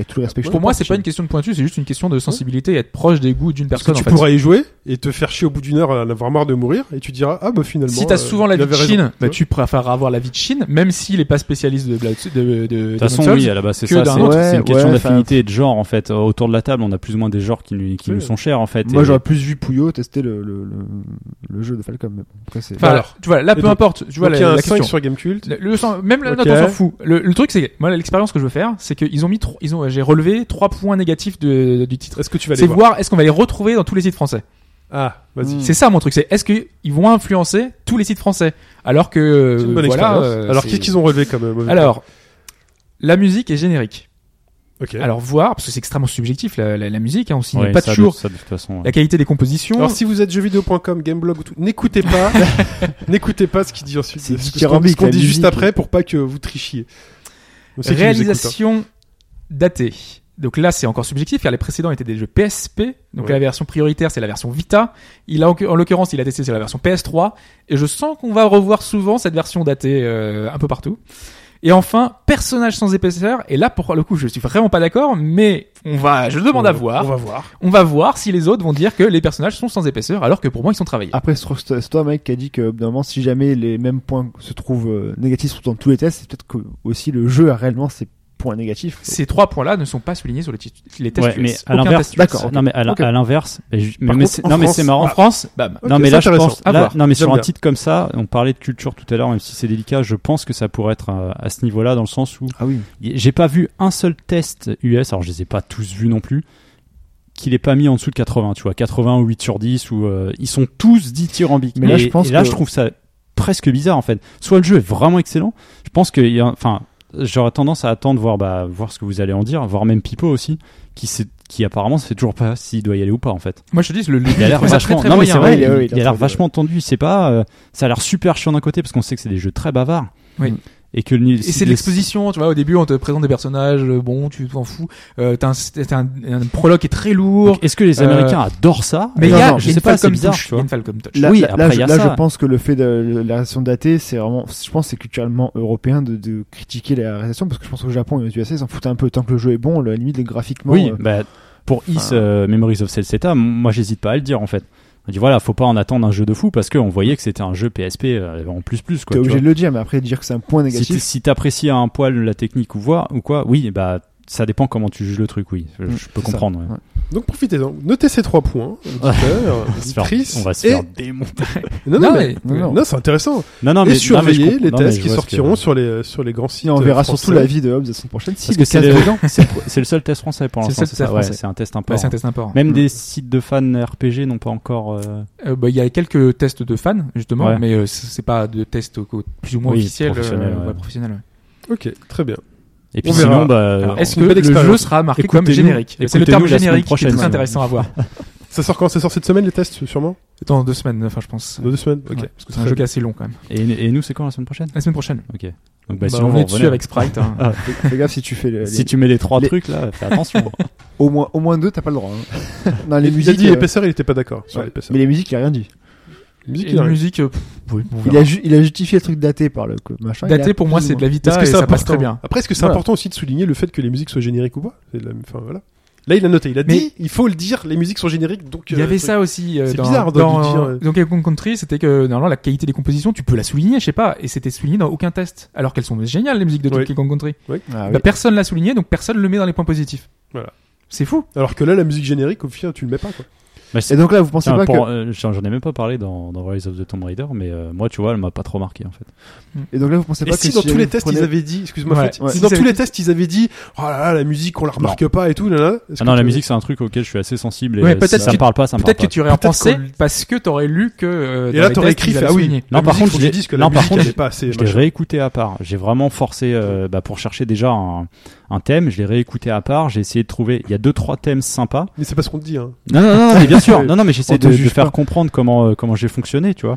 Speaker 5: et tout le respect. que je
Speaker 4: Pour
Speaker 5: te
Speaker 4: moi,
Speaker 5: porte,
Speaker 4: c'est pas
Speaker 5: Shin.
Speaker 4: une question de pointu, c'est juste une question de sensibilité et être proche des goûts d'une
Speaker 3: Parce que
Speaker 4: personne.
Speaker 3: tu
Speaker 4: en fait.
Speaker 3: pourras y jouer et te faire chier au bout d'une heure à en avoir marre de mourir et tu diras ah bah finalement
Speaker 4: Si t'as
Speaker 3: euh,
Speaker 4: souvent la vie
Speaker 3: j'avais
Speaker 4: de
Speaker 3: raison.
Speaker 4: Chine, bah
Speaker 3: Ouais.
Speaker 4: tu préfères avoir la vie de Chine, même s'il est pas spécialiste de Blood- de de, de
Speaker 6: De toute façon,
Speaker 4: Demon's
Speaker 6: oui,
Speaker 3: euh,
Speaker 4: Souls.
Speaker 6: à la base, c'est
Speaker 4: que
Speaker 6: ça.
Speaker 4: d'un
Speaker 6: C'est
Speaker 5: autre.
Speaker 6: c'est une
Speaker 5: Ouais,
Speaker 6: question
Speaker 5: ouais,
Speaker 6: d'affinité et de genre, en fait. Autour de la table, on a plus ou moins des genres qui nous, qui nous
Speaker 3: Oui.
Speaker 6: sont chers, en fait.
Speaker 5: Moi,
Speaker 6: et-
Speaker 5: j'aurais plus vu Pouillot tester le, le, le, le jeu de Falcom. Mais bon, après, c'est-
Speaker 4: Enfin,
Speaker 3: Alors.
Speaker 4: tu vois, là,
Speaker 3: Et
Speaker 4: peu
Speaker 3: donc-
Speaker 4: importe. Tu vois,
Speaker 3: Donc,
Speaker 4: la,
Speaker 3: il y a un
Speaker 4: la
Speaker 3: 5
Speaker 4: question.
Speaker 3: sur Gamecult.
Speaker 4: Le, le sens- même la
Speaker 3: Ok.
Speaker 4: note, on s'en fout. Le, le truc, c'est moi l'expérience que je veux faire, c'est qu'ils ont mis trop, ils ont, j'ai relevé trois points négatifs de, du titre.
Speaker 3: Est-ce que tu vas les
Speaker 4: C'est
Speaker 3: voir
Speaker 4: voir est-ce qu'on va les retrouver dans tous les sites français.
Speaker 3: Ah, vas-y.
Speaker 5: Mm.
Speaker 4: C'est ça mon truc, c'est est-ce qu'ils vont influencer tous les sites français alors que
Speaker 3: C'est une bonne
Speaker 4: euh, voilà.
Speaker 3: expérience.
Speaker 4: euh,
Speaker 3: Alors
Speaker 4: c'est-
Speaker 3: qu'est-ce qu'ils ont relevé comme euh, mauvais
Speaker 4: Alors, la musique est générique.
Speaker 3: Ok.
Speaker 4: Alors voir, parce que c'est extrêmement subjectif la, la- la musique, hein, on signe
Speaker 6: Ouais,
Speaker 4: pas
Speaker 6: ça,
Speaker 4: toujours
Speaker 6: ça, de toute façon. ouais.
Speaker 4: la qualité des compositions.
Speaker 3: Alors, si vous êtes jeuxvideo.com, gameblog ou tout, n'écoutez pas, n'écoutez pas ce qu'il dit ensuite.
Speaker 5: C'est
Speaker 3: Ce qu'on-
Speaker 5: dithyrambique,
Speaker 3: ce qu'on
Speaker 5: la
Speaker 3: dit juste
Speaker 5: musique.
Speaker 3: après pour pas que vous trichiez. On sait qu'ils nous écoutent,
Speaker 4: Réalisation datée. Donc là, c'est encore subjectif car les précédents étaient des jeux PSP. Donc
Speaker 3: Ouais.
Speaker 4: la version prioritaire, c'est la version Vita. Il a en en l'occurrence, il a testé sur la version PS3 et je sens qu'on va revoir souvent cette version datée euh, un peu partout. Et enfin, personnage sans épaisseur. Et là, pour le coup, je suis vraiment pas d'accord, mais on va, je
Speaker 3: hein.
Speaker 4: demande à
Speaker 3: On-
Speaker 4: voir.
Speaker 3: On va voir.
Speaker 4: On va voir si les autres vont dire que les personnages sont sans épaisseur, alors que pour moi, ils sont travaillés.
Speaker 5: Après, c'est toi- c'est toi, mec, qui a dit que, au bout d'un moment, si jamais les mêmes points se trouvent euh, négatifs dans tous les tests, c'est peut-être que aussi le jeu a réellement ses points négatifs.
Speaker 4: Ces trois points-là ne sont pas soulignés sur les, titres- les tests
Speaker 6: Ouais,
Speaker 4: US.
Speaker 6: mais à
Speaker 4: Aucun
Speaker 6: l'inverse,
Speaker 4: test US.
Speaker 5: D'accord. ok.
Speaker 6: Non, mais à l'in-
Speaker 5: Ok.
Speaker 6: à l'inverse. et ju- mais-
Speaker 3: Par
Speaker 6: mais
Speaker 3: contre,
Speaker 6: c'est-
Speaker 3: en
Speaker 6: Non, mais
Speaker 3: France-
Speaker 6: c'est
Speaker 4: En
Speaker 6: marrant.
Speaker 4: France, ah, bam.
Speaker 3: Ok,
Speaker 6: non mais
Speaker 3: c'est
Speaker 6: là je
Speaker 3: intéressant.
Speaker 6: pense
Speaker 4: À
Speaker 6: là-
Speaker 4: voir.
Speaker 6: non mais sur
Speaker 3: J'aime
Speaker 6: un
Speaker 3: bien.
Speaker 6: titre comme ça on parlait de culture tout à l'heure même si c'est délicat je pense que ça pourrait être euh, à ce niveau là dans le sens où
Speaker 5: Ah oui.
Speaker 6: y- j'ai pas vu un seul test US alors je les ai pas tous vus non plus qu'il est pas mis en dessous de 80, tu vois, 80 ou 8 sur 10, ou euh, ils sont tous dits tyrambiques.
Speaker 5: Mais là,
Speaker 6: Et-
Speaker 5: je pense
Speaker 6: et là,
Speaker 5: que-
Speaker 6: je trouve ça presque bizarre en fait. Soit le jeu est vraiment excellent, je pense que, il y a- enfin, j'aurais tendance à attendre voir, bah, voir ce que vous allez en dire, voir même Pipo aussi, qui sait, qui apparemment sait toujours pas s'il doit y aller ou pas en fait.
Speaker 4: Moi, je te dis, le, le
Speaker 6: Il a l'air
Speaker 4: ça
Speaker 6: vachement.
Speaker 4: très, très
Speaker 6: non, mais
Speaker 4: moyen,
Speaker 6: c'est vrai,
Speaker 4: hein.
Speaker 5: il
Speaker 6: il,
Speaker 5: est- oui, il est
Speaker 6: il a l'air
Speaker 5: très-
Speaker 6: vachement tendu. C'est pas. euh, ça a l'air super chiant d'un côté parce qu'on sait que c'est des jeux très bavards.
Speaker 4: Oui.
Speaker 6: Et que le-
Speaker 4: hein. Et c'est de l'exposition, tu vois. Au début, on te présente des personnages, euh, bon, tu t'en fous. Euh, t'as un, t'as un, un prologue qui est très lourd.
Speaker 6: Donc, Est-ce que les
Speaker 4: Euh,
Speaker 6: Américains adorent ça Eh
Speaker 4: Mais il y
Speaker 5: non,
Speaker 4: a,
Speaker 5: non,
Speaker 6: je
Speaker 4: il y a
Speaker 6: sais
Speaker 4: une
Speaker 6: pas, c'est
Speaker 4: Falcom
Speaker 6: bizarre,
Speaker 4: Touch,
Speaker 6: tu vois.
Speaker 4: Une Falcom Touch.
Speaker 5: Là,
Speaker 6: Oui,
Speaker 5: là,
Speaker 6: après, il
Speaker 5: là,
Speaker 6: y
Speaker 5: je,
Speaker 6: a
Speaker 5: là,
Speaker 6: ça.
Speaker 5: je pense que le fait de la réalisation datée, c'est vraiment, je pense, que c'est culturellement européen de, de critiquer la réalisation parce que je pense qu'au Japon et aux USA, ils s'en foutaient un peu. Tant que le jeu est bon, la limite graphiquement.
Speaker 6: Oui,
Speaker 5: euh,
Speaker 6: bah, pour Is euh, Memories of Celceta, m- moi j'hésite pas à le dire en fait. On dit voilà, faut pas en attendre un jeu de fou parce qu'on voyait que c'était un jeu PSP euh, en plus plus quoi.
Speaker 5: t'es
Speaker 6: tu
Speaker 5: obligé
Speaker 6: vois.
Speaker 5: de le dire, mais après dire que c'est un point
Speaker 6: Si t-
Speaker 5: négatif.
Speaker 6: si t'apprécies à un poil la technique ou voir ou quoi, oui, bah ça dépend comment tu juges le truc, oui. Je, je
Speaker 5: Mm,
Speaker 6: peux
Speaker 5: c'est ça.
Speaker 6: comprendre. ouais.
Speaker 5: Ouais.
Speaker 3: Donc profitez-en. Notez ces trois points. auditeurs,
Speaker 6: On va se faire-
Speaker 3: auditrices,
Speaker 6: on va se
Speaker 3: et-
Speaker 6: faire démonter.
Speaker 3: Non, non, mais-
Speaker 5: Non, non.
Speaker 3: non, c'est intéressant. et
Speaker 6: Non, non, mais non, mais je
Speaker 3: surveillez
Speaker 6: comp-
Speaker 3: les
Speaker 6: non, mais
Speaker 3: tests
Speaker 6: je
Speaker 3: qui
Speaker 6: vois ce que-
Speaker 3: sortiront sur les sur les grands sites.
Speaker 5: on verra
Speaker 3: euh,
Speaker 5: surtout
Speaker 3: français.
Speaker 5: l'avis de Hobbes la semaine prochaine. Si,
Speaker 6: Parce
Speaker 5: le
Speaker 6: que c'est
Speaker 5: cas-
Speaker 6: le, c'est le- c'est le seul test français pour
Speaker 4: C'est le
Speaker 6: l'instant.
Speaker 4: seul
Speaker 6: C'est ça,
Speaker 4: test
Speaker 6: ouais,
Speaker 4: français.
Speaker 6: c'est un test
Speaker 4: Ouais,
Speaker 6: import.
Speaker 4: Bah, c'est un test hein. import.
Speaker 6: Même
Speaker 5: Mm.
Speaker 6: des sites de fans RPG n'ont pas encore. euh,
Speaker 4: Euh, bah, il y a quelques tests de fans justement,
Speaker 6: Ouais.
Speaker 4: mais euh, c'est c'est pas de tests co- plus ou moins
Speaker 6: Oui,
Speaker 4: officiels,
Speaker 6: professionnels,
Speaker 4: euh,
Speaker 6: ouais.
Speaker 4: ouais, professionnels, ouais.
Speaker 3: Ok, très bien.
Speaker 6: Et puis
Speaker 3: On verra.
Speaker 6: sinon, bah,
Speaker 4: Alors,
Speaker 6: euh,
Speaker 4: Est-ce que
Speaker 3: une belle
Speaker 4: le jeu
Speaker 3: expérience.
Speaker 4: sera marqué comme
Speaker 6: Écoutez-nous-
Speaker 4: générique C'est le
Speaker 6: écoutez-nous
Speaker 4: terme
Speaker 6: la semaine
Speaker 4: générique qui est
Speaker 6: prochaine,
Speaker 4: très
Speaker 6: euh.
Speaker 4: intéressant à voir.
Speaker 3: Ça sort quand Ça sort cette semaine les tests, sûrement.
Speaker 4: Dans deux semaines, enfin je pense.
Speaker 3: Dans deux semaines. Ok.
Speaker 4: Ouais, parce que c'est un jeu qui est assez long quand même.
Speaker 6: et, et nous, c'est quand la semaine prochaine
Speaker 4: La semaine prochaine.
Speaker 6: Ok. Donc,
Speaker 4: Bah,
Speaker 6: bah, sinon,
Speaker 4: on
Speaker 6: vous
Speaker 4: est dessus
Speaker 6: revenez.
Speaker 4: avec Sprite. hein.
Speaker 6: Ah.
Speaker 5: Fais gaffe si tu fais les-
Speaker 6: Si
Speaker 5: les-
Speaker 6: tu mets les trois
Speaker 5: les-
Speaker 6: trucs là, fais attention.
Speaker 5: au moins au moins deux, t'as pas le droit. hein. non, les
Speaker 3: Il a
Speaker 5: musiques.
Speaker 3: dit
Speaker 5: euh,
Speaker 3: l'épaisseur, il était pas d'accord sur
Speaker 5: ouais.
Speaker 3: l'épaisseur.
Speaker 5: Mais les musiques, il a rien dit.
Speaker 3: Musique,
Speaker 4: Et
Speaker 3: il
Speaker 4: la
Speaker 3: arrive.
Speaker 4: musique, euh, pff, oui, on verra.
Speaker 5: Il a, ju- il a justifié le truc daté par le co- machin. il
Speaker 4: daté
Speaker 5: a
Speaker 4: pour moi
Speaker 5: plus ou
Speaker 4: c'est de la
Speaker 5: moins.
Speaker 4: Vita
Speaker 3: Est-ce que
Speaker 4: et
Speaker 3: c'est
Speaker 4: ça
Speaker 3: important
Speaker 4: passe très bien.
Speaker 3: Après, est-ce que c'est
Speaker 4: Voilà.
Speaker 3: important aussi de souligner le fait que les musiques soient génériques ou pas C'est de la- enfin, voilà. Là, il a noté. Il a
Speaker 4: Mais-
Speaker 3: dit il faut le dire, les musiques sont génériques. Donc,
Speaker 4: Il y
Speaker 3: euh,
Speaker 4: avait
Speaker 3: truc.
Speaker 4: ça aussi euh,
Speaker 3: C'est
Speaker 4: dans,
Speaker 3: bizarre de
Speaker 4: dans,
Speaker 3: le dire, euh.
Speaker 4: dans Capcom Country, c'était que euh, normalement la qualité des compositions, tu peux la souligner, je sais pas, et c'était souligné dans aucun test, alors qu'elles sont géniales les musiques de
Speaker 3: Oui.
Speaker 4: Capcom Country.
Speaker 5: Ah, oui.
Speaker 4: Bah, personne l'a souligné, donc personne le met dans les points positifs.
Speaker 3: Voilà.
Speaker 4: C'est fou.
Speaker 3: Alors que là, la musique générique, au final, tu le mets pas. Quoi.
Speaker 6: Bah, c'est-
Speaker 5: Et donc là, vous pensez
Speaker 6: Tiens,
Speaker 5: pas que
Speaker 6: pour- euh, J'en j'en ai même pas parlé dans, dans Rise of the Tomb Raider, mais euh, moi, tu vois, elle m'a pas trop marqué en fait.
Speaker 5: Et donc là, vous pensez
Speaker 3: Et
Speaker 5: pas
Speaker 3: si
Speaker 5: que
Speaker 3: dans
Speaker 5: si
Speaker 3: tous les
Speaker 5: vous
Speaker 3: tests
Speaker 5: prenez-
Speaker 3: ils avaient dit, excuse-moi,
Speaker 4: Ouais,
Speaker 3: Fati,
Speaker 5: ouais.
Speaker 3: si
Speaker 4: Si
Speaker 3: dans
Speaker 4: ça
Speaker 3: tous
Speaker 4: avait
Speaker 3: les tests ils avaient dit, oh là là, la musique on la remarque pas et tout, là là. Est-ce
Speaker 6: Ah
Speaker 3: que
Speaker 6: non,
Speaker 3: tu-
Speaker 6: la musique, c'est un truc auquel je suis assez sensible. Et
Speaker 4: Ouais,
Speaker 6: euh,
Speaker 4: peut-être
Speaker 6: si ça
Speaker 4: que-
Speaker 6: me parle pas, ça me parle
Speaker 4: Peut-être que
Speaker 6: pas.
Speaker 4: tu aurais en
Speaker 3: Ah, bah, Peut-être
Speaker 4: pensé
Speaker 3: qu'on-
Speaker 4: parce que t'aurais lu que. euh,
Speaker 3: Et
Speaker 4: dans
Speaker 3: là,
Speaker 4: les
Speaker 3: t'aurais
Speaker 4: tests,
Speaker 3: écrit,
Speaker 4: ils
Speaker 3: fait,
Speaker 4: avaient
Speaker 3: ah oui.
Speaker 4: souligné.
Speaker 6: Non,
Speaker 3: la
Speaker 6: par
Speaker 3: musique,
Speaker 6: contre,
Speaker 3: faut
Speaker 6: je
Speaker 3: qu'ils
Speaker 6: l'ai-
Speaker 3: disent que
Speaker 6: non,
Speaker 3: la
Speaker 6: par
Speaker 3: musique, elle
Speaker 6: contre,
Speaker 3: est pas assez.
Speaker 6: Je l'ai
Speaker 3: machin.
Speaker 6: réécouté à part. J'ai vraiment forcé euh, bah, pour chercher déjà un, un thème. Je l'ai réécouté à part. J'ai essayé de trouver. Il y a deux trois thèmes sympas.
Speaker 3: Mais c'est pas ce qu'on te dit. Hein.
Speaker 6: Non, non, non, non, mais bien sûr.
Speaker 3: On
Speaker 6: Non, non, mais j'essaie
Speaker 5: te
Speaker 6: de, de
Speaker 5: juge
Speaker 6: faire
Speaker 5: pas.
Speaker 6: comprendre comment euh, comment j'ai fonctionné, tu vois.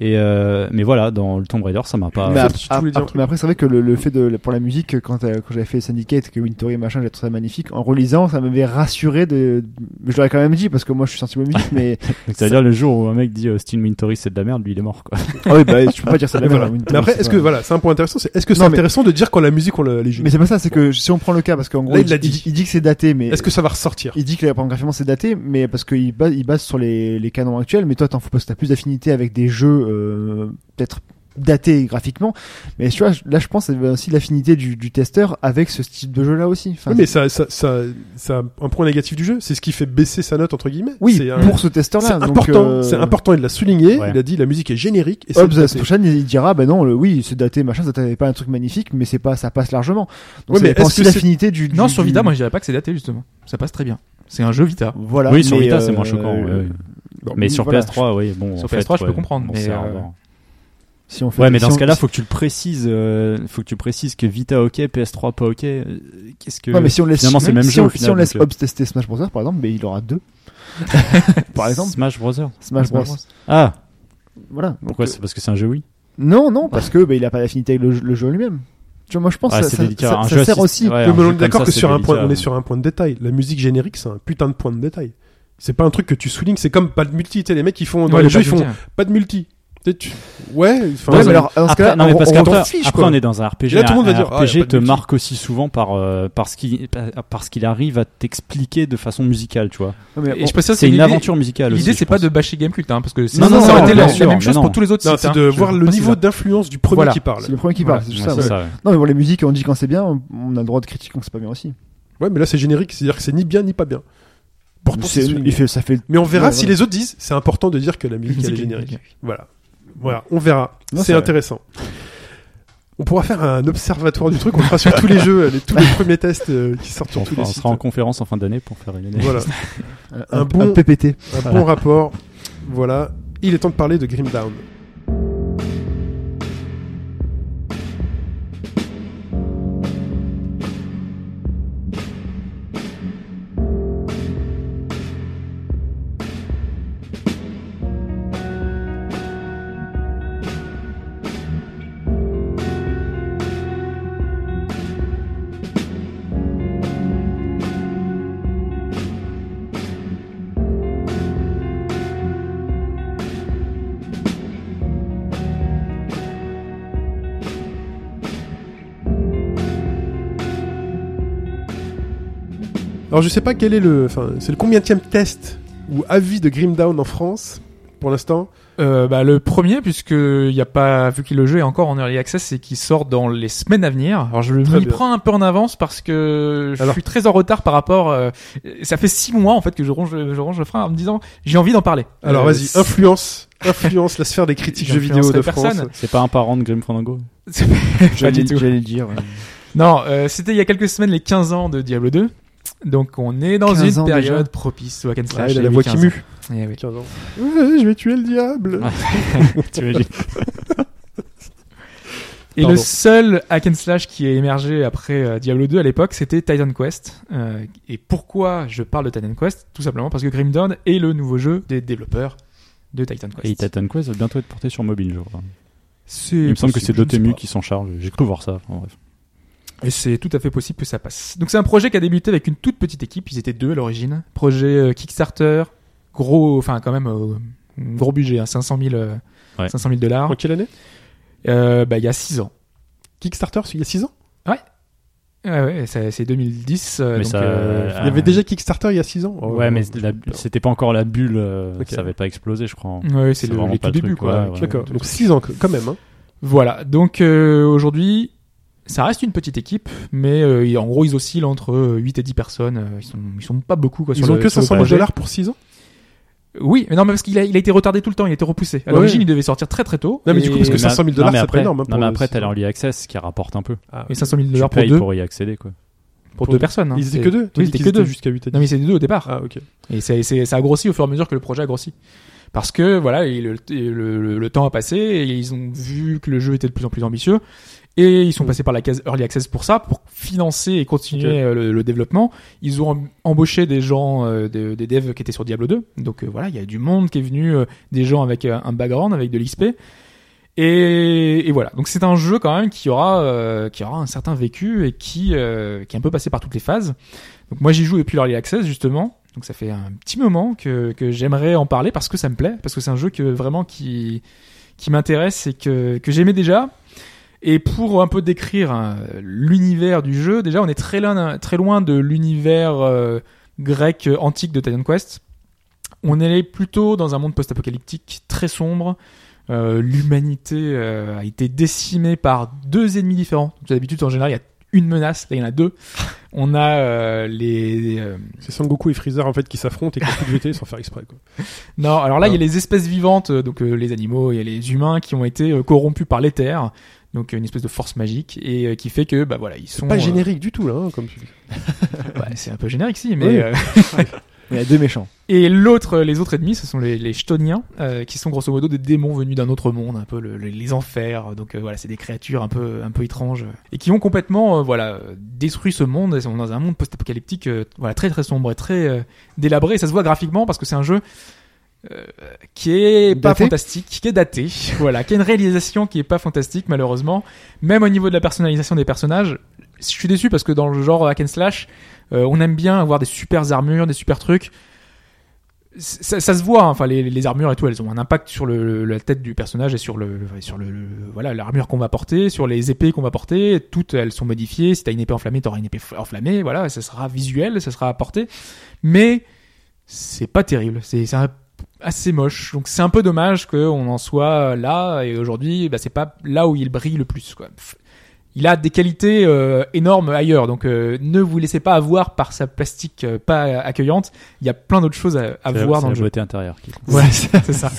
Speaker 6: Et euh, mais voilà, dans le Tomb Raider, ça m'a pas.
Speaker 5: Mais, ap-
Speaker 3: tu
Speaker 5: ap-
Speaker 3: voulais dire un
Speaker 5: ap-
Speaker 3: truc.
Speaker 5: mais après, c'est vrai que le, le fait de pour la musique, quand, euh, quand j'avais fait Syndicate, que Wintory machin, j'ai trouvé ça magnifique. En relisant, ça m'avait rassuré de. Je l'aurais quand même dit parce que moi, je suis sensible aux musiques, mais
Speaker 6: Donc, C'est-à-dire le jour où un mec dit euh, Steel Wintory c'est de la merde, lui il est mort quoi.
Speaker 5: ah oui, bah, tu peux pas dire ça. de
Speaker 3: Mais
Speaker 5: la
Speaker 3: voilà.
Speaker 5: merde, Wintory,
Speaker 3: Mais après,
Speaker 5: c'est
Speaker 3: est-ce
Speaker 5: pas-
Speaker 3: que voilà, c'est un point intéressant, c'est est-ce que c'est
Speaker 5: Non, mais-
Speaker 3: intéressant de dire quand la musique on la les
Speaker 5: Mais c'est pas ça. C'est que si on prend le cas, parce qu'en gros,
Speaker 3: il
Speaker 5: il,
Speaker 3: l'a dit.
Speaker 5: dit, il dit que c'est daté, mais
Speaker 3: Est-ce que ça va ressortir
Speaker 5: il dit que la graphiquement c'est daté, mais parce qu'il base, il base sur les, les canons actuels. Mais toi, t'en fous parce que t'as plus d'affinité avec des jeux euh, peut-être datés graphiquement. Mais tu vois, je- là, je pense que c'est aussi l'affinité du, du testeur avec ce type de jeu-là aussi. Enfin,
Speaker 3: Oui, mais ça, ça, ça, ça, un point négatif du jeu, c'est ce qui fait baisser sa note entre guillemets.
Speaker 5: Oui,
Speaker 3: c'est un-
Speaker 5: pour ce testeur-là.
Speaker 3: c'est
Speaker 5: donc,
Speaker 3: important.
Speaker 5: euh,
Speaker 3: C'est important. Il l'a souligné.
Speaker 6: Ouais.
Speaker 3: Il a dit la musique est générique. Et c'est
Speaker 5: Hobbes, la
Speaker 3: daté.
Speaker 5: semaine prochaine, il il dira, ben non, le- oui, c'est daté, machin, ça t'avait pas un truc magnifique, mais c'est pas, ça passe largement. Donc,
Speaker 3: Ouais,
Speaker 5: c'est
Speaker 3: mais
Speaker 5: dépend
Speaker 3: est-ce
Speaker 5: aussi
Speaker 3: que c'est-
Speaker 5: l'affinité du, du-
Speaker 4: Non, sur
Speaker 5: du-
Speaker 4: Vita, moi je dirais pas que c'est daté justement. Ça passe très bien. C'est un jeu Vita.
Speaker 5: Voilà.
Speaker 6: oui, sur
Speaker 5: mais,
Speaker 6: Vita c'est
Speaker 5: euh,
Speaker 6: moins choquant. ouais,
Speaker 5: euh,
Speaker 6: ouais.
Speaker 5: bon,
Speaker 6: Mais sur
Speaker 5: voilà,
Speaker 6: PS3, oui, bon.
Speaker 4: Sur
Speaker 6: en fait,
Speaker 4: PS3, je peux
Speaker 6: ouais,
Speaker 4: comprendre,
Speaker 6: on
Speaker 4: mais,
Speaker 6: sait
Speaker 4: euh,
Speaker 6: avoir.
Speaker 5: Si on fait,
Speaker 6: Ouais, mais
Speaker 5: si
Speaker 6: dans
Speaker 5: on-
Speaker 6: ce cas-là, faut que tu le précises. euh, faut que tu précises que Vita ok, PS3 pas ok. euh, Qu'est-ce que
Speaker 5: Ouais, mais si on laisse,
Speaker 6: finalement c'est le même
Speaker 5: si
Speaker 6: jeu
Speaker 5: on-
Speaker 6: au
Speaker 5: si
Speaker 6: final,
Speaker 5: on laisse
Speaker 6: donc, euh,
Speaker 5: Hobbes tester Smash Bros, par exemple, ben il aura deux. par exemple,
Speaker 6: Smash Brothers.
Speaker 5: Smash Bros.
Speaker 6: Ah,
Speaker 5: Voilà. Donc,
Speaker 6: pourquoi
Speaker 5: euh,
Speaker 6: C'est parce que c'est un jeu oui.
Speaker 5: Non, non, parce que, ben il a pas d'affinité avec le, jeu- le jeu en lui-même. Tu vois, moi, je pense
Speaker 6: Ah,
Speaker 5: que ça,
Speaker 6: c'est
Speaker 5: ça-
Speaker 6: délicat.
Speaker 5: ça-
Speaker 6: Un
Speaker 5: ça
Speaker 6: jeu
Speaker 5: sert
Speaker 6: assist-
Speaker 5: aussi.
Speaker 6: ouais,
Speaker 3: Non,
Speaker 6: un
Speaker 3: mais on
Speaker 6: jeu
Speaker 3: est
Speaker 6: comme
Speaker 3: d'accord
Speaker 6: ça,
Speaker 3: que
Speaker 6: c'est
Speaker 3: sur un point,
Speaker 6: délicat.
Speaker 3: on est sur un point de détail. La musique générique, c'est un putain de point de détail. C'est pas un truc que tu soulignes. C'est comme pas de multi. Tu sais, les mecs qui font dans les jeux, ils font pas de multi. Tu sais, tu- Ouais. enfin,
Speaker 5: Ouais,
Speaker 6: Dans
Speaker 5: mais
Speaker 6: un-
Speaker 5: alors, dans ce
Speaker 6: Après,
Speaker 5: cas-là,
Speaker 6: non, mais parce
Speaker 5: on- on-
Speaker 3: t'en
Speaker 6: qu'après,
Speaker 3: fiche,
Speaker 6: après,
Speaker 3: quoi.
Speaker 6: on est dans un RPG.
Speaker 3: Et là, tout le monde
Speaker 6: un
Speaker 3: va dire, ah, y a
Speaker 6: RPG
Speaker 3: pas de
Speaker 6: te
Speaker 3: multi.
Speaker 6: marque aussi souvent par, euh, parce qu'il, parce qu'il arrive à t'expliquer de façon musicale, tu vois.
Speaker 5: Ouais, mais
Speaker 4: Et je
Speaker 5: on-
Speaker 4: précise que
Speaker 6: C'est une
Speaker 4: l'idée-
Speaker 6: aventure musicale aussi.
Speaker 4: L'idée,
Speaker 6: je
Speaker 4: c'est pas
Speaker 6: pense.
Speaker 4: de bâcher Gamecult, hein, parce que
Speaker 6: Non,
Speaker 4: sinon
Speaker 5: non,
Speaker 4: ça
Speaker 5: non,
Speaker 4: aurait été
Speaker 5: bien
Speaker 4: la,
Speaker 6: sûr,
Speaker 4: la même
Speaker 6: mais
Speaker 4: chose
Speaker 6: non.
Speaker 4: pour tous les autres
Speaker 3: Non,
Speaker 4: sites.
Speaker 3: c'est
Speaker 4: hein.
Speaker 3: de
Speaker 4: Je
Speaker 3: voir le
Speaker 4: précise,
Speaker 3: niveau
Speaker 4: hein.
Speaker 3: d'influence du premier
Speaker 4: Voilà.
Speaker 3: qui parle.
Speaker 5: C'est le premier qui
Speaker 4: Voilà.
Speaker 5: parle, c'est juste
Speaker 6: Ouais,
Speaker 5: ça.
Speaker 6: c'est
Speaker 5: ouais.
Speaker 6: ça, ouais.
Speaker 5: Non, mais bon, les musiques, on dit quand c'est bien, on on a le droit de critiquer quand c'est pas bien aussi.
Speaker 3: Ouais, mais là, c'est générique. C'est-à-dire que c'est ni bien ni pas bien. Pourtant,
Speaker 5: C'est-
Speaker 3: c'est souligné.
Speaker 5: il fait- ça fait le-
Speaker 3: Mais on verra
Speaker 5: Ouais,
Speaker 3: si
Speaker 5: voilà.
Speaker 3: les autres disent c'est important de dire que la musique elle est générique. Voilà. Voilà, on verra.
Speaker 5: Non,
Speaker 3: c'est
Speaker 5: ça va.
Speaker 3: intéressant. On pourra faire un observatoire du truc, on fera sur tous les jeux, les, tous les premiers tests euh, qui sortent sur
Speaker 6: On,
Speaker 3: tous
Speaker 6: fera-
Speaker 3: les
Speaker 6: on
Speaker 3: sites.
Speaker 6: sera en conférence en fin d'année pour faire une analyse.
Speaker 3: Voilà,
Speaker 5: Un,
Speaker 3: Un bon-
Speaker 5: PPT.
Speaker 3: un bon rapport. Voilà, il est temps de parler de Grim Down. Alors je sais pas quel est le, enfin c'est le combienième test ou avis de Grim Down en France pour l'instant.
Speaker 4: Euh, bah, le premier, puisque y a pas, vu que le jeu est encore en early access et qu'il sort dans les semaines à venir. Alors je
Speaker 3: Très
Speaker 4: m'y
Speaker 3: bien.
Speaker 4: prends un peu en avance parce que je
Speaker 3: Alors.
Speaker 4: suis très en retard par rapport. euh, ça fait six mois en fait que je ronge, je ronge le frein en me disant j'ai envie d'en parler.
Speaker 3: Alors
Speaker 4: Euh,
Speaker 3: vas-y, influence, influence la sphère des critiques jeux vidéo de
Speaker 4: J'influencerai
Speaker 3: France.
Speaker 4: personne.
Speaker 6: C'est pas un parent de Grim Fandango
Speaker 4: c'est pas du
Speaker 5: J'allais
Speaker 4: tout.
Speaker 5: j'allais le dire. ouais.
Speaker 4: Non, euh, c'était il y a quelques semaines les 15 ans de Diablo 2. Donc on est dans
Speaker 5: 15
Speaker 4: une
Speaker 5: ans
Speaker 4: période
Speaker 5: déjà.
Speaker 4: propice au hack and
Speaker 3: Ah,
Speaker 4: slash.
Speaker 3: il a
Speaker 4: et
Speaker 3: la
Speaker 4: oui,
Speaker 3: voix qui
Speaker 4: 15
Speaker 3: mue.
Speaker 4: ans. Eh oui.
Speaker 3: Ouais, je vais tuer le diable.
Speaker 6: T'imagines
Speaker 4: Et
Speaker 3: Pardon.
Speaker 4: le seul hack and slash qui est émergé après euh, Diablo 2 à l'époque, c'était Titan Quest. Euh, et pourquoi je parle de Titan Quest Tout simplement parce que Grim Dawn est le nouveau jeu des développeurs de Titan
Speaker 6: Et
Speaker 4: Quest.
Speaker 6: Titan Quest va bientôt être porté sur mobile, je crois.
Speaker 4: C'est
Speaker 6: Il me semble que c'est
Speaker 4: possible, je ne sais
Speaker 6: Dotemu
Speaker 4: pas.
Speaker 6: qui s'en charge. J'ai cru voir ça. Enfin, bref.
Speaker 4: Et c'est tout à fait possible que ça passe. Donc c'est un projet qui a débuté avec une toute petite équipe, ils étaient deux à l'origine. Projet euh, Kickstarter, gros, enfin quand même, euh, gros budget, hein, 500 000 euh,
Speaker 6: Ouais.
Speaker 4: 500 000
Speaker 6: Ah.
Speaker 4: dollars.
Speaker 3: En quelle année
Speaker 4: Euh, bah, il y a 6 ans.
Speaker 3: Kickstarter, il y a 6 ans
Speaker 4: Ouais, Ah ouais, ça- c'est 2010. euh,
Speaker 6: Mais
Speaker 4: donc,
Speaker 6: ça-
Speaker 4: euh,
Speaker 6: Ah.
Speaker 3: Il y avait déjà Kickstarter il y a 6 ans Oh,
Speaker 6: ouais, mais la- c'était pas encore la bulle. euh,
Speaker 3: Ok.
Speaker 6: Ça avait pas explosé, je crois.
Speaker 4: ouais, c'est
Speaker 6: C'est
Speaker 4: le,
Speaker 6: vraiment
Speaker 4: les
Speaker 6: pas
Speaker 4: tout
Speaker 6: le
Speaker 4: début,
Speaker 6: truc,
Speaker 4: quoi.
Speaker 6: ouais, ouais.
Speaker 3: D'accord, donc 6 ans quand même. Hein.
Speaker 4: Voilà, donc euh, aujourd'hui, ça reste une petite équipe, mais euh, et en gros, ils oscillent entre euh, 8 et 10 personnes. euh, Ils sont, ils sont pas beaucoup, quoi.
Speaker 3: Ils
Speaker 4: sur
Speaker 3: ont
Speaker 4: le-
Speaker 3: que
Speaker 4: sur le
Speaker 3: 500
Speaker 4: projet.
Speaker 3: dollars pour 6 ans
Speaker 4: Oui, mais non, mais parce qu'il a, il a été retardé tout le temps, il a été repoussé. À
Speaker 3: Ouais.
Speaker 4: l'origine, il devait sortir très très tôt.
Speaker 3: Non, mais
Speaker 4: et-
Speaker 3: du coup, parce que
Speaker 6: Mais
Speaker 3: 500 000 dollars,
Speaker 6: non, mais
Speaker 3: c'est
Speaker 6: après-
Speaker 3: pas énorme, hein,
Speaker 6: Non,
Speaker 3: pour-
Speaker 6: mais après, t'as
Speaker 3: c'est-
Speaker 6: l'early access qui rapporte un peu.
Speaker 3: Ah
Speaker 4: et 500 000 dollars
Speaker 6: Tu
Speaker 4: pour
Speaker 6: payes
Speaker 4: deux,
Speaker 6: pour y accéder, quoi.
Speaker 4: pour
Speaker 3: pour
Speaker 4: deux
Speaker 3: deux.
Speaker 4: personnes. hein.
Speaker 3: Ils étaient
Speaker 4: C'est-
Speaker 3: que deux
Speaker 4: Oui,
Speaker 3: Ils
Speaker 4: ils étaient
Speaker 3: étaient
Speaker 4: que deux.
Speaker 3: Jusqu'à 8 à 10.
Speaker 4: Non, mais c'était deux au départ.
Speaker 3: Ah, ok.
Speaker 4: Et c'est, c'est- ça a grossi au fur et à mesure que le projet a grossi. Parce que voilà, et le, et le- le- le temps a passé et ils ont vu que le jeu était de plus en plus ambitieux et ils sont passés par la case early access pour ça, pour financer et continuer
Speaker 3: Ok.
Speaker 4: euh, le, le développement. Ils ont em- embauché des gens, euh, des, des devs qui étaient sur Diablo 2. Donc euh, voilà, il y a du monde qui est venu, euh, des gens avec euh, un background, avec de l'XP. Et, et voilà. Donc c'est un jeu quand même qui aura, euh, qui aura un certain vécu et qui, euh, qui est un peu passé par toutes les phases. Donc moi j'y joue depuis l'Early Access justement. Donc ça fait un petit moment que, que j'aimerais en parler parce que ça me plaît, parce que c'est un jeu que vraiment qui, qui m'intéresse et que, que j'aimais déjà. Et pour un peu décrire hein, l'univers du jeu, déjà on est très loin, très loin de l'univers euh, grec euh, antique de Titan Quest. On est plutôt dans un monde post-apocalyptique très sombre. Euh, L'humanité euh, a été décimée par deux ennemis différents. D'habitude en général il y a une menace, là il y en a deux. On a euh, les euh,
Speaker 3: C'est Sangoku et Freezer en fait qui s'affrontent et qui ont plus de VT sans faire exprès. Quoi.
Speaker 4: non, alors là, il y a
Speaker 3: Non.
Speaker 4: les espèces vivantes, euh, donc euh, les animaux, il y a les humains qui ont été euh, corrompus par l'éther, donc euh, une espèce de force magique, et euh, qui fait que, bah voilà, ils sont.
Speaker 3: Pas
Speaker 4: euh,
Speaker 3: générique du tout là, hein, comme tu dis.
Speaker 4: ouais, c'est un peu générique, si, mais.
Speaker 3: Oui.
Speaker 4: euh,
Speaker 5: Il y a deux méchants.
Speaker 4: et l'autre, euh, les autres ennemis, ce sont les, les Chtoniens, euh, qui sont grosso modo des démons venus d'un autre monde, un peu le- le- les enfers. Donc euh, voilà, c'est des créatures un peu, un peu étranges, euh, et qui ont complètement, euh, voilà, euh, détruit ce monde. Elles sont dans un monde post-apocalyptique, euh, voilà, très très sombre et très euh, délabré. Et ça se voit graphiquement parce que c'est un jeu euh, qui est pas
Speaker 5: Daté
Speaker 4: fantastique, qui est daté, voilà, qui a une réalisation qui est pas fantastique malheureusement. Même au niveau de la personnalisation des personnages, je suis déçu parce que dans le genre hack and slash, euh, on aime bien avoir des super armures, des super trucs. C- Ça, ça se voit, hein. enfin les, les armures et tout, elles ont un impact sur le, la tête du personnage et sur le, le- sur le, le- voilà l'armure qu'on va porter, sur les épées qu'on va porter, toutes elles sont modifiées. Si t'as une épée enflammée, t'auras une épée f- enflammée, voilà, ça sera visuel, ça sera apporté, mais c'est pas terrible, c'est c'est un- assez moche. Donc c'est un peu dommage qu'on en soit là et aujourd'hui, bah, c'est pas là où il brille le plus. Quoi. Pff, Il a des qualités euh, énormes ailleurs, donc euh, ne vous laissez pas avoir par sa plastique euh, pas accueillante. Il y a plein d'autres choses à, à
Speaker 6: C'est la-
Speaker 4: voir
Speaker 6: c'est
Speaker 4: dans le
Speaker 6: la
Speaker 4: jeu.
Speaker 6: beauté intérieure. qui compte.
Speaker 4: Voilà, c'est ça.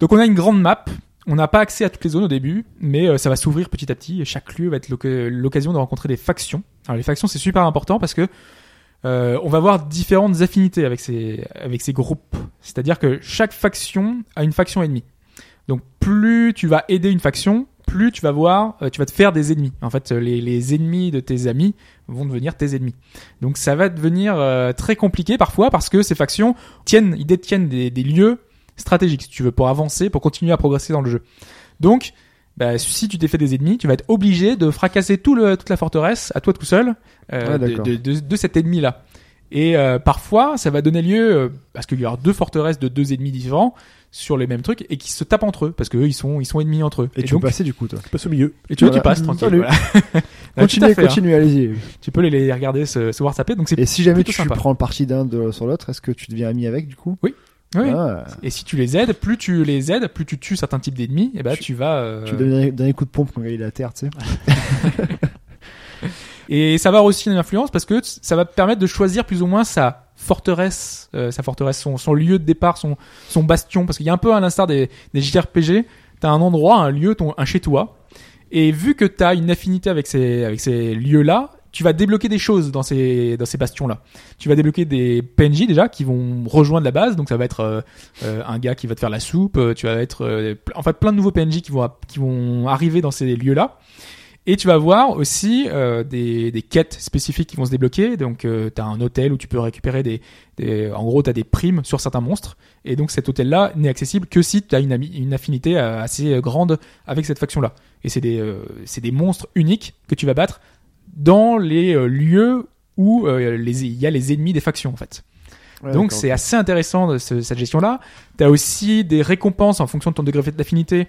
Speaker 4: Donc on a une grande map. On n'a pas accès à toutes les zones au début, mais euh, ça va s'ouvrir petit à petit et chaque lieu va être l'oc- l'occasion de rencontrer des factions. Alors les factions, c'est super important parce que euh, on va voir différentes affinités avec ces, avec ces groupes. C'est-à-dire que chaque faction a une faction ennemie. Donc plus tu vas aider une faction, plus tu vas voir, euh, tu vas te faire des ennemis. En fait, euh, les, les ennemis de tes amis vont devenir tes ennemis. Donc ça va devenir euh, très compliqué parfois parce que ces factions tiennent, ils détiennent des, des lieux stratégiques, si tu veux, pour avancer, pour continuer à progresser dans le jeu. Donc, bah, si tu t'es fait des ennemis, tu vas être obligé de fracasser tout le, toute la forteresse à toi tout seul euh,
Speaker 5: Ouais,
Speaker 4: de-
Speaker 5: Ah, d'accord.
Speaker 4: de, de- de cet ennemi-là. Et euh, parfois, ça va donner lieu, euh, parce qu'il y aura deux forteresses de deux ennemis différents sur les mêmes trucs et qui se tapent entre eux, parce qu'eux, ils sont, ils sont ennemis entre eux.
Speaker 5: Et, tu
Speaker 4: donc,
Speaker 5: peux passer du coup, toi.
Speaker 3: Passe au milieu.
Speaker 4: et tu, vois,
Speaker 5: Voilà.
Speaker 4: tu passes
Speaker 5: Mmh,
Speaker 4: tranquille.
Speaker 5: salut.
Speaker 4: voilà. Ouais, tout à
Speaker 5: Continuez,
Speaker 4: fait, hein.
Speaker 5: continuez, allez-y.
Speaker 4: Tu peux les, les regarder se, se voir taper. Donc c'est
Speaker 5: Et si jamais
Speaker 4: plutôt
Speaker 5: tu
Speaker 4: sympa.
Speaker 5: prends le parti d'un de- sur l'autre, est-ce que tu deviens ami avec du coup
Speaker 4: oui.
Speaker 5: Ah,
Speaker 4: Et si tu les aides, plus tu les aides, plus tu tues certains types d'ennemis, et ben
Speaker 5: Tu-
Speaker 4: tu, vas. euh,
Speaker 5: Tu donnes un dernier coup de pompe quand il est à terre, tu sais.
Speaker 4: Et ça va avoir aussi une influence parce que t- ça va te permettre de choisir plus ou moins sa forteresse, euh, sa forteresse, son, son lieu de départ, son, son bastion. Parce qu'il y a un peu à l'instar des, des JRPG, t'as un endroit, un lieu, ton, un chez toi. Et vu que t'as une affinité avec ces, avec ces lieux-là, tu vas débloquer des choses dans ces, dans ces bastions-là. Tu vas débloquer des PNJ déjà qui vont rejoindre la base, donc ça va être euh, euh, un gars qui va te faire la soupe, euh, tu vas être euh, ple- en fait plein de nouveaux PNJ qui vont, app- qui vont arriver dans ces lieux-là. Et tu vas voir aussi euh, des, des quêtes spécifiques qui vont se débloquer. Donc, tu as un hôtel où tu peux récupérer des... des- en gros, tu as des primes sur certains monstres. Et donc, cet hôtel-là n'est accessible que si tu as une, ami- une affinité euh, assez grande avec cette faction-là. Et c'est des, euh, c'est des monstres uniques que tu vas battre dans les euh, lieux où euh, les- il y a les ennemis des factions, en fait.
Speaker 5: Ouais,
Speaker 4: Donc
Speaker 5: d'accord.
Speaker 4: c'est assez intéressant de ce- cette gestion-là. Tu as aussi des récompenses en fonction de ton degré d'affinité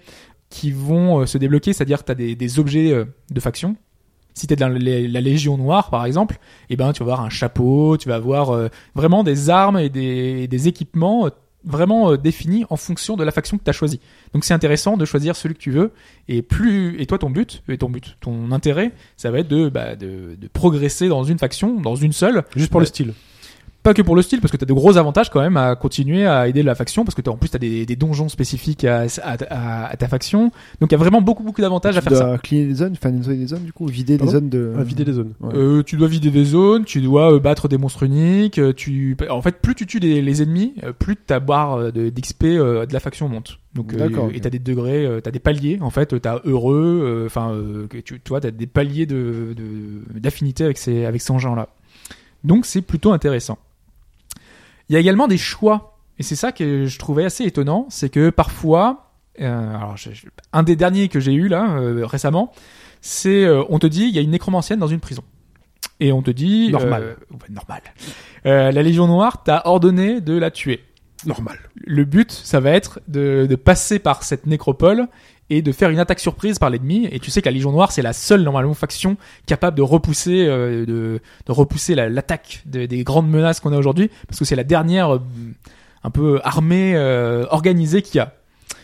Speaker 4: qui vont euh, se débloquer, c'est-à-dire que tu as des, des objets euh, de faction. Si tu es de la, la- la Légion Noire, par exemple, eh ben, tu vas avoir un chapeau, tu vas avoir euh, vraiment des armes et des, et des équipements euh, vraiment euh, définis en fonction de la faction que tu as choisie. Donc c'est intéressant de choisir celui que tu veux. Et plus et toi ton but et ton but ton intérêt ça va être de bah, de, de progresser dans une faction dans une seule
Speaker 3: Juste pour
Speaker 4: Ouais.
Speaker 3: le style.
Speaker 4: pas que pour le style, parce que t'as de gros avantages quand même à continuer à aider la faction, parce que t'as en plus t'as des, des donjons spécifiques à, à, à- à ta faction. Donc il y a vraiment beaucoup beaucoup d'avantages à
Speaker 5: Tu
Speaker 4: faire ça.
Speaker 5: dois cleaner des zones, enfin nettoyer des zones du coup, vider des
Speaker 3: Pardon Ah,
Speaker 5: zones de.
Speaker 3: À vider les zones.
Speaker 5: Ouais.
Speaker 4: Euh, tu dois vider des zones, tu dois euh, battre des monstres uniques. euh, tu, en fait, plus tu tues les, les ennemis, euh, plus ta barre euh, de- d'XP euh, de la faction monte. Donc, euh,
Speaker 5: D'accord,
Speaker 4: et
Speaker 5: ok.
Speaker 4: t'as des degrés, euh, t'as des paliers. En fait, euh, t'as heureux, euh, enfin, euh, que tu, tu vois, t'as des paliers de de- d'affinité avec ces avec ces engins-là. Donc, c'est plutôt intéressant. Il y a également des choix, et c'est ça que je trouvais assez étonnant, c'est que parfois, euh, alors, je- je- un des derniers que j'ai eu là euh, récemment c'est euh, on te dit il y a une nécromancienne dans une prison. Et on te dit
Speaker 5: Normal.
Speaker 4: euh, ouais, normal. Euh, la Légion Noire t'a ordonné de la tuer.
Speaker 3: Normal.
Speaker 4: Le but, ça va être de, de passer par cette nécropole et de faire une attaque surprise par l'ennemi. Et tu sais que la Légion Noire, c'est la seule normalement faction capable de repousser, euh, de, de repousser la- l'attaque de- des grandes menaces qu'on a aujourd'hui, parce que c'est la dernière euh, un peu armée euh, organisée qu'il y a.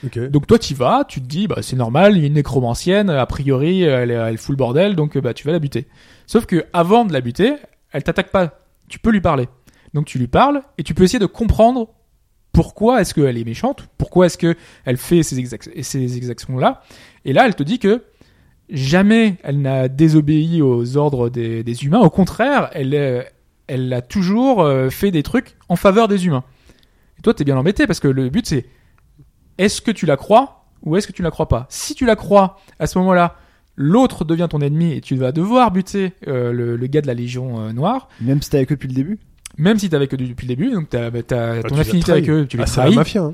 Speaker 3: Ok.
Speaker 4: Donc toi tu vas, tu te dis bah c'est normal, il y a une nécromancienne, a priori elle, elle fout le bordel, donc euh, bah tu vas la buter. Sauf que avant de la buter, elle t'attaque pas. Tu peux lui parler. Donc tu lui parles et tu peux essayer de comprendre pourquoi est-ce qu'elle est méchante, pourquoi est-ce que elle fait ces, exac- ces exactions là. Et là elle te dit que jamais elle n'a désobéi aux ordres des, des humains. Au contraire, elle euh, elle a toujours euh, fait des trucs en faveur des humains. Et toi t'es bien embêté parce que le but c'est est-ce que tu la crois ou est-ce que tu la crois pas Si tu la crois, à ce moment-là, l'autre devient ton ennemi et tu vas devoir buter euh, le, le gars de la Légion euh, Noire,
Speaker 5: Même si t'es avec eux depuis le début.
Speaker 4: même si t'es avec eux depuis le début, donc t'as t'as
Speaker 3: Ah,
Speaker 4: ton
Speaker 3: tu
Speaker 4: affinité
Speaker 3: les trahis.
Speaker 4: avec eux, tu les
Speaker 3: Ah, c'est la
Speaker 4: trahis.
Speaker 3: mafia. hein.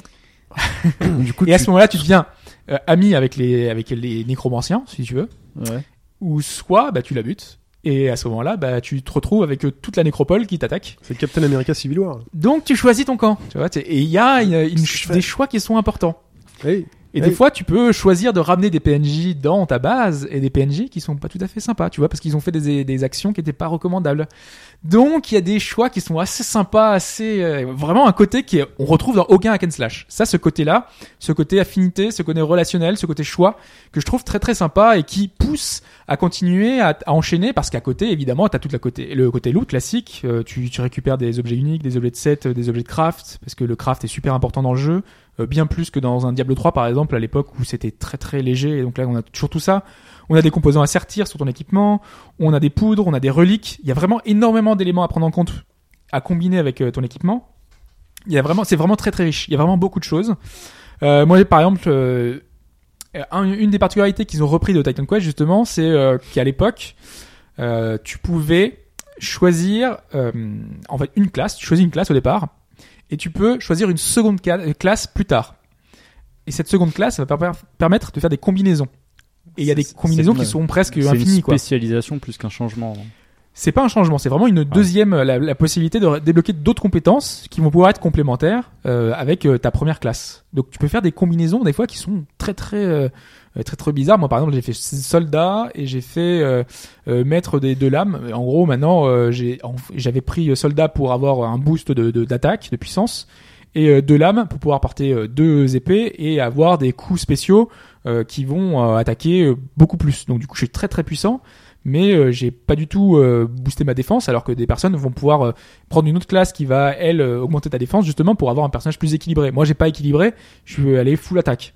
Speaker 5: du coup,
Speaker 4: Et à
Speaker 5: tu-
Speaker 4: ce moment-là, tu deviens euh, ami avec les, avec les nécromanciens, si tu veux,
Speaker 5: Ouais.
Speaker 4: ou soit bah, tu la butes. Et à ce moment-là, bah, tu te retrouves avec euh, toute la nécropole qui t'attaque.
Speaker 3: C'est Captain America Civil War.
Speaker 4: Donc tu choisis ton camp. Tu vois, t'es- et il y a une- une-
Speaker 3: Fais-
Speaker 4: des choix qui sont importants.
Speaker 3: Hey.
Speaker 4: Et
Speaker 3: Ouais.
Speaker 4: des fois, tu peux choisir de ramener des PNJ dans ta base et des PNJ qui sont pas tout à fait sympas, tu vois, parce qu'ils ont fait des, des actions qui étaient pas recommandables. Donc, il y a des choix qui sont assez sympas, assez euh, vraiment un côté qui est- on retrouve dans aucun hack and slash. Ça, ce côté-là, ce côté affinité, ce côté relationnel, ce côté choix que je trouve très très sympa et qui pousse à continuer à, à enchaîner parce qu'à côté, évidemment, t'as tout la côté le côté loot classique. euh, tu, tu récupères des objets uniques, des objets de set, euh, des objets de craft parce que le craft est super important dans le jeu. euh, bien plus que dans un Diablo 3 par exemple à l'époque où c'était très très léger et donc là on a toujours tout ça on a des composants à sertir sur ton équipement on a des poudres on a des reliques il y a vraiment énormément d'éléments à prendre en compte à combiner avec euh, ton équipement il y a vraiment c'est vraiment très très riche il y a vraiment beaucoup de choses euh, moi par exemple euh, un- une des particularités qu'ils ont repris de Titan Quest justement c'est euh, qu'à l'époque euh, tu pouvais choisir euh, en fait une classe tu choisis une classe au départ et tu peux choisir une seconde ca- euh, classe plus tard et cette seconde classe ça va per- permettre de faire des combinaisons et il y a des
Speaker 6: C'est- c'est-
Speaker 4: combinaisons
Speaker 6: c'est-
Speaker 4: qui sont presque
Speaker 6: C'est une
Speaker 4: infinies quoi
Speaker 6: spécialisation plus qu'un changement.
Speaker 4: c'est pas un changement, c'est vraiment une deuxième, euh, la, la possibilité de re- débloquer d'autres compétences qui vont pouvoir être complémentaires euh, avec euh, ta première classe. Donc tu peux faire des combinaisons des fois qui sont très très euh, euh, très très bizarres. Moi par exemple j'ai fait soldat et j'ai fait euh, euh, maître des deux lames. En gros maintenant euh, j'ai- en- j'avais pris euh, soldat pour avoir un boost de de- d'attaque, de, puissance et euh, deux lames pour pouvoir porter euh, deux épées et avoir des coups spéciaux euh, qui vont euh, attaquer euh, beaucoup plus. Donc du coup je suis très très puissant mais euh, j'ai pas du tout euh, boosté ma défense alors que des personnes vont pouvoir euh, prendre une autre classe qui va elle euh, augmenter ta défense justement pour avoir un personnage plus équilibré. Moi j'ai pas équilibré, je suis allé full attaque.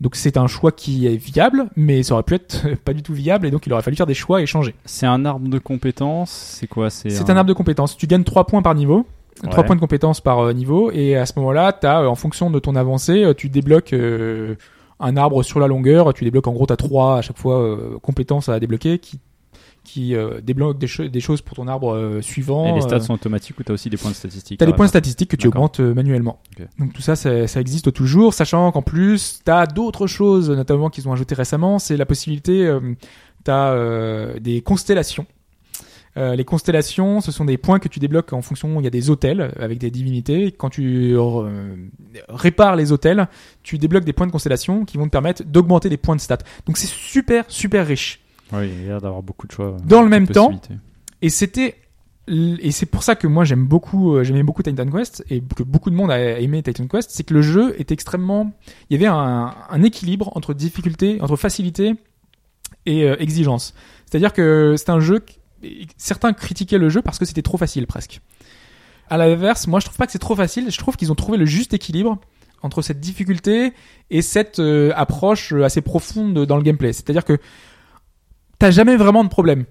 Speaker 4: Donc c'est un choix qui est viable mais ça aurait pu être pas du tout viable et donc il aurait fallu faire des choix et changer.
Speaker 6: C'est un arbre de compétences. C'est quoi
Speaker 4: C'est un arbre de compétences, tu gagnes 3 points par niveau.
Speaker 6: Ouais.
Speaker 4: 3 points de compétences par euh, niveau et à ce moment-là, t'as euh, en fonction de ton avancée, euh, tu débloques euh, un arbre sur la longueur, tu débloques en gros t'as 3 à chaque fois euh, compétences à débloquer qui qui euh, débloquent des, cho- des choses pour ton arbre euh, suivant.
Speaker 6: Et les stats
Speaker 4: euh,
Speaker 6: sont automatiques ou t'as aussi des points de hein, statistiques
Speaker 4: T'as
Speaker 6: à
Speaker 4: des
Speaker 6: la
Speaker 4: points
Speaker 6: fin.
Speaker 4: statistiques que tu
Speaker 6: D'accord.
Speaker 4: augmentes euh, manuellement.
Speaker 6: Ok.
Speaker 4: Donc tout ça, ça, ça existe toujours, sachant qu'en plus, t'as d'autres choses, notamment qu'ils ont ajouté récemment, c'est la possibilité, euh, t'as euh, des constellations. Euh, les constellations, ce sont des points que tu débloques en fonction. Il y a des hôtels avec des divinités. Quand tu euh, répares les hôtels, tu débloques des points de constellation qui vont te permettre d'augmenter des points de stats. Donc c'est super super riche.
Speaker 6: Oui, il y a l'air d'avoir beaucoup de choix.
Speaker 4: Dans le
Speaker 6: de
Speaker 4: même temps,
Speaker 6: possibilités.
Speaker 4: et c'était l- et c'est pour ça que moi j'aime beaucoup euh, j'aimais beaucoup Titan Quest et que beaucoup de monde a aimé Titan Quest c'est que le jeu est extrêmement il y avait un, un équilibre entre difficulté entre facilité et euh, exigence c'est à dire que c'est un jeu qui- certains critiquaient le jeu parce que c'était trop facile presque à l'inverse moi je trouve pas que c'est trop facile je trouve qu'ils ont trouvé le juste équilibre entre cette difficulté et cette euh, approche euh, assez profonde dans le gameplay c'est à dire que t'as jamais vraiment de problème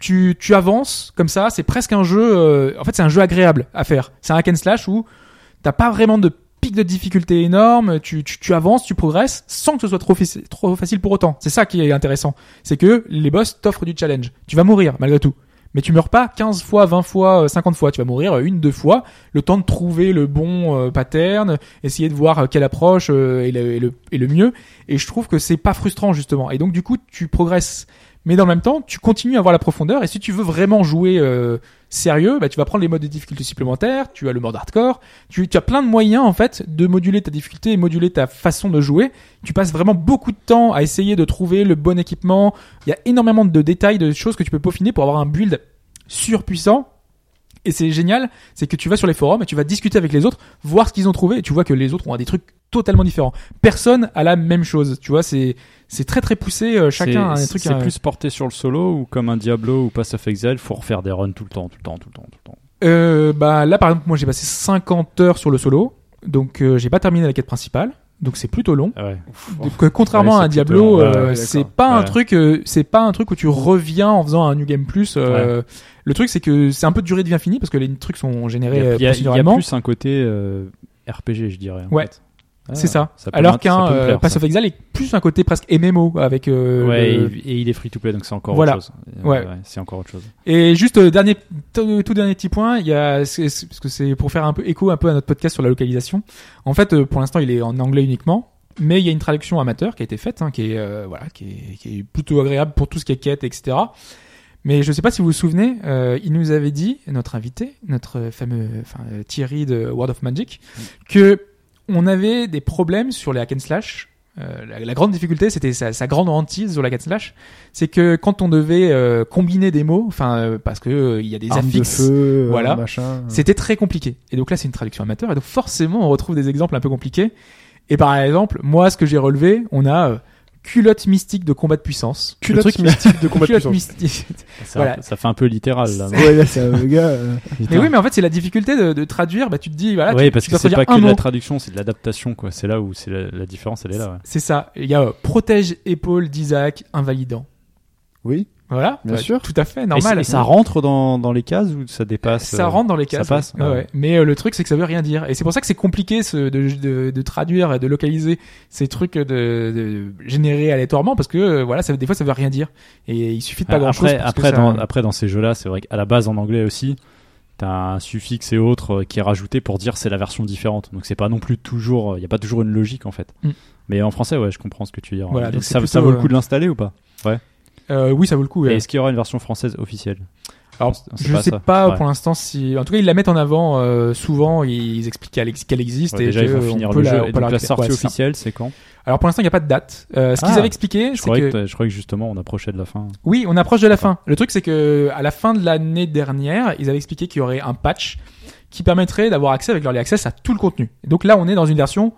Speaker 4: tu, tu avances comme ça, c'est presque un jeu. euh, en fait, c'est un jeu agréable à faire. C'est un hack and slash où t'as pas vraiment de pic de difficulté énorme. Tu, tu, tu avances, tu progresses sans que ce soit trop, faci- trop facile pour autant. C'est ça qui est intéressant. C'est que les boss t'offrent du challenge. Tu vas mourir malgré tout. Mais tu meurs pas 15 fois, 20 fois, euh, 50 fois. Tu vas mourir euh, une, deux fois. Le temps de trouver le bon euh, pattern, essayer de voir euh, quelle approche euh, est, le, est le- est le mieux. Et je trouve que c'est pas frustrant justement. Et donc du coup, tu progresses mais dans le même temps, tu continues à avoir la profondeur. Et si tu veux vraiment jouer euh, sérieux, bah, tu vas prendre les modes de difficulté supplémentaires. Tu as le mode hardcore. Tu, tu as plein de moyens en fait de moduler ta difficulté et moduler ta façon de jouer. Tu passes vraiment beaucoup de temps à essayer de trouver le bon équipement. Il y a énormément de détails, de choses que tu peux peaufiner pour avoir un build surpuissant. Et c'est génial, c'est que tu vas sur les forums et tu vas discuter avec les autres, voir ce qu'ils ont trouvé, et tu vois que les autres ont des trucs totalement différents. Personne a la même chose, tu vois, c'est c'est très très poussé, euh, chacun a
Speaker 6: C'est-
Speaker 4: un truc.
Speaker 6: C'est
Speaker 4: un-
Speaker 6: plus porté sur le solo ou comme un Diablo ou Pass of Exile, faut refaire des runs tout le temps, tout le temps, tout le temps, tout le temps.
Speaker 4: Euh, bah là par exemple moi j'ai passé 50 heures sur le solo donc euh, j'ai pas terminé la quête principale donc c'est plutôt long
Speaker 6: Ah ouais.
Speaker 4: donc euh, contrairement
Speaker 6: Ouais,
Speaker 4: à
Speaker 6: c'est
Speaker 4: un Diablo
Speaker 6: plutôt- ouais,
Speaker 4: euh,
Speaker 5: ouais,
Speaker 4: c'est
Speaker 5: d'accord.
Speaker 4: pas un
Speaker 6: Ouais.
Speaker 4: truc euh, c'est pas un truc où tu reviens en faisant un new game plus euh, le truc c'est que c'est un peu de durée de vie infinie parce que les trucs sont
Speaker 6: Il y
Speaker 4: générés
Speaker 6: a,
Speaker 4: euh,
Speaker 6: il y a- il y a
Speaker 4: procéduralement
Speaker 6: plus un côté euh, RPG, je dirais. en
Speaker 4: Ouais.
Speaker 6: fait. Ah,
Speaker 4: c'est ça,
Speaker 6: peut
Speaker 4: alors
Speaker 6: m'int- ça
Speaker 4: qu'un
Speaker 6: peut me
Speaker 4: euh,
Speaker 6: plaire,
Speaker 4: Pass
Speaker 6: ça.
Speaker 4: of Exile est plus un côté presque MMO avec euh,
Speaker 6: Ouais,
Speaker 4: le-
Speaker 6: et, et il est free to play, donc c'est encore
Speaker 4: Voilà.
Speaker 6: autre chose. Euh,
Speaker 4: Ouais.
Speaker 6: c'est encore autre chose.
Speaker 4: Et juste euh, dernier tout, tout dernier petit point, il y a c'est- c'est- parce que c'est pour faire un peu écho un peu à notre podcast sur la localisation. En fait, euh, pour l'instant, il est en anglais uniquement, mais il y a une traduction amateur qui a été faite, hein, qui est euh, voilà, qui est, qui est plutôt agréable pour tout ce qui est quête, etc. Mais je ne sais pas si vous vous souvenez, euh, il nous avait dit notre invité, notre fameux enfin, euh, Thierry de World of Magic, que on avait des problèmes sur les hack and slash. Euh, la, la grande difficulté, c'était sa, sa grande hantise sur la hack and slash, c'est que quand on devait euh, combiner des mots, enfin euh, parce que euh, il y a des
Speaker 5: Arme de
Speaker 4: affixes,
Speaker 5: feu, euh,
Speaker 4: voilà.
Speaker 5: machin.
Speaker 6: Hmm.
Speaker 4: c'était très compliqué. Et donc là, c'est une traduction amateur. Et donc forcément, on retrouve des exemples un peu compliqués. Et par exemple, moi, ce que j'ai relevé, on a euh, culotte mystique de combat de puissance.
Speaker 3: Culotte mystique de combat de
Speaker 4: Culotte
Speaker 3: puissance.
Speaker 4: mystique.
Speaker 6: Ça,
Speaker 4: Voilà.
Speaker 6: ça fait un peu littéral là.
Speaker 5: Ouais, là, c'est un gars. euh,
Speaker 4: Mais oui, mais en fait, c'est la difficulté de, de traduire. Bah, tu te dis, voilà, tu-
Speaker 6: Oui, parce
Speaker 4: tu
Speaker 6: que
Speaker 4: dois
Speaker 6: c'est pas
Speaker 4: traduire
Speaker 6: que
Speaker 4: un
Speaker 6: de la
Speaker 4: mot.
Speaker 6: traduction, c'est de l'adaptation quoi. C'est là où c'est la, la différence, elle est là. ouais.
Speaker 4: C'est ça. Il y a euh, protège épaule d'Isaac invalidant.
Speaker 5: Oui.
Speaker 4: Voilà.
Speaker 5: Bien
Speaker 4: Ouais,
Speaker 5: sûr.
Speaker 4: Tout à fait,
Speaker 6: Et ça-
Speaker 4: normal.
Speaker 6: Et, ça rentre dans, dans les cases ou ça dépasse
Speaker 4: ça
Speaker 6: euh,
Speaker 4: rentre dans les cases.
Speaker 6: Ça passe.
Speaker 4: ouais. Ouais, ouais. Mais euh, le truc, c'est que ça veut rien dire. Et c'est pour ça que c'est compliqué ce, de, de, de traduire et de localiser ces trucs de, de générés aléatoirement parce que euh, voilà, ça, des fois, ça veut rien dire. Et il suffit de pas
Speaker 6: Ah,
Speaker 4: grand chose.
Speaker 6: après, après, dans, après, dans ces jeux-là, c'est vrai qu'à la base, en anglais aussi, t'as un suffixe et autre euh, qui est rajouté pour dire c'est la version différente. Donc c'est pas non plus toujours, il n'y a pas toujours une logique en fait.
Speaker 4: Mm.
Speaker 6: Mais en français, ouais, je comprends ce que tu veux dire.
Speaker 4: Voilà,
Speaker 6: Et
Speaker 4: donc c'est
Speaker 6: ça, ça
Speaker 4: plutôt,
Speaker 6: vaut le
Speaker 4: euh,
Speaker 6: coup de l'installer ou pas
Speaker 4: Euh, oui, ça vaut le coup.
Speaker 6: Et
Speaker 4: ouais.
Speaker 6: Est-ce qu'il y aura une version française officielle
Speaker 4: Alors,
Speaker 6: on sait
Speaker 4: je
Speaker 6: pas
Speaker 4: sais
Speaker 6: ça.
Speaker 4: pas
Speaker 6: Ouais.
Speaker 4: pour l'instant si. En tout cas, ils la mettent en avant euh, souvent. Ils expliquent qu'elle ex- qu'elle existe
Speaker 6: Ouais,
Speaker 4: et
Speaker 6: Déjà, il faut
Speaker 4: qu'on
Speaker 6: finir
Speaker 4: peut
Speaker 6: le
Speaker 4: la, euh, on
Speaker 6: jeu.
Speaker 4: peut
Speaker 6: Et donc la
Speaker 4: récupérer.
Speaker 6: sortie
Speaker 4: Ouais, c'est ça.
Speaker 6: officielle, c'est quand
Speaker 4: Alors pour l'instant, il n'y a pas de date. Euh, ce qu'ils
Speaker 6: Ah.
Speaker 4: avaient expliqué,
Speaker 6: je
Speaker 4: c'est que
Speaker 6: croyais, que... je croyais que justement on approchait de la fin.
Speaker 4: Oui, on approche de la fin. Le truc, c'est que à la fin de l'année dernière, ils avaient expliqué qu'il y aurait un patch qui permettrait d'avoir accès avec l'early access à tout le contenu. Et donc là, on est dans une version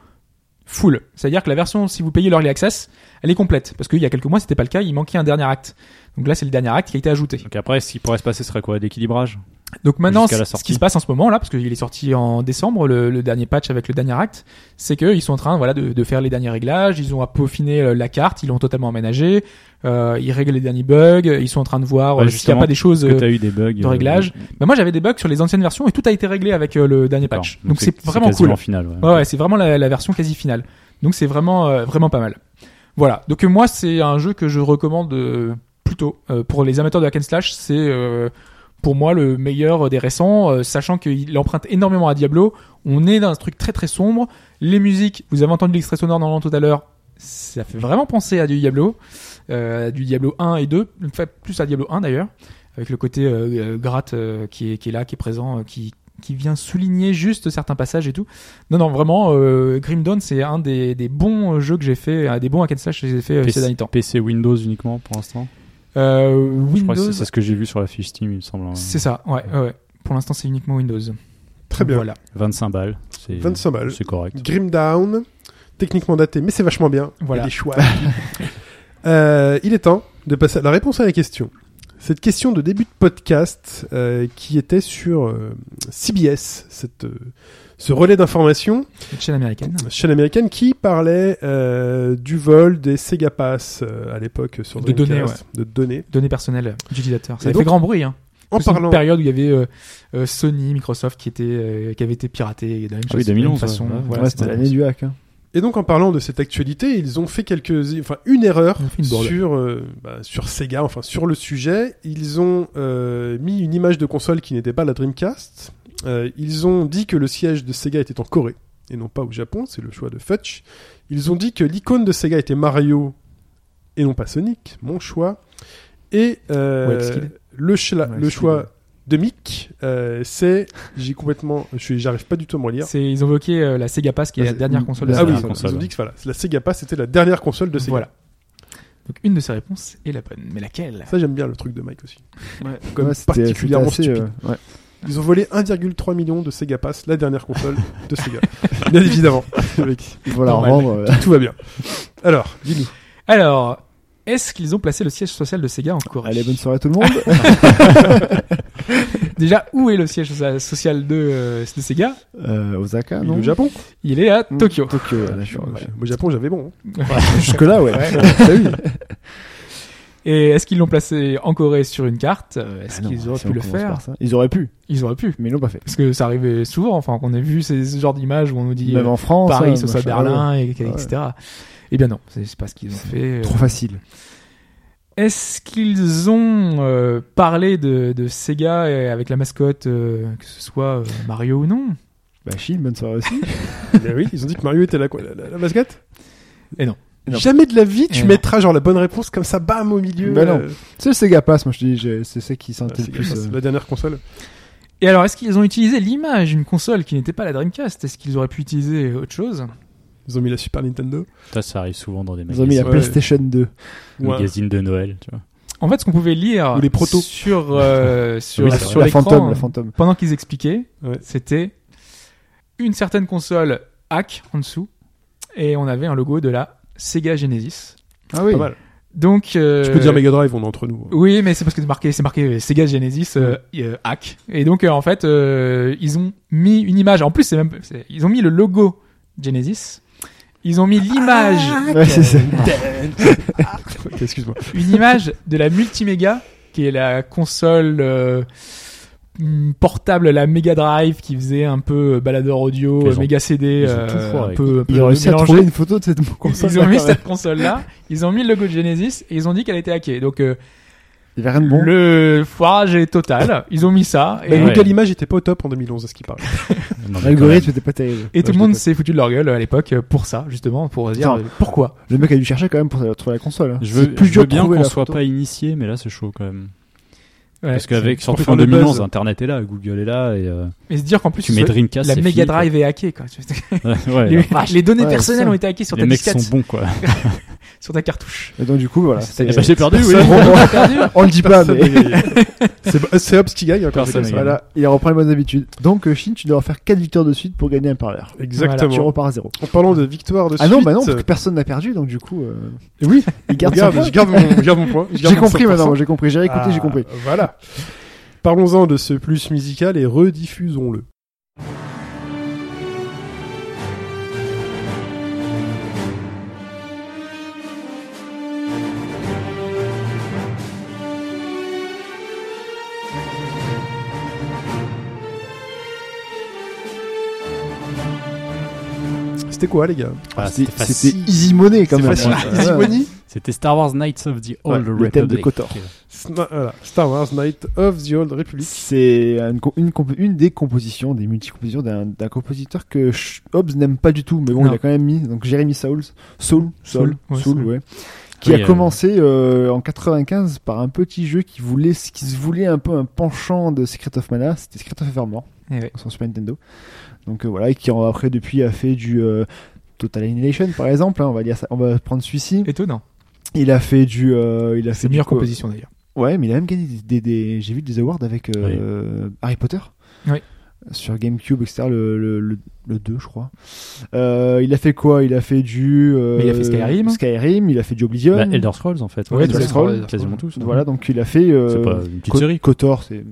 Speaker 4: full. C'est-à-dire que la version, si vous payez l'early access, elle est complète. Parce qu'il y a quelques mois, c'était pas le cas. Il manquait un dernier acte. Donc là, c'est le dernier acte qui a été ajouté.
Speaker 6: Donc après, ce qui pourrait se passer serait quoi L'équilibrage
Speaker 4: Donc maintenant,
Speaker 6: Jusqu'à la
Speaker 4: ce qui
Speaker 6: sortie.
Speaker 4: se passe en ce moment là, parce qu'il est sorti en décembre, le, le dernier patch avec le dernier acte, c'est qu'ils sont en train voilà, de, de faire les derniers réglages, ils ont peaufiné euh, la carte, ils l'ont totalement aménagée, euh, ils règlent les derniers bugs, ils sont en train de voir
Speaker 6: Ouais,
Speaker 4: euh, s'il n'y a
Speaker 6: justement,
Speaker 4: pas des choses...
Speaker 6: Est-ce que
Speaker 4: euh,
Speaker 6: t'as eu des bugs
Speaker 4: de réglage. Bah, moi j'avais des bugs sur les anciennes versions et tout a été réglé avec euh, le dernier patch. Donc c'est vraiment cool.
Speaker 6: En finale, ouais.
Speaker 4: Ouais, ouais, c'est vraiment la, la version quasi finale. Donc c'est vraiment euh, vraiment pas mal. Voilà. Donc euh, moi c'est un jeu que je recommande euh, plutôt Euh, pour les amateurs de hack and slash. C'est euh, pour moi le meilleur des récents, euh, sachant qu'il emprunte énormément à Diablo. On est dans un truc très très sombre. Les musiques, vous avez entendu l'extrait sonore normalement tout à l'heure. Ça fait vraiment penser à du Diablo, euh, du Diablo 1 et 2, enfin, plus à Diablo 1 d'ailleurs, avec le côté euh, euh, gratte euh, qui, est, qui est là, qui est présent, euh, qui, qui vient souligner juste certains passages et tout. Non, non, vraiment, euh, Grim Dawn, c'est un des, des bons euh, jeux que j'ai fait, un des bons hack and slash que j'ai fait euh, ces
Speaker 6: PC,
Speaker 4: derniers temps.
Speaker 6: PC Windows uniquement pour l'instant.
Speaker 4: Euh,
Speaker 6: Je crois que c'est-
Speaker 4: Windows,
Speaker 6: c'est ce que j'ai vu sur la fiche Steam, il me semble. hein.
Speaker 4: c'est ça, ouais, ouais, ouais. Pour l'instant, c'est uniquement Windows.
Speaker 3: Très bien.
Speaker 4: Voilà,
Speaker 6: 25 balles. C'est
Speaker 3: 25 balles.
Speaker 6: C'est correct.
Speaker 3: Grim Down, techniquement daté, mais c'est vachement bien. Il y
Speaker 4: Voilà.
Speaker 3: a des choix. Euh, il est temps de passer à la réponse à la question. Cette question de début de podcast euh, qui était sur euh, CBS, cette, euh, ce relais d'information,
Speaker 4: une chaîne américaine.
Speaker 3: chaîne américaine qui parlait euh, du vol des Sega Pass euh, à l'époque sur
Speaker 4: De données,
Speaker 3: Dreamcast, de données.
Speaker 4: Données personnelles d'utilisateurs. Ça
Speaker 3: Et
Speaker 4: a
Speaker 3: donc,
Speaker 4: fait grand bruit, hein.
Speaker 3: En
Speaker 4: C'est
Speaker 3: parlant,
Speaker 4: une période où il y avait euh, euh, Sony, Microsoft qui était euh, qui avait été piraté de la même
Speaker 6: Ah oui,
Speaker 4: chose, de la même
Speaker 6: 2011,
Speaker 4: façon.
Speaker 6: ouais.
Speaker 4: Voilà,
Speaker 5: ouais,
Speaker 4: c'était
Speaker 5: c'était l'année du hack. Hein.
Speaker 3: Et donc en parlant de cette actualité, ils ont fait quelques, enfin une erreur
Speaker 4: Ils ont fait une bourde.
Speaker 3: sur euh, bah, sur Sega, enfin sur le sujet. Ils ont euh, mis une image de console qui n'était pas la Dreamcast. Euh, ils ont dit que le siège de Sega était en Corée et non pas au Japon. C'est le choix de Fudge. Ils ont dit que l'icône de Sega était Mario et non pas Sonic. Mon choix. Et euh,
Speaker 4: Ou Epskid.
Speaker 3: le, chla-
Speaker 5: Ouais,
Speaker 3: le
Speaker 5: Epskid, ouais.
Speaker 3: choix de Mick, euh, c'est j'ai complètement, je suis- j'arrive pas du tout à me relire.
Speaker 4: C'est- ils ont évoqué euh, la Sega Pass qui est
Speaker 5: Ah,
Speaker 4: la
Speaker 5: c'est-
Speaker 4: dernière console de
Speaker 5: la
Speaker 3: Ah oui,
Speaker 4: Sega.
Speaker 6: dernière console.
Speaker 3: ils ont dit que voilà, la Sega Pass était la dernière console de Sega.
Speaker 4: Voilà. Donc une de ces réponses est la bonne, mais laquelle
Speaker 3: Ça, j'aime bien le truc de Mike aussi. Comme
Speaker 5: Ouais, c'était-
Speaker 3: particulièrement
Speaker 5: c'était assez,
Speaker 3: stupide.
Speaker 5: euh, ouais.
Speaker 3: Ils ont volé 1,3 million de Sega Pass, la dernière console de Sega. Bien évidemment. Avec-
Speaker 5: Il faut la
Speaker 4: Normal.
Speaker 5: revendre. euh,
Speaker 3: Tout va bien. Alors, dis-nous.
Speaker 4: Alors, est-ce qu'ils ont placé le siège social de Sega en Corée
Speaker 5: Allez, bonne soirée tout le monde.
Speaker 4: Déjà, où est le siège so- social de, euh, de Sega
Speaker 5: Euh, Osaka,
Speaker 3: Il est
Speaker 5: non Mmh.
Speaker 3: au Japon.
Speaker 4: Il est
Speaker 3: Mm.
Speaker 4: à Tokyo.
Speaker 5: Tokyo, ouais, là, je suis-
Speaker 3: Ouais, Au Japon, j'avais bon. hein.
Speaker 5: Jusque-là, ouais. Ah T'as vu
Speaker 4: Et est-ce qu'ils l'ont placé en Corée sur une carte Euh, Est-ce
Speaker 5: Ah non,
Speaker 4: qu'ils auraient
Speaker 5: si
Speaker 4: pu
Speaker 5: on
Speaker 4: le
Speaker 5: commence
Speaker 4: faire
Speaker 5: par ça. Ils auraient pu,
Speaker 4: Ils auraient pu.
Speaker 5: mais ils l'ont pas fait.
Speaker 4: Parce que ça arrivait souvent, enfin, qu'on a vu ces, ce genre d'images où on nous dit
Speaker 5: Même
Speaker 4: euh,
Speaker 5: en France.
Speaker 4: Paris,
Speaker 5: hein,
Speaker 4: ce soit
Speaker 5: machin, ouais.
Speaker 4: Berlin, et- etc. Eh bien non, c'est c'est pas ce qu'ils ont fait. euh.
Speaker 5: Trop facile.
Speaker 4: Est-ce qu'ils ont euh, parlé de, de Sega euh, avec la mascotte, euh, que ce soit euh, Mario ou non
Speaker 5: Bah, Chine, bonne soirée aussi.
Speaker 3: Mais oui, ils ont dit que Mario était la, quoi, la, la- la mascotte
Speaker 4: Et non.
Speaker 5: Et Eh non.
Speaker 3: Jamais de la vie, tu
Speaker 4: Et non.
Speaker 3: mettras genre la bonne réponse comme ça, bam, au milieu.
Speaker 5: Bah non.
Speaker 3: euh,
Speaker 5: c'est le Sega Pass, moi je te dis, j'ai- c'est ça qui sentait le
Speaker 3: Sega
Speaker 5: plus.
Speaker 3: Pass,
Speaker 5: euh,
Speaker 3: La dernière console.
Speaker 4: Et alors, est-ce qu'ils ont utilisé l'image d'une console qui n'était pas la Dreamcast Est-ce qu'ils auraient pu utiliser autre chose
Speaker 3: Ils ont mis la Super Nintendo.
Speaker 6: Ça, ça arrive souvent dans des
Speaker 5: Ils ont mis
Speaker 6: magasins,
Speaker 5: la
Speaker 3: Ouais.
Speaker 5: PlayStation 2.
Speaker 3: Ou un-
Speaker 6: magazines de Noël. Tu vois.
Speaker 4: En fait, ce qu'on pouvait lire
Speaker 3: Ou les protos.
Speaker 4: sur, euh, sur,
Speaker 6: Oui, c'est
Speaker 4: sur
Speaker 5: la
Speaker 4: l'écran,
Speaker 5: fantôme, la fantôme.
Speaker 4: pendant qu'ils expliquaient,
Speaker 3: Ouais.
Speaker 4: c'était une certaine console hack en dessous, et on avait un logo de la Sega Genesis.
Speaker 5: Ah oui.
Speaker 3: Pas mal.
Speaker 4: Donc, euh,
Speaker 3: Je peux dire Mega Drive, on est entre nous. hein.
Speaker 4: Oui, mais c'est parce que c'est marqué, c'est marqué euh, Sega Genesis euh, euh, hack. Et donc euh, en fait, euh, ils ont mis une image. En plus, c'est même, c'est- ils ont mis le logo Genesis. Ils ont mis l'image,
Speaker 5: Ouais, c'est ça.
Speaker 3: Ok, Excuse-moi.
Speaker 4: une image de la Multiméga, qui est la console euh, hum, portable, la Mega Drive, qui faisait un peu euh, baladeur audio,
Speaker 6: Ils
Speaker 4: euh,
Speaker 6: ont-
Speaker 4: Mega CD,
Speaker 6: ils ont tout
Speaker 4: euh,
Speaker 6: foiré,
Speaker 4: un
Speaker 6: quoi.
Speaker 4: peu, un peu
Speaker 5: Il a réussi à
Speaker 4: mélangé.
Speaker 5: trouver une photo de cette console.
Speaker 4: Ils ont mis
Speaker 5: quand même.
Speaker 4: cette console-là, ils ont mis le logo de Genesis et ils ont dit qu'elle était hackée. Donc euh,
Speaker 5: Il y avait rien de bon.
Speaker 4: le foirage est total. Ils ont mis ça.
Speaker 5: Eh
Speaker 4: Et,
Speaker 3: Mais
Speaker 6: Ouais.
Speaker 3: Google Images était pas au top en 2011, à ce qui paraît.
Speaker 6: Non, mais
Speaker 5: L'algorithme était pas terrible.
Speaker 4: Et
Speaker 3: je
Speaker 4: tout le monde
Speaker 3: déteste.
Speaker 4: s'est foutu de leur gueule euh, à l'époque pour ça, justement, pour dire
Speaker 5: Attends.
Speaker 4: euh, pourquoi.
Speaker 5: Le mec a dû chercher quand même pour trouver la console. hein.
Speaker 6: Je
Speaker 5: C'est
Speaker 6: veux,
Speaker 5: plus
Speaker 6: je
Speaker 5: dur
Speaker 6: veux
Speaker 5: de
Speaker 6: bien
Speaker 5: trouver
Speaker 6: qu'on
Speaker 5: la
Speaker 6: soit
Speaker 5: photo.
Speaker 6: pas initié, mais là c'est chaud quand même.
Speaker 4: Ouais.
Speaker 6: Parce qu'avec surtout
Speaker 3: pour
Speaker 6: qu'en
Speaker 3: faire le
Speaker 6: 2011,
Speaker 3: buzz.
Speaker 6: Internet est là, Google est là, et euh,
Speaker 4: Et se dire qu'en plus,
Speaker 6: tu mets
Speaker 4: ce-
Speaker 6: Dreamcast,
Speaker 4: la
Speaker 6: c'est
Speaker 4: Mega
Speaker 6: fini, quoi.
Speaker 4: Drive est hackée. Quoi.
Speaker 6: Ouais, ouais,
Speaker 4: les,
Speaker 6: alors,
Speaker 4: les données
Speaker 5: Ouais,
Speaker 4: personnelles
Speaker 5: c'est ça.
Speaker 4: ont été hackées sur
Speaker 6: les
Speaker 4: ta
Speaker 6: mecs
Speaker 4: disquette,
Speaker 6: sont bons quoi.
Speaker 4: sur ta cartouche.
Speaker 5: Et donc du coup voilà.
Speaker 6: Eh
Speaker 5: c'est-
Speaker 6: ben, j'ai perdu, oui.
Speaker 5: Bon, bon,
Speaker 4: Perdu.
Speaker 5: On le dit pas mais.
Speaker 3: C'est- C'est Hobbs qui gagne hein, quand c'est
Speaker 6: Personne
Speaker 3: comme ça.
Speaker 6: ne gagne.
Speaker 5: Voilà, il reprend les bonnes habitudes. Donc, euh, Shin, tu dois faire 4 victoires de suite pour gagner un parleur.
Speaker 3: Exactement.
Speaker 5: Tu repars à zéro.
Speaker 3: En parlant de victoire de
Speaker 5: Ah non,
Speaker 3: suite, euh,
Speaker 5: bah non, parce que personne n'a perdu, donc du coup, euh,
Speaker 3: Oui,
Speaker 5: il garde
Speaker 3: regarde,
Speaker 5: son point.
Speaker 3: je garde mon, je garde mon point. je garde
Speaker 5: J'ai
Speaker 3: mon
Speaker 5: compris
Speaker 3: 100%.
Speaker 5: maintenant, moi, j'ai compris, j'ai écouté,
Speaker 3: Ah,
Speaker 5: j'ai compris.
Speaker 3: Voilà. Parlons-en de ce plus musical et rediffusons-le. C'était quoi les gars
Speaker 6: Ah,
Speaker 5: C'était
Speaker 6: c'était
Speaker 5: c'était
Speaker 6: facile.
Speaker 5: Easy Money quand
Speaker 6: C'est
Speaker 5: même.
Speaker 6: facile.
Speaker 5: Ouais.
Speaker 3: Easy
Speaker 5: Ouais.
Speaker 3: Money
Speaker 6: C'était Star Wars Knights of the Old
Speaker 5: Ouais,
Speaker 6: Republic.
Speaker 5: le thème de Kotor.
Speaker 3: Sna- voilà. Star Wars Night of the Old Republic.
Speaker 5: C'est une, co- une compo- une des compositions, des multicompositions d'un d'un compositeur que Sh- Hobbes n'aime pas du tout, mais bon,
Speaker 4: Non.
Speaker 5: il a quand même mis, donc Jeremy Saul, Saul, Saul,
Speaker 4: Saul, ouais,
Speaker 5: Saul,
Speaker 4: Saul.
Speaker 5: ouais, qui
Speaker 6: Oui,
Speaker 5: a
Speaker 6: euh,
Speaker 5: commencé euh, en 95 par un petit jeu qui voulait, qui se voulait un peu un penchant de Secret of Mana, c'était Secret of Evermore.
Speaker 4: Et Eh ouais.
Speaker 5: sur Super Nintendo. Donc euh, voilà, et qui en- après depuis a fait du euh, Total Annihilation par exemple, hein, on va dire ça, on va prendre celui-ci.
Speaker 4: Étonnant.
Speaker 5: Il a fait du euh, il a fait
Speaker 4: C'est
Speaker 5: du
Speaker 4: meilleure
Speaker 5: co-
Speaker 4: composition d'ailleurs.
Speaker 5: Ouais, mais il a même gagné des, des- des- j'ai vu des awards avec euh, Harry Potter.
Speaker 4: Oui.
Speaker 5: Sur GameCube, etc. Le, le, le, le 2, je crois. Euh, il a fait quoi Il a fait du. euh,
Speaker 4: Mais il a fait Skyrim.
Speaker 5: Skyrim, il a fait du Oblivion.
Speaker 6: Bah, Elder Scrolls en fait.
Speaker 4: Ouais,
Speaker 5: tous les
Speaker 4: Scrolls.
Speaker 6: quasiment tous. hein.
Speaker 5: Voilà, donc il a fait. euh,
Speaker 6: C'est pas une petite
Speaker 5: Co-
Speaker 6: série.
Speaker 5: Kotor, c'est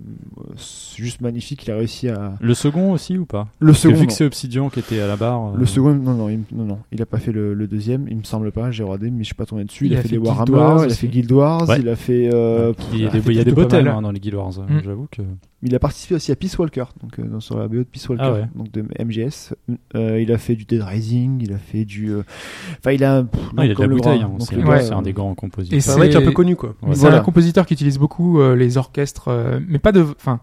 Speaker 5: c'est juste magnifique. Il a réussi à.
Speaker 6: Le second aussi ou pas
Speaker 5: Le
Speaker 6: Parce que
Speaker 5: second.
Speaker 6: Vu
Speaker 5: non.
Speaker 6: que c'est Obsidian qui était à la barre. euh,
Speaker 5: Le second, non, non, il, non, non, il a pas fait le, le deuxième, il me semble pas, j'ai regardé, mais je suis pas tombé dessus. Il, a, fait, les
Speaker 4: Guild
Speaker 5: Warhammer,
Speaker 4: Wars
Speaker 5: il a
Speaker 4: aussi.
Speaker 5: fait Guild Wars,
Speaker 6: Ouais.
Speaker 5: il a fait. euh, pff,
Speaker 6: Il y a
Speaker 5: il, a
Speaker 6: des, il y a
Speaker 4: plutôt
Speaker 6: des beaux
Speaker 4: pas mal.
Speaker 6: thèmes hein, dans les Guild Wars. hein,
Speaker 4: Mm.
Speaker 6: J'avoue que.
Speaker 5: participé aussi à Peace Walker, donc euh, dans- sur la BO de Peace Walker,
Speaker 6: Ah ouais.
Speaker 5: donc de MGS. Euh, il a fait du Dead Rising, il a fait du. euh, Enfin, il a. un- pff,
Speaker 6: Non, il a de
Speaker 5: comme
Speaker 6: la
Speaker 5: le
Speaker 6: bouteille.
Speaker 5: bras,
Speaker 6: hein,
Speaker 5: donc
Speaker 6: C'est
Speaker 5: le
Speaker 4: gars,
Speaker 6: un-
Speaker 5: bras,
Speaker 6: c'est
Speaker 5: euh,
Speaker 6: un des grands
Speaker 4: Et
Speaker 3: C'est
Speaker 6: compositeurs.
Speaker 3: un mec
Speaker 4: C'est-
Speaker 3: un peu connu quoi.
Speaker 6: Ouais.
Speaker 4: C'est
Speaker 5: Voilà.
Speaker 4: un compositeur qui utilise beaucoup euh, les orchestres, euh, mais pas de. Enfin,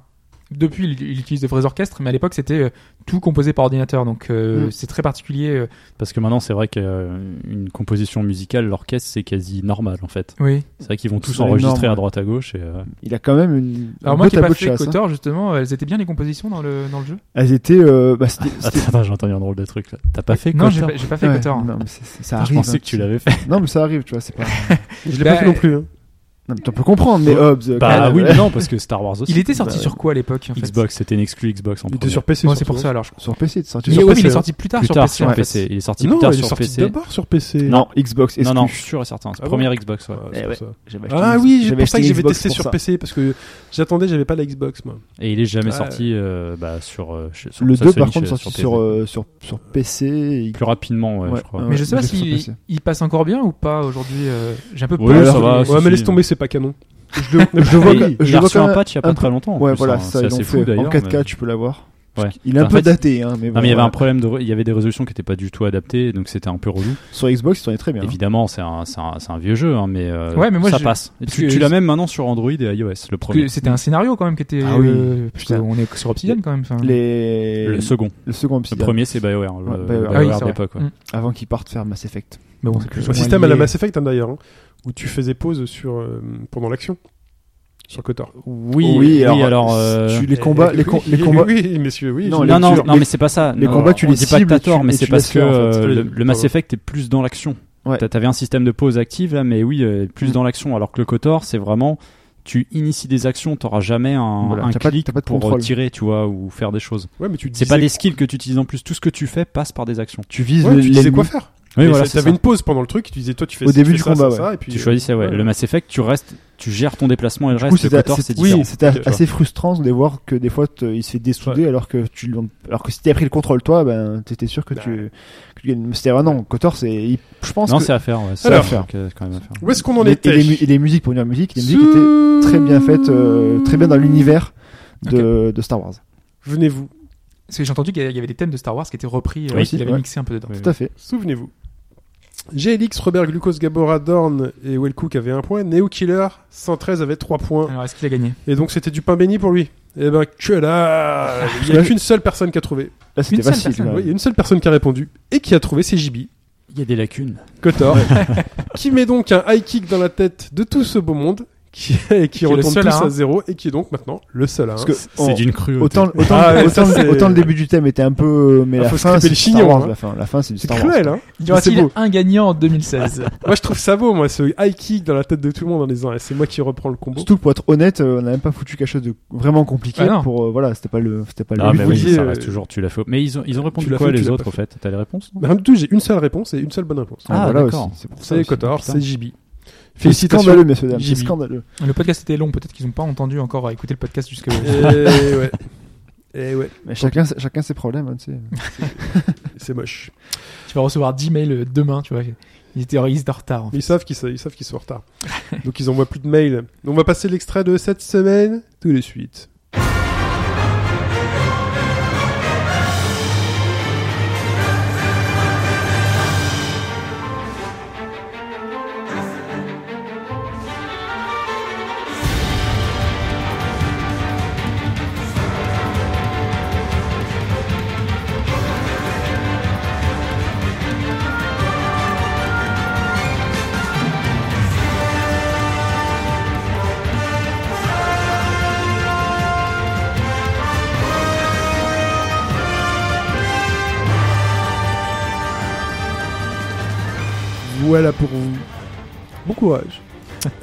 Speaker 4: depuis, il, il utilise de vrais orchestres, mais à l'époque, c'était euh, tout composé par ordinateur. Donc, euh,
Speaker 5: Mm.
Speaker 4: c'est très particulier. euh,
Speaker 6: Parce que maintenant, c'est vrai qu'une composition musicale, l'orchestre, c'est quasi normal en fait.
Speaker 4: oui.
Speaker 6: C'est vrai qu'ils vont tous
Speaker 5: C'est énorme,
Speaker 6: enregistrer
Speaker 5: ouais.
Speaker 6: à droite à gauche. Et, euh,
Speaker 5: Il a quand même une.
Speaker 4: Alors,
Speaker 5: un
Speaker 4: moi
Speaker 5: beau
Speaker 4: qui ai pas
Speaker 5: tableau de
Speaker 4: fait
Speaker 5: chasse, hein.
Speaker 4: Kotor, justement, euh, elles étaient bien les compositions dans le, dans le jeu
Speaker 5: Elles étaient. euh, bah, c'était- c'était-
Speaker 6: Attends, attends, j'ai entendu un drôle de truc là. T'as pas fait
Speaker 4: Non, j'ai
Speaker 6: Kotor
Speaker 4: pas, j'ai pas fait
Speaker 5: ouais,
Speaker 4: Kotor. hein.
Speaker 5: Non, mais c'est- c'est- ça
Speaker 6: Je
Speaker 5: arrive.
Speaker 6: pensais
Speaker 5: hein.
Speaker 6: que tu l'avais fait.
Speaker 5: Non, mais ça arrive, tu vois, c'est pas.
Speaker 3: Je l'ai
Speaker 4: Bah,
Speaker 3: pas fait non plus. hein.
Speaker 5: Non, mais tu peux comprendre, mais Hobbes. euh, quand
Speaker 6: Bah
Speaker 5: même,
Speaker 6: oui,
Speaker 5: euh,
Speaker 6: mais non, parce que Star Wars aussi.
Speaker 4: Il était sorti
Speaker 5: Bah,
Speaker 4: sur quoi à l'époque en fait
Speaker 6: Xbox, c'était une exclu Xbox en
Speaker 3: Il était
Speaker 6: premier.
Speaker 3: sur PC.
Speaker 4: Bon, c'est
Speaker 3: surtout,
Speaker 4: pour ça
Speaker 3: hein.
Speaker 4: alors. je-
Speaker 5: Sur PC, c'est sorti
Speaker 4: Il,
Speaker 5: sur
Speaker 4: oui,
Speaker 5: PC,
Speaker 4: il est
Speaker 5: ouais.
Speaker 4: sorti plus tard
Speaker 6: Plus
Speaker 4: sur
Speaker 6: tard
Speaker 4: PC.
Speaker 6: sur
Speaker 4: en fait.
Speaker 6: PC. Il est sorti
Speaker 3: Non,
Speaker 6: plus tard
Speaker 3: il est
Speaker 6: sur
Speaker 3: sorti
Speaker 6: PC.
Speaker 3: d'abord sur PC.
Speaker 5: Non, Xbox.
Speaker 6: Non, non, je
Speaker 5: exclu.
Speaker 6: suis sûr et certain. C'est
Speaker 3: Ah
Speaker 6: première Xbox. ouais.
Speaker 3: Ah,
Speaker 5: Eh
Speaker 3: c'est
Speaker 5: ouais.
Speaker 3: pour ça.
Speaker 5: J'avais acheté
Speaker 3: Ah
Speaker 5: une-
Speaker 3: oui, c'est
Speaker 5: j'avais
Speaker 3: pour ça que
Speaker 5: acheté
Speaker 3: j'avais
Speaker 5: Xbox
Speaker 3: testé
Speaker 5: pour
Speaker 3: sur
Speaker 5: ça.
Speaker 3: PC parce que j'attendais, j'avais pas la Xbox moi.
Speaker 6: Et il est jamais
Speaker 3: Ouais.
Speaker 6: sorti euh, bah, sur, euh, chez- sur
Speaker 5: Le
Speaker 6: ça,
Speaker 5: 2
Speaker 6: Sony,
Speaker 5: par contre
Speaker 6: chez-
Speaker 5: sorti
Speaker 6: PS.
Speaker 5: sur, euh, sur, sur PC. et-
Speaker 6: plus rapidement, ouais,
Speaker 5: Ouais,
Speaker 6: je crois.
Speaker 5: ouais.
Speaker 4: Mais je sais
Speaker 5: moi,
Speaker 4: pas
Speaker 5: j'ai fait sur
Speaker 4: s'il
Speaker 5: PC.
Speaker 4: il passe encore bien ou pas aujourd'hui. euh, J'ai un peu peur.
Speaker 6: Oui,
Speaker 5: alors,
Speaker 6: ça va.
Speaker 3: ouais,
Speaker 6: si, si.
Speaker 3: mais laisse tomber, c'est pas canon.
Speaker 5: Je le, je le vois,
Speaker 6: Et
Speaker 5: que-
Speaker 6: il
Speaker 5: je le
Speaker 6: a
Speaker 5: vois
Speaker 6: reçu
Speaker 5: quand
Speaker 6: un
Speaker 5: même.
Speaker 6: patch il y a pas
Speaker 5: un
Speaker 6: très longtemps. en
Speaker 5: Ouais,
Speaker 6: plus,
Speaker 5: voilà,
Speaker 6: hein.
Speaker 5: ça,
Speaker 6: c'est
Speaker 5: ils l'ont
Speaker 6: assez
Speaker 5: fait
Speaker 6: fou d'ailleurs.
Speaker 5: en 4K,
Speaker 6: mais-
Speaker 5: tu peux l'avoir.
Speaker 6: Ouais.
Speaker 5: Il est un
Speaker 6: En
Speaker 5: peu
Speaker 6: fait,
Speaker 5: daté, hein, mais bon.
Speaker 6: Non, mais il y avait
Speaker 5: voilà.
Speaker 6: un problème de, re- il y avait des résolutions qui n'étaient pas du tout adaptées, donc c'était un peu relou.
Speaker 5: Sur Xbox, il tournait très bien. hein.
Speaker 6: Évidemment, c'est un, c'est un, c'est un vieux jeu, hein, mais euh,
Speaker 4: Ouais, mais moi,
Speaker 6: ça
Speaker 4: je-
Speaker 6: passe.
Speaker 4: parce
Speaker 6: Tu,
Speaker 4: que-
Speaker 6: tu l'as même maintenant sur Android et iOS, le
Speaker 4: Parce que
Speaker 6: premier,
Speaker 4: C'était un scénario quand même qui était.
Speaker 5: Ah oui,
Speaker 4: euh, parce
Speaker 5: putain.
Speaker 4: qu'on est sur Obsidian quand même. enfin.
Speaker 5: Les...
Speaker 6: le second.
Speaker 5: le second
Speaker 6: Le
Speaker 5: Obsidian,
Speaker 6: premier, c'est BioWare, le,
Speaker 5: Ouais,
Speaker 6: le
Speaker 5: BioWare.
Speaker 4: Ah oui,
Speaker 6: BioWare
Speaker 4: c'est vrai.
Speaker 6: d'époque. ouais.
Speaker 4: Mm.
Speaker 5: avant qu'ils partent faire Mass Effect.
Speaker 4: Mais bon,
Speaker 5: Donc,
Speaker 4: c'est plus
Speaker 5: euh,
Speaker 4: ou
Speaker 3: Un
Speaker 4: moins
Speaker 3: système à la
Speaker 4: lié.
Speaker 3: Mass Effect hein, d'ailleurs, hein, où tu faisais pause sur euh, pendant l'action sur Kotor.
Speaker 6: Oui,
Speaker 5: Oui,
Speaker 6: oui,
Speaker 5: alors,
Speaker 6: alors, euh,
Speaker 5: tu- Les combats-
Speaker 3: Eh,
Speaker 5: les
Speaker 3: oui,
Speaker 5: com- les
Speaker 3: oui,
Speaker 5: combats-
Speaker 3: Oui, messieurs, oui.
Speaker 5: Non,
Speaker 3: je-
Speaker 5: les-
Speaker 6: non, non,
Speaker 5: tu-
Speaker 6: non,
Speaker 5: les-
Speaker 6: mais c'est pas ça.
Speaker 5: les
Speaker 6: Non,
Speaker 5: combats,
Speaker 6: non,
Speaker 5: tu
Speaker 6: on
Speaker 5: les
Speaker 6: dit pas
Speaker 5: cibles,
Speaker 6: que t'as tort,
Speaker 5: tu-
Speaker 6: mais
Speaker 5: et
Speaker 6: c'est
Speaker 5: tu
Speaker 6: parce que
Speaker 5: les fais, en fait.
Speaker 6: euh, le,
Speaker 3: Oui,
Speaker 6: le Mass
Speaker 3: pardon.
Speaker 6: Effect est plus dans l'action.
Speaker 5: Ouais.
Speaker 6: T'as- T'avais un système de pause active là, mais oui, euh, plus
Speaker 5: Mm.
Speaker 6: dans l'action. Alors que le Kotor, c'est vraiment tu inities des actions, t'auras jamais un,
Speaker 5: Voilà,
Speaker 6: un
Speaker 5: t'as pas-
Speaker 6: clic
Speaker 5: t'as pas de
Speaker 6: pour euh,
Speaker 5: contrôle.
Speaker 6: tirer, tu vois, ou faire des choses.
Speaker 3: Ouais, mais tu disais-
Speaker 6: C'est pas des skills que tu utilises en plus. Tout ce que tu fais passe par des actions.
Speaker 5: Tu vises
Speaker 3: Ouais,
Speaker 5: le-
Speaker 3: tu disais
Speaker 5: l'ennemi.
Speaker 3: quoi faire
Speaker 6: Oui,
Speaker 3: Et
Speaker 6: voilà,
Speaker 3: ça-
Speaker 6: c'est
Speaker 3: T'avais
Speaker 6: ça.
Speaker 3: une pause pendant le truc, tu disais toi tu fais
Speaker 5: Au
Speaker 3: ça,
Speaker 5: début
Speaker 3: tu
Speaker 5: du
Speaker 3: fais ça, ça,
Speaker 5: combat, ouais.
Speaker 3: ça, et puis
Speaker 6: Tu choisis, ouais.
Speaker 3: ouais.
Speaker 6: Le Mass Effect, tu restes, tu gères ton déplacement et le
Speaker 5: Du
Speaker 6: reste,
Speaker 5: coup,
Speaker 6: le
Speaker 5: c'était
Speaker 6: Kotor, c'est
Speaker 5: c'était-
Speaker 6: différent.
Speaker 5: oui, c'était
Speaker 3: Ok, je
Speaker 5: assez frustrant de voir que des fois te- il se fait dessouder alors que tu lui en- alors que si t'avais pris le contrôle toi, ben t'étais sûr que
Speaker 3: Bah.
Speaker 5: tu que tu gagnes. C'était vraiment non, Kotor c'est il- je pense
Speaker 6: Non,
Speaker 5: que
Speaker 6: c'est à faire, ouais. C'est
Speaker 3: Alors.
Speaker 6: à faire. Donc, euh, c'est quand même à faire.
Speaker 3: Où est-ce qu'on en
Speaker 5: et- et
Speaker 3: était
Speaker 5: les, mu- et les musiques pour dire musique, les musiques étaient
Speaker 3: Sous-
Speaker 5: très bien faites, euh, très bien dans l'univers de, de Star Wars.
Speaker 3: Venez-vous,
Speaker 4: Parce que j'ai entendu qu'il y avait des thèmes de Star Wars qui étaient repris,
Speaker 5: Oui,
Speaker 4: et qu'il avait
Speaker 5: ouais.
Speaker 4: mixé un peu dedans.
Speaker 6: Oui.
Speaker 5: Tout à fait.
Speaker 3: souvenez-vous. GLX, Robert Glucos, Gabora, Dorn et Wellcook avaient un point. Neo Killer 113 avait 3 points.
Speaker 4: Alors, est-ce qu'il a gagné
Speaker 3: Et donc c'était du pain béni pour lui. Et ben que là Il n'y a qu'une seule personne qui a trouvé.
Speaker 5: Là c'était
Speaker 4: Une seule
Speaker 5: facile.
Speaker 4: personne,
Speaker 5: quand
Speaker 3: Oui, Il y
Speaker 5: même.
Speaker 3: a une seule personne qui a répondu et qui a trouvé, c'est JB.
Speaker 6: Il y a des lacunes.
Speaker 3: Kotor, qui met donc un high kick dans la tête de tout ce beau monde, qui, et qui
Speaker 4: est le
Speaker 3: retombe
Speaker 4: seul
Speaker 3: tous
Speaker 4: à un.
Speaker 3: à zéro, et qui est donc maintenant le seul hein. à un.
Speaker 5: hein. Parce que
Speaker 6: C'est
Speaker 5: on-
Speaker 6: d'une cruauté.
Speaker 5: Oh, autant autant,
Speaker 3: Ah, ouais, ça,
Speaker 5: autant,
Speaker 3: c'est-
Speaker 5: autant le début du thème était un peu euh, mais
Speaker 3: Ah,
Speaker 5: la
Speaker 3: faut se
Speaker 5: fin
Speaker 3: couper
Speaker 5: c'est
Speaker 3: le
Speaker 5: du
Speaker 3: chignon,
Speaker 5: Star Wars
Speaker 3: hein.
Speaker 5: la fin la fin c'est du
Speaker 3: C'est
Speaker 5: Star Wars.
Speaker 3: cruel, hein
Speaker 4: Il y
Speaker 3: Mais c'est
Speaker 4: aura-t-il
Speaker 3: beau.
Speaker 4: un gagnant en 2016
Speaker 3: Moi je trouve ça beau, moi, ce high kick dans la tête de tout le monde en disant, eh, c'est moi qui reprends le combo.
Speaker 5: Surtout pour être honnête, euh, on n'a même pas foutu quelque chose de vraiment compliqué
Speaker 4: Ah non.
Speaker 5: pour euh, voilà, c'était pas le c'était pas
Speaker 6: Ah,
Speaker 5: le
Speaker 6: mais
Speaker 3: vous
Speaker 6: oui,
Speaker 3: disiez,
Speaker 6: ça
Speaker 3: euh,
Speaker 6: reste toujours, tu l'as fait. Mais ils ont, ils ont répondu
Speaker 3: tu l'as
Speaker 6: quoi,
Speaker 3: fait, tu
Speaker 6: les
Speaker 3: l'as
Speaker 6: autres,
Speaker 3: pas
Speaker 6: en fait T'as les réponses non
Speaker 3: Mais en tout, j'ai une seule réponse et une seule bonne réponse.
Speaker 6: Ah,
Speaker 5: voilà
Speaker 6: d'accord.
Speaker 5: aussi, c'est pour ça
Speaker 3: C'est
Speaker 5: aussi.
Speaker 3: Kotor,
Speaker 6: putain.
Speaker 3: c'est JB.
Speaker 5: C'est
Speaker 3: Félicitations.
Speaker 5: Scandaleux messieurs dames, c'est
Speaker 3: Jimmy.
Speaker 5: scandaleux.
Speaker 4: Le podcast était long, peut-être qu'ils n'ont pas entendu encore écouter le podcast jusqu'à.
Speaker 3: Et ouais. Et ouais,
Speaker 5: Mais chacun chacun ses problèmes, hein, tu sais.
Speaker 3: c'est moche.
Speaker 4: tu vas recevoir 10 mails euh, demain, tu vois. Ils étaient, ils étaient en retard. en fait.
Speaker 3: Ils savent qu'ils sont, ils savent qu'ils sont en retard. Donc ils envoient plus de mails. On va passer l'extrait de cette semaine tout de suite. Voilà pour vous. Bon courage.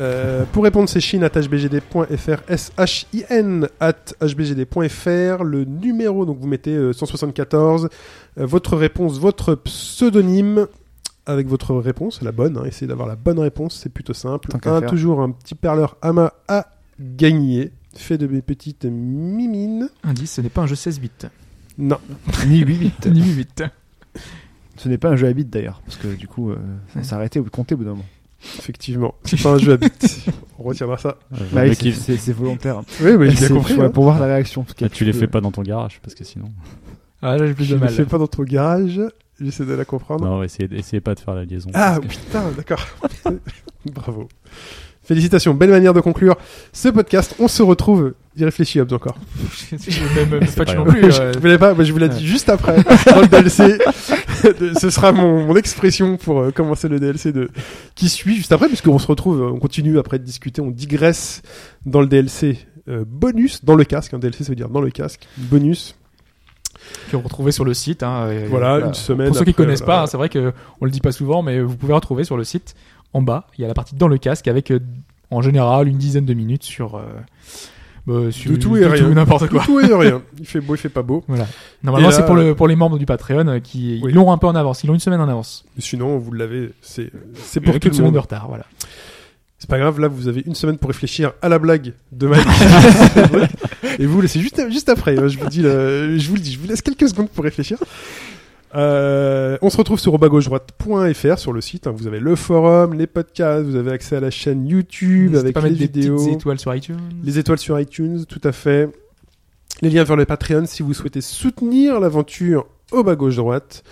Speaker 3: Euh, pour répondre, c'est chine at hbgd.fr, S-H-I-N at hbgd.fr, le numéro, donc vous mettez euh, 174, euh, votre réponse, votre pseudonyme, avec votre réponse, la bonne, hein, essayez d'avoir la bonne réponse, c'est plutôt simple.
Speaker 5: Tant qu'à
Speaker 3: Un,
Speaker 5: faire.
Speaker 3: toujours un petit perleur à main à gagner, fait de mes petites mimines.
Speaker 4: Indice, ce n'est pas un jeu 16 bits.
Speaker 3: Non,
Speaker 5: Ni 8.
Speaker 4: Ni 8.
Speaker 5: Ce n'est pas un jeu à bits d'ailleurs parce que du coup euh, ça s'arrêtait ou de compter au bout d'un moment.
Speaker 3: effectivement, c'est pas un jeu à bits. On retiendra ça.
Speaker 6: Euh,
Speaker 5: Bah
Speaker 6: le
Speaker 5: oui, c'est-
Speaker 6: kiff.
Speaker 5: c'est c'est volontaire. hein.
Speaker 3: Oui, mais j'ai
Speaker 5: C'est
Speaker 3: bien compris.
Speaker 5: pour-
Speaker 3: hein.
Speaker 5: pour voir la réaction parce que
Speaker 6: Ah, tu les fais pas dans ton garage, parce que sinon.
Speaker 4: Ah là, j'ai plus
Speaker 3: Je
Speaker 4: de
Speaker 3: ne le
Speaker 4: mal.
Speaker 3: fais pas dans ton garage, j'essaie de la comprendre.
Speaker 6: Non, essayez, essayez pas de faire la liaison.
Speaker 3: Ah putain, d'accord. Bravo. Félicitations, belle manière de conclure ce podcast. On se retrouve. J'y réfléchis, Hobbs, encore.
Speaker 4: Je sais même pas
Speaker 6: pas
Speaker 4: tu
Speaker 6: grave.
Speaker 4: non plus. euh,
Speaker 3: Je voulais pas, mais je vous l'ai dit juste après, dans le DLC. De- ce sera mon, mon expression pour euh, commencer le DLC de, qui suit juste après, puisqu'on se retrouve, euh, on continue après de discuter, on digresse dans le DLC euh, bonus, dans le casque. Un DLC, ça veut dire dans le casque, bonus.
Speaker 4: que vous retrouvez sur le site. hein, et-
Speaker 3: Voilà, une semaine.
Speaker 4: Pour ceux qui
Speaker 3: après, euh,
Speaker 4: connaissent
Speaker 3: voilà.
Speaker 4: pas, hein, c'est vrai que on le dit pas souvent, mais vous pouvez retrouver sur le site en bas. Il y a la partie dans le casque avec euh, en général une dizaine de minutes sur. euh, bah, sur-
Speaker 3: De tout et rien.
Speaker 4: n'importe quoi.
Speaker 3: Tout et rien. Il fait beau, il fait pas beau.
Speaker 4: Voilà. Normalement,
Speaker 3: Et là,
Speaker 4: c'est pour, le, pour les membres du Patreon euh, qui ils
Speaker 3: Oui.
Speaker 4: l'ont un peu en avance. Ils l'ont une semaine en avance.
Speaker 3: Mais Sinon, vous l'avez, c'est c'est
Speaker 4: Pour
Speaker 3: pour tout
Speaker 4: une
Speaker 3: le
Speaker 4: semaine de
Speaker 3: monde.
Speaker 4: retard, voilà.
Speaker 3: C'est pas grave, là vous avez une semaine pour réfléchir à la blague de Mike. et vous laissez juste juste après. hein, Je vous dis, le- je vous le dis, je vous laisse quelques secondes pour réfléchir. Euh, on se retrouve sur robagaugedroite.fr sur le site. hein, vous avez le forum, les podcasts, vous avez accès à la chaîne YouTube
Speaker 4: N'hésitez
Speaker 3: avec
Speaker 4: pas à
Speaker 3: les
Speaker 4: mettre des
Speaker 3: vidéos,
Speaker 4: petites étoiles sur iTunes.
Speaker 3: les étoiles sur iTunes, tout à fait. Les liens vers le Patreon si vous souhaitez soutenir l'aventure au bas gauche droite.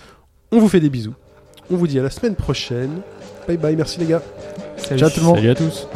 Speaker 3: On vous fait des bisous. On vous dit à la semaine prochaine. Bye bye, merci les gars.
Speaker 4: Salut.
Speaker 5: Ciao tout le monde.
Speaker 6: Salut à tous.